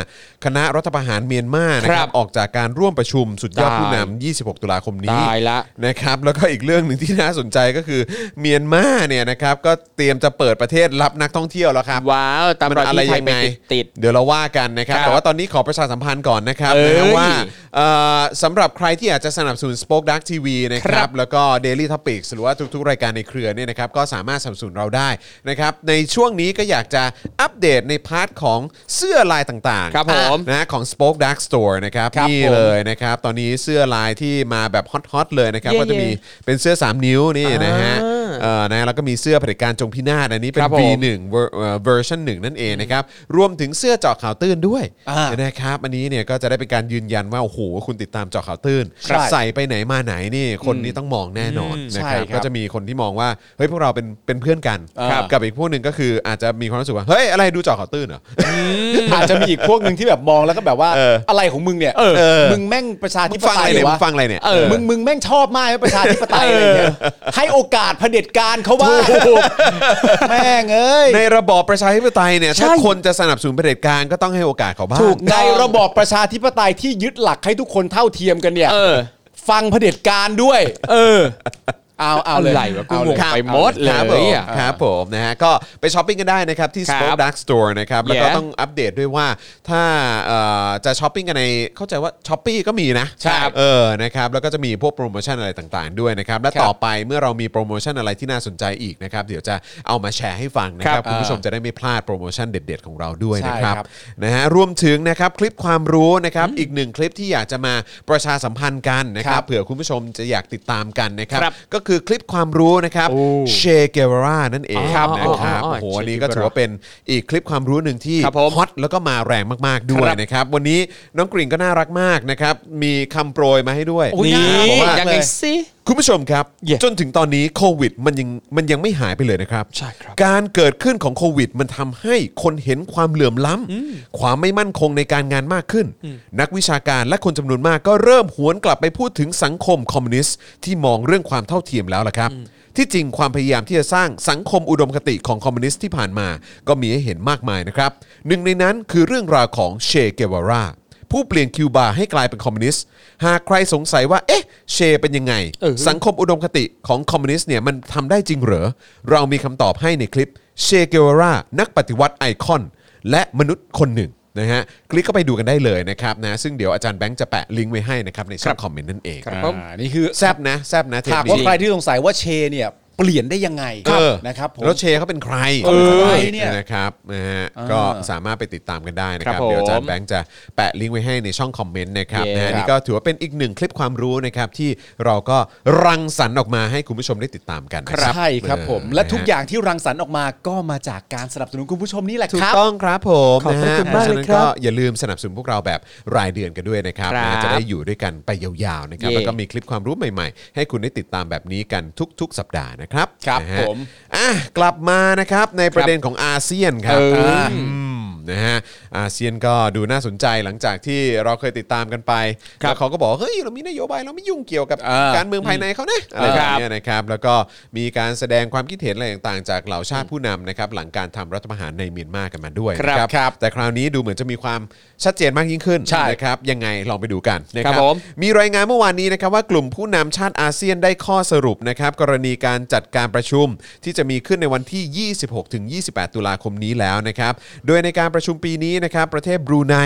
คณะรัฐประหารเมียนมานะ
ค
ค
รั
รับบ ออกจากการร่วมประชุมสุดยอด
ได้
ผู้นำ 26 ตุลาคมนี้
ได้ละ
นะครับแล้วก็อีกเรื่องหนึ่งที่น่าสนใจก็คือเมียนมาเนี่ยนะครับก็เตรียมจะเปิดประเทศรับนักท่องเที่ยวแล้วครับ
ว้าวตามรอยที่ไทยไปติด
เดี๋ยวเราว่ากันนะครับ
ครับ
แต่ว่าตอนนี้ขอประชาสัมพันธ์ก่อนนะครับ
เอ้ย
นะฮะว่าเอ่อสำหรับใครที่อยากจะสนับสนุน Spoke Dark TV นะค
ครั
รับ
บ
แล้วก็ Daily Topics หรือว่าทุกๆ รายการในเครือเนี่ยนะครับ ก็สามารถสนับสนุนเราได้นะครับ ในช่วงนี้ก็อยากจะอัปเดตในพาร์ทของเสื้อลายต่างๆ
ครับผม
นะของ Spoke Dark Store นะครับ
ครับ
นี่
ผม
เลยนะครับ ตอนนี้เสื้อลายที่มาแบบฮอตๆเลยนะครับ
เย่ๆ
ก็จะมีเป็นเสื้อ 3 นิ้วนี่นะฮะ
อ่า
เอ่อนะแล้วก็มีเสื้อเผด็จการจงพินาศอันนี้เป็
ครั
น
บผม
V1 1เวอร์เอ่อ version หนึ่งนั่นเองนะครับ รวมถึงเสื้อเจาะข่าวตื้นด้วยนะครับ อันนี้เนี่ยก็จะได้เป็นการยืนยันว่า โอ้โห คุณติดตามเจาะข่าวตื้น
ใช่
ใส่ไปไหนมาไหนนี่คนนี้ต้องมองแน่นอน
อืม
นะครับ
ใช่ครับ
ก็จะมีคนที่มองว่า เฮ้ย พวกเราเป็นเป็นเพื่อนกัน
ครับ
กับอีกพวกหนึ่งก็คืออาจจะมีความรู้สึกว่า เฮ้ย อะไรดูเจาะข่าวตื้นเหรอ
อาจจะมีอีกพวกหนึ่งที่แบบมองแล้วก็แบบว่า
เอออ
อะไรของมึงเนี่ย
เออ
มึงแม่งประชา
มึ
ธิ
ง
ป
ฟัง
ไต
อะไร
ยเหร
เนี่ย
อ
มึ
วะ
งฟังอะไรเนี่ย
เออ
มึงมึงแม่งชอบมากไหมประชาธิปไตยอะไรอย่างเงี้ยให้โอกาสเผด็จการเขาบ้างแม่งเอ้ย
ในระบอบประชาธิปไตยเนี่ย ถ้า
ใช่
คนจะสนับสนุนเผด็จการก็ต้องให้โอกาสเขาบ้าง
ถูกในระบอบประชาธิปไตยที่ยึดหลักให้ทุกคนเท่าเทียมกันเนี่ย
เออ
ฟังเผด็จการด้วย
เออ
เอาเอาเลย
อะไรวะกู
เอา
ง
เลย
ง ไปหมดเลย
ครับผม
อ่ะ
ครับผมนะฮะก็ไปช้อปปิ้งกันได้นะครับ ที่
ครับ
Spoke Dark Store นะครับ แล้วก็
แย่
ต้องอัปเดตด้วยว่าถ้าเอ่อจะช้อปปิ้งกันในเข้าใจว่าช้อปปีก็มีนะ
ใช่ครับ
เออนะครับแล้วก็จะมีพวกโปรโมชั่นอะไรต่างๆ ด้วยนะครับ และต่อไปเมื่อเรามีโปรโมชั่นอะไรที่น่าสนใจอีกนะครับ เดี๋ยวจะเอามาแชร์ให้ฟังนะครับ
ครับ
คุณผู้ชมจะได้ไม่พลาดโปรโมชั่นเด็ด ๆ ของเราด้วยนะครับ
ใช่ครับ
นะฮะรวมถึงนะครับคลิปความรู้นะครับอีกหนึ่งคลิปที่อยากจะมาประชาสัมพันธ์กันนะครับเผื่อคุณผู้ชมจะอยากติดตามกันนะครับ
ครับ
ก็คือคลิปความรู้นะครับเชเกวารานั่นเอง
ครับ
นะครับ
อ๋ออ๋อ
โอ้โห
เช
อันนี้ก็
เกวาร่า
ถือว่าเป็นอีกคลิปความรู้หนึ่งที่
ครับผม
ฮอตแล้วก็มาแรงมากๆด้วย
ครับ
นะครับ วันนี้น้องกริ่งก็น่ารักมากนะครับ มีคำโปรยมาให้ด้วย
โอ้ย
นี่
น่ารัก
บอกว่า
จังเลย
สิ
คุณผู้ชมครับ
เย่
จนถึงตอนนี้โควิดมันยังมันยังไม่หายไปเลยนะครับ
ใช่ครับ
การเกิดขึ้นของโควิด มันทำให้คนเห็นความเหลื่อมล้ำความไม่มั่นคงในการงานมากขึ้น นักวิชาการและคนจำนวนมากก็เริ่มหวนกลับไปพูดถึงสังคมคอมมิวนิสต์ที่มองเรื่องความเท่าเทียมแล้วล่ะครับ ที่จริงความพยายามที่จะสร้างสังคมอุดมคติของคอมมิวนิสต์ที่ผ่านมา ก็มีให้เห็นมากมายนะครับ หนึ่งในนั้นคือเรื่องราวของเชเกวารา ผู้เปลี่ยนคิวบาให้กลายเป็นคอมมิวนิสต์ หากใครสงสัยว่า เอ๊ะ เชเป็นยังไง สังคมอุดมคติของคอมมิวนิสต์เนี่ยมันทำได้จริงเหรอ เรามีคำตอบให้ในคลิปเชเกวารา นักปฏิวัติไอคอน และมนุษย์คนหนึ่งนะฮะ คลิกเข้าไปดูกันได้เลยนะครับนะ ซึ่งเดี๋ยวอาจารย์แบงค์จะแปะลิงก์ไว้ให้นะครับในช่องคอมเมนต์นั่นเอง
ครับ
อ่านี่คือ
แซบนะแซบนะเทป
หาก
นี้
ว่าใครที่สงสัยว่าเชเนี่ยเปลี่ยนได้ยังไง
เออ
นะครับผม
แล้วเชเขาเป็นใคร
เอ
ขา
อ
ป็นใคร
เนี่ย
นะครับนะฮะ
อ่า
ก็สามารถไปติดตามกันได้นะค
ค
รั
รั
บบ
ผม
เดี๋ยวอาจารย์แบงค์จะแปะลิงก์ไว้ให้ในช่องคอมเมนต์นะครับ
เย้
นะฮะนี่ก็ถือว่าเป็นอีกหนึ่งคลิปความรู้นะครับที่เราก็รังสรรค์ออกมาให้คุณผู้ชมได้ติดตามกันนะครับ
ใช่ครับผม และทุก
นฮ
อย่างที่รังสรรค์ออกมาก็มาจากการสนับสนุนคุณผู้ชมนี่แหละ
ถูก
ครับ
ต้องครับผม
ขอบพระ
นฮ
คุณมากเล
พะฉะ
ย
นั้น
ค
ก็
รับ
อย่าลืมสนับสนุนพวกเราแบบรายเดือนกันด้วยนะครับ
ครับ
นะจะได้อยู่ด้วยกันไปยาวๆนะครับ
เย่
แล้วก็มีคลิปความรู้ใหม่ๆ ให้คุณได้ติดตามแบบนี้กันทุก ๆ สัปดาห์นะครับ
ครับ
นะฮะ
ผม
อ่ะกลับมานะครับในประเด็นของอาเซียนครับมนะฮะอาเซียนก็ดูน่าสนใจหลังจากที่เราเคยติดตามกันไปแล้วเขาก็บอกว่าเฮ้ยเรามีนโยบายเราไม่ยุ่งเกี่ยวกับ
อ่า
การเมืองภายในเขานะอะไรแบบเนี้ยนะครับ แล้วก็มีการแสดงความคิดเห็นอะไรต่างๆ จากเหล่าชาติผู้นำนะครับหลังการทำรัฐประหารในเมียนมากันมาด้วย ด้วยนะครับ
ครับ
แต่คราวนี้ดูเหมือนจะมีความชัดเจนมากยิ่งขึ้น
ใช่
นะครับยังไงลองไปดูกันนะ
ค
ค
รั
รับบ
ผม
มีรายงานเมื่อวานนี้นะครับว่ากลุ่มผู้นำชาติอาเซียนได้ข้อสรุปนะครับกรณีการจัดการประชุมที่จะมีขึ้นในวันที่ 26-28 ตุลาคมนี้แล้วนะครับโดยในการประชุมปีนี้นะครับประเทศบรูไน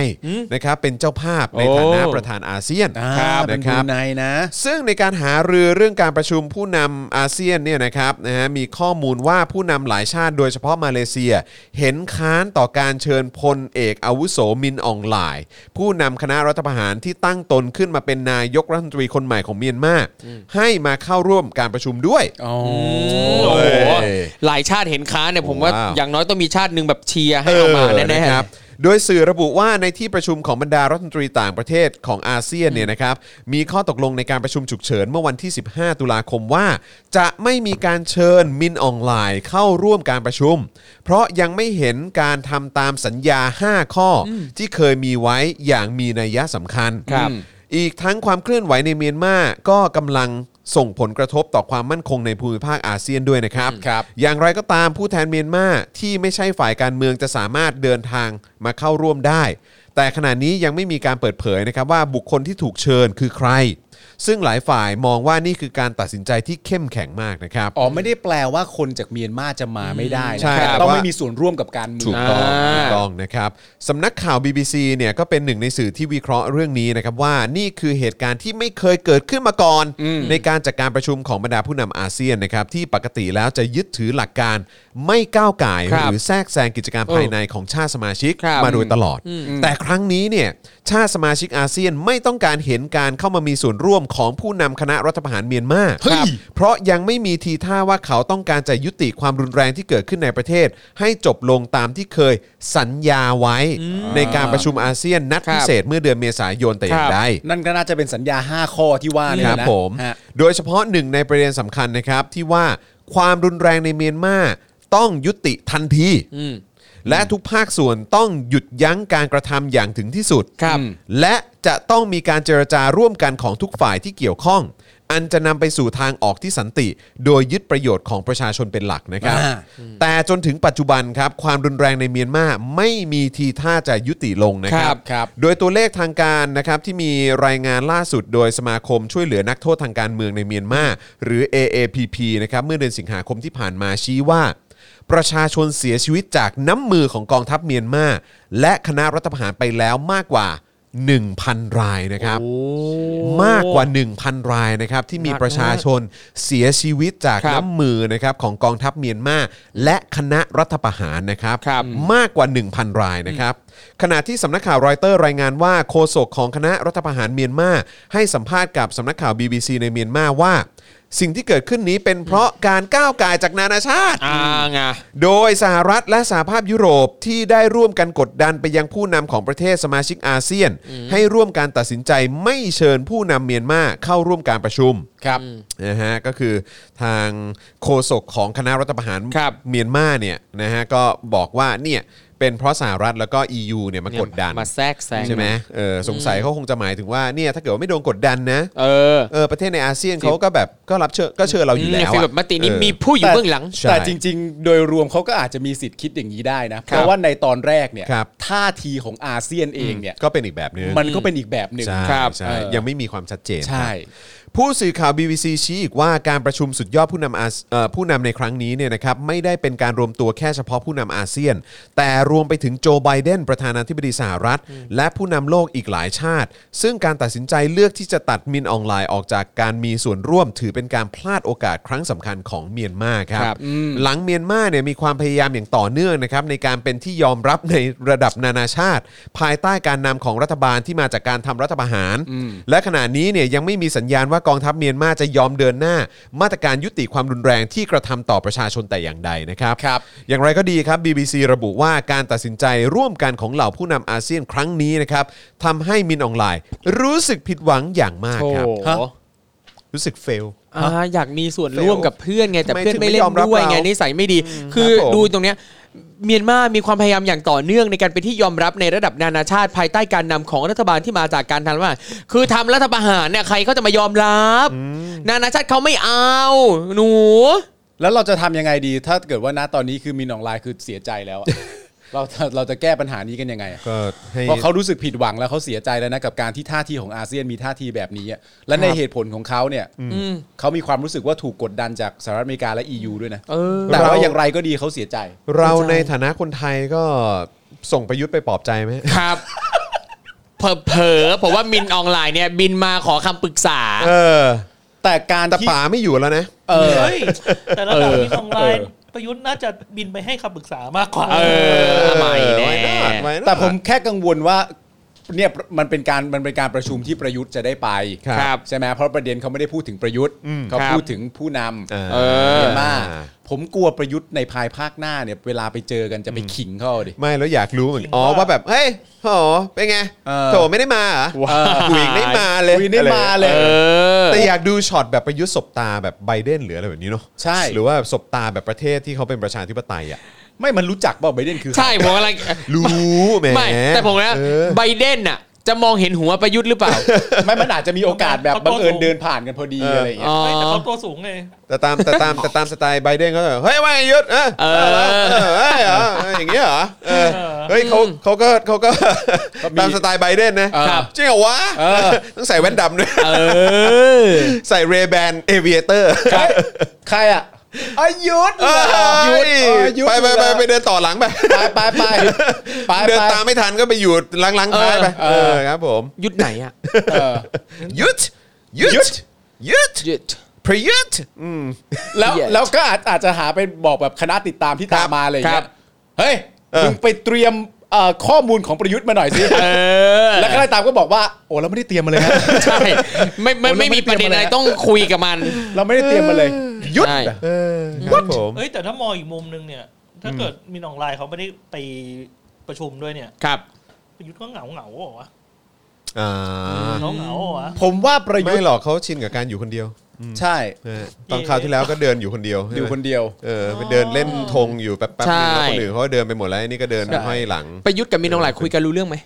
นะครับเป็นเจ้าภาพใน
โอ้
ฐานะประธานอาเซียน
อ่าเป็
นะ
น
ค
บรู
รับ
ไนนะ
ซึ่งในการหารือเรื่องการประชุมผู้นำอาเซียนเนี่ยนะครับนะฮะมีข้อมูลว่าผู้นำหลายชาติโดยเฉพาะมาเลเซีย เห็นค้านต่อการเชิญพลเอกอาวุโสมินอองหลาย ผู้นำคณะรัฐประหารที่ตั้งตนขึ้นมาเป็นนายกรัฐมนตรีคนใหม่ของเมียนมาให้มาเข้าร่วมการประชุมด้วย
โอ้โห
เอ้ย
หลายชาติเห็นค้านเนี่ยผมว่า
ว้าว
อย่างน้อยต้องมีชาติหนึ่งแบบเชียร์ให้เอามา
เออ
แน่
นะครับ โดยสื่อระบุว่าในที่ประชุมของบรรดารัฐมนตรีต่างประเทศของอาเซียนเนี่ยนะครับมีข้อตกลงในการประชุมฉุกเฉินเมื่อวันที่ 15 ตุลาคมว่า จะไม่มีการเชิญมินออนไลน์เข้าร่วมการประชุม เพราะยังไม่เห็นการทำตามสัญญา 5 ข้ออที่เคยมีไว้อย่างมีนัยยะสำคัญ
ครับ
อีกทั้งความเคลื่อนไหวในเมียนมาก็กำลังส่งผลกระทบต่อความมั่นคงในภูมิภาคอาเซียนด้วยนะครับ อย่างไรก็ตามผู้แทนเมียนมาที่ไม่ใช่ฝ่ายการเมืองจะสามารถเดินทางมาเข้าร่วมได้ แต่ขณะนี้ยังไม่มีการเปิดเผยนะครับว่าบุคคลที่ถูกเชิญคือใคร ซึ่งหลายฝ่ายมองว่านี่คือการตัดสินใจที่เข้มแข็งมากนะครับ
อ๋อไม่ได้แปลว่าคนจากเมียนมาจะมาไม่ได้
ใช่
นะ
แต่
ต้อง
ว่า
ไม่มีส่วนร่วมกับการเมือง
ถูกต้อง
อ่า
ถูกต้องนะครับสำนักข่าว BBC เนี่ยก็เป็นหนึ่งในสื่อที่วิเคราะห์เรื่องนี้นะครับว่านี่คือเหตุการณ์ที่ไม่เคยเกิดขึ้นมาก่อน ในการจัดการประชุมของบรรดาผู้นำอาเซียนนะครับที่ปกติแล้วจะยึดถือหลักการไม่ก้าวก่าย
ค
ห
รับ
รือแทรกแซงกิจการภายในของชาติสมาชิก
ครับ
มาโดยตลอด แต่ครั้งนี้เนี่ยชาติสมาชิกอาเซียนไม่ต้องการเห็นการเข้ามามีส่วนร่วมของผู้นำคณะรัฐประหารเมียนมา
เฮ้ย
ครับ เพราะยังไม่มีทีท่าว่าเขาต้องการจะยุติความรุนแรงที่เกิดขึ้นในประเทศ ให้จบลงตามที่เคยสัญญาไว้ ในการประชุมอาเซียนนัด
ครับ
พิเศษเมื่อเดือนเมษายนแต่อย่า
ค
ง
รับ
ใด
นั่นก็น่าจะเป็นสัญญา 5 ข้อที่ว่าเนี่ย
ครับ
นะ
ผม
ฮะ
โดยเฉพาะหนึ่งในประเด็นสำคัญนะครับที่ว่าความรุนแรงในเมียนมาต้องยุติทันที และทุกภาคส่วนต้องหยุดยั้งการกระทำอย่างถึงที่สุด
ครับอืม
และจะต้องมีการเจรจาร่วมกันของทุกฝ่ายที่เกี่ยวข้อง อันจะนำไปสู่ทางออกที่สันติ โดยยึดประโยชน์ของประชาชนเป็นหลักนะครับ
อ่า
แต่จนถึงปัจจุบันครับความรุนแรงในเมียนมาไม่มีทีท่าจะยุติลงนะค
ครั
รับ
บครับ
โดยตัวเลขทางการนะครับที่มีรายงานล่าสุดโดยสมาคมช่วยเหลือนักโทษทางการเมืองในเมียนมาหรือ AAPP นะครับเมื่อเดือนสิงหาคมที่ผ่านมาชี้ว่า ประชาชนเสียชีวิตจากน้ำมือของกองทัพเมียนมาและคณะรัฐประหารไปแล้วมากกว่า 1,000 รายนะครับ มากกว่า 1,000 รายนะครับที่มีประชาชนเสียชีวิตจาก
ครับ
น้ำมือนะครับของกองทัพเมียนมาและคณะรัฐประหารนะครับ
ครับ
มากกว่า 1,000 รายนะครับ ขณะที่สำนักข่าวรอยเตอร์รายงานว่าโฆษกของคณะรัฐประหารเมียนมาให้สัมภาษณ์กับสำนักข่าว BBC ในเมียนมาว่า สิ่งที่เกิดขึ้นนี้เป็นเพราะการก้าวก่ายจากนานาชาติ
อ่าไง
โดยสหรัฐและสหภาพยุโรปที่ได้ร่วมกันกดดันไปยังผู้นำของประเทศสมาชิกอาเซียน ให้ร่วมการตัดสินใจไม่เชิญผู้นำเมียนมาเข้าร่วมการประชุม
ครับ
นะฮะก็คือทางโฆษกของคณะรัฐประหาร
ครับ
เมียนมาเนี่ยนะฮะก็บอกว่าเนี่ยเป็นเพราะสหรัฐแล้วก็ EU เนี่ยมากดดัน
มาแทรกแซง
ใช่ไหมเออสงสัยเขาคงจะหมายถึงว่าเนี่ยถ้าเกิดว่าไม่โดนกดดันนะ
เออ
เออประเทศในอาเซียนเขาก็แบบก็รับเชิญก็เชิญเราอยู่แล้ว
ฟีลแบบมตินี้
เออ
มีผู้อยู่
แต่
เบื้องหลัง
ใช่
แต่จริง ๆ โดยรวมเขาก็อาจจะมีสิทธิ์คิดอย่างนี้ได้นะ เพราะว่าในตอนแรกเนี่ย
ครับ
ท่าทีของอาเซียนเองเนี่ย
ก็เป็นอีกแบบนึง
มันก็เป็นอีกแบบหนึ่ง
ใช่
ครับ
ใช่
เออ
ยังไม่มีความชัดเจน
ใช่
ครับผู้สื่อข่าว BBC ชี้อีกว่าการประชุมสุดยอดผู้นำอาเอ่อผู้นำในครั้งนี้เนี่ยนะครับไม่ได้เป็นการรวมตัวแค่เฉพาะผู้นำอาเซียน แต่รวมไปถึงโจไบเดนประธานาธิบดีสหรัฐ และผู้นำโลกอีกหลายชาติ ซึ่งการตัดสินใจเลือกที่จะตัดมินออนไลน์ออกจากการมีส่วนร่วม ถือเป็นการพลาดโอกาสครั้งสำคัญของเมียนมาครับ
ครับ
หลังเมียนมาเนี่ยมีความพยายามอย่างต่อเนื่องนะครับในการเป็นที่ยอมรับในระดับนานาชาติ ภายใต้การนำของรัฐบาลที่มาจากการทำรัฐประหาร และขณะนี้เนี่ยยังไม่มีสัญญาณว่ากองทัพเมียนมาจะยอมเดินหน้า มาตรการยุติความรุนแรงที่กระทำต่อประชาชนแต่อย่างใดนะครับ
ครับ
อย่างไรก็ดีครับ BBC ระบุว่าการตัดสินใจร่วมกันของเหล่าผู้นำอาเซียนครั้งนี้นะครับทำให้มินออนไลน์ รู้สึกผิดหวังอย่างมาก
โอ้
ครับ
โห
รู้สึกเฟล
อ่าอยากมีส่วนร่วมกับเพื่อนไง แต่
ทำไม
เพื่อน
ถึงไม่
ไม่เล่
ยอม
น
รับ
ด้วยไง
เรา
นิสัยไม่ดี คือ
ครับผม
ดูตรงเนี้ยเมียนมามีความพยายามอย่างต่อเนื่องในการเป็นที่ยอมรับในระดับนานาชาติ ภายใต้การนำของรัฐบาลที่มาจากการทำรัฐประหารคือทำรัฐประหารเนี่ยใครเขาจะมายอมรับ นานาชาติเขาไม่เอา หนู
แล้วเราจะทำยังไงดี ถ้าเกิดว่าณตอนนี้คือมีนออนไลน์คือเสียใจแล้วอะ เราจะเราจะแก้ปัญหานี้กันยังไงอะ
ก็ให้
เพราะเขารู้สึกผิดหวังแล้วเขาเสียใจแล้วนะกับการที่ท่าทีของอาเซียนมีท่าทีแบบนี้อะและในเหตุผลของเขาเนี่ยเขามีความรู้สึกว่าถูกกดดันจากสหรัฐอเมริกาและ EU ด้วยนะ
เออ
แต่ว่า
เรา
อย่างไรก็ดีเขาเสียใจ
เราในฐานะคนไทยก็ส่งประยุทธ์ไปปลอบใจไหม
ครับ เผลอๆผมว่ามินออนไลน์เนี่ย บินมาขอคำปรึกษา
เออ
แต่การ
แต่
ที่
ป่าไม่อยู่แล้วนะ
เออ
เฮ้ยแต่ระดับที่ทำลายประยุทธ์น่าจะบินไปให้คำปรึกษามากกว่า
เออใหม่แน่
Why not? Why not?
แต่ผมแค่กังวลว่า เนี่ยมันเป็นการมันเป็นการประชุมที่ประยุทธ์จะได้ไป
ครับ
ใช่ไหมเพราะประเด็นเขาไม่ได้พูดถึงประยุทธ์เขา
ครับ
พูดถึงผู้นำ
า
เอ
เ
อ
มียนมาผมกลัวประยุทธ์ในภายภาคหน้าเนี่ยเวลาไปเจอกันจะไปขิงเขาเอาดิ
ไม่แล้วอยากรู้เหมือนอ๋อว่าแบบเฮ้ยโหเป็นไง
เออ
โถไม่ได้มาเหรอ
ว้าย
กูอีกไม่มาเลย
คุยได้มาเลย
เออ
แต่อยากดูช็อตแบบประยุทธ์สบตาแบบไบเดนหรืออะไรแบบนี้เนาะ
ใช่
หรือว่าสบตาแบบประเทศที่เขาเป็นประชาธิปไตยอ่ะ
ไม่มันรู้จักเปล่าไบเดนคือใคร
ใช่ผมกำลัง
รู้แหม
ไม่ แต่ผมนะ
เออ
ไบเดนน่ะ จะมองเห็นหัวประยุทธ์หรือเปล่า
ไม่มันอาจจะมีโอกาสแบบบังเอิญเดินผ่านกันพอดีอะไรอย่างเงี้ย
อ๋อ
เฮ้ยแต่เขาตัวสูงไง
แต่ตามแต่ตามแต่ตามสไตล์ไบเดนเขาแบบเฮ้ยว่าไงยุทธเออ
เออ
เออเออเออเอออย่างเงี้ยเหรอเออเฮ้ยเขาเขาก็เขาก็ตามสไตล์ไบเดนนะครับ จริงเหรอวะต้องใส่แว่นดำด้วย
เออ
ใส่เรแบนเอเวเตอร์
ใครอ่ะอายุทธเหรอ
หยุด
อายุทธ
ไปไปไป
เหรอ
ไปเดินต่อหลังไป
ไปไปไป
เดิน
ไป
ตามไม่ทันก็ไปหยุดหลังๆท้ายไป
เอ
เอ
อ
อครับผม
ยุดไหนอ่ะ
เออ
หยุดหยุ
หยุ
ด
ด
หยุด
ยุด
ประยุทธ์
แล้ว
Yes.
แล้วก็อาจอาจจะหาไปบอกแบบคณะติดตามที่ตามมาอะไรอย่าง
ค
เงี้
รั
ย
บ
เฮ้ย
เออ
มึงไปเตรียมเอ่อข้อมูลของประยุทธ์มาหน่อยสิ
เออ
แล้วคณะติดตามก็บอกว่า โอ้เราไม่ได้เตรียมมาเลยนะ
ใช่ ไม่ไม่ไม่มีประเด็นอะไรต้องคุยกับมัน
เราไม่ได้เตรียมมาเลย
หยุด
เออครับผม
เอ้ยแต่ถ้ามองอีกมุมนึงเนี่ย ถ้าเกิดมีหนองลายเขาไม่ได้ไปประชุมด้วยเนี่ย
ครับ
ประยุทธ์ก็เหงาเหงาๆเหรอวะ
อ่า
เขาเหงาเหรอวะ
ผมว่าประยุท
ไม่
ธ์
หรอกเขาชินกับการอยู่คนเดียว
ใช่
เออตอนคราวที่แล้วก็เดินอยู่คนเดียวใช่ไหม
อยู่คนเดียว
เออไปเดินเล่นธงอยู่แป๊บๆ
ใช่
นึงแล้วคนอื่นเขาก็เดินไปหมดแล้วไอ้นี่ก็เดิน
ใช่
ห้อยหลัง
ประยุทธ์กับมินองหลายคุยกันรู้เรื่องไหม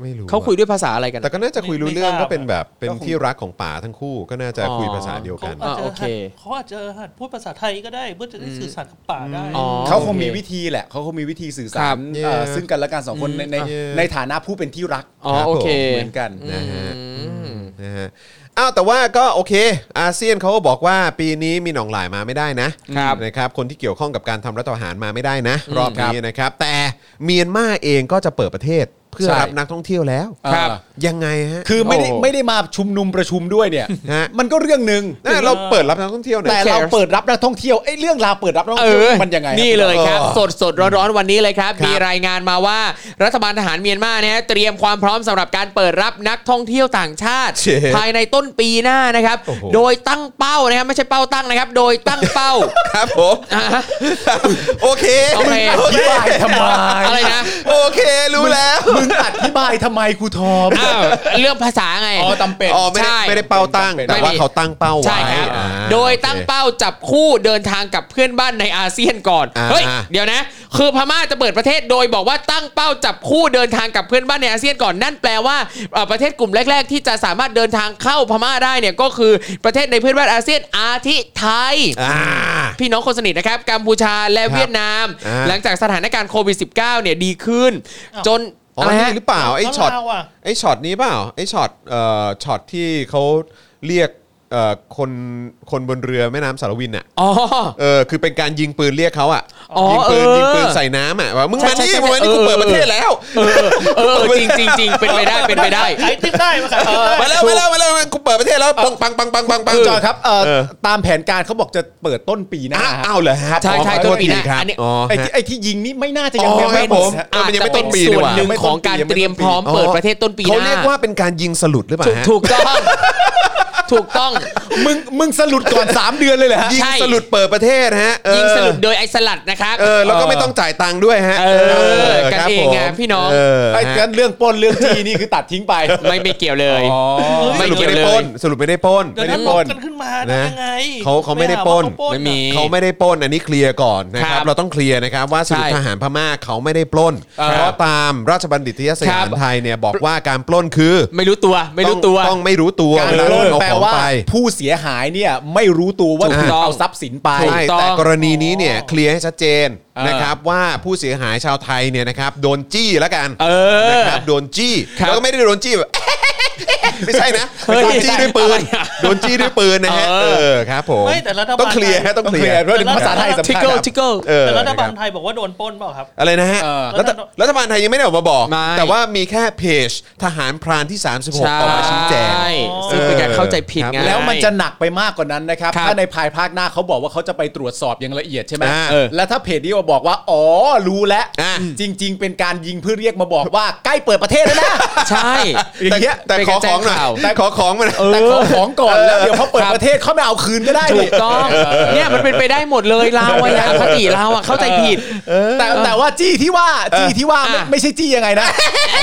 ไม่รู้
เขาคุยด้วยภาษาอะไรกัน
แต่ก็น่าจะคุยรู้เรื่อง
ไม่ทราบ
ก็เป็นแบบเป็นที่รักของป่าทั้งคู่ก็น่าจะคุยภาษาเดียว
เขา
กัน
อาจจะ
าโอเค
หัดเขาอาจจะหัดพูดภาษาไทยก็ได้เพื่อจะได้สื่อสารกับป่าได้
อ๋อ
เขาคงมีวิธีแหละเขาคงมีวิธีสื่อ
ค
สา
รั
ร
บ
เอ่อ
Yeah.
ซึ่งกันและกันสองคนในใน
อืม
ในฐานะผู้เป็นที่รัก
อ๋อโอเค
เหมือนกัน
นะฮะ
อืม
นะฮะอ้าวแต่ว่าก็โอเค อาเซียนเขาก็บอกว่าปีนี้มีหนองหลายมาไม่ได้นะครับ นะครับคนที่เกี่ยวข้องกับการทำรัฐประหารมาไม่ได้นะ รอบนี้นะครับ แต่เมียนมาเองก็จะเปิดประเทศเพื่อ
ใช่
รับนักท่องเที่ยวแล้ว
ครับ
เอ่อ
ยังไงฮะ
คือไม่ได้
โอ้
ไม่ได้มาชุมนุมประชุมด้วยเนี่ย
ฮะ
มันก็เรื่องหนึ่ง
น่าเราเปิดรับนักท่องเที่ยวเนี่
แต่
ย
เราเปิดรับนักท่องเที่ยวไอ้เรื่องราวเปิดรับนักท่
เอ
องเที่ย
อ
วมันยังไง
นี่เลยครับ
เออ
สดสดร้อนร้อนๆวันนี้เลยครับ
ครับ
มีรายงานมาว่ารัฐบาลทหารเมียนมาเนี่ยเตรียมความพร้อมสำหรับการเปิดรับนักท่องเที่ยวต่างชาติ
เชฟ
ภายในต้นปีหน้านะครับ
โอ้โห
โดยตั้งเป้านะครับไม่ใช่เป้าตั้งนะครับ โดยตั้งเป้า
ครับผมโอเค
โอเค
โอ
อ
เค
ธิบายทำไม
อะไรนะ
โอเครู้แล้ว
มึงอธิบายทำไมครูทอม
อ้าวเรื่องภาษาไง
อ๋อจำเป็น
อ๋อไม่ได้
ใช่
ไม่ได้เป้าตั้ง
ไม่มี
แต่ว่าเขาตั้งเป้าไว้
ใช่ครับ
อ่า
โดยตั้ง
โอค
เป้าจับคู่เดินทางกับเพื่อนบ้านในอาเซียนก่อน
อ่า
เฮ้ย เดี๋ยวนะ คือพม่าจะเปิดประเทศโดยบอกว่าตั้งเป้าจับคู่เดินทางกับเพื่อนบ้านในอาเซียนก่อน นั่นแปลว่าเอ่อประเทศกลุ่มแรก ๆ ที่จะสามารถเดินทางเข้าพม่าได้เนี่ยก็คือประเทศในเพื่อนบ้านอาเซียนอาทิไทย
อ่า
พี่น้องคนสนิทนะครับกัมพูชาและเวียดนาม
อ่า
หลังจากสถานการณ์โควิด -19 เนี่ยดีขึ้น
อ้าว
จน
อ๋อ
อะไร
นี่
ฮะ
หรือเปล่าไอ้ช็อต
แล้วเราอะ
ไอ้ช็อตนี้เปล่าไอ้ช็อตเอ่อช็อตที่เขาเรียกเอ่อคนคนบนเรือแม่น้ำสารวินอ่ะ
อ๋อ
เออคือเป็นการยิงปืนเรียกเขาอ่ะ
อ๋อ
ยิงปืน
เออ
ยิงปืนใส่น้ำอ่ะว่ามึงมา
ใช่
นี่
ใช่
มึงมานี่
ใช่
กูเปิด
เออ
ประเทศแล้ว
เออจริงจริงจริงเป็นไปได้เป็นไปได้
ขายติ๊บได้มาขายติ๊บได้
มาแล้วมาแล้วมาแล้วกูเปิดประเทศแล้วปังปังปังปังปังปัง
จอยครับเอ่อ
เออ
ตามแผนการเขาบอกจะเปิดต้นปีหน้า
อ้าว
ครับ
อ้าวเหรอฮะ
ใช่ใช่
อ๋อขอโทษ
ต้นปีหน้า
ทีครับ
อันนี้
อ๋อ
ไอ้
ฮะ
ที่ไอ้ที่ยิงนี่ไม่น่าจะ
อ๋
ยัง
อ
ไม่
ครับผม
ฮะ
เออมันยังไม่
อาจจะ
ต้
เป็น น
ปีนี่
ส่วน
หว่า
หนึ่งของการเตรียมพร้อมเปิดประเทศต้นปีห
เขา
น้า
เรียกว่าเป็นการยิงสลุดหรือเปล่า
ถูก
ฮะ
ถูกต้อง [LAUGHS] ถูกต้อง
มึงมึงสรุดก่อน 3 เดือนเลยเหรอฮะ
ยิง
ใช่
สลุดเปิดประเทศฮะเออ
ยิงสลุดโดยไอสลัดนะครับ
เออแล้วก็ไม่ต้องจ่ายตังค์ด้วยฮะ
เออกัน
ครับ
เอง
ผม
ไงพี่น้อง
เ
ไอ้
ฮะ
กันเรื่องปล้นเรื่องจี้นี่คือตัดทิ้งไป
ไม่ไม่เกี่ยวเลย
อ๋อ
ส
ไม่
รุป
เกี่ย
ไม่
วเล
ได้
ย
ปล้นสรุปไม่ได้ปล้น
เดี๋ยวนั้น
ป
ลบ
ล้น
กันขึ้นมาได้ยังไง
เขาเขาไม่ได้ปล้น
หาว่าเขา
ไม่มี
อะ
เขาไม่ได้ปล้นอันนี้เคลียร์ก่อนนะค
ครั
รับบ เราต้องเคลียร์นะครับว่าสรุป
ใช่
ทหารพม่าเขาไม่ได้ปล้น
ครับ
เพราะตามราชบัณฑิตยส
ค
ถาน
รับ
ไทยเนี่ยบอกว่าการปล้นคือ
ไม่รู้ตัวไม่รู้ตัว
องต้องไม่รู้ตัว
การ
เวลา
ปล้น
เอา
แปล
ของ
ว่า
ไป
ผู้เสียหายเนี่ยไม่รู้ตัวว่า
ถูก
ถูก
ต้อง
เอาทรัพย์สินไป
ถูก
ใช่
ต้อง
แต่กรณีนี้เนี่ยเคลียร์ให้ชัดเจน
เออ
นะครับว่าผู้เสียหายชาวไทยเนี่ยนะครับโดนจี้แล้วกัน
เออ
นะครับโดนจี้
ครับ
แล้วก็ไม่ได้โดนจี้แบบ [LAUGHS] ไม่ใช่นะ
เฮ้ย
โดนจี้ด้วยปื
อะไร
น
อะ
โดนจี้ด้วยปืนนะฮะ
เออ
เออครับผม
ไม่แต่รัฐบาล
ต้องเคลียร์ฮะต้อง
ต้อง
เค
เค
ลี
ลี
ย
ย
ร์
ร์ด้วยภาษาไทยสำ
ทิก
คัญ
เกิล
ครับ
ทิกเกิล
เออ
แต่รัฐบาล
นะค
ไทยบอกว่าโดนปล้นเปล่าครับ
อะไรนะฮะ
เออ
รัฐรัฐบาลไทยยังไม่ได้ออกมาบอก
ไม่
แต่ว่ามีแค่เพจทหารพรานที่ 36 อ
ใช่
อกมาชี้แจง
ซึ่งเป็นการ
เออ
เข้าใจผิดไง
แล้วมันจะหนักไปมากกว่านั้นนะครับ
ครับ
ถ้าในภายภาคหน้าเขาบอกว่าเขาจะไปตรวจสอบอย่างละเอียดใช่ไหม
อ่า
เออแล้วถ้าเพจนี้มาบอกว่า อ๋อ รู้แล้ว
อ่า
จริง ๆ เป็นการยิงเพื่อเรียกมาบอกว่าใกล้เปิดประเทศแล้วนะ
ใช่
อย่างเงี้ย
แต่แต่ขอ
เป็นการแจ้
ของ งหน่อย
ข่าว
แต่ขอของมาหน่อย [LAUGHS]
แต่ขอของก่อนแล้ว เดี๋ยวพอเปิด
ครับ
ประเทศเขาไม่เอาคืนก็ได้
ถู
ดิ
กต้องเนี่ยมันเป็นไปได้หมดเลยเราอะนะอคติเราอะเข้าใจผิด
แต่แต่ว่าจี้ที่ว่าจี้ที่ว่าไม่
อ่ะ
ไม่ใช่จี้ยังไงนะ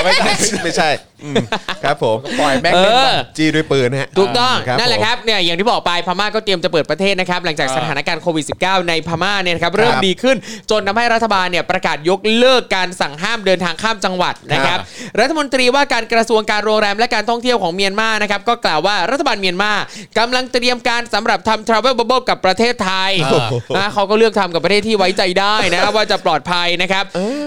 ไม่ใช่ไม่ใช่อืมครับผม
ปล่อยแม็ก
เอ
เล่น
อ
ไป
จี้ด้วยปืนฮะ
ถูกต้อง
ผม
นั่นแหละครับเนี่ยอย่างที่บอกไปพม่าก็เตรียมจะเปิดประเทศนะครับ หลังจากสถานการณ์โควิด -19 ในพม่าเนี่ยนะครับเริ่มดีขึ้น จนทำให้รัฐบาลเนี่ยประกาศยกเลิกการสั่งห้ามเดินทางข้ามจังหวัดนะครับรัฐมนตรีว่าการกระทรวงการโรงแรมและการท่องเที่ยวของเมียนมานะครับก็กล่าวว่ารัฐบาลเมียนมากำลังเตรียมการสำหรับทำ travel bubble กับประเทศไทย
โอ้โห
นะเขาก็เลือกทำกับประเทศที่ไว้ใจได้นะ ว่าจะปลอดภัยนะครับ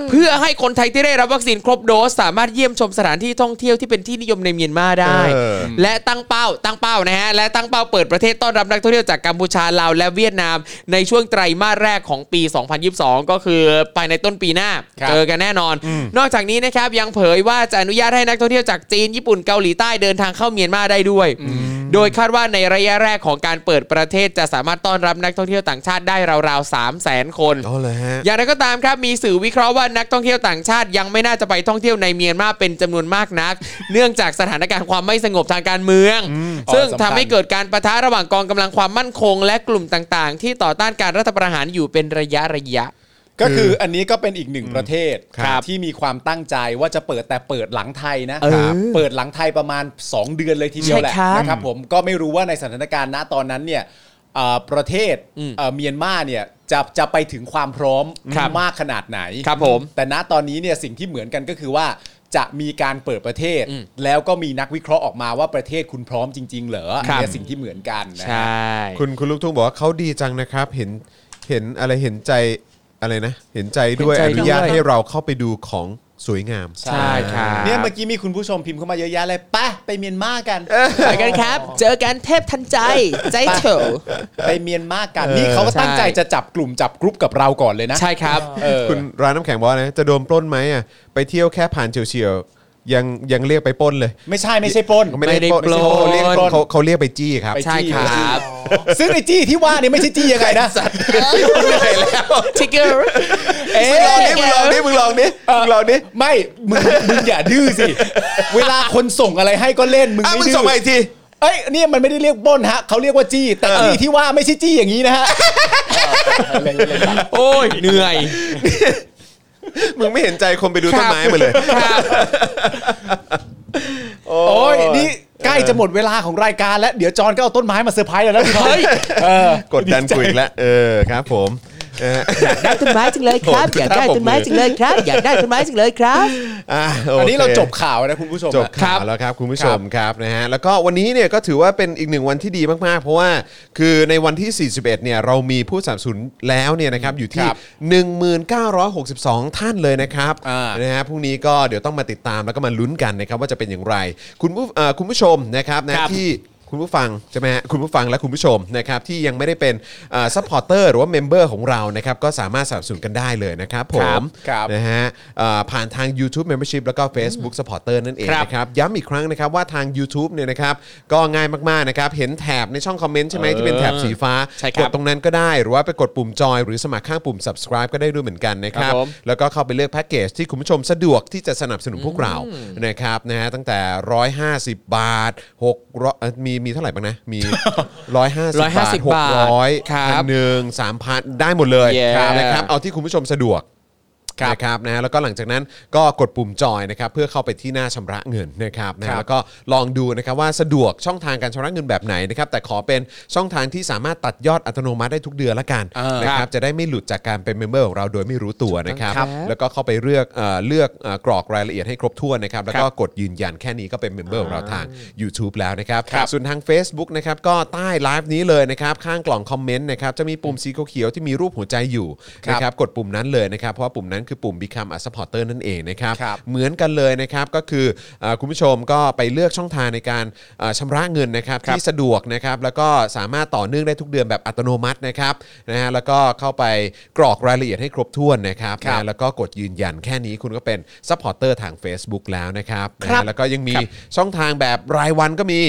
เพื่อให้คนไทยที่ได้รับวัคซีนครบโดสสามารถเยี่ยมชมสถานที่ท่องเที่ยวที่เป็นที่นิยมในเมียนมาได้
เออ
และตั้งเป้าตั้งเป้านะฮะและตั้งเป้าเปิดประเทศต้อนรับนักท่องเที่ยวจากกัมพูชาลาวและเวียดนาม ในช่วงไตรมาสแรกของปี 2022 ก็คือภายในต้นปีหน้าเจอกันแน่นอน นอกจากนี้นะครับยังเผยว่าจะอนุญาตให้นักท่องเที่ยวจากจีนญี่ปุ่นเกาหลีใต้เดินทางเข้าเมียนมาได้ด้วย โดยคาดว่าในระยะแรกของการเปิดประเทศจะสามารถต้อนรับนักท่องเที่ยวต่างชาติได้ราวๆ 3 0 0 0 0 0 คน
อ๋อเลยฮะ
อย่างไรก็ตามครับ มีสื่อวิเคราะห์ว่านักท่องเที่ยวต่างชาติยังไม่น่าจะไปท่องเที่ยวในเมียนมาเป็นจำนวนมาก [LAUGHS] นัก เนื่องจากสถานการณ์ความไม่สงบทางการเมือง ซึ่ง
อ๋อสำคั
ทำ
ญ
ให้เกิดการประทะระหว่างกองกำลังความมั่นคง และกลุ่มต่างๆ ที่ต่อต้านการรัฐประหารอยู่เป็นระยะระยะ
ก็คืออันนี้ก็เป็นอีกหนึ่งประเทศ
ครับ
ที่มีความตั้งใจว่าจะเปิดแต่เปิดหลังไทยนะครับ เปิดหลังไทยประมาณ 2 เดือนเลยทีเดียวแหละ
ใช่ครับ
นะครับผมก็ไม่รู้ว่าในสถานการณ์ณตอนนั้นเนี่ยเอ่อประเทศเอ่อเมียนมาเนี่ยจะจะไปถึงความพร้อม
ครับ
มากขนาดไหน
ครับผม
แต่ณตอนนี้เนี่ยสิ่งที่เหมือนกันก็คือว่าจะมีการเปิดประเทศ แล้วก็มีนักวิเคราะห์ออกมาว่าประเทศคุณพร้อมจริง ๆ เหรออันเนี่ยสิ่งที่เหมือนกันนะฮะ
คุณคุณลูกทุ่งบอกว่าเขาดีจังนะครับ เห็นเห็นอะไรเห็นใจอะไรนะ เห็นใจด้วย
เห็
อน
ใจด้วย
นุญาตให้เราเข้าไปดูของสวยงาม
ใช่ครับ
เนี่ยเมื่อกี้มีคุณผู้ชมพิมพ์เข้ามาเยอะแยะเลยไปไปเมียนมากัน
ไปกันครับ เจอกันเทพทันใจ ใจเถอะ
ไปเมียนมากัน
เออ
นี่เขาก็ตั้งใจ
ใช่
จะจับกลุ่มจับกรุ๊ปกับเราก่อนเลยนะ
ใช่ครับ
เออ
คุณร้านน้ำแข็งบอกว่านะจะโดนปล้นไหมอ่ะไปเที่ยวแค่ผ่านเฉียวๆยังยังเรียกไปปล้นเลย
ไม่ใช่ไม่ใช่ปล้น
ไม่ได้ปล้น
ไม่ได้ปล้น
เขาเรียกเขาเขาเรียกไปจี้ครับ
ไป
ใช่ครับ
ซึ่งไอ้จี้ที่ว่านี่ไม่ใช่จี้ยังไงนะสัตว์
ทิกเกอร์
เอ๊ะ
ลองดิมึงลองดิมึงลองดิมึงลองดิ
ไม่มึงมึงอย่าดื้อสิ เวลาคนส่งอะไรให้ก็เล่นมึง
อ่ะ
ไม่
มึง
ดื้
ส่งมาอีกที
เอ้ยเนี่ยมันไม่ได้เรียกปล้นฮะเขาเรียกว่าจี้แต่จี้ที่ว่าไม่ใช่จี้อย่างนี้นะฮะ
โอ้ยเหนื่อย
มึงไม่เห็นใจคนไปดูต้นไม้มาเลย
โอ้ยนี่ใกล้จะหมดเวลาของรายการแล้วเดี๋ยวจอนก็เอาต้นไม้มาเซอร์ไพรส์แล้วนะพี่จอน
กดดันกูอีกแล้วเออครับผมเออ
ได้ต้นไม้จังเลยครับ
ผม
อยากได้
ครับผม
ต้นไม้จังเลยครับ อยากได้ต้นไม้จังเลยครับ
อ่ะโค
อันนี้เราจบข่าวนะคุณผู้ชม
จบ
อะ
ข่าวแล้วครับคุณผู้ชมครับนะฮะแล้วก็วันนี้เนี่ยก็ถือว่าเป็นอีกหนึ่งวันที่ดีมากๆ เพราะว่าคือในวันที่ 41เนี่ยเรามีผู้สนับสนุนแล้วเนี่ยนะครับอยู่ที่
ครับ
1962 ท่านเลยนะครับ
อ่า
นะฮะพรุ่งนี้ก็เดี๋ยวต้องมาติดตามแล้วก็มาลุ้นกันนะครับว่าจะเป็นอย่างไร คุณผู้เอ่อคุณผู้ชมนะครับนะครับ ที่คุณผู้ฟังใช่ไหมฮะคุณผู้ฟังและคุณผู้ชมนะครับที่ยังไม่ได้เป็นซัพพอร์เตอร์หรือว่าเมมเบอร์ของเรานะครับก็สามารถสนับสนุนกันได้เลยนะครับผ
ครับ
ม
ครับ
นะฮะเอ่อผ่านทาง YouTube Membership แล้วก็ Facebook Supporter นั่นเอง
ครับ
นะครับย้ำอีกครั้งนะครับว่าทาง YouTube เนี่ยนะครับก็ง่ายมากๆนะครับเห็นแถบในช่องคอมเมนต์ใช่ไหมที่เป็นแถบสีฟ้า
ใช่ครับ
กดตรงนั้นก็ได้ หรือว่าไปกดปุ่มจอย หรือสมัครข้างปุ่ม subscribe ก็ได้ด้วยเหมือนกันนะครับ
ครับผม
แล้วก็เข้าไปเลือกแพ็กเกจที่คุณผู้ชมสะดวกที่จะสนับสนุนพวกเรานะครับนะฮะตั้งแต่ 150 บาท600เอ่อมีมีเท่าไหร่บ้างนะ
[LAUGHS]
มี 150 บาท
150บาท
600
ครับ
พันหนึ่งสามพันได้หมดเลย
Yeah
นะครับเอาที่คุณผู้ชมสะดวก นะครับนะฮะแล้วก็หลังจากนั้นก็กดปุ่มจอยนะครับเพื่อเข้าไปที่หน้าชำระเงินนะครับนะฮะแล้วก็ลองดูนะครับว่าสะดวกช่องทางการชำระเงินแบบไหนนะครับแต่ขอเป็นช่องทางที่สามารถตัดยอดอัตโนมัติได้ทุกเดือนละกัน
เออ
นะค
ครั
รับบ จะได้ไม่หลุดจากการเป็นเมมเบอร์ของเราโดยไม่รู้ตัวนะครับแล้วก็เข้าไปเลือกเอ่อเลือกเอ่อกรอกรายละเอียดให้ครบถ้วนนะครับแล้วก็กดยืนยันแค่นี้ก็เป็นเมมเบอร์ของเราทาง YouTube แล้วนะครับ
ครับ
ส่วนทาง Facebook นะครับก็ใต้ไลฟ์นี้เลยนะครับข้างกล่องคอมเมนต์นะครับจะมีปุ่มสีเขียวๆที่มีรูปหัวใจอยู่นะครับกดปุ่มนั้นเลยนะครับเพราะว่าปุ่มนั้น คือปุ่ม Become a supporter นั่นเองนะครับ
ครับ
เหมือนกันเลยนะครับก็คือเอ่อคุณผู้ชมก็ไปเลือกช่องทางในการเอ่อชำระเงินนะครับที่สะดวกนะครับแล้วก็สามารถต่อเนื่องได้ทุกเดือนแบบอัตโนมัตินะครับนะฮะแล้วก็เข้าไปกรอกรายละเอียดให้ครบถ้วนนะครับนะแล้วก็กดยืนยันแค่นี้คุณก็เป็นซัพพอร์เตอร์ทาง Facebook แล้วนะครับนะฮะแล้วก็ยังมีช่องทางแบบรายวันก็มี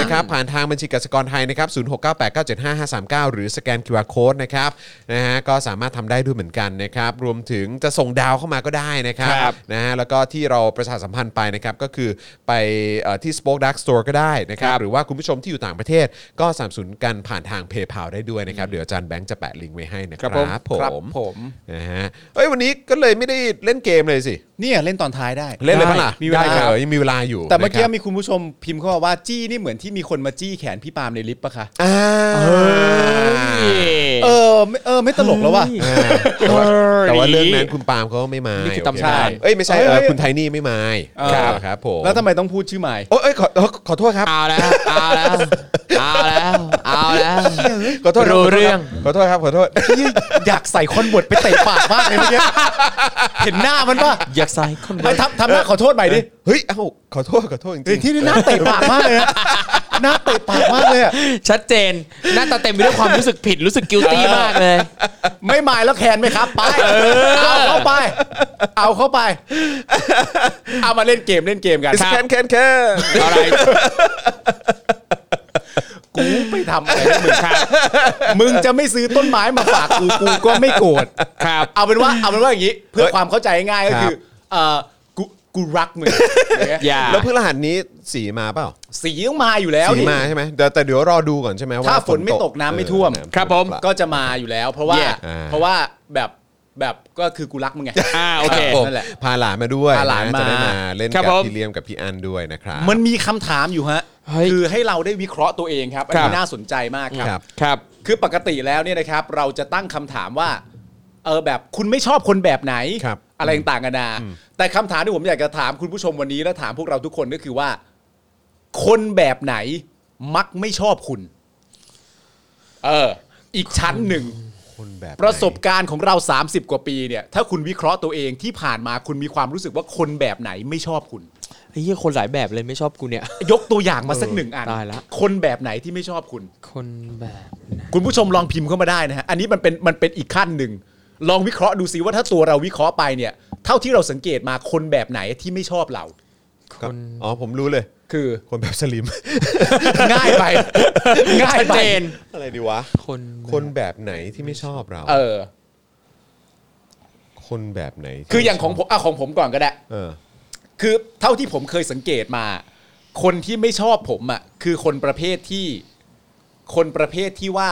นะครับผ่านทางบัญชีกสิกรไทยนะครับ0698975539 หรือสแกน QR Code นะครับนะฮะก็สามารถทำได้ด้วยเหมือนกันนะครับรวมถึงจะส่งดาวเข้ามาก็ได้นะครับ
ครับ
นะฮะแล้วก็ที่เราประชาสัมพันธ์ไปนะครับก็คือไปเอ่อที่ Spoke Dark Store ก็ได้นะครับหรือว่าคุณผู้ชมที่อยู่ต่างประเทศ ก็สนับสนุนกันผ่านทาง PayPal ได้ด้วยนะครับ เดี๋ยวอาจารย์แบงค์จะแปะลิงก์ไว้ให้นะครับ
ครับ
ผม
ผม
นะฮะเอ้ยวันนี้ก็เลยไม่ได้เล่นเกมเลยสิ
เนี่ยเล่นตอนท้ายได้
เล่นเลยปะล่ะ
มีเวลา
ได้เหรอยังมีเวลาอยู่
แต่เมื่อกี้
นะครับ
มีคุณผู้ชมพิมพ์เข้ามาว่าจี้นี่เหมือนที่มีคนมาจี้แขนพี่ปาล์มในลิฟต์ปะคะ
อ่า
เออไม่เออไม่ตลกแล้วว่ะ
แต่ว่าแต่ว่าเรื่องนั้นคุณปาล์มเขาไม่มา
นี่คือตำนาน
โอเคเอ้ยไม่ใช่เอ
เอ้
อย คุณไทนี่ไม่มา
ครับ
ครับผม
แล้วทำไมต้องพูดชื่อใหม่
โอยเอ้ยขอเอ้ยขอโทษครับ
เอาแล้ว เอาแล้ว เอาแล้ว เอาแล้ว
ขอโทษคบ
รู้เรื่อง
ขอโทษครับขอโทษ
อยากใส่คอนบวดไปเตะปากมากเลยเมื่อกี้เห็นหน้ามันป่ะ
อยากใส่คน
ไปทำทำหน้าขอโทษใหม่ดิ
เฮ้ย เอ้า ขอโทษ ขอโทษจริง
ที่นี่หน้าเตะปากมากเลยนะหน้าเตะปากมากเลยอะ
ชัดเจน หน้าตาเต็มไปด้วยความรู้สึกผิดรู้สึกกิลตี้มากเลย
ไม่หมายแล้วแคนไหมครับไปเอาเข้าไป เอาเข้าไปเอามาเล่นเกมเล่นเกมกัน
แคนแคนแคน
อะไรกูไม่ทำอะไรให้มึงครับ [LAUGHS] มึงจะไม่ซื้อต้นไม้มาฝากกูกูก็ไม่โกรธ
ครับ
เอาเป็นว่าเอาเป็นว่าอย่างนี้ เพื่อความเข้าใจง่ายก็คือเออกูกูรักมึงอย่างเงี้ย
อย่า
แล้วพฤหัสนี้สีมาเปล่า
สีต้องมาอยู่แล้ว
สี
นี่
มาใช่ไหมเดี๋ยวแต่เดี๋ยวรอดูก่อนใช่ไหมว่า
ถ้าฝนไม่ตกน้ำไม่ท่วม
เออ
ครับผม
ก็จะมาอยู่แล้ว เพราะว่า
Yeah
อ่า
เพราะว่าแบบแบบก็คือกูรักมึงไง
อ่าโอเค
ผม
นั่นแหละ
พาหลานมาด้วย
พาหลานะ
จะได้มา
มา
เล่น
ครั
กับบ
ผม
พี่เลียมกับพี่อันด้วยนะครับ
มันมีคำถามอยู่ฮะ
เฮ้ย
คือให้เราได้วิเคราะห์ตัวเองครับอัน
ครั
นี้
บ
น่าสนใจมากค
ครั
รับ
บ
ครับ
คือปกติแล้วเนี่ยนะครับ เราจะตั้งคำถามว่าเออแบบคุณไม่ชอบคนแบบไหน
ครับ
อะไรต่างกันานาแต่คำถามที่ผมอยากจะถามคุณผู้ชมวันนี้และถามพวกเราทุกคนก็คือว่า คนแบบไหนมักไม่ชอบคุณ เออ อีกชั้นหนึ่ง
คนแบบ
ประสบการณ์ของเรา 30 กว่าปีเนี่ย ถ้าคุณวิเคราะห์ตัวเองที่ผ่านมาคุณมีความรู้สึกว่าคนแบบไหนไม่ชอบคุณ
ไอ้เหี้ยคนหลายแบบเลยไม่ชอบกูเนี่ย
ยกตัวอย่างมาสักหนึ่งอัน
ตายละ
คนแบบไหนที่ไม่ชอบคุณ
คนแบบ
คุณผู้ชมลองพิมพ์เข้ามาได้นะฮะ อันนี้มันเป็นมันเป็นอีกขั้นหนึ่ง ลองวิเคราะห์ดูซิว่าถ้าตัวเราวิเคราะห์ไปเนี่ย เท่าที่เราสังเกตมาคนแบบไหนที่ไม่ชอบเรา
ค
ครับ
น
อ๋อ ผมรู้เลย
คือ
คนแบบสลิม [LAUGHS]
ง่ายไป [LAUGHS] ง่าย
ชัด
ไป
เจน
อะไรดีวะ
คน
คนแบบไหนที่ไม่ชอบเรา
เออ
คนแบบไหนที่
คืออย่างของผมอ่ะของผมก่อนก็ได้
เออ
คือเท่าที่ผมเคยสังเกตมา คนที่ไม่ชอบผมอ่ะคือคนประเภทที่ คนประเภทที่ว่า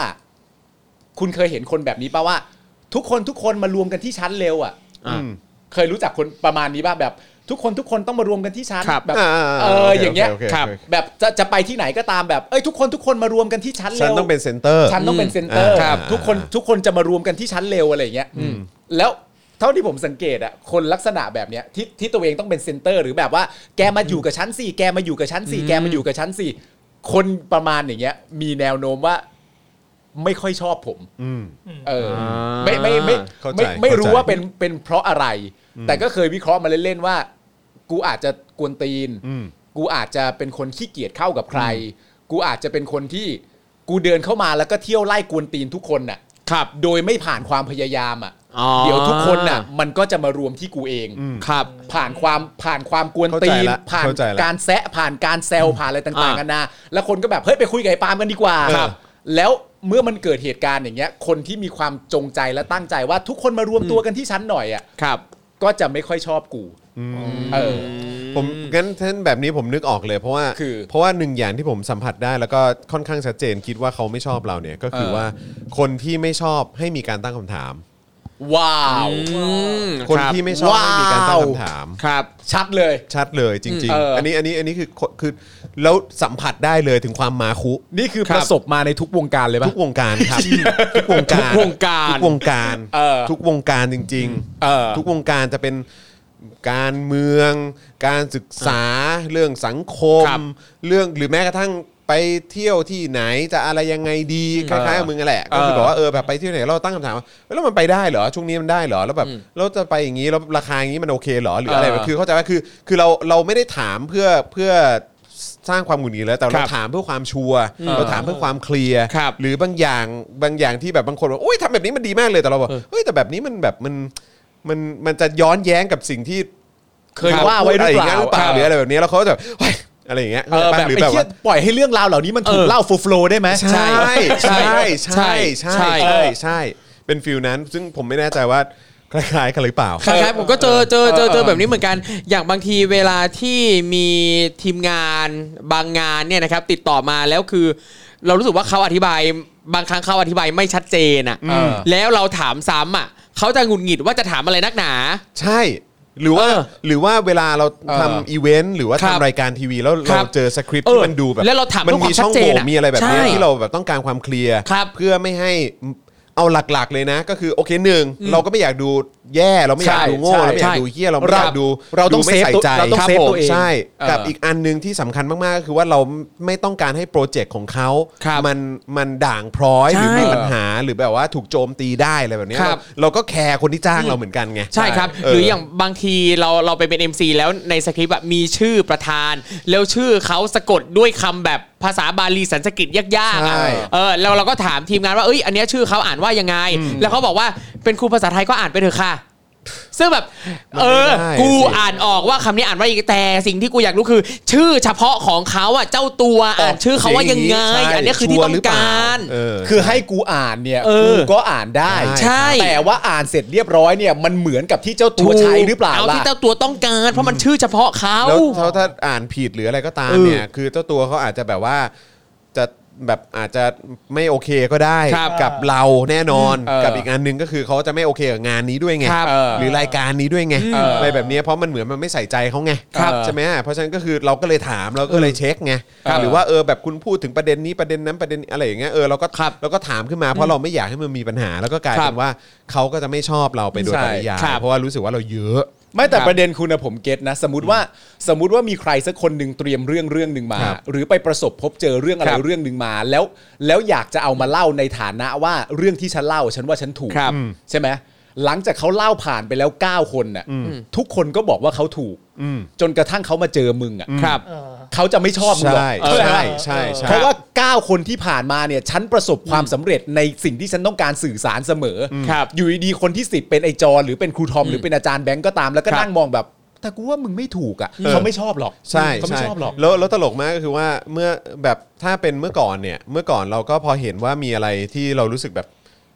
คุณเคยเห็นคนแบบนี้ป่ะว่า ทุกคนทุกคนมารวมกันที่ชั้นเร็วอ่ะ
อ่ะ
เคยรู้จักคนประมาณนี้ป่ะแบบ ทุกคนทุกคนต้องมารวมกันที่ชั้น
ครับ
แบบ
อ่าอ่าอ่า
เอ
โอ
อ
เค
อย่างเงี้ย
โอเคโอเค
ครับ แบบจะจะไปที่ไหนก็ตามแบบเอ้ยทุกคนทุกคนมารวมกันที่ชั้น
ฉัน
เร็ว
ต้องเป็นเซนเตอร์
ฉันต้องเป็นเซนเตอร์
อ่าครับ
ทุกคนทุกคนจะมารวมกันที่ชั้นเร็วอะไรอย่างเงี้ยแล้วเท่าที่ผมสังเกตอะคนลักษณะแบบเนี้ยที่ที่ตัวเองต้องเป็นเซนเตอร์ หรือแบบว่าแกมาอยู่กับชั้นสี่แกมาอยู่กับชั้นสี่แกมาอยู่กับชั้นสี่คนประมาณอย่างเงี้ย มีแนวโน้มว่าไม่ค่อยชอบผม
อืม
เอออา ไม่ไม่ไม่
เข้าใจ
ไม่ไม่รู้
เข้าใจ
ว่าเป็นเป็นเพราะอะไร แต่ก็เคยวิเคราะห์มาเล่นๆว่า กูอาจจะกวนตีน
อืม
กูอาจจะเป็นคนขี้เกียจเข้ากับใคร กูอาจจะเป็นคนที่กูเดินเข้ามาแล้วก็เที่ยวไล่กวนตีนทุกคนน่ะ
ครับ
โดยไม่ผ่านความพยายามอ่ะ
อ๋อ
เดี๋ยวทุกคนน่ะ มันก็จะมารวมที่กูเอง
ครับ
ผ่านความผ่านความกวนตี
เข้า
น
ใจละ
ผ่าน
เข้าใจละ
การแซะผ่านการแซวผ่านอะไรต่างๆ
อ่า
กันานาแล้วคนก็แบบเฮ้ยไปคุยกับไอ้ปาล์มกันดีกว่า
ครับ
แล้วเมื่อมันเกิดเหตุการณ์อย่างเงี้ย คนที่มีความจงใจและตั้งใจว่าทุกคนมารวมตัวกันที่ชั้นหน่อยอ่ะ
ครับ
ก็จะไม่ค่อยชอบกูเออ
ผมงั้นท่านแบบนี้ผมนึกออกเลย เพราะว่า
คือ
เพราะว่าหนึ่งอย่างที่ผมสัมผัสได้แล้วก็ค่อนข้างชัดเจนคิดว่าเขาไม่ชอบเราเนี่ยก็คือ
เออ
ว่าคนที่ไม่ชอบให้มีการตั้งคำถาม
ว้าว
คนที่ไม่ชอบให้มีการตั้งคำถาม
ครับ
ชัดเลย
ชัดเลยจริง
เออ
ๆ
อั
อันนี้อันนี้อันนี้คือคนคือแล้วสัมผัสได้เลยถึงความมาคุ
นี่คือ
ครั
ป
บ
ระสบมาในทุกวงการเลย
ทุ
ปะ
กวงการครับทุกวงการ
ทุกวงการ
ทุกวงการ
เออ
ทุกวงการจริง
เออ
ทุกวงการจะเป็นการเมือง การศึกษาเรื่องสังคม
ครับ
เรื่องหรือแม้กระทั่ง ไปเที่ยวที่ไหนจะอะไรยังไงดีคล้ายๆกับมึงนั่นแหละก็คือบอกว่าเออแบบไปเที่ยวไหนเราตั้งคำถามว่าเอ้ยแล้วมันไปได้เหรอช่วงนี้มันได้เหรอแล้วแบบเราจะไปอย่างนี้แล้วราคาอย่างนี้มันโอเคเหรอหรืออะไรแบบ
เออ
คือเข้าใจว่าคือคือเราเราไม่ได้ถามเพื่อเพื่อสร้างความหงุดหงิดแล้วแต่
ครั
เรา
บ
ถามเพื่อความชัวร์เราถามเพื่อความเคลียร์
ครับ
หรือบางอย่างบางอย่างที่แบบบางคนบอกอุ้ยทำแบบนี้มันดีมากเลยแต่เราบอก
เออ
เฮ้ยแต่แบบนี้มันแบบมันมันมันจะย้อนแย้งกับสิ่งที่
เคยว่าไว้หรือเปล่า
หรือเปล่าหรืออะไรแบบนี้แล้วเขาจะแบบเฮ้ยอะไรอย่างเงี้ย
เออ
ข้าใจปะ
แบบ
หรือ
ไอ้
แบบ
เหี้ย
ว่า
ปล่อยให้เรื่องราวเหล่านี้มันถูก
เออ
เล่าฟูฟโลได้ไหม
ใช่
ใช่
ใช่
ใช่
ใช่ใช่
ใช่
ใช่ใช่ใช่เป็นฟิลนั้น ซึ่งผมไม่แน่ใจว่าคล้ายๆกันหรือเปล่า
คล้ายๆผมก็เจอเจอเจอเจอแบบนี้เหมือนกัน อย่างบางทีเวลาที่มีทีมงานบางงานเนี่ยนะครับ ติดต่อมาแล้วคือ เรารู้สึกว่าเขาอธิบายบางครั้งเขาอธิบายไม่ชัดเจนอ่ะ
อืม
แล้วเราถามซ้ำอ่ะเขาจะหงุดหงิดว่าจะถามอะไรนักหนา
ใช่ หรือว่า
เออ
หรือว่าเวลาเราทำอีเวนต์หรือว่า
ครับ
ทำรายการทีวีแล้ว
ครั
เรา
บ
เจอสคริปต์
เออ
ที่มันดูแบบ
แล้วเราถาม
นมีช่อง
ด้วยความชัด
โห
เจน
ว่
อะ
มีอะไรแบบเนี้ย
ใช่
ที่เราแบบต้องการความเคลียร์
ครับ
เพื่อไม่ให้เอาหลักๆเลยนะ ก็คือโอเคหนึ่งเราก็ไม่อยากดูแย่เราไม่อยาก
ใช่
ดูโง่
ใช่
เราไม่อยากดูเฮี้ยเราไม่อยากดู
เราต้อง
ดูไม่ใส่
เซฟตัว
ใจ
เราต้อง
ครับ
เซฟ
ผม
ตัวเอง
ใช่
เออ
กับอีกอันหนึ่งที่สำคัญมากๆก็คือว่าเราไม่ต้องการให้โปรเจกต์ของเขา
ครับ
มันมันด่างพร้อยหรือ
ใช่
มีปัญหาหรือแบบว่าถูกโจมตีได้อะไรแบบเนี้ย
ครับ
เราเราก็แคร์คนที่จ้างเราเหมือนกันไง
ใช่ครับ
เห
รืออย่างบางทีเราเราไปเป็น MC แล้วในสคริปต์อะมีชื่อประธาน แล้วชื่อเขาสะกดด้วยคำแบบภาษาบาลีสันสกฤตยากๆอะ
ใช่
เออแล้วเราก็ถามทีมงานว่าเอ้ยอันเนี้ยชื่อเขาอ่านว่ายังไง แล้วเขาบอกว่าเป็นครูภาษาไทยก็อ่านไปเถอะค่ะ ซึ่งแบบ
มัน
เออ
ไม่ได้
กู
สิ
อ่านออกว่าคำนี้อ่านว่ายังไงแต่สิ่งที่กูอยากรู้คือ ชื่อเฉพาะของเขาอ่ะเจ้าตัวอ่านชื่อเขาว่ายังไง อันเนี้ยคือที่ต้องการ
เออ
คือให้กูอ่านเนี่ย
เออ
กูก็อ่านได้
ใช่
แต่ว่าอ่านเสร็จเรียบร้อยเนี่ยมันเหมือนกับที่เจ้าตัวใช้หรือเปล่า
เอา
ล่ะ
ที่เจ้าตัวต้องการเพราะมันชื่อเฉพาะเขา
แล้วเขาถ้าอ่านผิดหรืออะไรก็ตามเนี่ย คือเจ้าตัวเขาอาจจะแบบว่าจะแบบอาจจะไม่โอเคก็ได้
ครับ
กับเราแน่นอน
เออ
กับอีกงานหนึ่งก็คือเขาจะไม่โอเคกับงานนี้ด้วยไง
ครับ
เออหรือรายการนี้ด้วยไง
เอออ
อะไรแบบเนี้ยเพราะมันเหมือนมันไม่ใส่ใจเขาไง
ครับ
ใช่ไหมเพราะฉะนั้นก็คือเราก็เลยถามเราก็เลยเช็คไง
ครับ
หรือว่าเออแบบคุณพูดถึงประเด็นนี้ประเด็นนั้นประเด็นอะไรอย่างเงี้ยเออเราก็เราก็ถามขึ้นมาเพราะเราไม่อยากให้มันมีปัญหา แล้วก็กลาย
ครั
เป็
บ
นว่าเขาก็จะไม่ชอบเราไปโดย
ใช่
ปริยาย
ครับ
เพราะว่ารู้สึกว่าเราเยอะ
ไม่แต่
ครับ
ประเด็นคุณนะผมเก็ตนะ สมมติว่าสมมติว่ามีใครสักคนหนึ่งเตรียมเรื่องเรื่องหนึ่งมา
ครับ
หรือไปประสบพบเจอเรื่องอะไร
ครับ
เรื่องหนึ่งมา แล้วแล้วอยากจะเอามาเล่าในฐานะว่าเรื่องที่ฉันเล่าฉันว่าฉันถูก
ครับ
ใช่ไหมหลังจากเขาเล่าผ่านไปแล้ว 9 คนน่ะทุกคนก็บอกว่าเขาถูก
อืม
จนกระทั่งเขามาเจอมึงอ่ะ
ครับ
เออ
เขาจะไม่ชอบมึงหรอก
ใช่
เข้าจปะ
ใช่ใช่ใช่
เพราะว่า 9 คนที่ผ่านมาเนี่ยฉันประสบความสำเร็จในสิ่งที่ฉันต้องการสื่อสารเสมออ
ครับ
อยู่ดีๆคนที่สิบเป็นไอจอหรือเป็นครูทอมหรือเป็นอาจารย์แบงก์ก็ตามแล้วก็
ครับ
นั่งมองแบบ แต่กูว่ามึงไม่ถูกอ่ะ
เออ
เขาไม่ชอบหรอก
ใช่
เขาไม่
ใช่
ชอบหรอก
แล้วแล้วตลกมากก็คือว่าเมื่อแบบถ้าเป็นเมื่อก่อนเนี่ยเมื่อก่อนเราก็พอเห็นว่ามีอะไรที่เรารู้สึกแบบ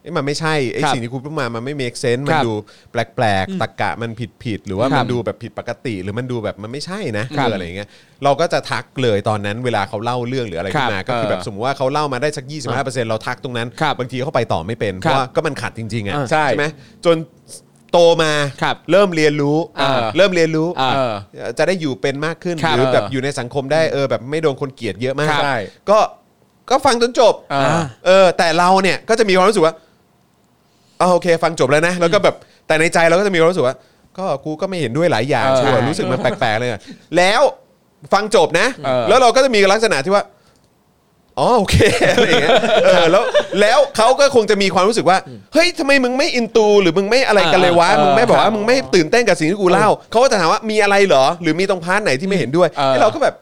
เอ๊ะมันไม่ใช่ไอ้
ครับ
สิ่งที่คุณพูดมามันไม่ make sense
คน
มั
รับ
ดูแปลกๆตรกกะมันผิดผิดๆหรือว่า
ครับ
มันดูแบบผิดปกติ หรือมันดูแบบมันไม่ใช่นะครับ เอออะไรอย่างเงี้ยเราก็จะทักเลยตอนนั้นเวลาเขาเล่าเรื่องหรืออะไรขึ้นมา
ครับ
ก็คือแบบ
เออ
สมมติว่าเขาเล่ามาได้สัก 25%เราทักตรงนั้น
ครับ
บางทีเขาไปต่อไม่เป็นเพ
ครับ
ราะว่าก็มันขัดจริงๆอ่ะ
เออ
ใช่
ไหมจนโตมา
ครับ
เริ่มเรียนรู้
เออ
เริ่มเรียนรู้
เออ
จะได้อยู่เป็นมากขึ้น
ครับ
หรือแบบอยู่ในสังคมได้เออแบบไม่โดนคนเกลียดเยอะมาก
ครับ
ใช่
ก็ก็ฟังจนจบ
อ่า
เออ แต่เราเนี่ยก็จะมีความรู้สึกว่าอ๋อโอเค ฟังจบแล้วนะ แล้วก็แบบแต่ในใจเราก็จะมีความรู้สึกว่า ก็กูก็ไม่เห็นด้วยหลายอย่าง
เออ
ชัวร์รู้สึกมันแปลกๆเลยอะแล้วฟังจบนะ
เออ
แล้วเราก็จะมีลักษณะที่ว่าอ๋อโอเค [LAUGHS] อะไรอย่างเงี้ยเออแล้วแล้วเขาก็คงจะมีความรู้สึกว่าเฮ้ยทำไมมึงไม่อินตูหรือมึงไม่อะไรกันเลยวะ
เออ
มึงไม่บอ
ค
ก
รั
ว่า
บ
มึงไม่ตื่นเต้นกับสิ่งที่กูเล่าเขาก็จะถามว่ามีอะไรเหรอ หรือมีตรงพาร์ทไหนที่ไม่เห็นด้วย
เออ
ไอ้เราก็แบบ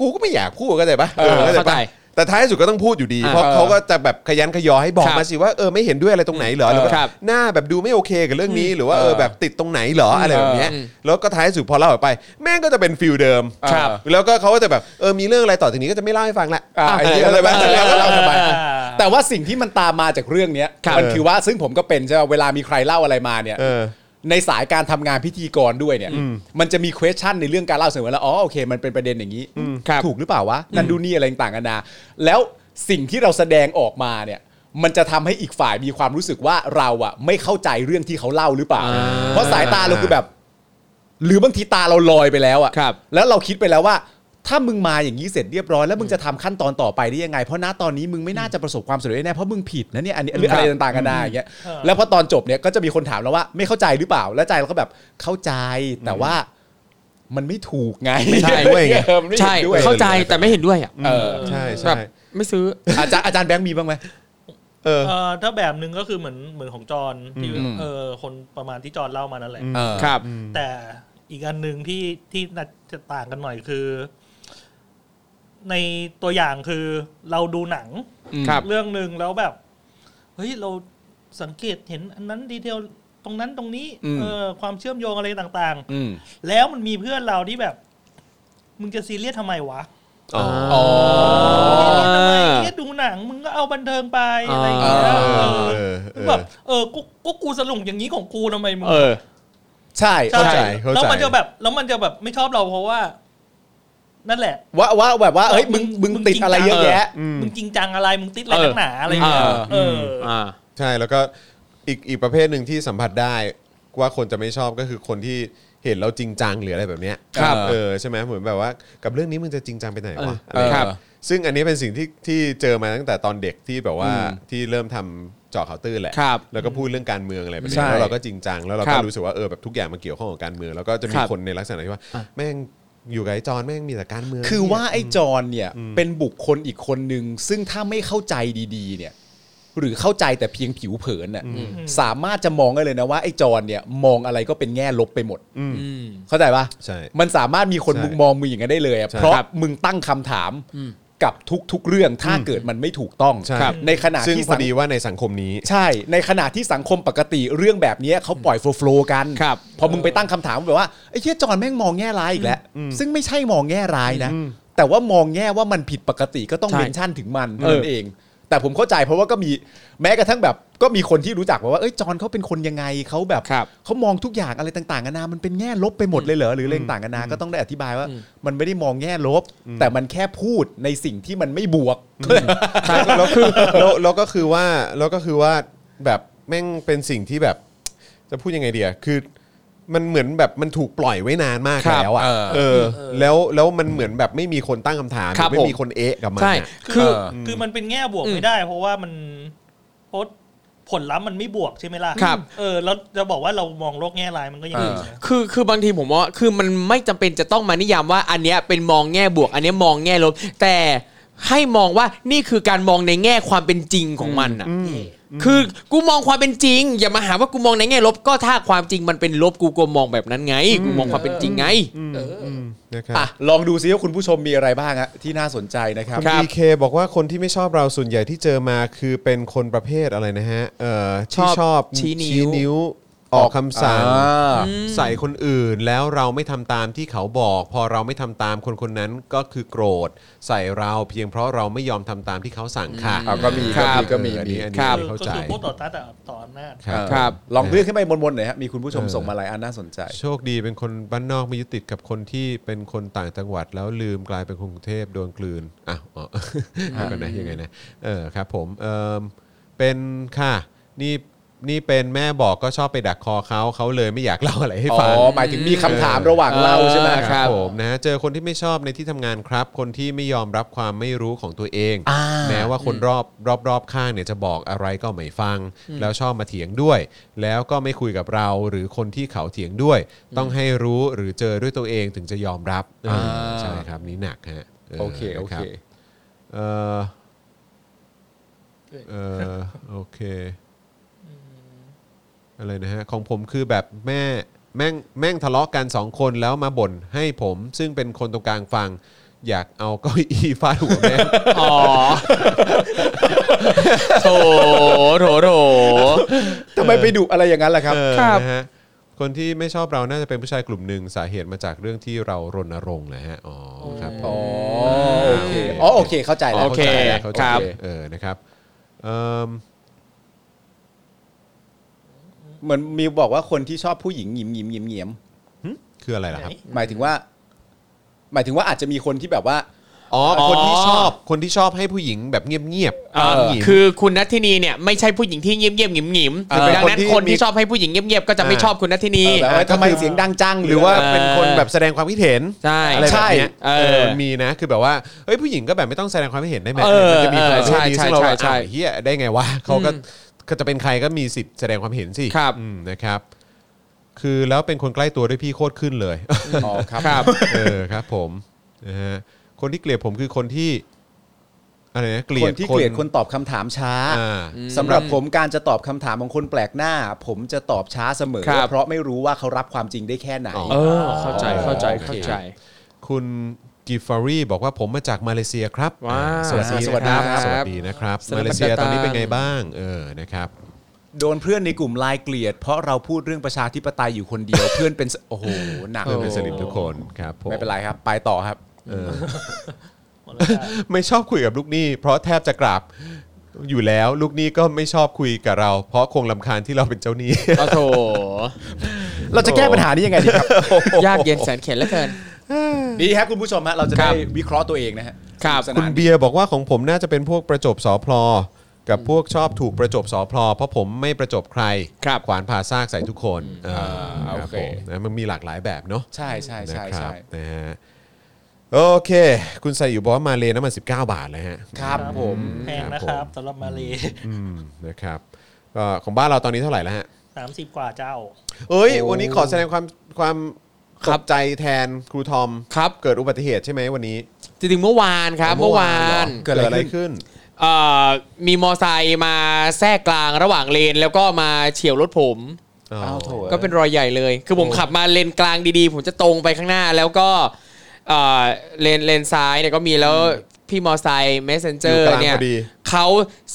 กูก็ไม่อยากพูดก็ได้าใจปะ
เออ
เข้าใจ
เข้าใจ
ปะแต่ท้ายสุดก็ต้องพูดอยู่ดี
อ่า
เพราะเขาก็จะแบบขยันขยอให้บอก
ครับ
มาสิว่าเออไม่เห็นด้วยอะไรตรงไหนเหรอหรือว่า
ครับ
หน้าแบบดูไม่โอเคกับเรื่องนี้หรือว่า
เอ
เอ
อ
อแบบติดตรงไหนเหรออะไรแบบเนี้ย
อืม
แล้วก็ท้ายสุดพอเล่าออกไป แม่งก็จะเป็นฟิลเดิม
ครับ
แล้วก็เขาก็จะแบบเออมีเรื่องอะไรต่อจากนี้ก็จะไม่เล่าให้ฟังละ
อ่า
ไอ้
ไอ้
เหี้
เรื่
ยอะไร
อง
แบบ
เออ
นี้
เออ
ก็
เอ
เล่า
อ
กันไป
แต่ว่าสิ่งที่มันตามมาจากเรื่องเนี้ย
ครับ
มันคือว่าซึ่งผมก็เป็นใช่ไหมเวลามีใครเล่าอะไรมาเนี่ย
เออ
ในสายการทำงานพิธีกรด้วยเนี่ยมันจะมี question ในเรื่องการเล่าเสมอแล้วอ๋อโอเคมันเป็นประเด็นอย่างนี้
ครับ
ถูกหรือเปล่าวะนั่นดูนี่อะไรต่างกันานาแล้วสิ่งที่เราแสดงออกมาเนี่ยมันจะทำให้อีกฝ่ายมีความรู้สึกว่าเราอะไม่เข้าใจเรื่องที่เขาเล่าหรือเปล่า
อ่า
เพราะสายตาเราคือแบบ หรือบางทีตาเราลอยไปแล้ว
ครั
อะ
บ
แล้วเราคิดไปแล้วว่า ถ้ามึงมาอย่างนี้เสร็จเรียบร้อยแล้วมึงจะทำขั้นตอนต่อไปได้ยังไง เพราะณตอนนี้มึงไม่น่าจะประสบความสำเร็จแน่เพราะมึงผิดนะเนี่ยอันนี้หรืออะไรต่างๆกันได้อย่างเงี้ย
เออ
แล้วพอตอนจบเนี่ยก็จะมีคนถามเราว่าไม่เข้าใจหรือเปล่า แล้วใจเราก็แบบเข้าใจแต่ว่า มันไม่ถูกไง
ใช่
ด้วยไง
เออมันไม่เห็น
ใช่
ด้วย
เข้าใจแต่ไม่เห็นด้วยอ่ะ
เออ
ใช่
แบ
ใช่
บไม่ซื้อ
อาจารย์อาจารย์แบงค์มีบ้างไหม
เออ
เอ่อถ้าแบบหนึ่งก็คือเหมือนเหมือนของจอห์นที่
อืม
เออคนประมาณที่จอห์นเล่ามานั่นแหละ
เออ
ครับ
แต่อีกอันหนึ่งที่ที่น่าจะต่างกันหน่อยคือ ในตัวอย่างคือเราดูหนัง
ครับ
เรื่องหนึ่งแล้วแบบ เฮ้ยเราสังเกตเห็นอันนั้นดีเทลตรงนั้นตรงนี้
อืม
เออความเชื่อมโยงอะไรต่าง
อืม
ๆ แล้วมันมีเพื่อนเราที่แบบ มึงจะซีเรียสทำไมวะ
อ๋อ
อ๋อ
ทำไมแค่ดูหนัง มึงก็เอาบันเทิงไปอะไรอย่างเงี้ย
อ่า
เออ
เออเออ
แบบเออกูกูกูสรุปอย่างนี้ของกูทำไมมึง
เออ
ใช่
ช่
เข้าใจเข้าใจ
แล้วมันจะแบบแล้วมันจะแบบไม่ชอบเราเพราะว่า นั่นแหละ
ว่าว่าแบบว่าเอ้ยมึงมึง
มึง
ติด
จริง
อะไรเยอะแยะ
มึงจริงจังอะไรมึงติดอะไรนักหนาอะไรอย่างเงี้ย
เออ
เอออ
อ่า
ใช่แล้วก็อีกอีกประเภทหนึ่งที่สัมผัสได้ว่าคนจะไม่ชอบก็คือคนที่เห็นเราจริงจังหรืออะไรแบบเนี้ย
ครับ
เออใช่ไหมเหมือนแบบว่ากับเรื่องนี้มึงจะจริงจังไปไหนวะ
เออ
อะไ
ครับ
ซึ่งอันนี้เป็นสิ่งที่ที่เจอมาตั้งแต่ตอนเด็กที่แบบว่า
อืม
ที่เริ่มทำเจาะข่าวตื้นแหละ
ครับ
แล้วก็พูดเรื่องการเมืองอะไรแบบ
ใช่
นี้แล้วเราก็จริงจังแล้วเรา
ครั
ก็
บ
รู้สึกว่าเออแบบทุกอย่างมันเกี่ยวข้องกับการเมืองแล้วก็จะมี
ครับ
คนในลักษณะที่ว่า แม่งอยู่กับไอ้จอนแม่งมีแต่การเมือง
คือว่าไอ้จอนเนี่ยเป็นบุคคลอีกคนหนึ่งซึ่งถ้าไม่เข้าใจดีๆ เนี่ย หรือเข้าใจแต่เพียงผิวเผินน่ะสามารถจะมองได้เลยนะว่าไอ้จอนเนี่ยมองอะไรก็เป็นแง่ลบไปหมดเข้าใจปะ
ใช่
มันสามารถมีคน
ใช่
มุมมองมึงอย่างนั้นได้เลยอะ
ใช่
เพราะ
ครับ
มึงตั้งคำถามกับทุกๆเรื่องถ้าเกิดมันไม่ถูกต้อง
ใช่
ครับ
ในขณะ
ซึ่ง
ที่
พ
สั
อง ดีว่าในสังคมนี้
ใช่ ในขณะที่สังคมปกติเรื่องแบบเนี้ยเขาปล่อยโฟล์กัน
ครับ
พอมึงไปตั้งคำถามแบบว่าไอ้เชี่ยจอนแม่งมองแง่ร้ายอีกแล้ว ซึ่งไม่ใช่มองแง่ร้ายนะ แต่ว่ามองแง่ว่ามันผิดปกติก็ต้อง
ใช่
เมนชั่นถึงมันนั่นเอง แต่ผมเข้าใจเพราะว่าก็มีแม้กระทั่งแบบ ก็มีคนที่รู้จักว่าเอ้ยจอนเขาเป็นคนยังไงเขาแบบ
ครับ
เขามองทุกอย่างอะไรต่างๆนานา มันเป็นแง่ลบไปหมดเลยเหรอ หรืออะไรต่างๆนานา ก็ต้องได้อธิบายว่า มันไม่ได้มองแง่ลบ แต่มันแค่พูดในสิ่งที่มันไม่บวก
ใช่
[LAUGHS]
แล้วคือแล้วแล้วก็คือว่าแล้วก็คือว่าแบบแม่งเป็นสิ่งที่แบบจะพูดยังไงเดียคือมันเหมือนแบบมันถูกปล่อยไว้นานมาก
ครับ
แล้วอ่ะ
เออ
เออ แล้วแล้วมันเหมือนแบบไม่มีคนตั้งคำถาม
ครับ
ไม่มีคนเอะกับมัน
ใช่
อะ
คือ
เออ
คือมันเป็นแง่บวกไม่ได้ เพราะว่ามันเพราะผลลัพธ์มันไม่บวกใช่ไหมล่ะ
ครับ
เออแล้วจะบอกว่าเรามองโลกแง่ร้ายมันก็ยังไม่
เออ
นะ
คือคือบางทีผมว่าคือมันไม่จำเป็นจะต้องมานิยามว่าอันเนี้ยเป็นมองแง่บวก อันเนี้ยมองแง่ลบ แต่ให้มองว่านี่คือการมองในแง่ความเป็นจริงของมันอ่ะคือกูมองความเป็นจริง อย่ามาหาว่ากูมองในแง่ลบก็ถ้าความจริงมันเป็นลบกูก็มองแบบนั้นไง กูมองความเป็นจริงไง
นะครับ
อ่ะลองดูซิว่าคุณผู้ชมมีอะไรบ้างฮะที่น่าสนใจนะครับ
คุณบีเคบอกว่าคนที่ไม่ชอบเราส่วนใหญ่ที่เจอมาคือเป็นคนประเภทอะไรนะฮะเอ่อ
ช
ที่
อบ
ชอบ
ชี้นิ้ว
วออกคำสั่ง
อ่า
ใส่คนอื่นแล้วเราไม่ทำตามที่เขาบอก พอเราไม่ทำตามคนคนนั้นก็คือโกรธ ใส่เราเพียงเพราะเราไม่ยอมทำตามที่เขาสั่งค่ะ
อ่ะก็มี
ค
ก็
รับ
มีก็มี
อัน
มี
นี้อันนี้
ครับ
เข้า
ก็
ใจ
คือพวกต่อต้านแต่ต่ออำนาจ
ครับ
ครับ
ลองเลื่อนขึ้นไปบนๆหน่อยฮะมีคุณผู้ชมส่งมาหลายอันน่าสนใจ
โชคดีเป็นคนบ้านนอกไม่ยึดติดกับคนที่เป็นคนต่างจังหวัดแล้วลืมกลายเป็นคนกรุงเทพโดนกลืนอ้าวอ๋อ [LAUGHS] เดี๋ยวกันนะยังไงนะเออครับผมเออเป็นค่ะนี่นี่เป็นแม่บอกก็ชอบไปดักคอเขาเขาเลยไม่อยากเล่าอะไรให้
อ๋
ฟัง
อ หมายถึงมีคำถามระหว่างเล่าใช่ไหม
อ่า
ครับ
ครับ
ผมนะฮะเจอคนที่ไม่ชอบในที่ทำงานครับ คนที่ไม่ยอมรับความไม่รู้ของตัวเอง แม้ว่าคนรอบรอบรอบข้างเนี่ยจะบอกอะไรก็ไม่ฟัง แล้วชอบมาเถียงด้วย แล้วก็ไม่คุยกับเราหรือคนที่เขาเถียงด้วย ต้องให้รู้หรือเจอด้วยตัวเองถึงจะยอมรับ
อ่า
เออใช่ครับนี่หนักฮะ
โอเค โอ
นะค
เค
รับเออเอ
[LAUGHS]
อโอเค อะไรนะฮะของผมคือแบบแม่แม่งแม่งทะเลาะกันสองคนแล้วมาบ่นให้ผม ซึ่งเป็นคนตรงกลางฟัง อยากเอาเก้าอี้ฟาดหัวแม่ง
อ๋อโถโถโถ
ทำไมไปดุอะไรอย่างนั้นล่ะครับ
เออ
[LAUGHS] ครับ
นะฮะคนที่ไม่ชอบเราน่าจะเป็นผู้ชายกลุ่มหนึ่งสาเหตุมาจากเรื่องที่เรารณรงค์นะฮะอ๋อครับผม
อ๋อ โอเค อ๋อ โอเค เข้าใจแล้ว
โอเค
เข้า
ค
ใจ
รับ
เออนะครับเอิ่ม
เหมือนมีบอกว่าคนที่ชอบผู้หญิงหยิมหยิมหยิมหยิม
คืออะไรล่ะครับ
หมายถึงว่า หมายถึงว่าอาจจะมีคนที่แบบว่า
อ๋อ
อ๋อ
คนที่ชอบ คนที่ชอบให้ผู้หญิงแบบเงียบๆ
เอ่อ
หญิง
คือคุณนัทธินีเนี่ยไม่ใช่ผู้หญิงที่เงียบเงียบๆหงิมหงิมๆ
เออ
ดังนั้น
เป็น
ค
คน นที่
ที่ชอบให้ผู้หญิงเงียบเงียบๆก็จะไม่
อ่า
ชอบคุณนัทธินี
เออแบบว่า
ก็คือ
ทำไมเสียงดังจัง
หรือว่า
เออ
เป็นคนแบบแสดงความคิดเห็น
ใช่
อะไรแบบเนี้ย
ใช่เออ
มันมีนะ คือแบบว่าเฮ้ยผู้หญิงก็แบบไม่ต้องแสดงความคิดเห็นได้ไหม
เออ
มันจะมี
เออ
ประเภทนี้
ใช่
ซึ่งเรา
ใช่
แบบ
ใช่
อ้าวเฮียได้ไงวะเขาก็
อืม
ก็จะเป็นใครก็มีสิทธิ์แสดงความเห็นสิ
ครับ
อืมนะครับ คือแล้วเป็นคนใกล้ตัวด้วยพี่โคตรขึ้นเลย
อ๋อครับ
ครับ
เออครับผมนะฮะคนที่เกลียดผมคือคนที่อะไรนะเกลี
ค
ยด
นที่เกลียดคนตอบคำถามช้า
อ่า
สำหรับผมการจะตอบคำถามของคนแปลกหน้า ผมจะตอบช้าเสมอ
ครับ
เพราะไม่รู้ว่าเขารับความจริงได้แค่ไหน
อ๋อ
เออเข้าใจเข้าใจเข้าใจ
คุณกิฟฟารีบอกว่าผมมาจากมาเลเซียครับ
ว้าว
สวัสดี
สวัสดี
นะ
ค
ค
รั
รับ บ สวัสดีนะครับ
สนับสนุน
มาเลเซียตอนนี้เป็นไงบ้าง เออนะครับ
โดนเพื่อนในกลุ่มไลน์เกลียด เพราะเราพูดเรื่องประชาธิปไตยอยู่คนเดียว เพื่อนเป็นสโอ้โหหนัก
เพื่อนเป็นสลิมทุกคนครับผม
ไม่เป็นไรครับ ไปต่อครับ
เออ
หมดแล้วจ้ะ
ไม่ชอบคุยกับลูกหนี้เพราะแทบจะกราบอยู่แล้วลูกหนี้ก็ไม่ชอบคุยกับเรา เพราะคงลำคาญที่เราเป็นเจ้าหนี้
โอ้โถ
เราจะแก้ปัญหานี้ยังไงดี [LAUGHS] ครับ
ยากเย็นแสนเข็ญเหลือเกิน
ดีครับคุณผู้ชมฮะเราจะ
ครั
ได้
บ
วิเคราะห์ตัวเองนะฮะ
ครับ
สนุกส
คุ
นา
ณ
นดี
เบียร์บอกว่าของผมน่าจะเป็นพวกประจบสอพลอ กับพวกชอบถูกประจบสอพลอ เพราะผมไม่ประจบใคร
ครับ
ขวานผ่าซากใส่ทุกคนเออ
อ่า
รับ
โอเค
ผมนะมันมีหลากหลายแบบเนาะ
ใช่ใช่ใช่
นะครั
ใช่
บนะฮะโอเค คุณใส่อยู่บอกว่ามาเลน้ำมัน 19 บาทเลยฮะ
ครับผม
แพงนะครับสำหรับมาเล
อืมนะครับก็ของบ้านเราตอนนี้เท่าไหร่แล้วฮะ
สามสิบกว่าเจ้า
เอ้ย
โอ้
วันนี้ขอแสดงความความ
ค
ต
รับ
กใจแทนครูทอม
ครับ
เกิดอุบัติเหตุใช่ไหมวันนี้
จริงๆเมื่อวานครับเมื่อวาน
เกิดอะไรขึ้น
เอ่อมีมอไซค์มาแทรกกลางระหว่างเลน แล้วก็มาเฉียวรถผม
อ้าวโถ
ก็เป็นรอยใหญ่เลย คือผมขับมาเลนกลางดีๆ ผมจะตรงไปข้างหน้า แล้วก็เอ่อเลนเลนซ้ายเนี่ยก็มีแล้วพี่มอไซค์ messenger
อยู่กลาง
เนี่ย
พอดี
เขา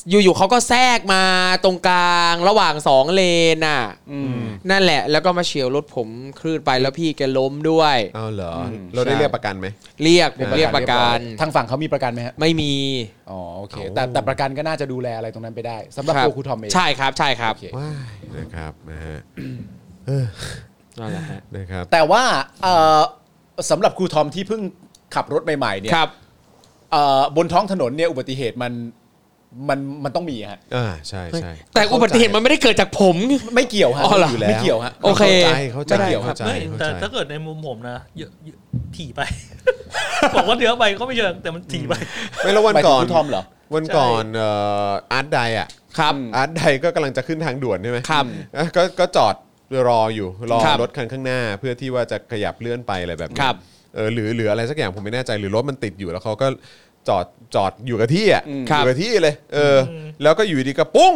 อยู่ๆเขาก็แทรกมาตรงกลางระหว่างสองเลนน่ะนั่นแหละ แล้วก็มาเฉียวรถผมคลื่นไปแล้วพี่แกล้มด้วย
เอาเหรอ เราได้เรียกประกันไหม
เรียกผมเรียกประกัน
ทางฝั่งเขามีประกันไหมฮะ
ไม่มี
อ๋อโอเคแต่แต่ประกันก็น่าจะดูแลอะไรตรงนั้นไปได้สำหรับ
ครั
ตัวครูทอมเอง
ใช่ครับใช่ครับ
โอเค
ว้ายนะครับนะฮะ
นั่นแหละฮะ
นะครับ
แต่ว่าเอ่อสำหรับครูทอมที่เพิ่งขับรถใหม่ๆเนี่ย
ครับ
เอ่อบนท้องถนนเนี่ยอุบัติเหตุมันมันมันต้องมีฮะ
อ่าใช่ใช่
แต่อุบัติเหตุมันไม่ได้เกิดจากผม
ไม่เกี่ยวฮะ
อ๋อเหรอ
ยู่แล้วไม่เกี่ยวฮะ
โอเค
เข้าใจ
ไม่เกี่ยว
เข้าใจ
ไม่
เข้าใจ
แต่ถ้าเกิดในมุมผมนะเยอะเยอะถี่ไป [LAUGHS] บอกว่าเยอะไปก็ไม่เชิงแต่มันถี่ไป
ไม่แล้ววัน
หมายถึ
ก่อง น
ครูทอมเหรอ
วันก่อนเอ่ออาร์ตไดอะ
ครับ
อาร์ตไดก็กำลังจะขึ้นทางด่วนใช่ไหม
ครับ
อ่ะก็ก็จอดรออยู่รอ
ครับ
รถคันข้างหน้า เพื่อที่ว่าจะขยับเลื่อนไปอะไรแบบนี้
ครับ
เออหรือหรืออะไรสักอย่างผมไม่แน่ใจหรือรถมันติดอยู่แล้วเขาก็จอดจอดอยู่กับที่อ่ะ
ครั
อบ ยู่กับที่เลยเอออแล้วก็อยู่ดีก็ปุ้ง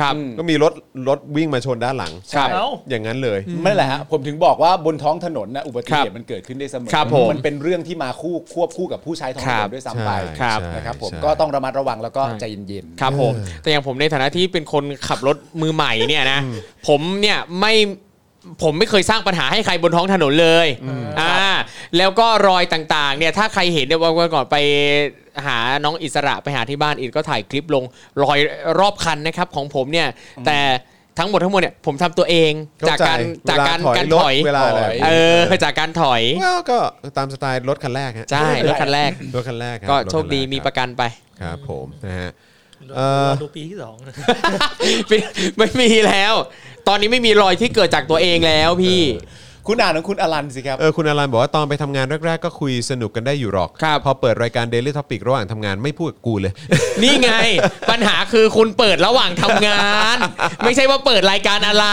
ครับ
ก็มีรถรถวิ่งมาชนด้านหลัง
ครับ
เอ้า
อย่างนั้นเลย
ไม่แหละฮะผมถึงบอกว่าบนท้องถนนนะอุบัติเห
ครั
ตุ
บ
มันเกิดขึ้นได้เสมอ
ครับผม
นเป็นเรื่องที่มาคู่ควบคู่กับผู้ใช้ท้องถ
คน รับ
นด้วยซ้ำไป
ใช่
ครับ
ใช่
นะครับผม
ใช่
ก็ต้องระมัดระวังแล้วก็ใจเย็นๆ
ครับผม แต่อย่างผมในฐานะที่เป็นคนขับรถมือใหม่เนี่ยนะ ผมเนี่ยไม่ผมไม่เคยสร้างปัญหาให้ใครบนท้องถนนเลยอ่าแล้วก็รอยต่างๆเนี่ยถ้าใครเห็นเนี่ยวันก่อนไปหาน้องอิสระไปหาที่บ้านอินก็ถ่ายคลิปลงรอยรอบคันนะครับของผมเนี่ยแต่ทั้งหมดทั้งมวลเนี่ยผมทำตัวเอง
เข้
จากการ
ใจ
จากการ
เวล
การ
รถ
ถอย
เวลาอะไร
ถอย
เออจากการถอย
ก็ก็ตามสไตล์รถคันแรกฮะ
ใช่รถคันแรก
รถคันแรกรับ
ก็
รถนแร
โชคดีมีประกันไป
ครับผมนะฮะ เอ่
ร
อ
อดูปีที่สอง
ไม่ไม่มีแล้ว ตอนนี้ไม่มีรอยที่เกิดจากตัวเองแล้วพี่
คุณอ่านของคุณอลันสิครับ
เออคุณอารันบอกว่าตอนไปทำงานแรก ๆ ก็คุยสนุกกันได้อยู่หรอก
ครับ
พอเปิดรายการ Daily Topic ระหว่างทำงานไม่พูดกับกูเลย
นี่ไง ปัญหาคือคุณเปิดระหว่างทำงาน ไม่ใช่ว่าเปิดรายการอะไร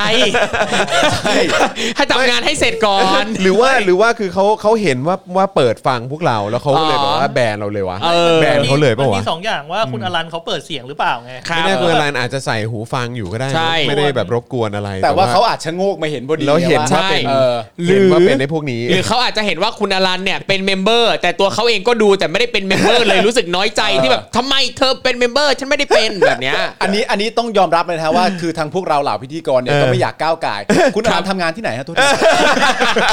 ให้ทำงานให้เสร็จก่อน
หรือว่าหรือว่าคือเขาเขาเห็นว่าว่าเปิดฟังพวกเราแล้วเขาก็เลย
อ๋อ
บอกว่าแบนเราเลยวะ
เออ
แบนเขาเลยปะ
มัน
วะ
มีสองอย่างว่าคุณอลันเขาเปิดเสียงหรือเปล่าไง
ครับ
ไม่แน่คุณอารันอาจจะใส่หูฟังอยู่ก็ได้นะ
ใช่
ไม่ได้แบบรบกวนอะไร
แต่ว่าเขาอาจชะโงกมาเห็นพอดี
เราเห็น
ว่า
ใช่
ว่าเป็น
เออ
เห็นว่าเป็นในพวกนี้
หรือเขาอาจจะเห็นว่าคุณอรันเนี่ยเป็นเมมเบอร์ แต่ตัวเขาเองก็ดูแต่ไม่ได้เป็นเมมเบอร์เลยรู้สึกน้อยใจที่แบบทำไมเธอเป็นเมมเบอร์ ฉันไม่ได้เป็นแบบเนี้ย
อันนี้อันนี้ต้องยอมรับเลยนะฮะว่าคือทางพวกเราเหล่าพิธีกรเนี่ยก็ไม่อยากก้าวไก่าย คุณอานทำงานที่ไหนฮะทุกท่าน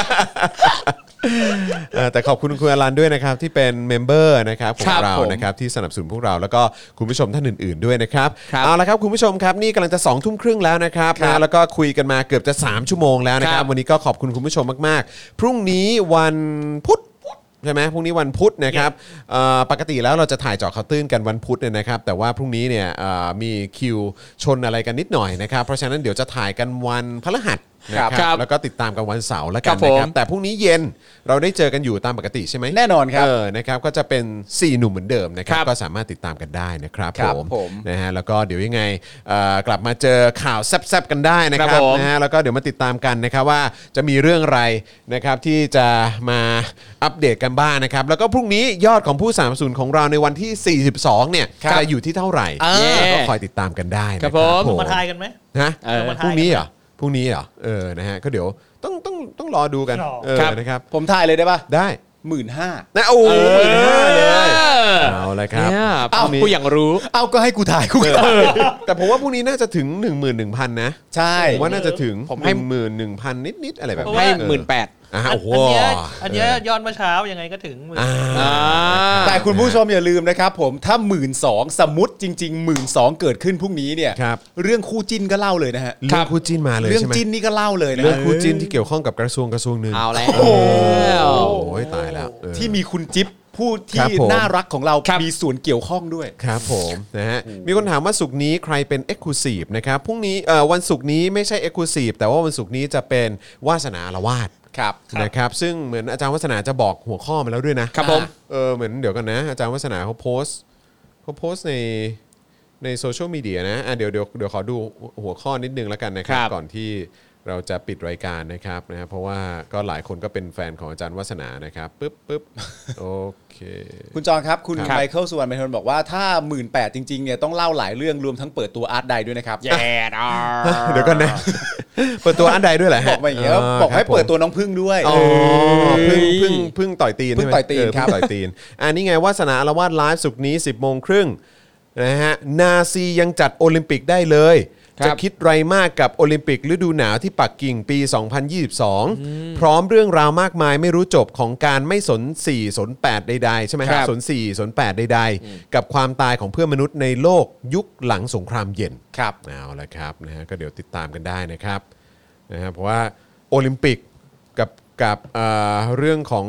เอ่อแต่ขอบคุณคุณอรันด้วยนะครับ ที่เป็นเมมเบอร์นะครับขอ
ครั
ง
บ
เรา
ผม
นะครับที่สนับสนุนพวกเราแล้วก็คุณผู้ชมท่านอื่น ๆด้วยนะครับ
ครับ
เอาละครับคุณผู้ชมครับนี่กำลังจะ2องทุ่มครึ่งแล้วนะครับ
ครับ
นะแล้วก็คุยกันมาเกือบจะ 3 ชั่วโมงแล้วนะครั
ค
บ
รับ
วันนี้ก็ขอบคุณคุณผู้ชมมากๆ พรุ่งนี้วันพุธใช่ไหมพรุ่งนี้วันพุธนะครับเอ่อปกติแล้วเราจะถ่ายเจาะข่าวตื้นกันวันพุธเนี่ยนะครับ แต่ว่าพรุ่งนี้เนี่ยเอ่อมีคิวชนอะไรกันนิดหน่อยนะครับ เพราะฉะนั้นเดี๋ยวจะถ่ายกันวันพฤหัส นะครับ แล้วก็ติดตามกันวันเสาร์แล้วกั
ครั
น
บผ
นะ
ม
ครับแต่พรุ่งนี้เย็นเราได้เจอกันอยู่ตามปกติใช่ไหม
แน่นอนครับ
เออนะครับก็จะเป็น 4 หนุ่มเหมือนเดิมนะครับ
ครับ
ก็สามารถติดตามกันได้นะครับ
ครับผม
นะฮะแล้วก็เดี๋ยวยังไงเอ่อกลับมาเจอข่าวแซบๆกันได้นะ
ค
ค
รั
รับบ
ผม
นะฮะแล้วก็เดี๋ยวมาติดตามกันนะครับว่าจะมีเรื่องอะไรนะครับที่จะมาอัปเดตกันบ้างนะครับแล้วก็พรุ่งนี้ยอดของผู้สามสูนของเราในวันที่ 42เนี่ยจะอยู่ที่เท่าไหร่
เออ
ก็คอยติดตามกันได้นะครับ
ผม
ผ
มาทายกันไหม
นะ
เออ
พรุ่งนี้เหรอพรุ่งนี้เหรอเออนะฮะก็เดี๋ยวต้องต้องต้องรอดูกัน
หรอ
เออ
ครับ
นะครับ
ผมทายเลยได้ป่ะ
ได้
หมื่นห้า
นะโอ้
เอ
หมื่นห้าเลย
อ
เอาละครับ
เนี่ยเอ้ากูอยากรู้
เอาก็ให้กูถ่ายกูก็
แต่ผมว่าพรุ่งนี้น่าจะถึง 1 1 0 0 0 นะ
ใช่
ผมว่าน่าจะถึง
ผมให้
หมื่นหนึ่งพันนิดนิดๆอะไรแบบ
เพราะ
ให้
ว่า
หมื่นแปด
อ่ะ
อัน
โอ้โห
อันเนี้ยอันเนี้ยยอดเมื่อเช้ายังไงก็ถึงมืออ
อ่า
อ่า
แต่คุณผู้ชมอย่าลืมนะครับผมถ้าหมื่นสองสมมติจริงๆหมื่นสองเกิดขึ้นพรุ่งนี้เนี่ย
ครับ
เรื่องคู่จิ้นก็เล่าเลยนะฮะ
เรื่องคู่จิ้นมาเลย
เรื่อง
ใช่ไหม
จิ้นนี่ก็เล่าเลยนะ
เรื่องคู่จิ้นที่เกี่ยวข้องกับกระทรวงกระทรวงหนึ่ง
เอาแล้ว
โอ้ยตายแล้วเออ
ที่มีคุณจิ๊บผู้
ครั
ที่
บผม
น่ารักของเรามีส่วนเกี่ยวข้องด้วย
ครับผมนะฮะมีคนถามว่าสุกร์นี้ใครเป็น e x c l u s i v e นะครับพรุ่งนี้เอ่อวันศุกร์นี้ไม่ใช่ e x c l u s i v e แต่ว่าวันศุกร์นี้จะเป็นวาสนาละวาด
ครับ
นะครับซึ่งเหมือนอาจารย์วาสนาจะบอกหัวข้อมาแล้วด้วยนะครับ
ผม
เออเหมือนเดี๋ยวกันนะ อาจารย์วาสนาเขาโพสต์เขาโพสต์ในในโซเชียลมีเดียนะอ่ะเดี๋ยวเดี๋ยวเดี๋ยวขอดูหัวข้อนิดนึงแล้วกันนะครั
ค
บ
รับ
ก่อนที่เราจะปิดรายการนะครับนะฮะเพราะว่าก็หลายคนก็เป็นแฟนของอาจารย์วาสนานะครับปึ๊บปึ๊บโอเค
คุณจองครับ คุณ
ครับ
ไมเคิลสุวรรณเป็นคนบอกว่าถ้าหมื่นแปดจริงๆเนี่ยต้องเล่าหลายเรื่องรวมทั้งเปิดตัวอาร์ตไดด้วยนะครับ
แย่ดอ
เดี๋ยวก่อนนะ เปิดตัวอันใดด้วยแหละ
บอกมาอย่างเงี้ยบอกให้เปิดตัวน้องพึ่งด้วย
อ๋อพึ่งพึ่งพึ่งต่อยตีน
พึ่งต่อยตีน
ใช่ไหม
ครับ
เพึ่งต่อยตีน อันนี้ไงวาสนาละวาดไลฟ์สุกร์นี้ 10บโมงครึ่งนะฮะ นาซียังจัดโอลิมปิกได้เลย
ครับ
จะคิดไรมากกับโอลิมปิกฤดูหนาวที่ปักกิ่งปี 2022 พร้อมเรื่องราวมากมายไม่รู้จบของการไม่สน 4 สน 8 ใดๆ ใช่ไหม
ครับ
สน 4 สน 8 ใดๆ กับความตายของเพื่อนมนุษย์ในโลกยุคหลังสงครามเย็น
ครับ
เอาละครับนะฮะก็เดี๋ยวติดตามกันได้นะครับนะฮะเพราะว่าโอลิมปิกกับกับเอ่อเรื่องของ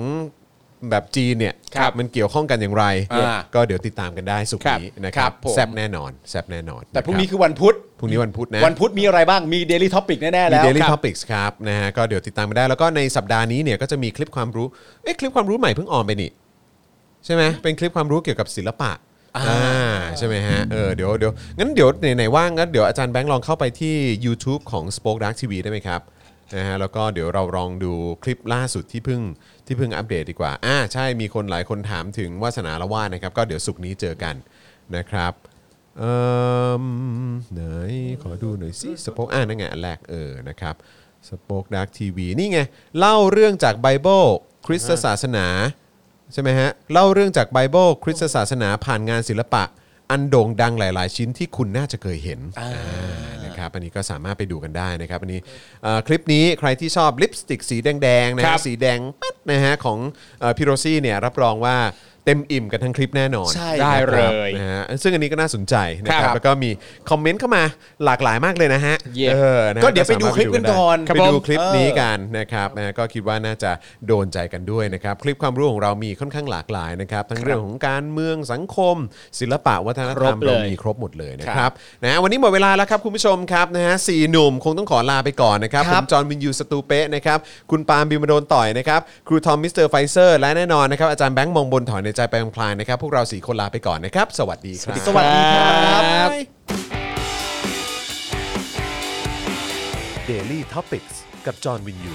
แบบจีนเนี่ย
ครับ
มันเกี่ยวข้องกันอย่างไร
อ่า
ก็เดี๋ยวติดตามกันได้สุกร์นี้
ครับ
นะครับ
ครับผม
แซบแน่นอนแซบแน่นอน
แต่พรุ่งนี้
ะค
คือวันพุธ
บพรุ่งนี้วันพุธนะ
วันพุธมีอะไรบ้างมี Daily Topic แน่ๆ
มี
แล้ว
Daily Topics ครับนะฮะก็เดี๋ยวติดตามกันได้แล้วก็ในสัปดาห์นี้เนี่ยก็จะมีคลิปความรู้เอ๊ะคลิปความรู้ใหม่เพิ่งออนไปนี่ใช่ไหมเป็นคลิปความรู้เกี่ยวกับศิลปะอ่าใช่ไหมฮะเออเดี๋ยวเดี๋ยวงั้นเดี๋ยวไหนๆว่างงั้นเดี๋ยวอาจารย์แบงค์ลองเข้าไปที่ YouTube ของ Spoke Dark TV ได้ไหมครับนะฮะแล้วก็เดี๋ยวเราลองดูคลิปล่าสุดที่เพิ่งที่เพิ่งอัปเดตดีกว่าอ่าใช่มีคนหลายคนถามถึงวาสนาละวาดนะครับ ก็เดี๋ยวสุกร์นี้เจอกันนะครับเอ่มไหนขอดูหน่อยสิสปอคอ่านั่นไงอันแรกเออนะครับสป็อกดักทีวีนี่ไงเล่าเรื่องจากไบเบิลคริสตศาสนา ใช่ไหมฮะ เล่าเรื่องจากไบเบิลคริสตศาสนาผ่านงานศิลปะ อันโด่งดังหลาย ๆ ชิ้นที่คุณน่าจะเคยเห็นอ่านะครับอันนี้ก็สามารถไปดูกันได้นะครับอันนี้เอ่อคลิปนี้ใครที่ชอบลิปสติกสีแดง ๆ นะ
ครั
ฮะ
บ
สีแดงปัดนะฮะของพิโรซี่อ Pirozzi เนี่ยรับรองว่าเต็มอิ่มกันทั้งคลิปแน่นอน
ใช่
ได้เลย
นะฮะซึ่งอันนี้ก็น่าสนใจนะ
ค
ค
รั
รับบแล้วก็มีคอมเมนต์เข้ามาหลากหลายมากเลยนะฮะ
เยี่ยม
เออนะฮะ
ก็เดี๋ยวไปดูคลิปกันก่อน
ไปดูคลิปนี้กัน
เออ
กันนะครับนะก็คิดว่าน่าจะโดนใจกันด้วยนะครับ คลิปความรู้ของเรามีค่อนข้างหลากหลายนะครับ ทั้งเรื่องของการเมืองสังคม ศิลปะวัฒนธรรม
ครบเลย
เรามีครบหมดเลยนะครับนะวันนี้หมดเวลาแล้วครับคุณผู้ชมครับนะฮะสี่หนุ่มคงต้องขอลาไปก่อนนะครับ
ค
ผ
รับ
มจอห์นวินยูสตูเปะนะครับคุณปาล์มบิมโดนต่อยนะครับครูทอมมิสเตอร์ไฟเซอร์และแน่นอนนะครับอาจารย์แบงค์มองบนถอยในใจไปพลางๆนะครับพวกเราสี่คนลาไปก่อนนะครับสวัสดีครับ
สวัสดีครับ
Daily Topics กับจอห์นวินยู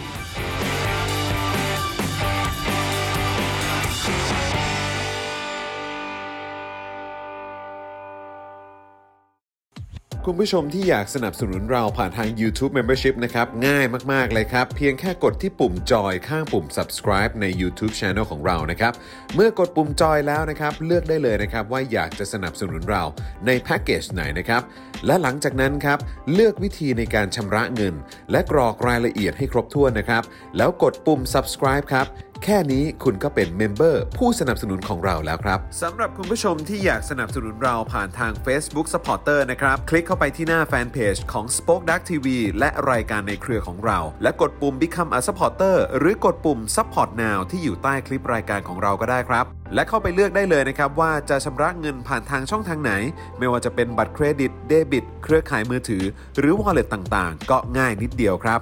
คุณผู้ชมที่อยากสนับสนุนเราผ่านทาง YouTube Membership นะครับ ง่ายมาก ๆ เลยครับ เพียงแค่กดที่ปุ่มจอยข้างปุ่ม subscribe ใน YouTube Channel ของเรานะครับ เมื่อกดปุ่มจอยแล้วนะครับ เลือกได้เลยนะครับ ว่าอยากจะสนับสนุนเราในแพ็กเกจไหนนะครับ และหลังจากนั้นครับ เลือกวิธีในการชำระเงิน และกรอกรายละเอียดให้ครบถ้วนนะครับ แล้วกดปุ่ม subscribe ครับ แค่นี้คุณก็เป็นเมมเบอร์ผู้สนับสนุนของเราแล้วครับสำหรับคุณผู้ชมที่อยากสนับสนุนเราผ่านทาง Facebook Supporter นะครับ คลิกเข้าไปที่หน้าแฟนเพจของ Spoke Dark TV และรายการในเครือของเรา และกดปุ่ม Become a Supporter หรือกดปุ่ม Support Now ที่อยู่ใต้คลิปรายการของเราก็ได้ครับ และเข้าไปเลือกได้เลยนะครับว่าจะชำระเงินผ่านทางช่องทางไหน ไม่ว่าจะเป็นบัตรเครดิตเดบิต เครือข่ายมือถือ หรือ Wallet ต่างๆ ก็ง่ายนิดเดียวครับ